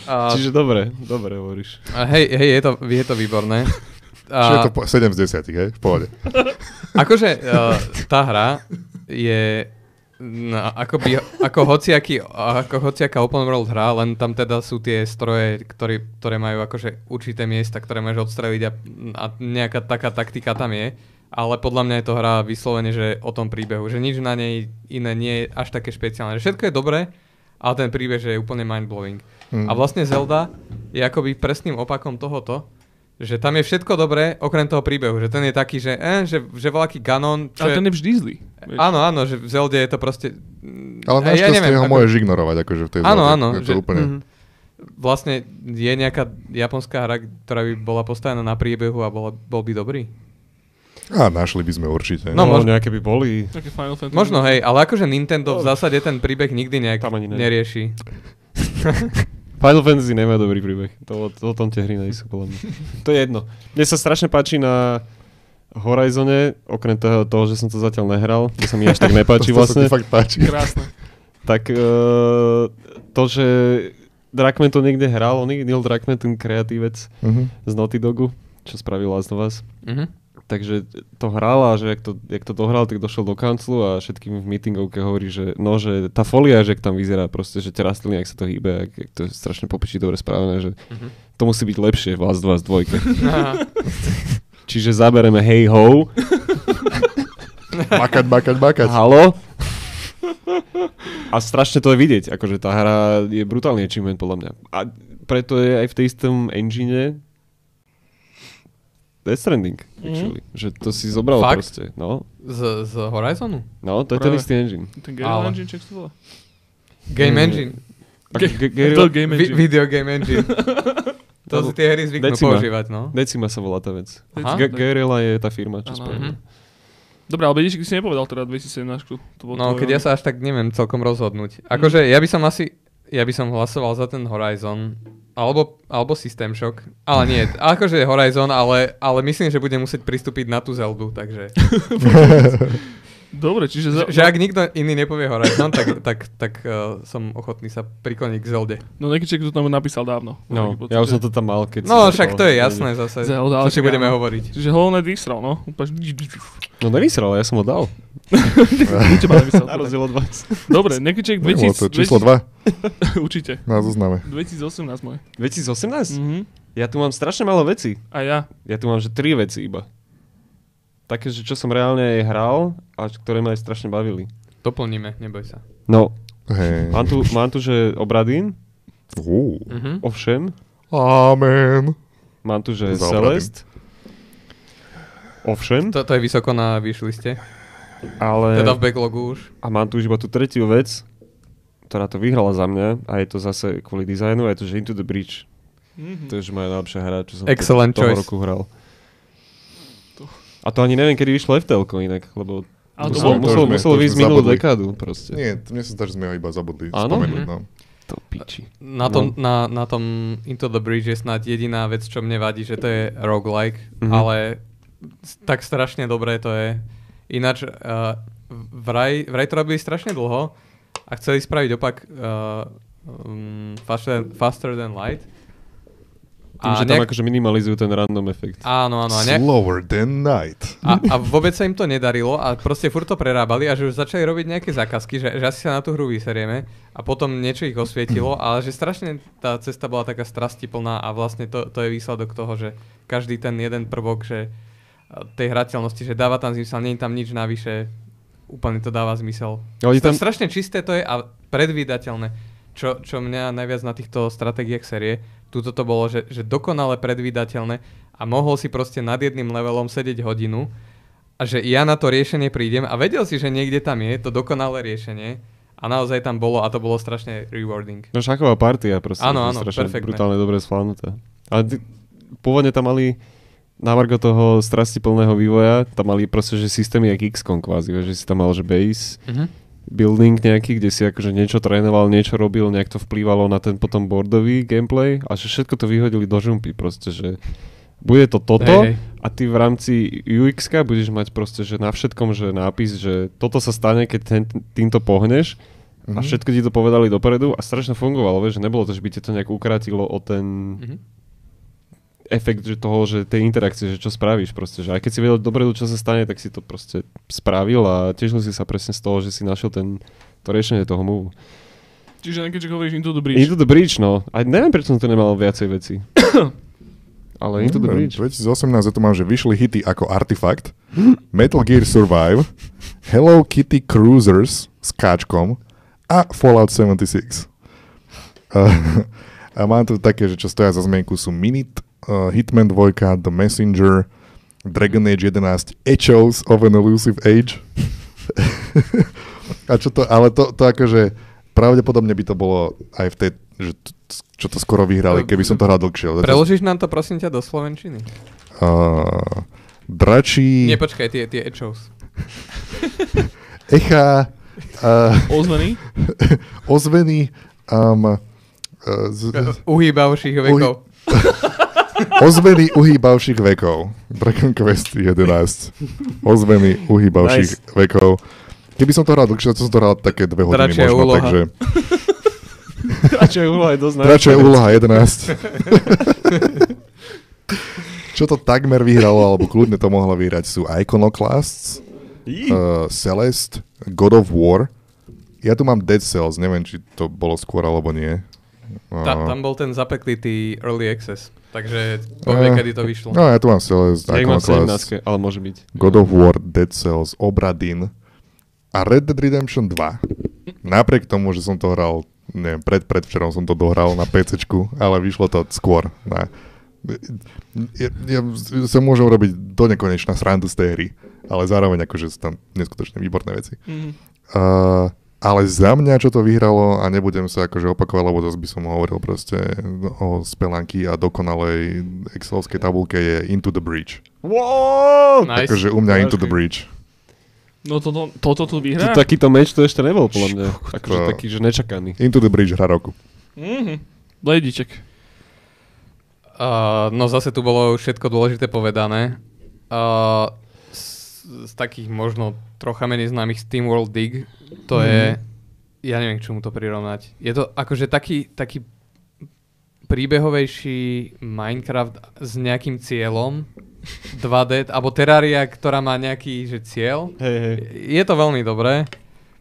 A,
Čiže dobre, dobre hovoríš.
a hej, hej, je to, je to výborné. A,
Čiže je to po- 7 z 10, hej? V pohode.
Akože uh, tá hra je no, ako, by, ako, hociaký, ako hociaká open world hra, len tam teda sú tie stroje, ktoré, ktoré majú akože určité miesta, ktoré môžeš odstreliť a, a nejaká taká taktika tam je. Ale podľa mňa je to hra vyslovene, že o tom príbehu, že nič na nej iné nie je až také špeciálne. Že všetko je dobré, ale ten príbeh že je úplne mindblowing.
Mm.
A vlastne Zelda je akoby presným opakom tohoto, že tam je všetko dobré, okrem toho príbehu. Že ten je taký, že, eh, že, že veľký Ganon... Čo
Ale
je-
ten je vždy zlý. vieš.
Áno, áno, že v Zelde je to proste... mm,
Ale
ja- ja
našťastie
neviem,
ho
ako-
môžeš ignorovať, akože v tej
Áno,
zlate.
áno.
Je to úplne...
mhm. Vlastne je nejaká japonská hra, ktorá by bola postavená na príbehu a bola, bol by dobrý?
A našli by sme určite.
No,
No,
mož-
možno nejaké by boli.
Také Final Fantasy.
Možno, hej, ale akože Nintendo v zásade ten príbeh nikdy nejak
Tam ani ne.
nerieši.
Final Fantasy nemá dobrý príbeh. To, to, o tom tie hry nejsú,
(laughs)
podľa mňa. To je jedno. Mne sa strašne páči na Horizone, okrem toho, toho že som to zatiaľ nehral, to sa mi až
(laughs)
tak nepáči
to, to
vlastne,
sa ti fakt
(laughs)
páči.
Krásne.
tak eh, to, že Drakman to niekde hral, oný Neil Drakman, ten kreatívec
Mhm.
z Naughty Dogu, čo spravil Last of Us.
Mhm.
Takže to hral a že jak to, jak to dohral, tak došiel do kanclu a všetkým v meetingovke hovorí, že no, že tá folia, že jak tam vyzerá proste, že tie rastliny, ak sa to hýbe, jak, jak to je strašne popiči dobre spravené, že
Mhm.
to musí byť lepšie v Last 2 z dvojke. (laughs)
Aha.
Čiže zabereme hey ho,
Makať, makať, makať.
halo. A strašne to je vidieť, akože tá hra je brutálny achievement podľa mňa. A preto je aj v tej istom engine Death Stranding, actually. Že to si zobral
Fakt?
proste. No,
Z, z Horizonu?
no to je ten
Práve.
istý engine.
Ten Gale
Ale-
Engine, čo to bolo?
Mm.
Game Engine.
Ge-
Ge- ge-
To Game
Vi-
Engine.
video Game Engine. to si tie hry zvyknú
Decima.
používať, no.
Decima sa volá tá vec.
Aha.
Ge- Guerrilla je tá firma, čo
Áno,
spravila.
Mhm.
Dobre, ale vidíš, keď si nepovedal teda 2017. To bol
No,
tvoj-
keď ja sa až tak neviem celkom rozhodnúť. Akože ja by som asi, ja by som hlasoval za ten Horizon, alebo, alebo System Shock, ale
(laughs)
nie, akože Horizon, ale, ale myslím, že budem musieť pristúpiť na tú Zeldu,
(laughs)
takže,
Dobre, čiže... Za...
že, že ak nikto iný nepovie Horizon, tak, tak, tak uh, som ochotný sa prikloniť k Zelde.
No Nekyček to tam napísal dávno.
No,
Taký pocit,
ja už
že-
som to tam mal, keď som
No, však to je jasné zase,
Zelda,
čo
ale
si
však
budeme
áno.
hovoriť.
Čiže Hollow Knight vysral, no. Úplne... (laughs)
No nevysral, ja som ho dal.
U teba nevysral.
Na rozdiel od (laughs) vás.
Dobre, Nekyček
Nebolo
2000...
to číslo 2
2000 (laughs) Určite.
na zozname.
2018 moje.
2018?
Mhm.
Ja tu mám strašne málo veci.
A ja.
Ja tu mám, že tri veci iba. Také, že čo som reálne aj hral a č- ktoré ma aj strašne bavili.
Doplníme, neboj sa.
No,
Hej.
mám tu, mám tu že Obradín,
Uú.
Mhm.
ovšem.
Amen.
Mám tu, že
Za Obradín.
Celest. Ovšem,
To, to je vysoko na vyšliste,
ale...
teda v backlogu už.
A mám tu už iba tú tretiu vec, ktorá to vyhrala za mňa a je to zase kvôli dizajnu a je to, že Into the Bridge.
Mhm.
To je, že moja najlepšia hra, čo som
Excellent
toho
choice.
roku hral. A to ani neviem, kedy vyšlo FTL-ko inak, lebo
Ale to
muselo,
bolo-
muselo,
to už sme-
muselo
to už
vyjsť
sme
minulú
zabudli.
dekádu proste.
Nie, t- mne sa zdá, že sme ho iba zabudli
Áno?
spomenúť.
Mhm.
No.
To piči.
Na tom, no. na, na tom Into the Bridge je snáď jediná vec, čo mne vadí, že to je roguelike,
Mhm.
mm-hmm. ale s- tak strašne dobré to je. Ináč, uh, vraj, vraj to robili strašne dlho a chceli spraviť opak uh, um, faster, faster than light.
Tým, že tam akože minimalizujú ten random efekt.
Áno, áno. A, nejak,
Slower than night.
a, a vôbec sa im to nedarilo a proste furt to prerábali a že už začali robiť nejaké zákazky, že, že asi sa na tú hru vyserieme a potom niečo
(clears throat)
ich osvietilo, ale že strašne tá cesta bola taká strastiplná a vlastne to, to je výsledok toho, že každý ten jeden prvok, že eh, tej hrateľnosti, že dáva tam zmysel, nie je tam nič navyše, úplne to dáva zmysel.
Oni tam-
Tam... Strašne čisté to je a predvídateľné. Čo, čo mňa najviac na týchto stratégiách série, túto to bolo, že, že dokonale predvídateľné a mohol si proste nad jedným levelom sedieť hodinu a že ja na to riešenie prídem a vedel si, že niekde tam je to dokonalé riešenie a naozaj tam bolo a to bolo strašne rewarding.
No šachová partia proste. to
Áno,
je
áno,
strašne
perfektné.
brutálne dobre zvládnutá. Ale ty, pôvodne tam mali na margo toho strasti plného vývoja, tam mali proste, že systémy jak XCOM kvázi, vieš, že si tam mal, že base,
Mhm.
building nejaký, kde si akože niečo trénoval, niečo robil, nejak to vplývalo na ten potom boardový gameplay a že všetko to vyhodili do žumpy proste, že bude to toto
Hej, hej.
a ty v rámci ux budeš mať proste, že na všetkom, že nápis, že toto sa stane, keď ten, týmto pohneš a
Mhm.
všetko ti to povedali dopredu a strašne fungovalo, vieš, že nebolo to, že by ti to nejak ukrátilo o ten
Mhm.
efekt že toho, že tej interakcie, že čo spravíš proste, že aj keď si vedel dopredu, čo sa stane, tak si to proste spravil a tešil si sa presne z toho, že si našiel ten, to riešenie toho move.
Čiže Nekyček hovoríš Into the Bridge.
Into the Bridge, no. A neviem, prečo som to nemal viacej veci. (coughs) Ale Into the
Neviem, (laughs)
Bridge.
2018 Mm, ja tu mám, že vyšli hity ako Artifact, Metal Gear Survive, Hello Kitty Cruisers s káčkom a Fallout 76. A, (laughs) a mám tu také, že čo stoja za zmienku sú Minit, uh, Hitman 2, The Messenger, Dragon Age 11, Echoes of an Elusive Age. (laughs) a čo to, ale to, to akože pravdepodobne by to bolo aj v tej, že t- čo to skoro vyhrali, keby som to hral dlhšie. ale to-
Preložíš nám to prosím ťa do Slovenčiny?
Uh, dračí,
Nie, počkaj, tie, tie
(laughs)
echoes.
echa, uh, (laughs)
Ozvený.
ozveny, um, uh, z, z,
Uhýbavších
Uhy-
vekov.
ozveny uhýbavších vekov. Dragon Quest 11. Ozveny uhýbavších nice. vekov. Keby som to hral dlhšie, to som to hral také dve hodiny
Dračia
možno,
úloha.
takže...
Radšej úloha je dosť
Dračia úloha 11. (laughs) Čo to takmer vyhralo, alebo kľudne to mohlo vyhrať, sú Iconoclasts,
Eh,
uh, Celeste, God of War. Ja tu mám Dead Cells, neviem, či to bolo skôr alebo nie. No.
Ta, tam bol ten zapeklitý early access. Takže
Eh,
povie, kedy to vyšlo.
No, ja tu mám Celeste,
Ja ich mám v
Iconoclasts,
17, ale môže byť.
God of War, Dead Cells, Obradin a Red Dead Redemption 2. Napriek tomu, že som to hral, neviem, pred, predvčerom som to dohral na PCčku, ale vyšlo to skôr. Na... Ja, ja, sa môžem robiť do nekonečna srandu z tej hry, ale zároveň akože sú tam neskutočne výborné veci.
Mhm.
Uh, Ale za mňa, čo to vyhralo, a nebudem sa akože opakovať, lebo zase by som hovoril proste o spelanky a dokonalej excelovskej tabulke, je Into the Breach. No,
Wow!
Nice.
Takže u mňa Into the Breach.
No toto to, to, to tu
To,
vyhrá?
takýto meč to ešte nebol, podľa mňa. Akože
to-
taký, že nečakaný.
Into the Breach hra roku.
Mhm. Lediček.
Uh, no zase tu bolo už všetko dôležité povedané. Uh, z, z takých možno trocha menej známych Steam World Dig,
Mhm.
to je... Ja neviem, k čomu to prirovnať. Je to akože taký, taký príbehovejší Minecraft s nejakým cieľom. 2D, alebo Terraria, ktorá má nejaký že cieľ.
Hej, hej.
Je to veľmi dobré.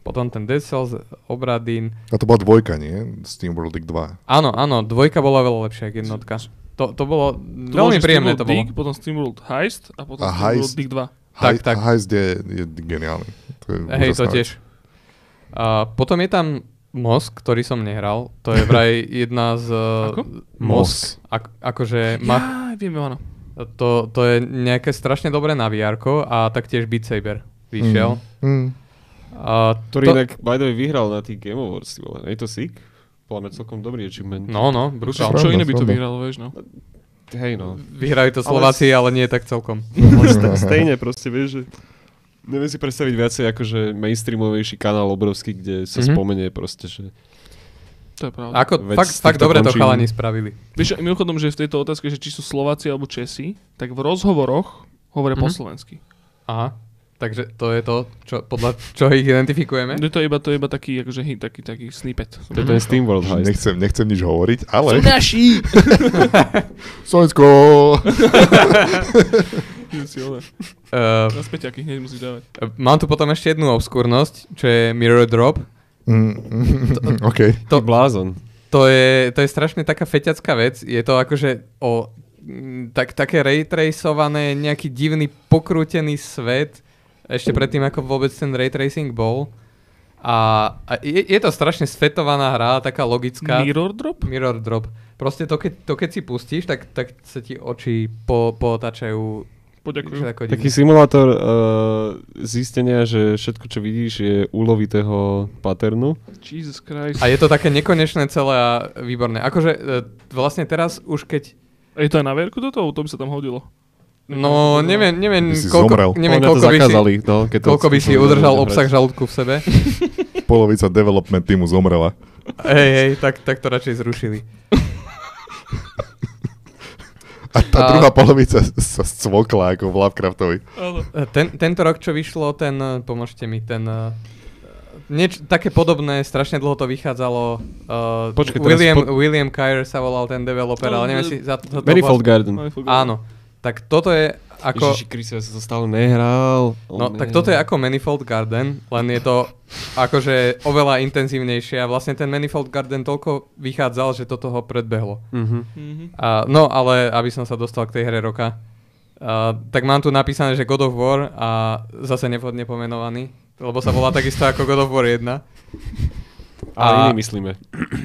Potom ten Dead Cells, Obradín.
A to bola dvojka, nie? Steam World League 2.
Áno, áno, dvojka bola veľa lepšia ako jednotka. To, to bolo
Tu bol,
veľmi
že
príjemné
SteamWorld
to bolo.
Dig, potom SteamWorld Heist a potom
A
SteamWorld
Heist.
Dig 2.
Tak,
Hej-
tak.
Heist je, je geniálny. To je
Hej, to
úžasná
tiež. A potom je tam Mosk, ktorý som nehral. To je vraj jedna z... e,
Ako?
Mosk. Ak, akože ma,
Ja, vieme, áno.
to, to je nejaké strašne dobré na vr a taktiež Beat Saber vyšiel.
vec. Mm.
A
Ktorý
to,
inak, by the way, vyhral na tých Game Awards, ty vole. Je to sick? Podľa mňa celkom dobrý achievement.
No, no,
Čo,
brutál.
Pravda,
čo iné by to
pravda.
vyhralo, vieš, no.
Hej, no.
Vyhrajú to Slováci, ale, nie tak celkom.
Ale sta- stejne proste, vieš, že neviem si predstaviť viacej akože mainstreamovejší kanál obrovský, kde sa
Mhm.
mm-hmm. spomenie proste, že
To je pravda.
Ako,
Veď
fakt,
s
fakt
týmto
dobre to
končím.
chalani spravili.
Vieš, a mimochodom, že v tejto otázke, že či sú Slováci alebo Česi, tak v rozhovoroch hovoria po
Mhm.
slovensky.
Aha. Takže to je to, čo, podľa čoho ich
(laughs)
identifikujeme. E,
No To je iba, to je iba taký, akože, hit, taký, taký snippet.
to je ten Steam World Heist.
Nechcem, nechcem nič hovoriť,
Sú
ale...
naši!
(laughs) Slovensko!
(laughs) Uh,
Naspäť, akých hneď musíš dávať.
mám tu potom ešte jednu obskúrnosť, čo je Mirror Drop.
Mm, mm, (laughs) OK.
To... Blázon.
To je, to je strašne taká feťacká vec. Je to akože o mm, tak, také raytracované, nejaký divný pokrútený svet ešte predtým, ako vôbec ten raytracing bol. A, a je, je to strašne svetovaná hra, taká logická.
Mirror drop?
Mirror drop. Proste to, keď, to, keď si pustíš, tak, tak sa ti oči po, pootačajú.
Poďakujem.
Ako
Taký
divne.
simulátor uh, zistenia, že všetko, čo vidíš, je úlovitého paternu.
Jesus Christ.
A je to také nekonečné celé a výborné. Akože e, vlastne teraz už keď...
A je to aj na verku toto? To by sa tam hodilo.
No neviem,
By
neviem,
si zomrel.
koľko, neviem,
Podľa mňa to
koľko, by si,
zakázali, no, keď to
koľko by si
chcú
udržal
ľudia
obsah
hrať.
žalúdku v sebe.
Polovica development týmu zomrela.
(laughs) hej, hej, tak, tak to radšej zrušili.
A tá
A-
druhá polovica sa cvokla ako v Lovecraftovi.
Áno.
E, Ten, tento rok, čo vyšlo, ten, e, pomôžte mi, ten... e, Nieč, také podobné, strašne dlho to vychádzalo. Uh,
Počkaj, teraz
William,
po-
William Kyer sa volal ten developer,
No,
ale neviem
e,
si... Za, za to vlastne-
Manifold Garden.
Mm. Áno. Tak toto je ako...
Ježiši Kriste, ja som to stále nehral. Oh,
No, tak toto je ako Manifold Garden, len je to akože oveľa intenzívnejšie a vlastne ten Manifold Garden toľko vychádzal, že toto ho predbehlo.
Uh-huh.
Mhm.
A, no, ale aby som sa dostal k tej hre roka, a, tak mám tu napísané, že God of War a zase nevhodne pomenovaný, lebo sa volá takisto ako God of War 1
Ale
A-
iný myslíme.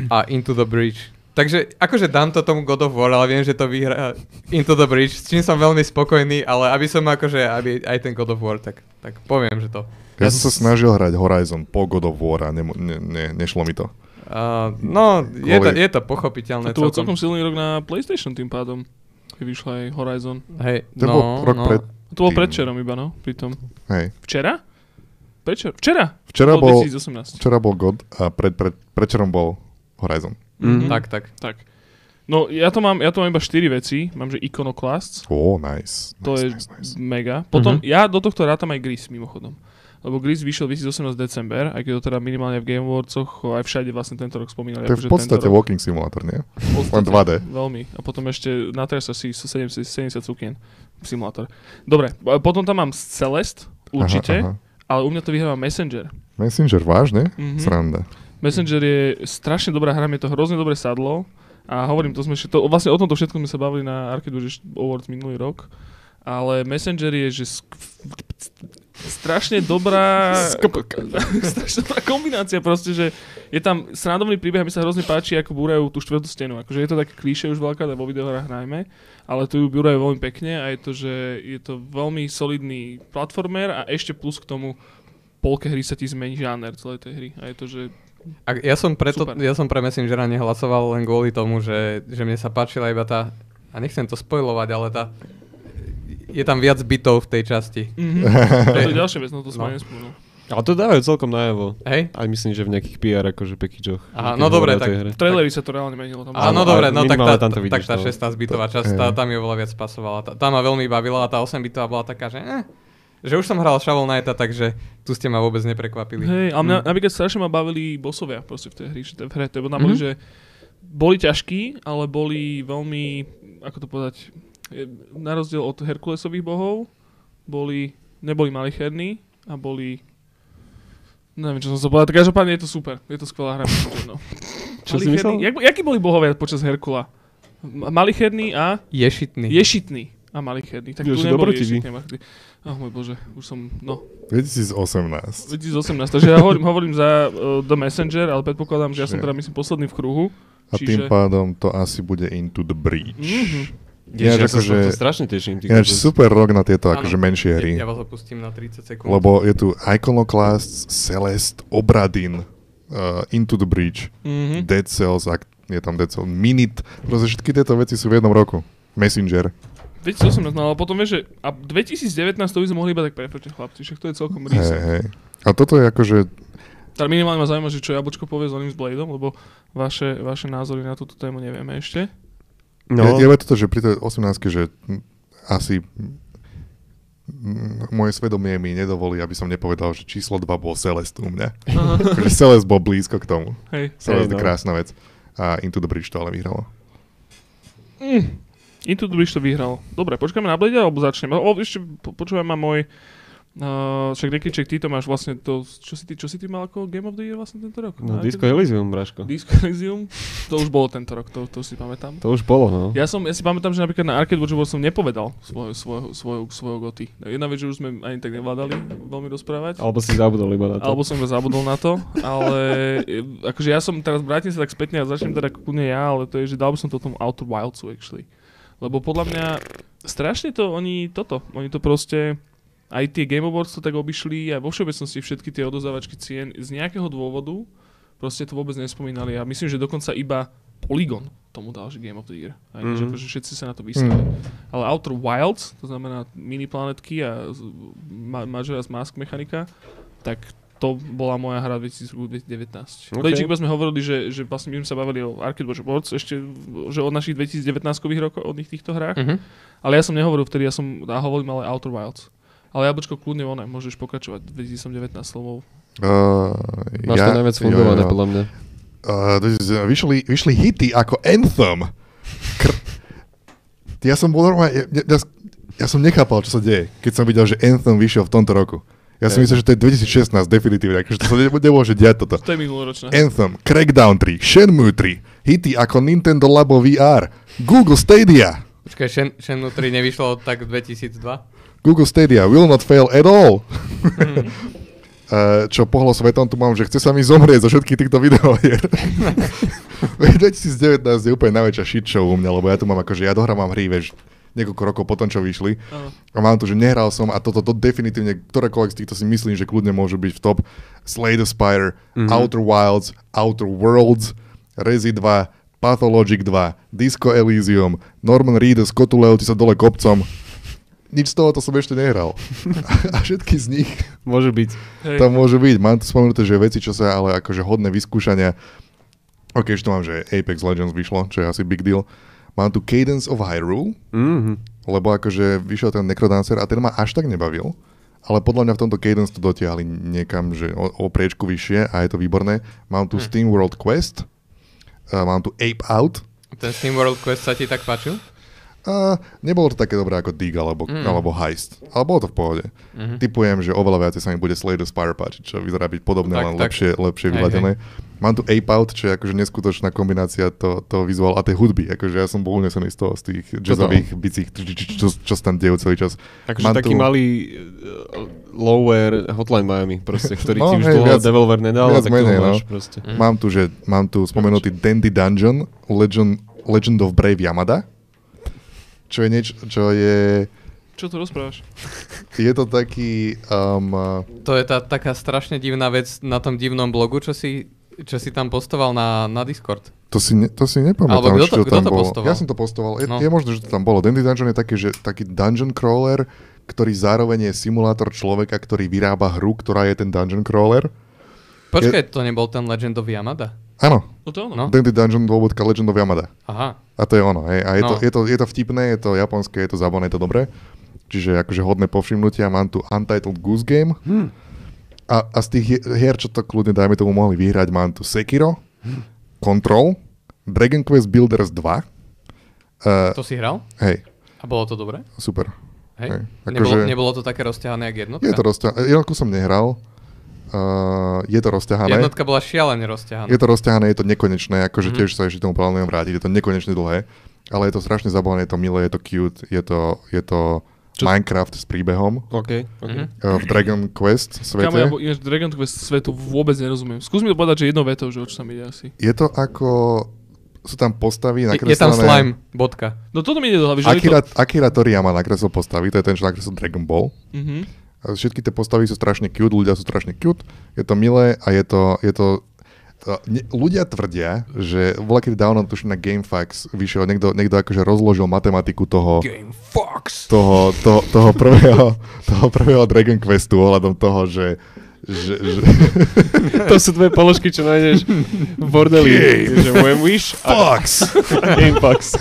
a Into the Breach. Takže akože dám to tomu God of War, ale viem, že to vyhrá Into the Breach, s čím som veľmi spokojný, ale aby som akože, aby aj ten God of War, tak, tak poviem, že to.
Ja som sa snažil hrať Horizon po God of War a nemo- ne, ne, nešlo mi to.
Uh, no, je to,
Kvôli-
je to
A
pochopiteľné.
to bol celkom silný rok na PlayStation tým pádom. Keď vyšla aj Horizon.
Hej,
To
no,
bol rok
no.
pred...
To bol
Tým.
predčerom iba, no. Pritom.
Hej.
Včera? Prečer? Včera!
Včera bol,
2018.
včera bol God a pred, pred, predčerom bol Horizon.
Mhm.
Tak, tak.
Tak. No, ja to mám, ja to mám iba 4 veci. Mám, že Iconoclasts.
Ó, oh, nice.
To
nice,
je akože
nice, nice.
mega. Potom,
Mhm.
ja do tohto rátam aj Gris, mimochodom. Lebo Gris vyšiel 2018 december, aj keď to teda minimálne v Game Awardsoch, aj všade vlastne tento rok spomínali.
To je
akože
v podstate
tento rok.
walking simulator, nie? Len 2D.
Veľmi. A potom ešte natriasa si so 70, 70 cukien. Simulátor. Dobre, a potom tam mám Celest, určite,
Aha, aha.
ale u mňa to vyhráva Messenger.
Messenger, vážne?
Mhm. (laughs)
Sranda. (laughs)
Messenger je strašne dobrá hra, mi to hrozne dobre sadlo. A hovorím, to sme ešte, to, vlastne o tomto všetkom sme sa bavili na Arcade Watch Awards minulý rok. Ale Messenger je, že sk- strašne dobrá... (laughs) strašne dobrá kombinácia proste, že je tam srandovný príbeh a mi sa hrozne páči, ako búrajú tú štvrtú stenu. Akože je to také klíše už veľká, vo videohrách najmä, ale tu ju búrajú veľmi pekne a je to, že je to veľmi solidný platformer a ešte plus k tomu polke hry sa ti zmení žáner celej tej hry. A je to, že...
A ja som preto,
Super.
ja som pre Messengera nehlasoval len kvôli tomu, že, že mne sa páčila iba tá, a nechcem to spoilovať, ale tá, je tam viac bytov v tej časti.
Mhm. A to je ďalšia vec, no to som no.
No.
nespomenul.
Ale to dávajú celkom najavo.
Hej?
Aj myslím, že v nejakých PR akože packageoch. keď
Aha, no
hovoria o
dobre,
tej
tak-
hre.
V traileri sa to reálne menilo. Tam
Áno,
Áno,
dobre,
ale
no tak tá,
minimálne tam to
tak
vidíš,
tá
no.
16 bitová časť, tá, tam mi oveľa viac pasovala. Tá, tá ma veľmi bavila a tá 8 bitová bola taká, že eh, že už som hral Shovel Knighta, takže tu ste ma vôbec neprekvapili.
Hej, a mňa napríklad strašne ma bavili bosovia proste v tej hry, že v hre, to je tam boli,
Mhm.
že boli ťažkí, ale boli veľmi, ako to povedať, e, na rozdiel od Herkulesových bohov, boli, neboli malicherní a boli, neviem, čo som sa povedal, každopádne je to super, je to skvelá hra. myslím, že no.
Čo si
Malicherní-
myslel?
Jak, jakí boli bohovia počas Herkula? M- Malicherní a
Ješitný.
ješitný a malicherní. Tak tu
Jože,
neboli
dobrý ti vy.
ješitní a malicherní. Oh môj bože, už som, no,
2018.
2018, takže ja hovorím, hovorím za uh, The Messenger, ale predpokladám, že ja som teda myslím posledný v kruhu.
A
Čiže-
tým pádom to asi bude Into the Breach.
Mhm.
Ježiš, ja
Ináč
sa z
akože-
tohto strašne teším. ty
Ináč
kokos.
super rok na tieto
Áno.
akože menšie hry.
Ja, ja vás opustím na 30 sekúnd.
Lebo je tu Iconoclasts, Celeste, Obradin, uh, Into the Breach,
Mhm.
Dead Cells, ak je tam Dead Cells, Minit. Proste všetky tieto veci sú v jednom roku. Messenger.
2018, no ale potom vieš, že a 2019 to by sme mohli iba tak prepočať chlapci, však to je celkom
Hej,
rýsa.
hej. A toto je akože...
Tak minimálne ma zaujíma, že čo Jablčko povie s oným s Bladeom, lebo vaše, vaše názory na túto tému nevieme (laughs) ešte.
No,
No. Je, je toto, že pri tej 18 že hm, asi hm, hm, moje svedomie mi nedovolí, aby som nepovedal, že číslo 2 bol Celeste u mňa. Akože Celeste bol blízko k tomu.
Hej.
Celeste
Hej, no.
krásna vec. A Into the Breach to ale vyhralo.
Mm. Into the Breach to vyhral. Dobre, počkáme na Blade alebo začneme? O, ešte po- počúvaj ma môj... Uh, však Nekyček, ty to máš vlastne to, čo si ty, čo si ty mal ako Game of the Year vlastne tento rok?
No,
Na
Disco Elysium, Braško.
Disco Elysium, to už bolo tento rok, to, to si pamätám.
To už bolo, no.
Ja, som, ja si pamätám, že napríklad na Arcade Watch Award som nepovedal svoju, svoju, svoju, svoju goty. Jedna vec, že už sme ani tak nevládali veľmi rozprávať.
Alebo si zabudol iba na to.
Alebo som iba zabudol na to, ale e, akože ja som teraz, vrátim sa tak spätne a začnem teda kľudne ja, ale to je, že dal by som to tomu Outer Wildsu actually. Lebo podľa mňa strašne to oni toto, oni to proste aj tie Game Awards to tak obišli a vo všeobecnosti všetky tie odozávačky cien z nejakého dôvodu proste to vôbec nespomínali a myslím, že dokonca iba Polygon tomu dal, že Game of the Year. Aj, mm. že
Mhm.
akože všetci sa na to vysrali. Ale Outer Wilds, to znamená mini planetky a z- ma- Majora's Mask mechanika, tak to bola moja hra 2019. Okay.
OK.
Lejčík sme hovorili, že, že vlastne my sme sa bavili o Arcade Watch Awards ešte, že od našich 2019-kových rokov, od nich týchto hrách.
Mhm.
Ale ja som nehovoril vtedy, ja som ja hovorím ale Outer Wilds. Ale jablčko kľudne oné, môžeš pokračovať 2019 slovou.
Uh,
Máš to najviac fundované, podľa mňa.
Uh, this is, uh, vyšli, vyšli hity ako Anthem. Kr- ja som bol normálne, ja, ja, ja som nechápal, čo sa deje, keď som videl, že Anthem vyšiel v tomto roku. Ja som
Hej.
myslel, že to je 2016, definitívne, akože to sa ne, nemôže diať toto.
To je minuloročné.
Anthem, Crackdown 3, Shenmue 3, hity ako Nintendo Labo VR, Google Stadia,
Počkaj, Shen, Shenmue 3 nevyšlo tak 2002?
Google Stadia will not fail at all. (laughs) Eh, čo pohlo svetom tu mám, že chce sa mi zomrieť zo všetkých týchto videohier. (laughs) 2019 je úplne najväčšia shit show u mňa, lebo ja tu mám akože, ja dohrávam hry, vieš, niekoľko rokov potom, čo vyšli.
Áno.
A mám tu, že nehral som a toto to definitívne, ktorékoľvek z týchto si myslím, že kľudne môžu byť v top. Slay the Spire, mm-hmm. Outer Wilds, Outer Worlds, Rezi 2, Pathologic 2, Disco Elysium, Norman Reedus, Kotuleo, ty sa dole kopcom. Nič z toho to som ešte nehral. A všetky z nich
Môže byť.
Hej.
tam môže byť. Mám tu spomenuté, že veci, čo sa ale akože hodné vyskúšania. OK, ešte tu mám, že Apex Legends vyšlo, čo je asi big deal. Mám tu Cadence of Hyrule,
Mhm.
lebo akože vyšiel ten Necrodancer a ten ma až tak nebavil. Ale podľa mňa v tomto Cadence to dotiahli niekam, že o, o priečku vyššie a je to výborné. Mám
Hm.
tu Steam World Quest, a mám tu Ape Out.
Ten Steam World Quest sa ti tak páčil?
A nebolo to také dobré ako Dig alebo, mm.
Mm.
alebo Heist, ale bolo to v pohode.
Mhm.
Typujem, že oveľa viacej sa mi bude Slay the Spire páčiť, čo vyzerá byť podobné,
Tak,
len
tak.
lepšie, lepšie
Hej,
vyladené. Mám tu Ape Out, čo je akože neskutočná kombinácia to, toho vizuálu a tej hudby. Akože ja som bol unesený z toho, z tých jazzových bicích, čo, čo, čo, čo sa tam dejú celý čas.
Takže
Mám
taký
tu-
malý uh, lower Hotline Miami, proste, ktorý
No,
ti už
hej,
dlho
viac-
Devolver nedal,
viac
tak to
menej,
máš
no.
proste.
Mm.
Mám tu, že mám tu spomenutý Dandy Dungeon, Legend, Legend of Brave Yamada, čo je niečo, čo je
Čo to rozprávaš?
Je to taký... Um,
To je tá taká strašne divná vec na tom divnom blogu, čo si, čo si tam postoval na, na Discord.
to, si ne, to si nepamätám,
Alebo kto to-
čo
kto
tam
to
bolo.
postoval?
Ja som to postoval. Je,
No.
je možné, že to tam bolo. Dandy Dungeon je taký, že, taký dungeon crawler, ktorý zároveň je simulátor človeka, ktorý vyrába hru, ktorá je ten dungeon crawler.
Počkaj, to nebol ten Legend of Yamada?
Áno,
No to je ono.
No.
Dandy Dungeon dôvodka Legend of Yamada.
Aha.
A to je ono, hej. A je, no.
No.
to, je, to, je to vtipné, je to japonské, je to zabané, je to dobré. Čiže akože hodné povšimnutia. Mám tu Untitled Goose Game. Hmm. A, a z tých hi- hier, čo to kľudne, dajme tomu, mohli vyhrať, mám tu Sekiro, Control, Dragon Quest Builders 2. Uh,
To si hral?
Hej,
A bolo to dobré?
super. Hej,
Hej?
akože-
Nebolo, nebolo to také rozťahané, jak jednotka?
Je to rozťa- Jednotku som nehral. Uh, je to rozťahané.
Jednotka bola šialene rozťahaná.
Je to rozťahané, je to nekonečné, akože mm-hmm. tiež sa ešte k tomu plánujem vrátiť, je to nekonečne dlhé, ale je to strašne zabavné, je to milé, je to cute, je to, je to
Čo-
Minecraft s príbehom
OK, OK.
Mhm.
e, v Dragon
Kámo,
Quest
ja
svete.
bo- ináč Dragon Quest svetu vôbec nerozumiem. Skús mi to povedať, že jednou vetou, že o čo tam ide asi.
Je to ako, sú tam postavy
Je,
nakreslené...
je tam slime, bodka.
No toto mi ide do hlavy, že je
Akira,
to...
Akira Toriyama nakreslil postavy, to je ten, čo nakreslil Dragon Ball.
Mhm.
A Všetky tie postavy sú strašne cute, ľudia sú strašne cute, je to milé a je to... Je to to- ne, ľudia tvrdia, že bola kedy dávno, tuším na Gamefax, vyšiel niekto, niekto akože rozložil matematiku toho,
Game Fox!
toho, to, toho, prvého, toho prvého Dragon Questu ohľadom toho, že, že, že
To sú tvoje položky, čo nájdeš v bordeli.
Game.
Že when wish a (laughs)
Fox,
Gamepax.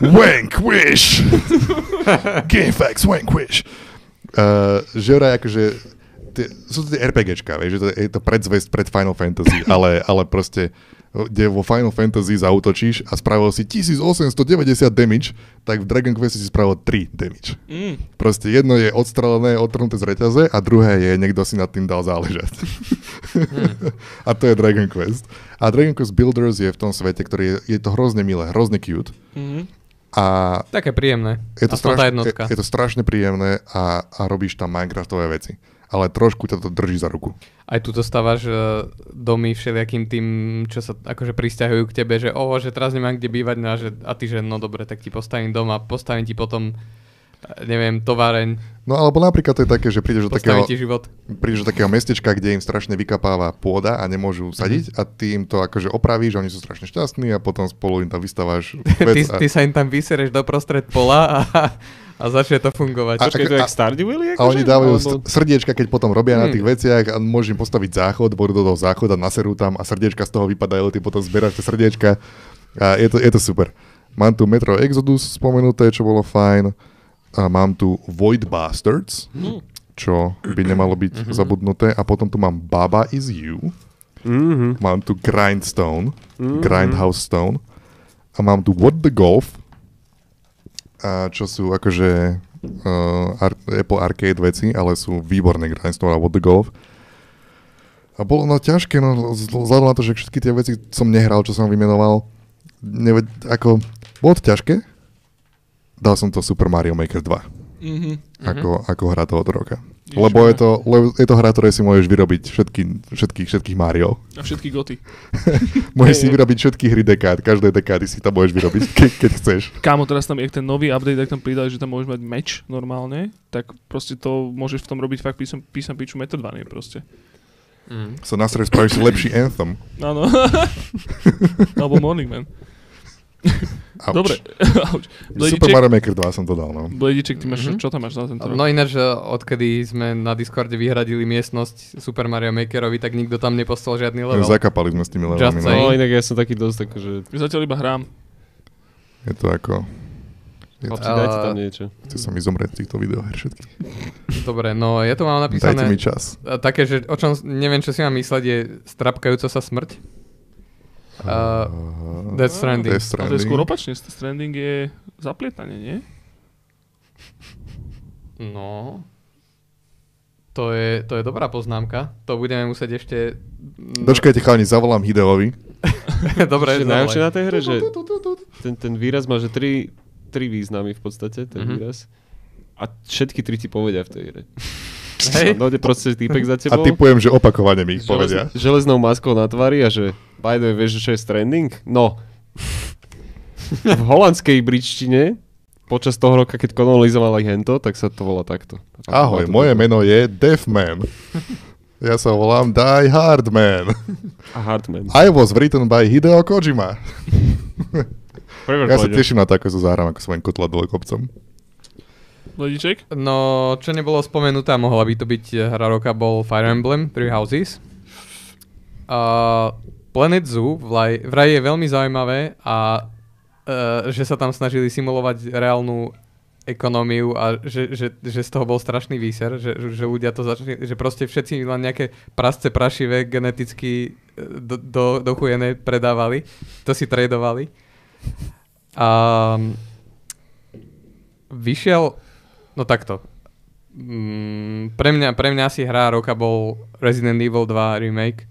Wank (laughs) Wish, Gamefax Wank Wish. Uh, že vraj akože, tie, sú to tie RPGčka, vieš, že to, je to predzvest pred Final (laughs) Fantasy, ale, ale proste kde vo Final Fantasy zautočíš a spravil si 1890 damage, tak v Dragon Quest si spravil 3 damage.
Mm.
Proste jedno je odstrelené, odtrhnuté z reťaze a druhé je, niekto si nad tým dal záležať. (laughs) a to je Dragon Quest. A Dragon Quest Builders je v tom svete, ktorý je, je to hrozne milé, hrozne cute.
Mhm.
A
Také príjemné.
je to,
Aspoň
straš,
tá
je,
jednotka.
je to strašne príjemné a, a robíš tam Minecraftové veci. Ale trošku ťa to drží za ruku.
Aj tuto stávaš e, domy všelijakým tým, čo sa akože pristahujú k tebe, že o, že teraz nemám kde bývať, no a, že, a ty, že no dobre, tak ti postavím dom a postavím ti potom, e, neviem, továreň,
No alebo napríklad to je také, že prídeš do No
postavím
takého,
ti život. (laughs)
prídeš do takého mestečka, kde im strašne vykapáva pôda a nemôžu
Mhm.
sadiť a ty im to akože opravíš, a oni sú strašne šťastní a potom spolu im tam
(laughs)
vystávaš
Ty,
vec. a-
ty sa im tam vysereš doprostred pola a, a začne to fungovať.
A-
Počkaj, to
a-
je jak Stardew Valley?
A
akože?
oni dávajú
Alebo-
st- srdiečka, keď potom robia na
Hmm.
tých veciach a môžu im postaviť záchod, budú do toho záchoda, naserú tam a srdiečka z toho vypadajú, ty potom zberáš tie srdiečka a je to, je to super. Mám tu Metro Exodus spomenuté, čo bolo fajn. A mám tu Void Bastards,
No.
čo by nemalo byť zabudnuté. A potom tu mám Baba is You.
Mhm.
Mm-hmm.
Mám tu Grindstone,
Mm-hmm.
Grindhouse Stone. A mám tu What the Golf, a čo sú akože uh, ar- Apple Arcade veci, ale sú výborné Grindstone a What the Golf. A bolo no ťažké, no z- vzhľadom na to, že všetky tie veci som nehral, čo som vymenoval. Neved, ako, bolo to ťažké. Dal som to Super Mario Maker 2
Mhm.
ako, ako hra tohoto roka.
Ježiš,
Lebo je
Maria.
to, lebo je to hra, ktorej si môžeš vyrobiť všetky, všetkých, všetkých Mario.
A všetky goty.
Môžeš si vyrobiť všetky hry dekád, každej dekády si tam môžeš vyrobiť, ke- keď chceš.
Kámo, teraz tam, jak ten nový update, tak tam pridali, že tam môžeš mať meč normálne, tak proste to môžeš v tom robiť fakt písam, písam piču metr dva, nie proste.
Mhm.
Mm.
Sa nasreš, spravíš si lepší Anthem.
Áno. (laughs) Alebo Morning Man.
Auč.
Dobre. (laughs) Auč.
Super
Blediček,
Mario Maker 2 som to dal, no.
Blediček, ty máš,
Mhm.
čo tam máš za tento rok?
No ináč, e, odkedy sme na Discorde vyhradili miestnosť Super Mario Makerovi, tak nikto tam nepostol žiadny level.
Zakapali sme s tými
no. Just
levami, no.
saying.
No inak ja som taký dosť akože...
Zatiaľ iba hrám.
Je to ako...
Chlapci, dajte tam
A-
niečo.
Chce sa mi zomrieť z týchto videoher všetkých.
Dobre, no ja tu mám
Dajte
napísané...
mi čas.
A také, že o čom neviem, čo si mám mysleť, je strapkajúca sa smrť. Uh, Death
Ah,
Stranding.
Death
Ale to je
Stranding.
skôr opačne. Stranding je zaplietanie, nie?
No. To je, to je dobrá poznámka. To budeme musieť ešte...
Dočkajte, chalani, zavolám Hideovi.
(laughs) Dobre,
Že najhoršie na tej hre, že
Tu, tu, tu, tu.
ten, ten výraz má, že tri, tri významy v podstate, ten
Mhm.
výraz. A všetky tri ti povedia v tej hre.
Hej.
No, ide proste týpek za
A
tebou.
typujem, že opakovane mi ich povedia.
želez- železnou maskou na tvári a že by the way, vieš, čo je stranding? No. v holandskej bričtine počas toho roka, keď konolizoval aj hento, tak sa to volá takto. A
Ahoj,
to-
moje meno je Deathman. Ja sa volám Die Hardman.
A Hardman.
I was written by Hideo Kojima. Ja sa teším na to, ako sa zahrám ako svojim kotla dole kopcom.
Lediček?
No, čo nebolo spomenutá, mohla by to byť eh, hra roka, bol Fire Emblem Three Houses. A Planet Zoo vlaj, vraj je veľmi zaujímavé a eh, že sa tam snažili simulovať reálnu ekonómiu a že, že, že z toho bol strašný výser, že, že ľudia to začali, že proste všetci len nejaké prasce prašivé geneticky eh, do, do, dochujené predávali, to si tradovali. A vyšiel No takto. Mm, pre, mňa, pre mňa asi hra roka bol Resident Evil 2 remake.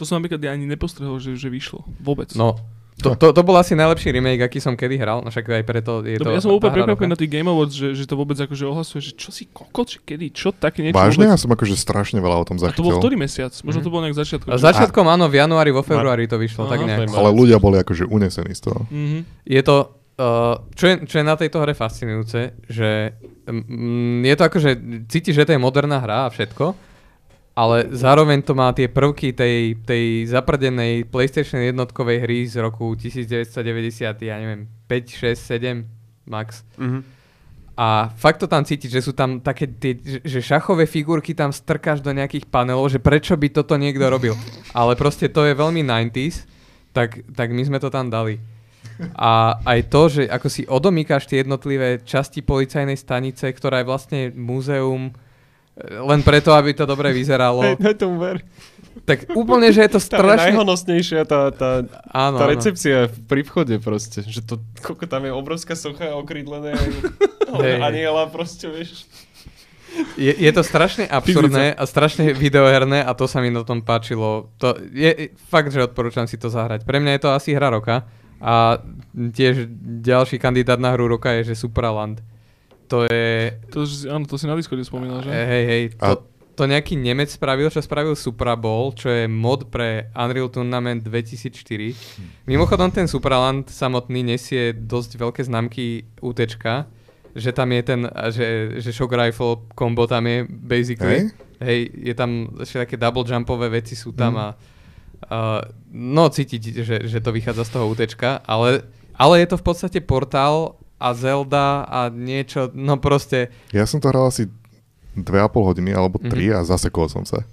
To som napríklad ja ani nepostrehol, že, že vyšlo. Vôbec.
No, to, to, to bol asi najlepší remake, aký som kedy hral, no však aj preto je to... no.
Dobre, ja som úplne
hra
prekvapený na
roka.
tých Game Awards, že, že to vôbec akože ohlasuje, že čo si kokot, že kedy, čo také niečo
Vážne? Ja
vôbec.
som akože strašne veľa o tom
A to bol
zachytil.
ktorý mesiac? Možno to
Mhm.
bolo nejak začiatko.
A Začiatkom áno, v januári, vo februári to vyšlo,
Aha.
tak nejak.
Ale ľudia boli akože unesení z toho.
Mhm.
Je to... Uh, čo, je, čo je na tejto hre fascinujúce, že mm, je to akože, cítiš, že to je moderná hra a všetko, ale zároveň to má tie prvky tej, tej zaprdenej PlayStation jednotkovej hry z roku 1990, ja neviem, 5, 6, 7 max. A fakt to tam cítiť, že sú tam také tie, že- že šachové figurky tam strkáš do nejakých panelov, že prečo by toto niekto robil. Ale proste to je veľmi 90s, tak, tak my sme to tam dali. A aj to, že ako si odomýkaš tie jednotlivé časti policajnej stanice, ktorá je vlastne múzeum, e, len preto, aby to dobre
(laughs)
vyzeralo,
Hej, tomu ver.
tak úplne, že je to
Tam je
strašne...
najhonosnejšia tá, tá,
Áno,
tá
áno.
recepcia pri vchode proste, že to, koľko tam je obrovská socha (laughs) okrídlené
Hej.
aniela proste, vieš.
Je, je to strašne absurdné a strašne videoherné a to sa mi na tom páčilo. To je, je- fakt, že odporúčam si to zahrať. Pre mňa je to asi hra roka a tiež ďalší kandidát na hru roka je, že Supraland. To je...
To, že- áno, to si na Discorde spomínal, že?
E, Hej, hej,
A-
to, to nejaký Nemec spravil, čo spravil Supra Bowl, čo je mod pre Unreal Tournament
Hm.
2004. Mimochodom ten Supraland samotný nesie dosť veľké známky UTčka, že tam je ten, a že, že shock rifle combo tam je basically.
Hej? Hm.
Hej, hej je tam ešte také double jumpové veci sú tam a Uh, no, cítiť, že, že to vychádza z toho útečka, ale, ale je to v podstate portál a Zelda a niečo, no proste...
Ja som to hral asi 2,5 hodiny alebo
Mhm.
3 a zasekol som sa.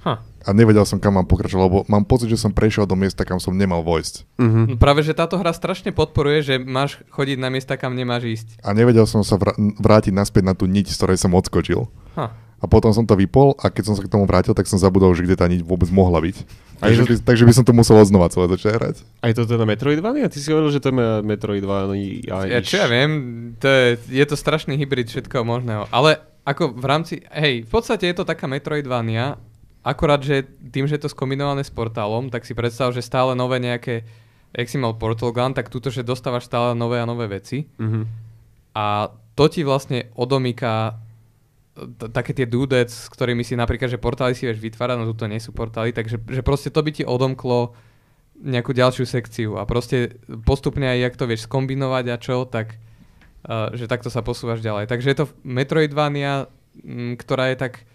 Huh.
A nevedel som, kam mám pokračovať, lebo mám pocit, že som prešiel do miesta, kam som nemal vojsť.
No Práve, že táto hra strašne podporuje, že máš chodiť na miesta, kam nemáš ísť.
A nevedel som sa vra- vrátiť naspäť na tú niť, z ktorej som odskočil.
Ha.
A potom som to vypol a keď som sa k tomu vrátil, tak som zabudol, že kde tá niť vôbec mohla byť. Takže by, takže by som to musel odznova celé začať hrať.
Aj to teda Metroidvania? Ty si hovoril, že to je me- Metroidvania.
Ja, čo ja viem, to je, je to strašný hybrid všetkého možného. Ale ako v rámci, hej, v podstate je to taká Metroidvania, akorát, že tým, že je to skombinované s portálom, tak si predstav, že stále nové nejaké, jak si mal Portal Gun, tak túto, že dostávaš stále nové a nové veci.
Mhm.
A to ti vlastne odomýka e, t- také tie dudec, s ktorými si napríklad, že portály si vieš vytvárať, no tuto nie sú portály, takže že proste to by ti odomklo nejakú ďalšiu sekciu a proste postupne aj jak to vieš skombinovať a čo, tak uh, že takto sa posúvaš ďalej. Takže je to Metroidvania, m, ktorá je tak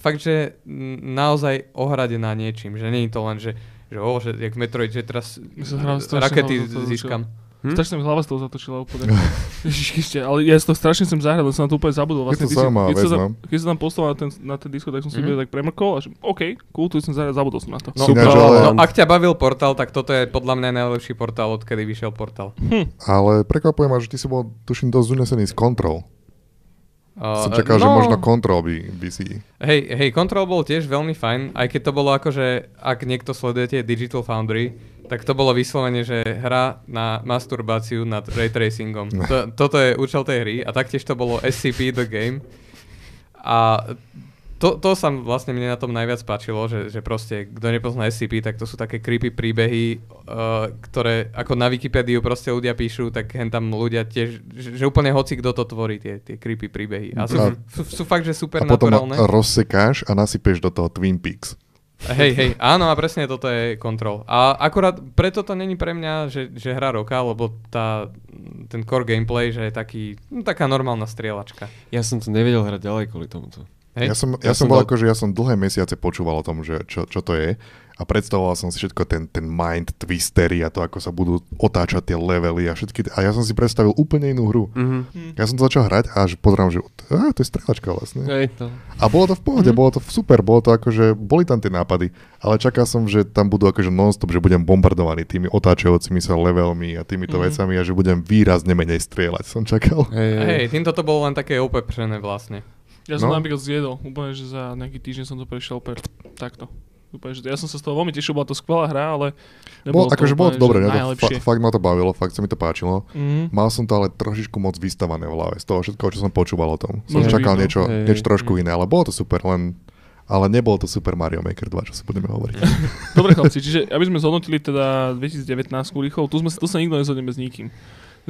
fakt, že m, naozaj ohradená niečím, že nie je to len, že, že, o, že jak Metroid, že teraz
My sa hráme strašne
rakety
hlavo za to,
získam.
Hm? Strašne mi hlava z toho zatočila úplne. Ježiškiste, ale ja si to strašne chcem zahrať, lebo som na to úplne zabudol.
Je to
Vlastne, ty si-
zaujímavá
keď, sa
vec,
tam,
no.
keď sa tam poslal na ten, na ten Discord, tak som si
Mhm.
mm-hmm. tak premrkol a že OK, cool, tu som zahrať, zabudol som na to.
No,
Ináč,
no,
ale-
no, ak ťa bavil portál, tak toto je podľa mňa najlepší portál, odkedy vyšiel portál.
Ale prekvapuje ma, že ty si bol, tuším, dosť unesený z kontrol.
Uh,
Som čakal, že možno kontrol by, by si...
Hej, hej, Control bol tiež veľmi fajn, aj keď to bolo akože, ak niekto sledujete Digital Foundry, tak to bolo vyslovene, že hra na masturbáciu nad ray
(laughs)
tracingom. To, toto je účel tej hry a taktiež to bolo SCP The Game. A to, to sa vlastne mne na tom najviac páčilo, že, že proste, kto nepozná SCP, tak to sú také creepy príbehy, uh, ktoré ako na Wikipédiu proste ľudia píšu, tak hen tam ľudia tiež, že, že úplne hoci kto to tvorí, tie, tie creepy príbehy. A sú,
A-
f- sú fakt,
No.
že
A potom
supernaturálne.
rozsekáš a nasypeš do toho Twin Peaks.
Hej, hej, áno a presne toto je kontrol. A akurát preto to není pre mňa, že, že hra roka, lebo tá, ten core gameplay, že je taký, no, taká normálna strieľačka.
Ja som to nevedel hrať ďalej kvôli tomuto.
Hej?
Ja som, ja, ja som bol ako, že ja som dlhé mesiace počúval o tom, že čo, čo to je a predstavoval som si všetko ten, ten mind twistery a to, ako sa budú otáčať tie levely a všetky. t- A ja som si predstavil úplne inú hru.
Mhm.
Mm-hmm. Ja som to začal hrať a až pozerám, že á, to je strelačka vlastne.
Mhm. Hej, to.
A bolo to v pohode, mm-hmm. bolo to super, bolo to akože, boli tam tie nápady, ale čakal som, že tam budú akože non-stop, že budem bombardovaný tými otáčajúcimi sa levelmi a týmito mm-hmm. vecami a že budem výrazne menej strieľať, som čakal.
Hej, hej.
Hej, týmto to bolo len také opepřené vlastne.
Ja som
No.
no. napríklad zjedol, úplne, že za nejaký týždeň som to prešiel úplne takto. Úplne, že ja som sa z toho veľmi tešil, bola to skvelá hra, ale
Bol, akože bolo to dobre,
že
mňa to
najlepšie.
fa- fakt ma to bavilo, fakt sa mi to páčilo.
Mhm.
Mal som to ale trošičku moc vystavané v hlave z toho všetkého, čo som počúval o tom. Som
Môže byť,
čakal
no.
niečo,
Hej.
niečo trošku iné, ale bolo to super, len ale nebolo to Super Mario Maker 2, čo si budeme hovoriť.
Dobre chlapci, čiže aby sme zhodnotili teda 2019 rýchlo, tu, sme, tu sa nikto nezhodneme s nikým.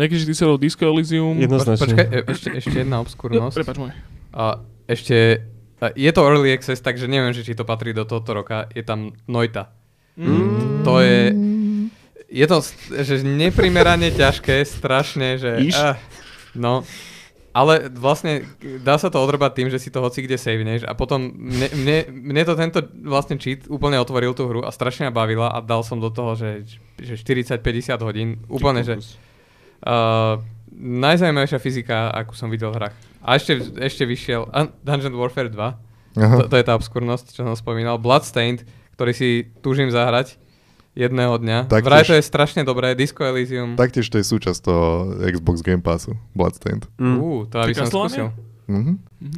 Nejaký, že ty sa robil Disco Elysium.
Jednoznačne.
Počkaj, e, ešte, ešte jedna obskurnosť.
Prepač môj.
A ešte, a je to early access, takže neviem, že či to patrí do tohto roka. Je tam Noita.
Mhm.
Mm. To je... Je to s- že neprimerane ťažké, strašne, že...
Iš?
Ah, no. Ale vlastne dá sa to odrbať tým, že si to hoci kde saveneš a potom mne, mne, mne to tento vlastne cheat úplne otvoril tú hru a strašne ma bavila a dal som do toho, že, že 40-50 hodín úplne, že Uh, najzaujímavejšia fyzika, akú som videl v hrách. A ešte, ešte vyšiel a Dungeon Warfare 2.
Aha.
To, to je tá obskurnosť, čo som spomínal. Bloodstained, ktorý si túžim zahrať jedného dňa.
Taktiež-
Vraj to je strašne dobré. Disco Elysium.
Taktiež to je súčasť toho Xbox Game Passu, Bloodstained.
Mhm.
Mm.
Ú, to aby
Taká
som
Slovenia?
skúsil.
Mhm.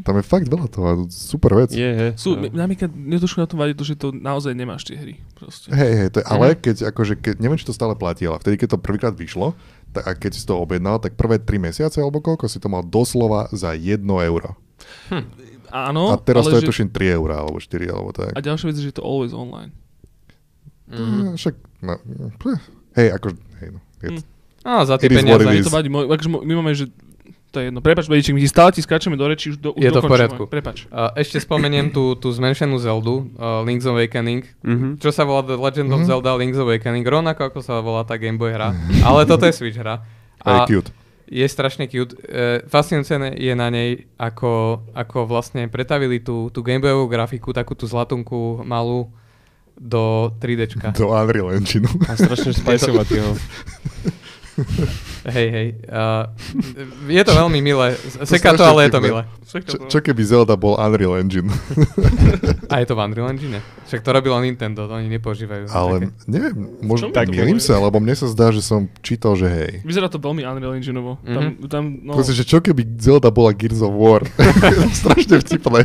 Tam je fakt veľa toho, a super vec.
Je, no. je.
Sú,
Áno.
m-
Mhm.
napríklad, mne trošku na tom vadí to, že to naozaj nemáš tie hry. Proste.
Hej, hej, to je,
Mhm.
ale keď, akože, keď, neviem, či to stále platí, ale vtedy, keď to prvýkrát vyšlo, tak, a keď si to objednal, tak prvé 3 mesiace alebo koľko si to mal doslova za 1 euro.
Áno,
a
No,
teraz
ale
to je
že,
tuším 3 eurá alebo 4 alebo tak.
A Mhm. ďalšia vec je, že je to always online.
Mm. Však, no, eh, hej, akože, hej, no. Je
Mhm.
to,
Á, za tie
It is what
peniaze.
it
Mne
is.
to vadí, môj, akože mo- my máme, že to je jedno. Prepač, Bediček, my ti stále ti skáčeme do reči, už, do, už
Je to v
dokončíme.
poriadku.
Prepač.
Uh, ešte spomeniem tú, tú zmenšenú Zeldu, uh, Link's Awakening,
Mhm.
čo sa volá The Legend of
Mhm.
Zelda Link's Awakening, rovnako ako sa volá tá Game Boy hra, ale toto je Switch
(laughs)
hra.
a je cute.
je strašne cute. E, fascinujúce je na nej, ako, ako vlastne pretavili tú, tú gameboyovú grafiku, takú tú zlatunku malú do 3Dčka.
Do Unreal Engineu.
A (laughs) strašne spajsovať ho.
Hej, hej. Uh, je to veľmi milé. Seka
strašne
to,
no.
ale je to
vtipné.
milé.
Však
Čo,
to-
čo keby Zelda bol Unreal
(laughs)
Engine?
A je to v Unreal Engine. Však to robilo Nintendo, to oni nepožívajú.
Ale
Také.
neviem,
čom
možno
je
tak
to
milím
bolo?
sa, lebo mne sa zdá, že som čítal, že hej.
Vyzerá to veľmi Unreal Engineovo.
Mhm.
Tam, tam, no,
No. Proste, že čo keby Zelda bola Gears of War? (laughs) Strašne vtipné.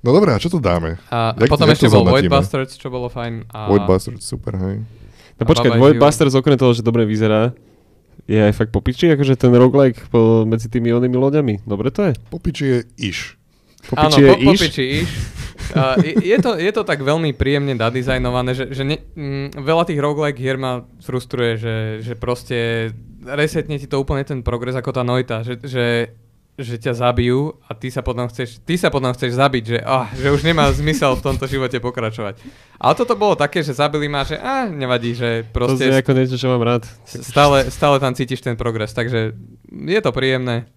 no dobré, a čo to dáme?
A
Jak-
potom
jak to
ešte bol
zhodnotíme?
Void Bastards, čo bolo fajn. A...
Void Buster, super, hej.
No
A
počkaj,
Baba
Void
Jill.
Busters okrem toho, že dobre vyzerá, je aj fakt popiči, akože ten roguelike po, medzi tými onými loďami. Dobre to je?
Popiči je iš.
Popiči
Áno,
je
po, po
iš?
piči iš. Uh, je, je, to, je to tak veľmi príjemne nadizajnované, že, že ne, mm, veľa tých roguelike hier ma frustruje, že, že proste resetne ti to úplne ten progres ako tá Noita, že, že, že ťa zabijú a ty sa potom chceš, ty sa potom chceš zabiť, že, oh, že už nemá zmysel v tomto živote pokračovať. Ale toto bolo také, že zabili ma, že ah, nevadí, že
To
proste
je ako niečo, čo mám rád.
s- stále, stále tam cítiš ten progres, takže je to príjemné.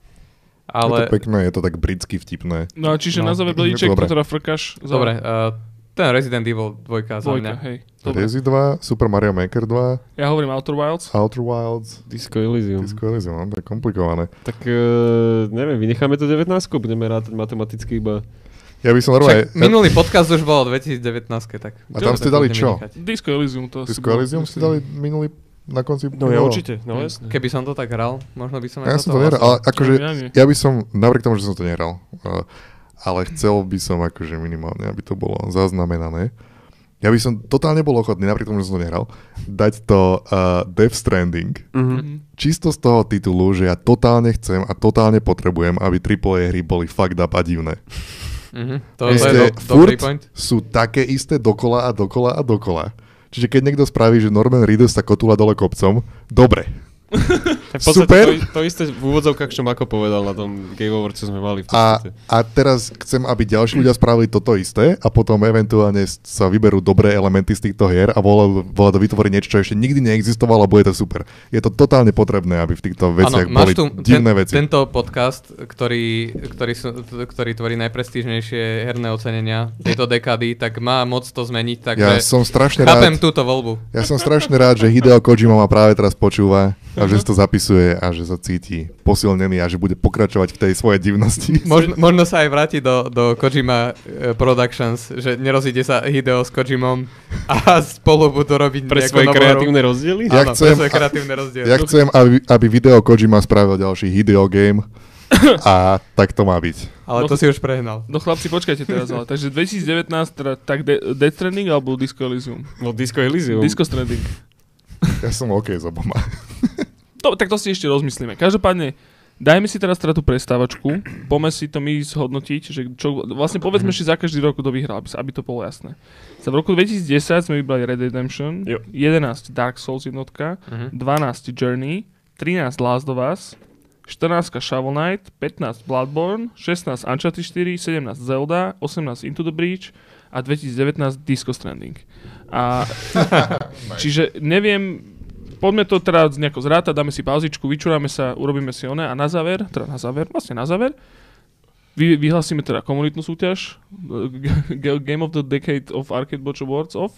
Ale... Je No
Ale
to pekné, je to tak britsky vtipné.
no a čiže
no,
na záver,
je to
Bediček,
dobré.
to teda frkáš. za-
Dobre, uh, ten Resident Evil 2 za mňa.
Dvojka, hej. Dobre.
Rezi 2, Super Mario Maker 2,
Ja hovorím Outer Wilds.
Outer Wilds,
Disco Elysium.
Disco Elysium, no, to je komplikované.
Tak e, neviem, vynecháme to 19, budeme rátať matematicky iba.
Ja by som
Však
normálne...
minulý podcast už bol o 2019, tak...
A tam
to
ste dali
budeme
čo?
nechať.
Disco Elysium to asi
Disco
bolo,
Elysium si
myslím.
dali minulý na konci... minulého?
no
Keby som to tak hral, možno by som aj
Ja som to
toto vlastne-
nehral, ale
hlasoval.
akože
Ja nie.
ja by som, napriek tomu, že som to nehral, uh, ale chcel by som akože minimálne, aby to bolo zaznamenané. Ja by som totálne bol ochotný, napriek tomu, že som to nehral, dať to uh, Death Stranding.
Mm-hmm.
Mhm.
Čisto z toho titulu, že ja totálne chcem a totálne potrebujem, aby AAA hry boli fucked up a divné.
Mhm, To, to je
Proste
do, dobrý
furt
point.
sú také isté dokola a dokola a dokola. Čiže keď niekto spraví, že Norman Reedus sa kotula dole kopcom, dobre.
Tak v podstate
Super.
To, to isté v úvodzovkách, čo Mako povedal na tom Game Over, čo sme mali v
A,
podstate.
a teraz chcem, aby ďalší ľudia spravili toto isté a potom eventuálne s- sa vyberú dobré elementy z týchto hier a volá, volá to vytvoriť niečo, čo ešte nikdy neexistovalo a bude to super. Je to totálne potrebné, aby v týchto veciach boli divné
ten,
veci.
Tento podcast, ktorý, ktorý, sú- t- ktorý tvorí najprestížnejšie herné ocenenia tejto dekády, tak má moc to zmeniť, takže
Ja som strašne rád.
chápem túto voľbu.
Ja som strašne rád, že Hideo Kojima ma práve teraz počúva a že si to zapisuje a že sa cíti posilnený a že bude pokračovať v tej svojej
(laughs)
divnosti.
Možno, možno sa aj vráti do, do Kojima eh, Productions, že nerozíde sa Hideo s Kojimom a spolu budú robiť
Pre
nejakú
svoje
novú
kreatívne
hru.
rozdiely?
Ja
Áno,
chcem-
pre svoje kreatívne rozdiely.
Ja chcem, aby, aby Video Kojima spravil ďalší Hideo game a tak to má byť.
Ale to si už prehnal.
No chlapci, počkajte teraz, ale. Takže 2019, teda, tak de- Death Stranding alebo Disco Elysium?
No Disco Elysium.
Disco Stranding.
Ja som OK s oboma.
To, No, tak to si ešte rozmyslíme. Každopádne, dajme si teraz teda tú prestávačku, poďme si to my zhodnotiť, že čo, vlastne povedzme ešte za každý rok, kto vyhral, aby, sa- aby to bolo jasné. Za v roku 2010 sme vybrali Red Redemption,
Jo.
11 Dark Souls jednotka, 12 Journey, 13 Last of Us, 14 Shovel Knight, 15 Bloodborne, 16 Uncharted 4, 17 Zelda, 18 Into the Breach a 2019 Disco Stranding. A, čiže neviem, poďme to teda nejako zráta, dáme si pauzičku, vyčúrame sa, urobíme si one a na záver, teda na záver, vlastne na záver, vy, vyhlasíme teda komunitnú súťaž (laughs) G- G- Game of the Decade of Arcade Watch Awards of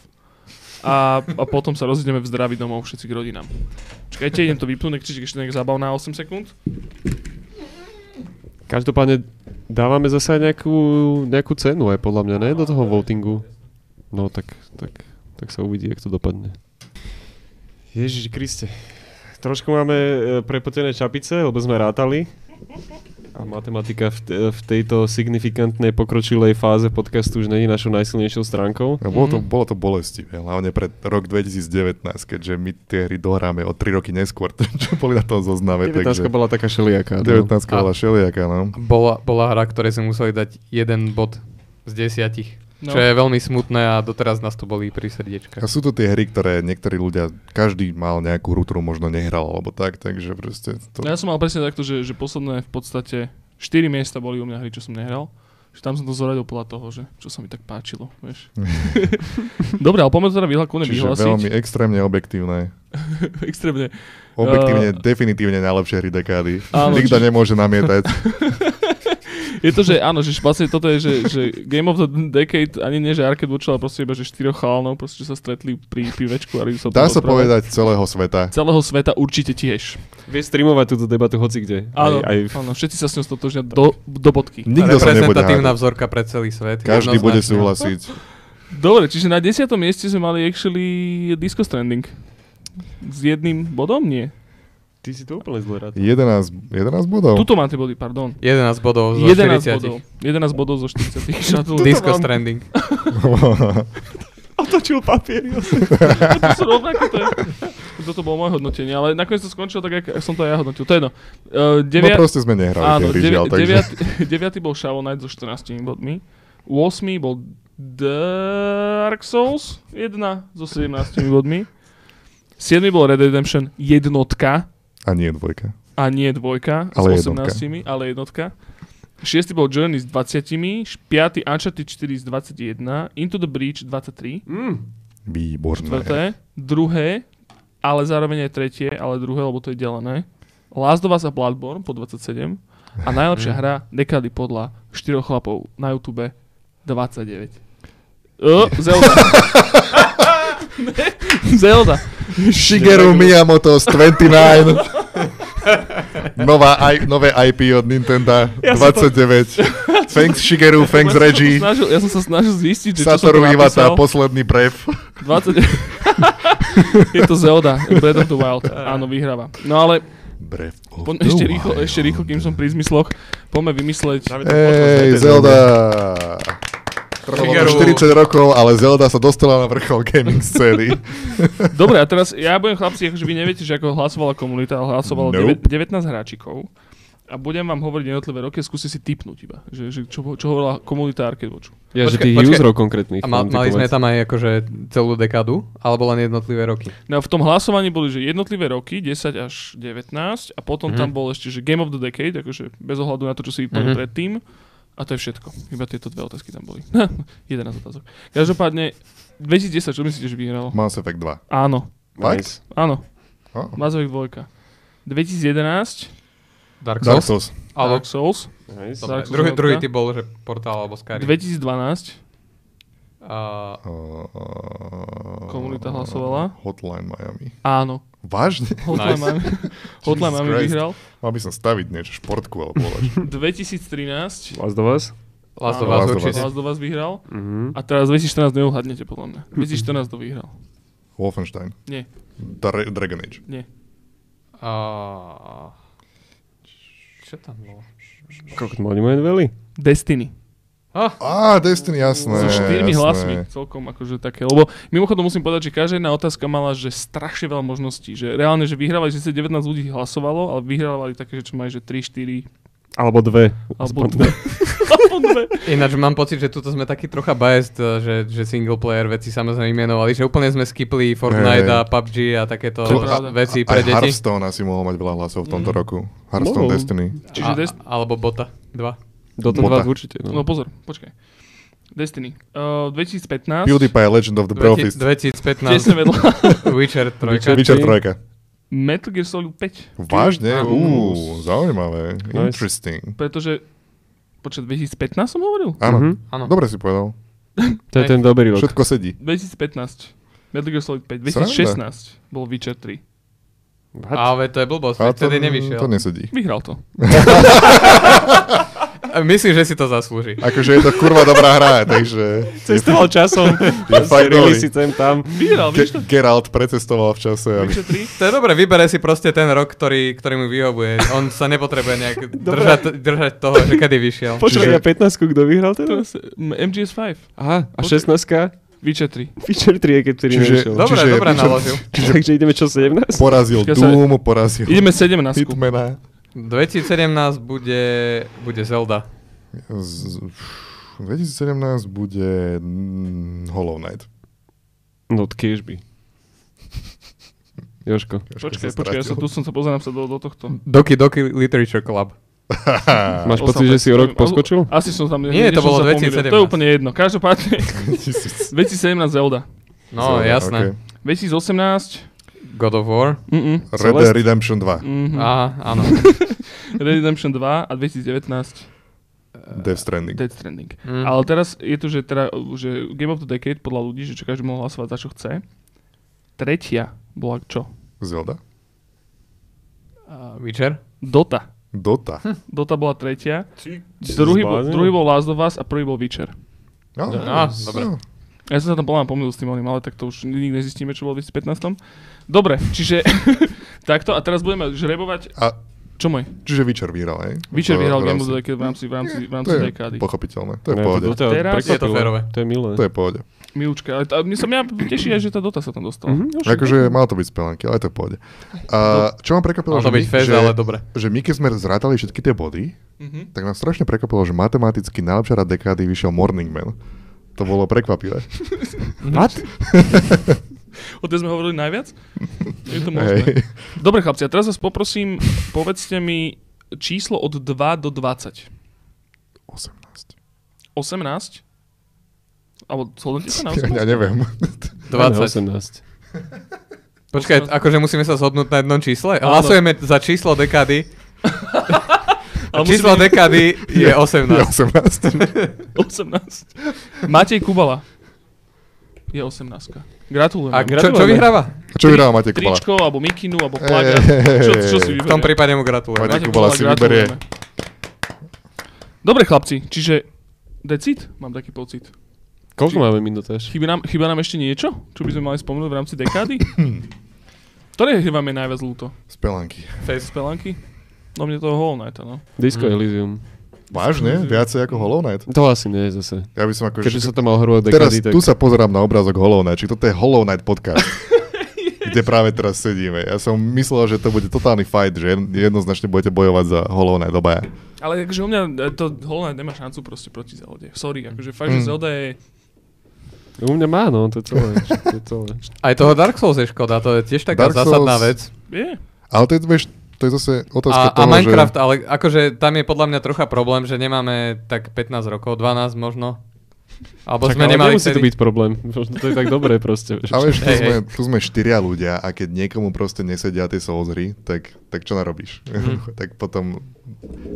a, a potom sa rozideme v zdraví domov všetci k rodinám. Čakajte, idem to vypnúť, nech ešte nejak zábav na 8 sekúnd.
Každopádne dávame zase aj nejakú, nejakú cenu aj podľa mňa, ne? Do toho votingu. No tak, tak, tak sa uvidí, jak to dopadne. Ježiš Kriste. Trošku máme e, prepotené čapice, lebo sme rátali. A matematika v, te, v tejto signifikantnej pokročilej fáze podcastu už není našou najsilnejšou stránkou.
No, bolo, to, bolo to bolestivé, hlavne pre rok 2019, keďže my tie hry dohráme o 3 roky neskôr, (laughs) čo boli na tom zozname.
19
takže...
bola taká šeliaká. No.
19 bola šeliaká, no.
Bola, bola hra, ktorej sme museli dať jeden bod z desiatich.
No.
No. Čo je veľmi smutné a doteraz nás tu boli pri
A
srdiečkach.
sú to tie hry, ktoré niektorí ľudia, každý mal nejakú rutru, možno nehral alebo tak, takže proste to...
Ja som mal presne takto, že, že posledné v podstate 4 miesta boli u mňa hry, čo som nehral. Že tam som to zoradil podľa toho, že čo sa mi tak páčilo,
(laughs)
vieš. Dobre, ale poďme to teda vyhlaku
Čiže
vyhlásiť.
veľmi extrémne objektívne.
(laughs) Extrémne.
Objektívne, definitívne najlepšie hry dekády.
Eh, Áno,
Nikto
či- (laughs)
nemôže namietať.
Je to, že áno, že vlastne toto je, že, že Game of the Decade, ani nie, že Arcade Watch, ale proste iba, že štyroch chalanov, proste, čo sa stretli pri pivečku a idú sa o tom
Dá sa
rozprávať.
povedať celého sveta.
Celého sveta určite tiež.
Vie streamovať túto debatu hoci kde.
Áno,
Aj, aj v
áno, všetci sa s ňou stotožnia do, do bodky.
Nikto sa nebude
Reprezentatívna
hádať.
vzorka pre celý svet.
Každý bude
jednoznačne.
súhlasiť.
Dobre, čiže na 10. mieste sme mali actually Disco Stranding. S jedným bodom? Nie.
Ty si to úplne zle rád.
11, 11 bodov. (laughs)
Tuto máte body, pardon.
11 bodov zo
11
40.
bodov. 11 bodov zo
(laughs)
40. Šatol.
Disco Stranding.
No,
Otočil papier.
to sú rovnaké, to je. Toto bolo moje hodnotenie, ale nakoniec to skončilo tak, ako som to aj ja hodnotil. To je jedno. Uh,
No
devia-
proste sme nehrali tie
Áno,
hry,
devi-
žiaľ, takže...
deviatý, (laughs) deviatý bol Shovel Knight so 14 bodmi. 8 bol Dark Souls 1 so 17 bodmi. 7 bol Red Redemption jednotka
A nie dvojka.
a nie dvojka
Ale
s
jednotka.
18, ale jednotka. 6 bol Journey s 20, 5 Uncharted 4 s 21, Into the Breach 23,
Mm.
Výborné.
štvrté, druhé, ale zároveň aj tretie, ale druhé, lebo to je delené. Last of Us a Bloodborne po 27 a najlepšia hra dekády podľa štyroch chlapov na YouTube 29. Ö,
(laughs)
Zelda. Zelda.
Shigeru Miyamoto z 29. Nová, I, nové IP od Nintendo
Ja som to-
29. Thanks Shigeru,
Ja som
thanks
sa
Reggie.
snažil, ja som sa snažil zistiť, že čo som to
Satoru Iwata,
napísal.
posledný brev.
20... (laughs) je to Zelda, Breath of the Wild. Áno, vyhráva. No ale
Brev
po, ešte, rýchlo, ešte rýchlo, kým som pri zmysloch, poďme vymysleť
Ej, Zelda. Trvalo
Shigeru.
to 40 rokov, ale Zelda sa dostala na vrchol gaming scény. (laughs)
Dobre, a teraz ja budem chlapci, akože vy neviete, že ako hlasovala komunita, ale hlasovalo
Nope.
nope. 19 hráčikov. a budem vám hovoriť jednotlivé roky, skúste si typnúť iba, že, že čo, čo hovorila komunita Arcade Watchu.
Ja, že
Počkaj,
tých
počkaj.
userov konkrétnych.
A ma,
mám
mali sme
typovať.
tam aj akože celú dekádu, alebo len jednotlivé roky.
No a v tom hlasovaní boli, že jednotlivé roky, 10 až 19, a potom
Mhm.
tam bol ešte, že Game of the Decade, akože bez ohľadu na to, čo si vyplnil
Mhm.
predtým. A to je všetko. Iba tieto dve otázky tam boli. (laughs) 11 otázok. Každopádne, 2010, čo myslíte, že vyhralo?
Mass Effect 2.
Áno,
Fakt?
áno.
Oh.
Mass Effect 2. 2011,
Dark
Dark
Souls.
Souls.
Alebo,
Dark Souls.
Nice.
Dark Souls
druhý,
jednotka.
druhý typ bol, že Portal alebo Skyrim.
2012,
A,
O, o,
Komunita hlasovala?
Hotline Miami.
áno.
Vážne?
Hotline
Nice. (laughs)
Miami, Hotline
Jesus
Miami
Christ.
vyhral.
(laughs) Mal by som staviť niečo, športku alebo volač.
2013,
Last of Us?
Last
Áno,
of Us
Last of
určite.
Last do vás vyhral.
Mhm.
A teraz 2014 neuhadnete, podľa mňa.
Mhm.
2014 to vyhral.
Wolfenstein.
Nie.
Dra- Dragon Age.
A, čo tam bolo?
Kokot Monument Valley?
Destiny.
Á, Destiny, No jasné.
so štyrmi
jasné.
hlasmi, celkom akože také. Lebo mimochodom musím povedať, že každá jedna otázka mala, že strašne veľa možností. Že reálne, že vyhrávali, že 19 ľudí hlasovalo, ale vyhrávali také, že čo majú, že 3, 4,
Alebo dve. Aspoň
alebo dve. Alebo dve.
Ináč mám pocit, že tuto sme taký trocha biased, eh, že, že single player veci samozrejme menovali, že úplne sme skipli Fortnite
Hej.
a PUBG a takéto
To je pravda.
veci
Aj
pre deti.
Hearthstone asi mohol mať veľa hlasov v tomto roku. Hearthstone
Mohol.
Destiny.
Čiže
A-
Dest-
Alebo Bota 2.
(laughs) Dota
Mota.
2 určite.
No
No.
pozor, počkaj. Destiny. Uh, 2015.
PewDiePie Legend of the Brofist.
2015
Tesne vedľa. (laughs)
Witcher 3.
Witcher 3.
Metal Gear Solid 5.
Vážne?
Áno.
Uú, zaujímavé.
Nice.
Interesting.
Pretože počet 2015 som hovoril?
Mhm.
Áno,
Áno.
dobre si povedal.
To je ten dobrý rok.
Všetko sedí.
2015. Metal Gear Solid 5.
Sranda.
2016 bol Witcher 3.
Ale to je blbosť,
A
vtedy
to
nevyšiel.
nesedí.
Vyhral to.
Myslím, že si to zaslúži.
Akože je to kurva dobrá hra, takže...
Cestoval časom.
Je fakt dobrý.
si sem tam.
Vyhral,
Ge-
vidíš to?
Geralt precestoval v čase. Aby...
Witcher 3.
To je dobre, vybere si proste ten rok, ktorý, ktorý mu vyhovuje. On sa nepotrebuje nejak držať, držať toho, že kedy vyšiel.
Počkaj,
Čiže-
a 15 kto vyhral
To
teraz?
je m- MGS5.
Aha, a 16
Počkaj. Witcher 3.
Feature 3, keď ktorý
Čiže-
nešiel.
Dobre,
Čiže-
dobre
čiže-
naložil.
Takže ideme čo, 17?
Porazil
Ja sa-
Doom, porazil
Ideme 17.
Hitmana.
2017 bude, bude Zelda.
Z... 2017 bude mm, Hollow Knight.
No, tiež by. Joško.
Trošku
Počkaj,
sa
počkaj, ja sa
stratil. (laughs)
tu som sa pozerám sa do, do tohto.
Doki Doki Literature Club.
Máš
To
pocit,
sa
že si o rok
predstavím.
poskočil?
Asi som tam...
Nie, to
niečo som
bolo
sa pomýlil.
2017.
To je úplne jedno. Každopádne (laughs)
2017,
2017 Zelda.
No, jasné.
ok.
2018...
God of War.
Mm-mm.
Red Dead Redemption 2.
Mhm.
Aha, áno.
Red Redemption 2 a 2019
Death Stranding.
Dead Stranding.
Mm.
Ale teraz je tu, že, teda, že Game of the Decade podľa ľudí, že čo každý mohol hlasovať za čo chce. Tretia bola čo?
Zelda?
A Witcher.
Dota.
Dota.
Dota bola tretia.
si
Druhý bol,
zbláznil?
druhý bol Last of Us a prvý bol Witcher.
No,
Á, dobre.
Ja som sa tam podľa mňa pomýlil s tým oným, ale tak to už nikdy nezistíme, čo bolo v 2015. Dobre, čiže (laughs) takto a teraz budeme žrebovať,
A,
čo môj?
čiže Witcher vyhral, hej?
Witcher
V-
vyhral
v
Game of
rámci-
the Decade v rámci, v rámci, v rámci
To je
dekády.
pochopiteľné. To je v
Ne,
pohode.
ťa
Teraz-
prekvapilo.
Je to férové.
To je milé.
To je v pohode.
Milučka, ale tá- mne sa mňa teší aj, že tá Dota sa tam dostala.
Mhm, Joško.
Akože malo to byť spelanky, ale to je v pohode. A, čo ma prekvapilo,
Mal
že,
to byť
my-
fest,
že,
ale dobre.
že my keď sme zrátali všetky tie body,
Mhm.
tak nás strašne prekvapilo, že matematicky najlepšia rada dekády vyšiel Morning Man. To bolo prekvapivé.
What?
O tej sme hovorili
(laughs)
najviac? Je to možné.
Hej.
Dobre chlapci, a teraz vás poprosím, povedzte mi číslo od 2 do 20.
18.
18? Alebo zhodnete sa na
Ja,
18?
ja neviem.
20.
18.
Počkaj,
18.
akože musíme sa zhodnúť na jednom čísle.
Áno.
Hlasujeme za číslo dekády.
Ale musí
Číslo
byť (laughs)
dekády je 18.
Je 18.
18. Matej Kubala je 18. Gratulujem.
A čo, čo
Gratulujeme.
vyhráva?
A čo vyhrá Matej Kubala?
Tričko, alebo mikinu, alebo
Ej,
plagát.
ej, ej,
Čo, čo si
ej.
V tom
vyberie?
prípade mu gratulujem.
Poďme.
Matej
Kubala si vyberie.
gratulujeme. Dobre chlapci, čiže decit? Mám taký pocit.
Koľko máme minút až?
Chýba nám, chýba nám ešte niečo, čo by sme mali spomenúť v rámci
(clears throat)
dekády? Ktoré hry vám je najviac ľúto?
Spelanky.
Fest.
Spelanky? No mne toho Hollow Knighta, no.
Disco Elysium.
Vážne? Viacej ako Hollow Knight?
To asi nie je zase.
Ja by som ako...
Keďže sa tam mal hrúvať
Teraz
dekády, tak...
(laughs)
tu sa pozerám na obrázok Hollow Knight, či toto je Hollow Knight podcast. kde práve teraz sedíme. Ja som myslel, že to bude totálny fight, že jednoznačne budete bojovať za Hollow Knight obaja.
Ale akože u mňa e, to Hollow Knight nemá šancu proste proti Zelode. Sorry, akože fakt, že
Mm.
Zelda je...
U mňa má, no, to je celé. (laughs) to je celé.
Aj toho Dark Souls je škoda, to je tiež taká
Dark
zásadná
Souls-
vec.
Je.
Ale to je, vieš, to je zase otázka
A,
toho,
a Minecraft,
že...
ale akože tam je podľa mňa trocha problém, že nemáme tak 15 rokov, 12 možno. Alebo
Čak,
sme
ale
nemali
nemusí to byť problém. Možno to je tak dobré proste. vieš.
A vieš, tu
Hej,
sme, tu sme štyria ľudia a keď niekomu proste nesedia tie Souls hry, tak, tak čo narobíš?
Mhm.
(laughs) tak potom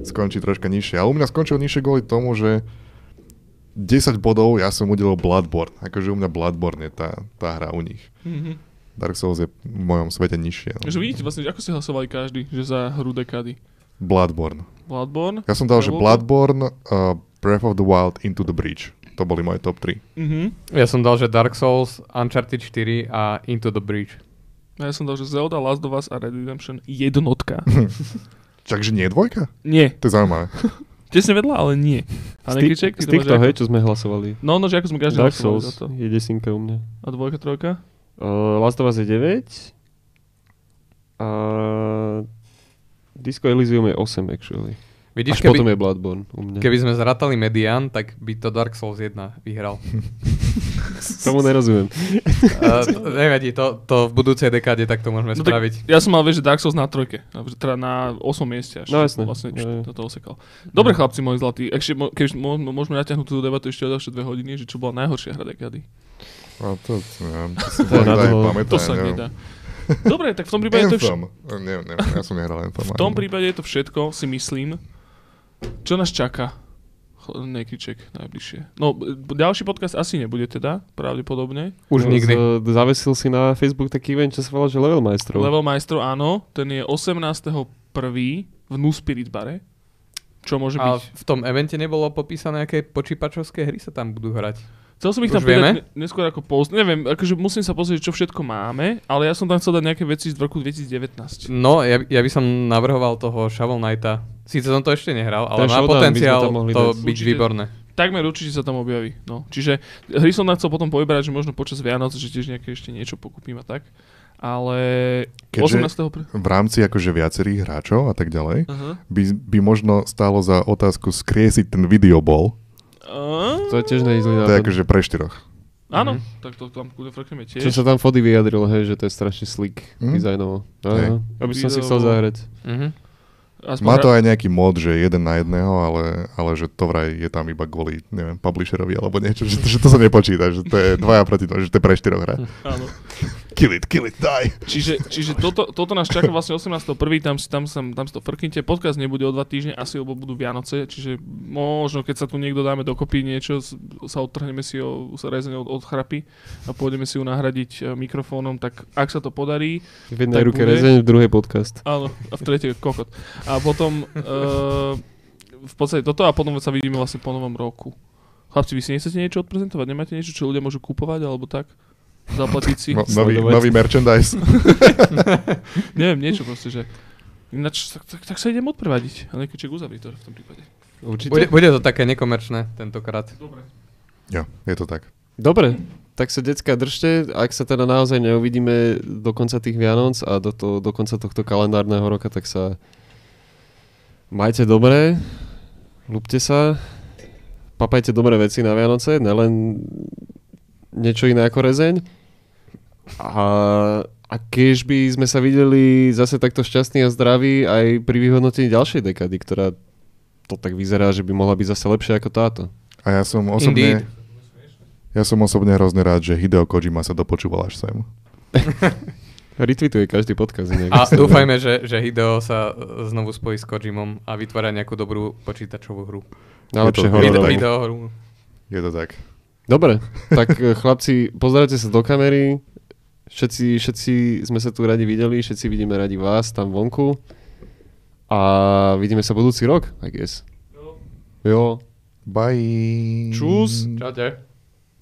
skončí troška nižšie. A u mňa skončil nižšie kvôli tomu, že 10 bodov ja som udelil Bloodborne. Akože u mňa Bloodborne je tá, tá hra u nich.
Mhm.
Dark Souls je v mojom svete nižšie. No.
Takže vidíte vlastne, že ako ste hlasovali každý, že za hru dekády.
Bloodborne.
Bloodborne.
Ja som dal, že
Diablo?
Bloodborne, uh, Breath of the Wild, Into the Breach. To boli moje top 3.
Mhm.
Ja som dal, že Dark Souls, Uncharted 4 a Into the Breach.
A ja som dal, že Zelda, Last of Us a Red Redemption jednotka. (laughs)
Takže nie je dvojka?
nie.
To je zaujímavé.
(laughs)
Tesne vedľa, ale nie. A
Z tých-
nekriček,
z týchto, hej, čo sme hlasovali.
No, no, že ako sme každý
Dark
hlasovali za
Souls
to.
je desinka u mňa.
A dvojka, trojka?
Uh, Last of Us je 9. A Disco Elysium je 8, actually. Až
Vidíš, keby,
potom je Bloodborne u mňa.
keby sme zratali median, tak by to Dark Souls 1
(laughs)
vyhral.
Tomu nerozumiem.
Uh, nevadí, to, to v budúcej dekáde takto môžeme
No tak-
spraviť.
Ja som mal, vieš, že Dark Souls na trojke, a že teda na 8 mieste až.
No, jasné. No.
Vlastne, čo,
Jo, jo.
toto osekal. Dobre, chlapci, moji zlatí. Ešte, mo- keď mo- môžeme natiahnuť tú debatu ešte o ďalšie dve hodiny, že čo bola najhoršia hra dekady.
A to, neviem, to si
To je na
Boh aj
dlho.
pamätá,
To sa
neviem.
nedá. Dobre, tak v tom
(laughs)
prípade to je vš-
Anthem. Neviem, neviem, ja som nehral Anthem.
V tom prípade je to všetko, si myslím. Čo nás čaká? Chl- Nekriček najbližšie. No, b- ďalší podcast asi nebude teda, pravdepodobne.
Už
No,
nikdy.
z- Zavesil si na Facebook taký event, čo sa volá, že Level Majstrov.
Level Maestro, áno, ten je 18.1. v New Spirit bare. Čo môže
A
byť?
v tom evente nebolo popísané, aké počípačovské hry sa tam budú hrať.
Chcel som ich tam
Už
pridať
vieme?
ne- neskôr ako post. Neviem, akože musím sa pozrieť, čo všetko máme, ale ja som tam chcel dať nejaké veci z roku 2019.
No, ja, by- ja by som navrhoval toho Shovel Knighta. Síce som to ešte nehral, ale
Ten
má
Shovel Knight by sme
potenciál
tam mohli
to
dať.
byť
Určite.
výborné.
Takmer určite sa tam objaví. No. Čiže hry som tam chcel potom povyberať, že možno počas Vianoc, že tiež nejaké ešte niečo pokúpim a tak. Ale
Keďže-
18. Pr-
V rámci akože viacerých hráčov a tak ďalej,
Aha.
by, by možno stálo za otázku skriesiť ten videobol.
To je tiež nejzlý nápad.
To je akože pre štyroch.
Áno, tak to tam kúde frkneme tiež.
Čo sa tam Fody vyjadril, hej, že to je strašne slick
Mhm.
mm. dizajnovo.
Hej.
Áno, aby som si chcel
Videovo.
zahrať.
Mhm.
Aspoň
Má to
hra-
aj nejaký mod, že jeden na jedného, ale, ale že to vraj je tam iba kvôli, neviem, publisherovi alebo niečo, že, že to sa nepočíta, že to je dvaja proti tomu, že to je pre štyroch hra.
Áno.
Kill it, kill it, die.
Čiže, čiže toto, toto nás čaká vlastne 18.1. Tam si, tam, tam, tam si to frknite. Podcast nebude o dva týždne, asi lebo budú Vianoce. Čiže možno, keď sa tu niekto dáme dokopy niečo, s- sa odtrhneme si o, sa rezene od, od chrapy a pôjdeme si ju nahradiť e, mikrofónom, tak ak sa to podarí,
V jednej
Tak
ruke
bude.
rezeň, v druhej podcast.
áno, a v tretej kokot. A potom uh, v podstate toto a potom sa vidíme vlastne po novom roku. Chlapci, vy si nechcete niečo odprezentovať? Nemáte niečo, čo ľudia môžu kupovať alebo tak? Zaplatiť si?
(laughs) No, nový,
sledovať.
nový merchandise.
Neviem, niečo proste, že... Ináč, tak, tak, tak sa idem odprevadiť. A nejaký ček uzavrí to v tom prípade.
Bude, bude to také nekomerčné tentokrát.
Dobre.
Jo, je to tak.
Dobre, tak sa decka držte, ak sa teda naozaj neuvidíme do konca tých Vianoc a do, to, do konca tohto kalendárneho roka, tak sa majte dobre, ľúbte sa, papajte dobré veci na Vianoce, nelen niečo iné ako rezeň. A, a keď by sme sa videli zase takto šťastní a zdraví aj pri vyhodnotení ďalšej dekady, ktorá to tak vyzerá, že by mohla byť zase lepšia ako táto.
A ja som osobne...
Indeed.
Ja som osobne hrozne rád, že Hideo Kojima sa dopočúval až sem.
Retweetuje každý podkaz. inak. (laughs)
(laughs) A dúfajme, že, že Hideo sa e, znovu spojí s Kojimom a vytvára nejakú dobrú počítačovú hru.
Najlepšie
Je to-
hororovú.
Video,
Hororovú.
video hru.
Je to tak.
Dobre, tak eh, chlapci, pozerajte sa do kamery. Všetci, všetci sme sa tu radi videli, všetci vidíme radi vás tam vonku. A vidíme sa budúci rok, I guess. Jo.
Bye.
Čus.
Čaute.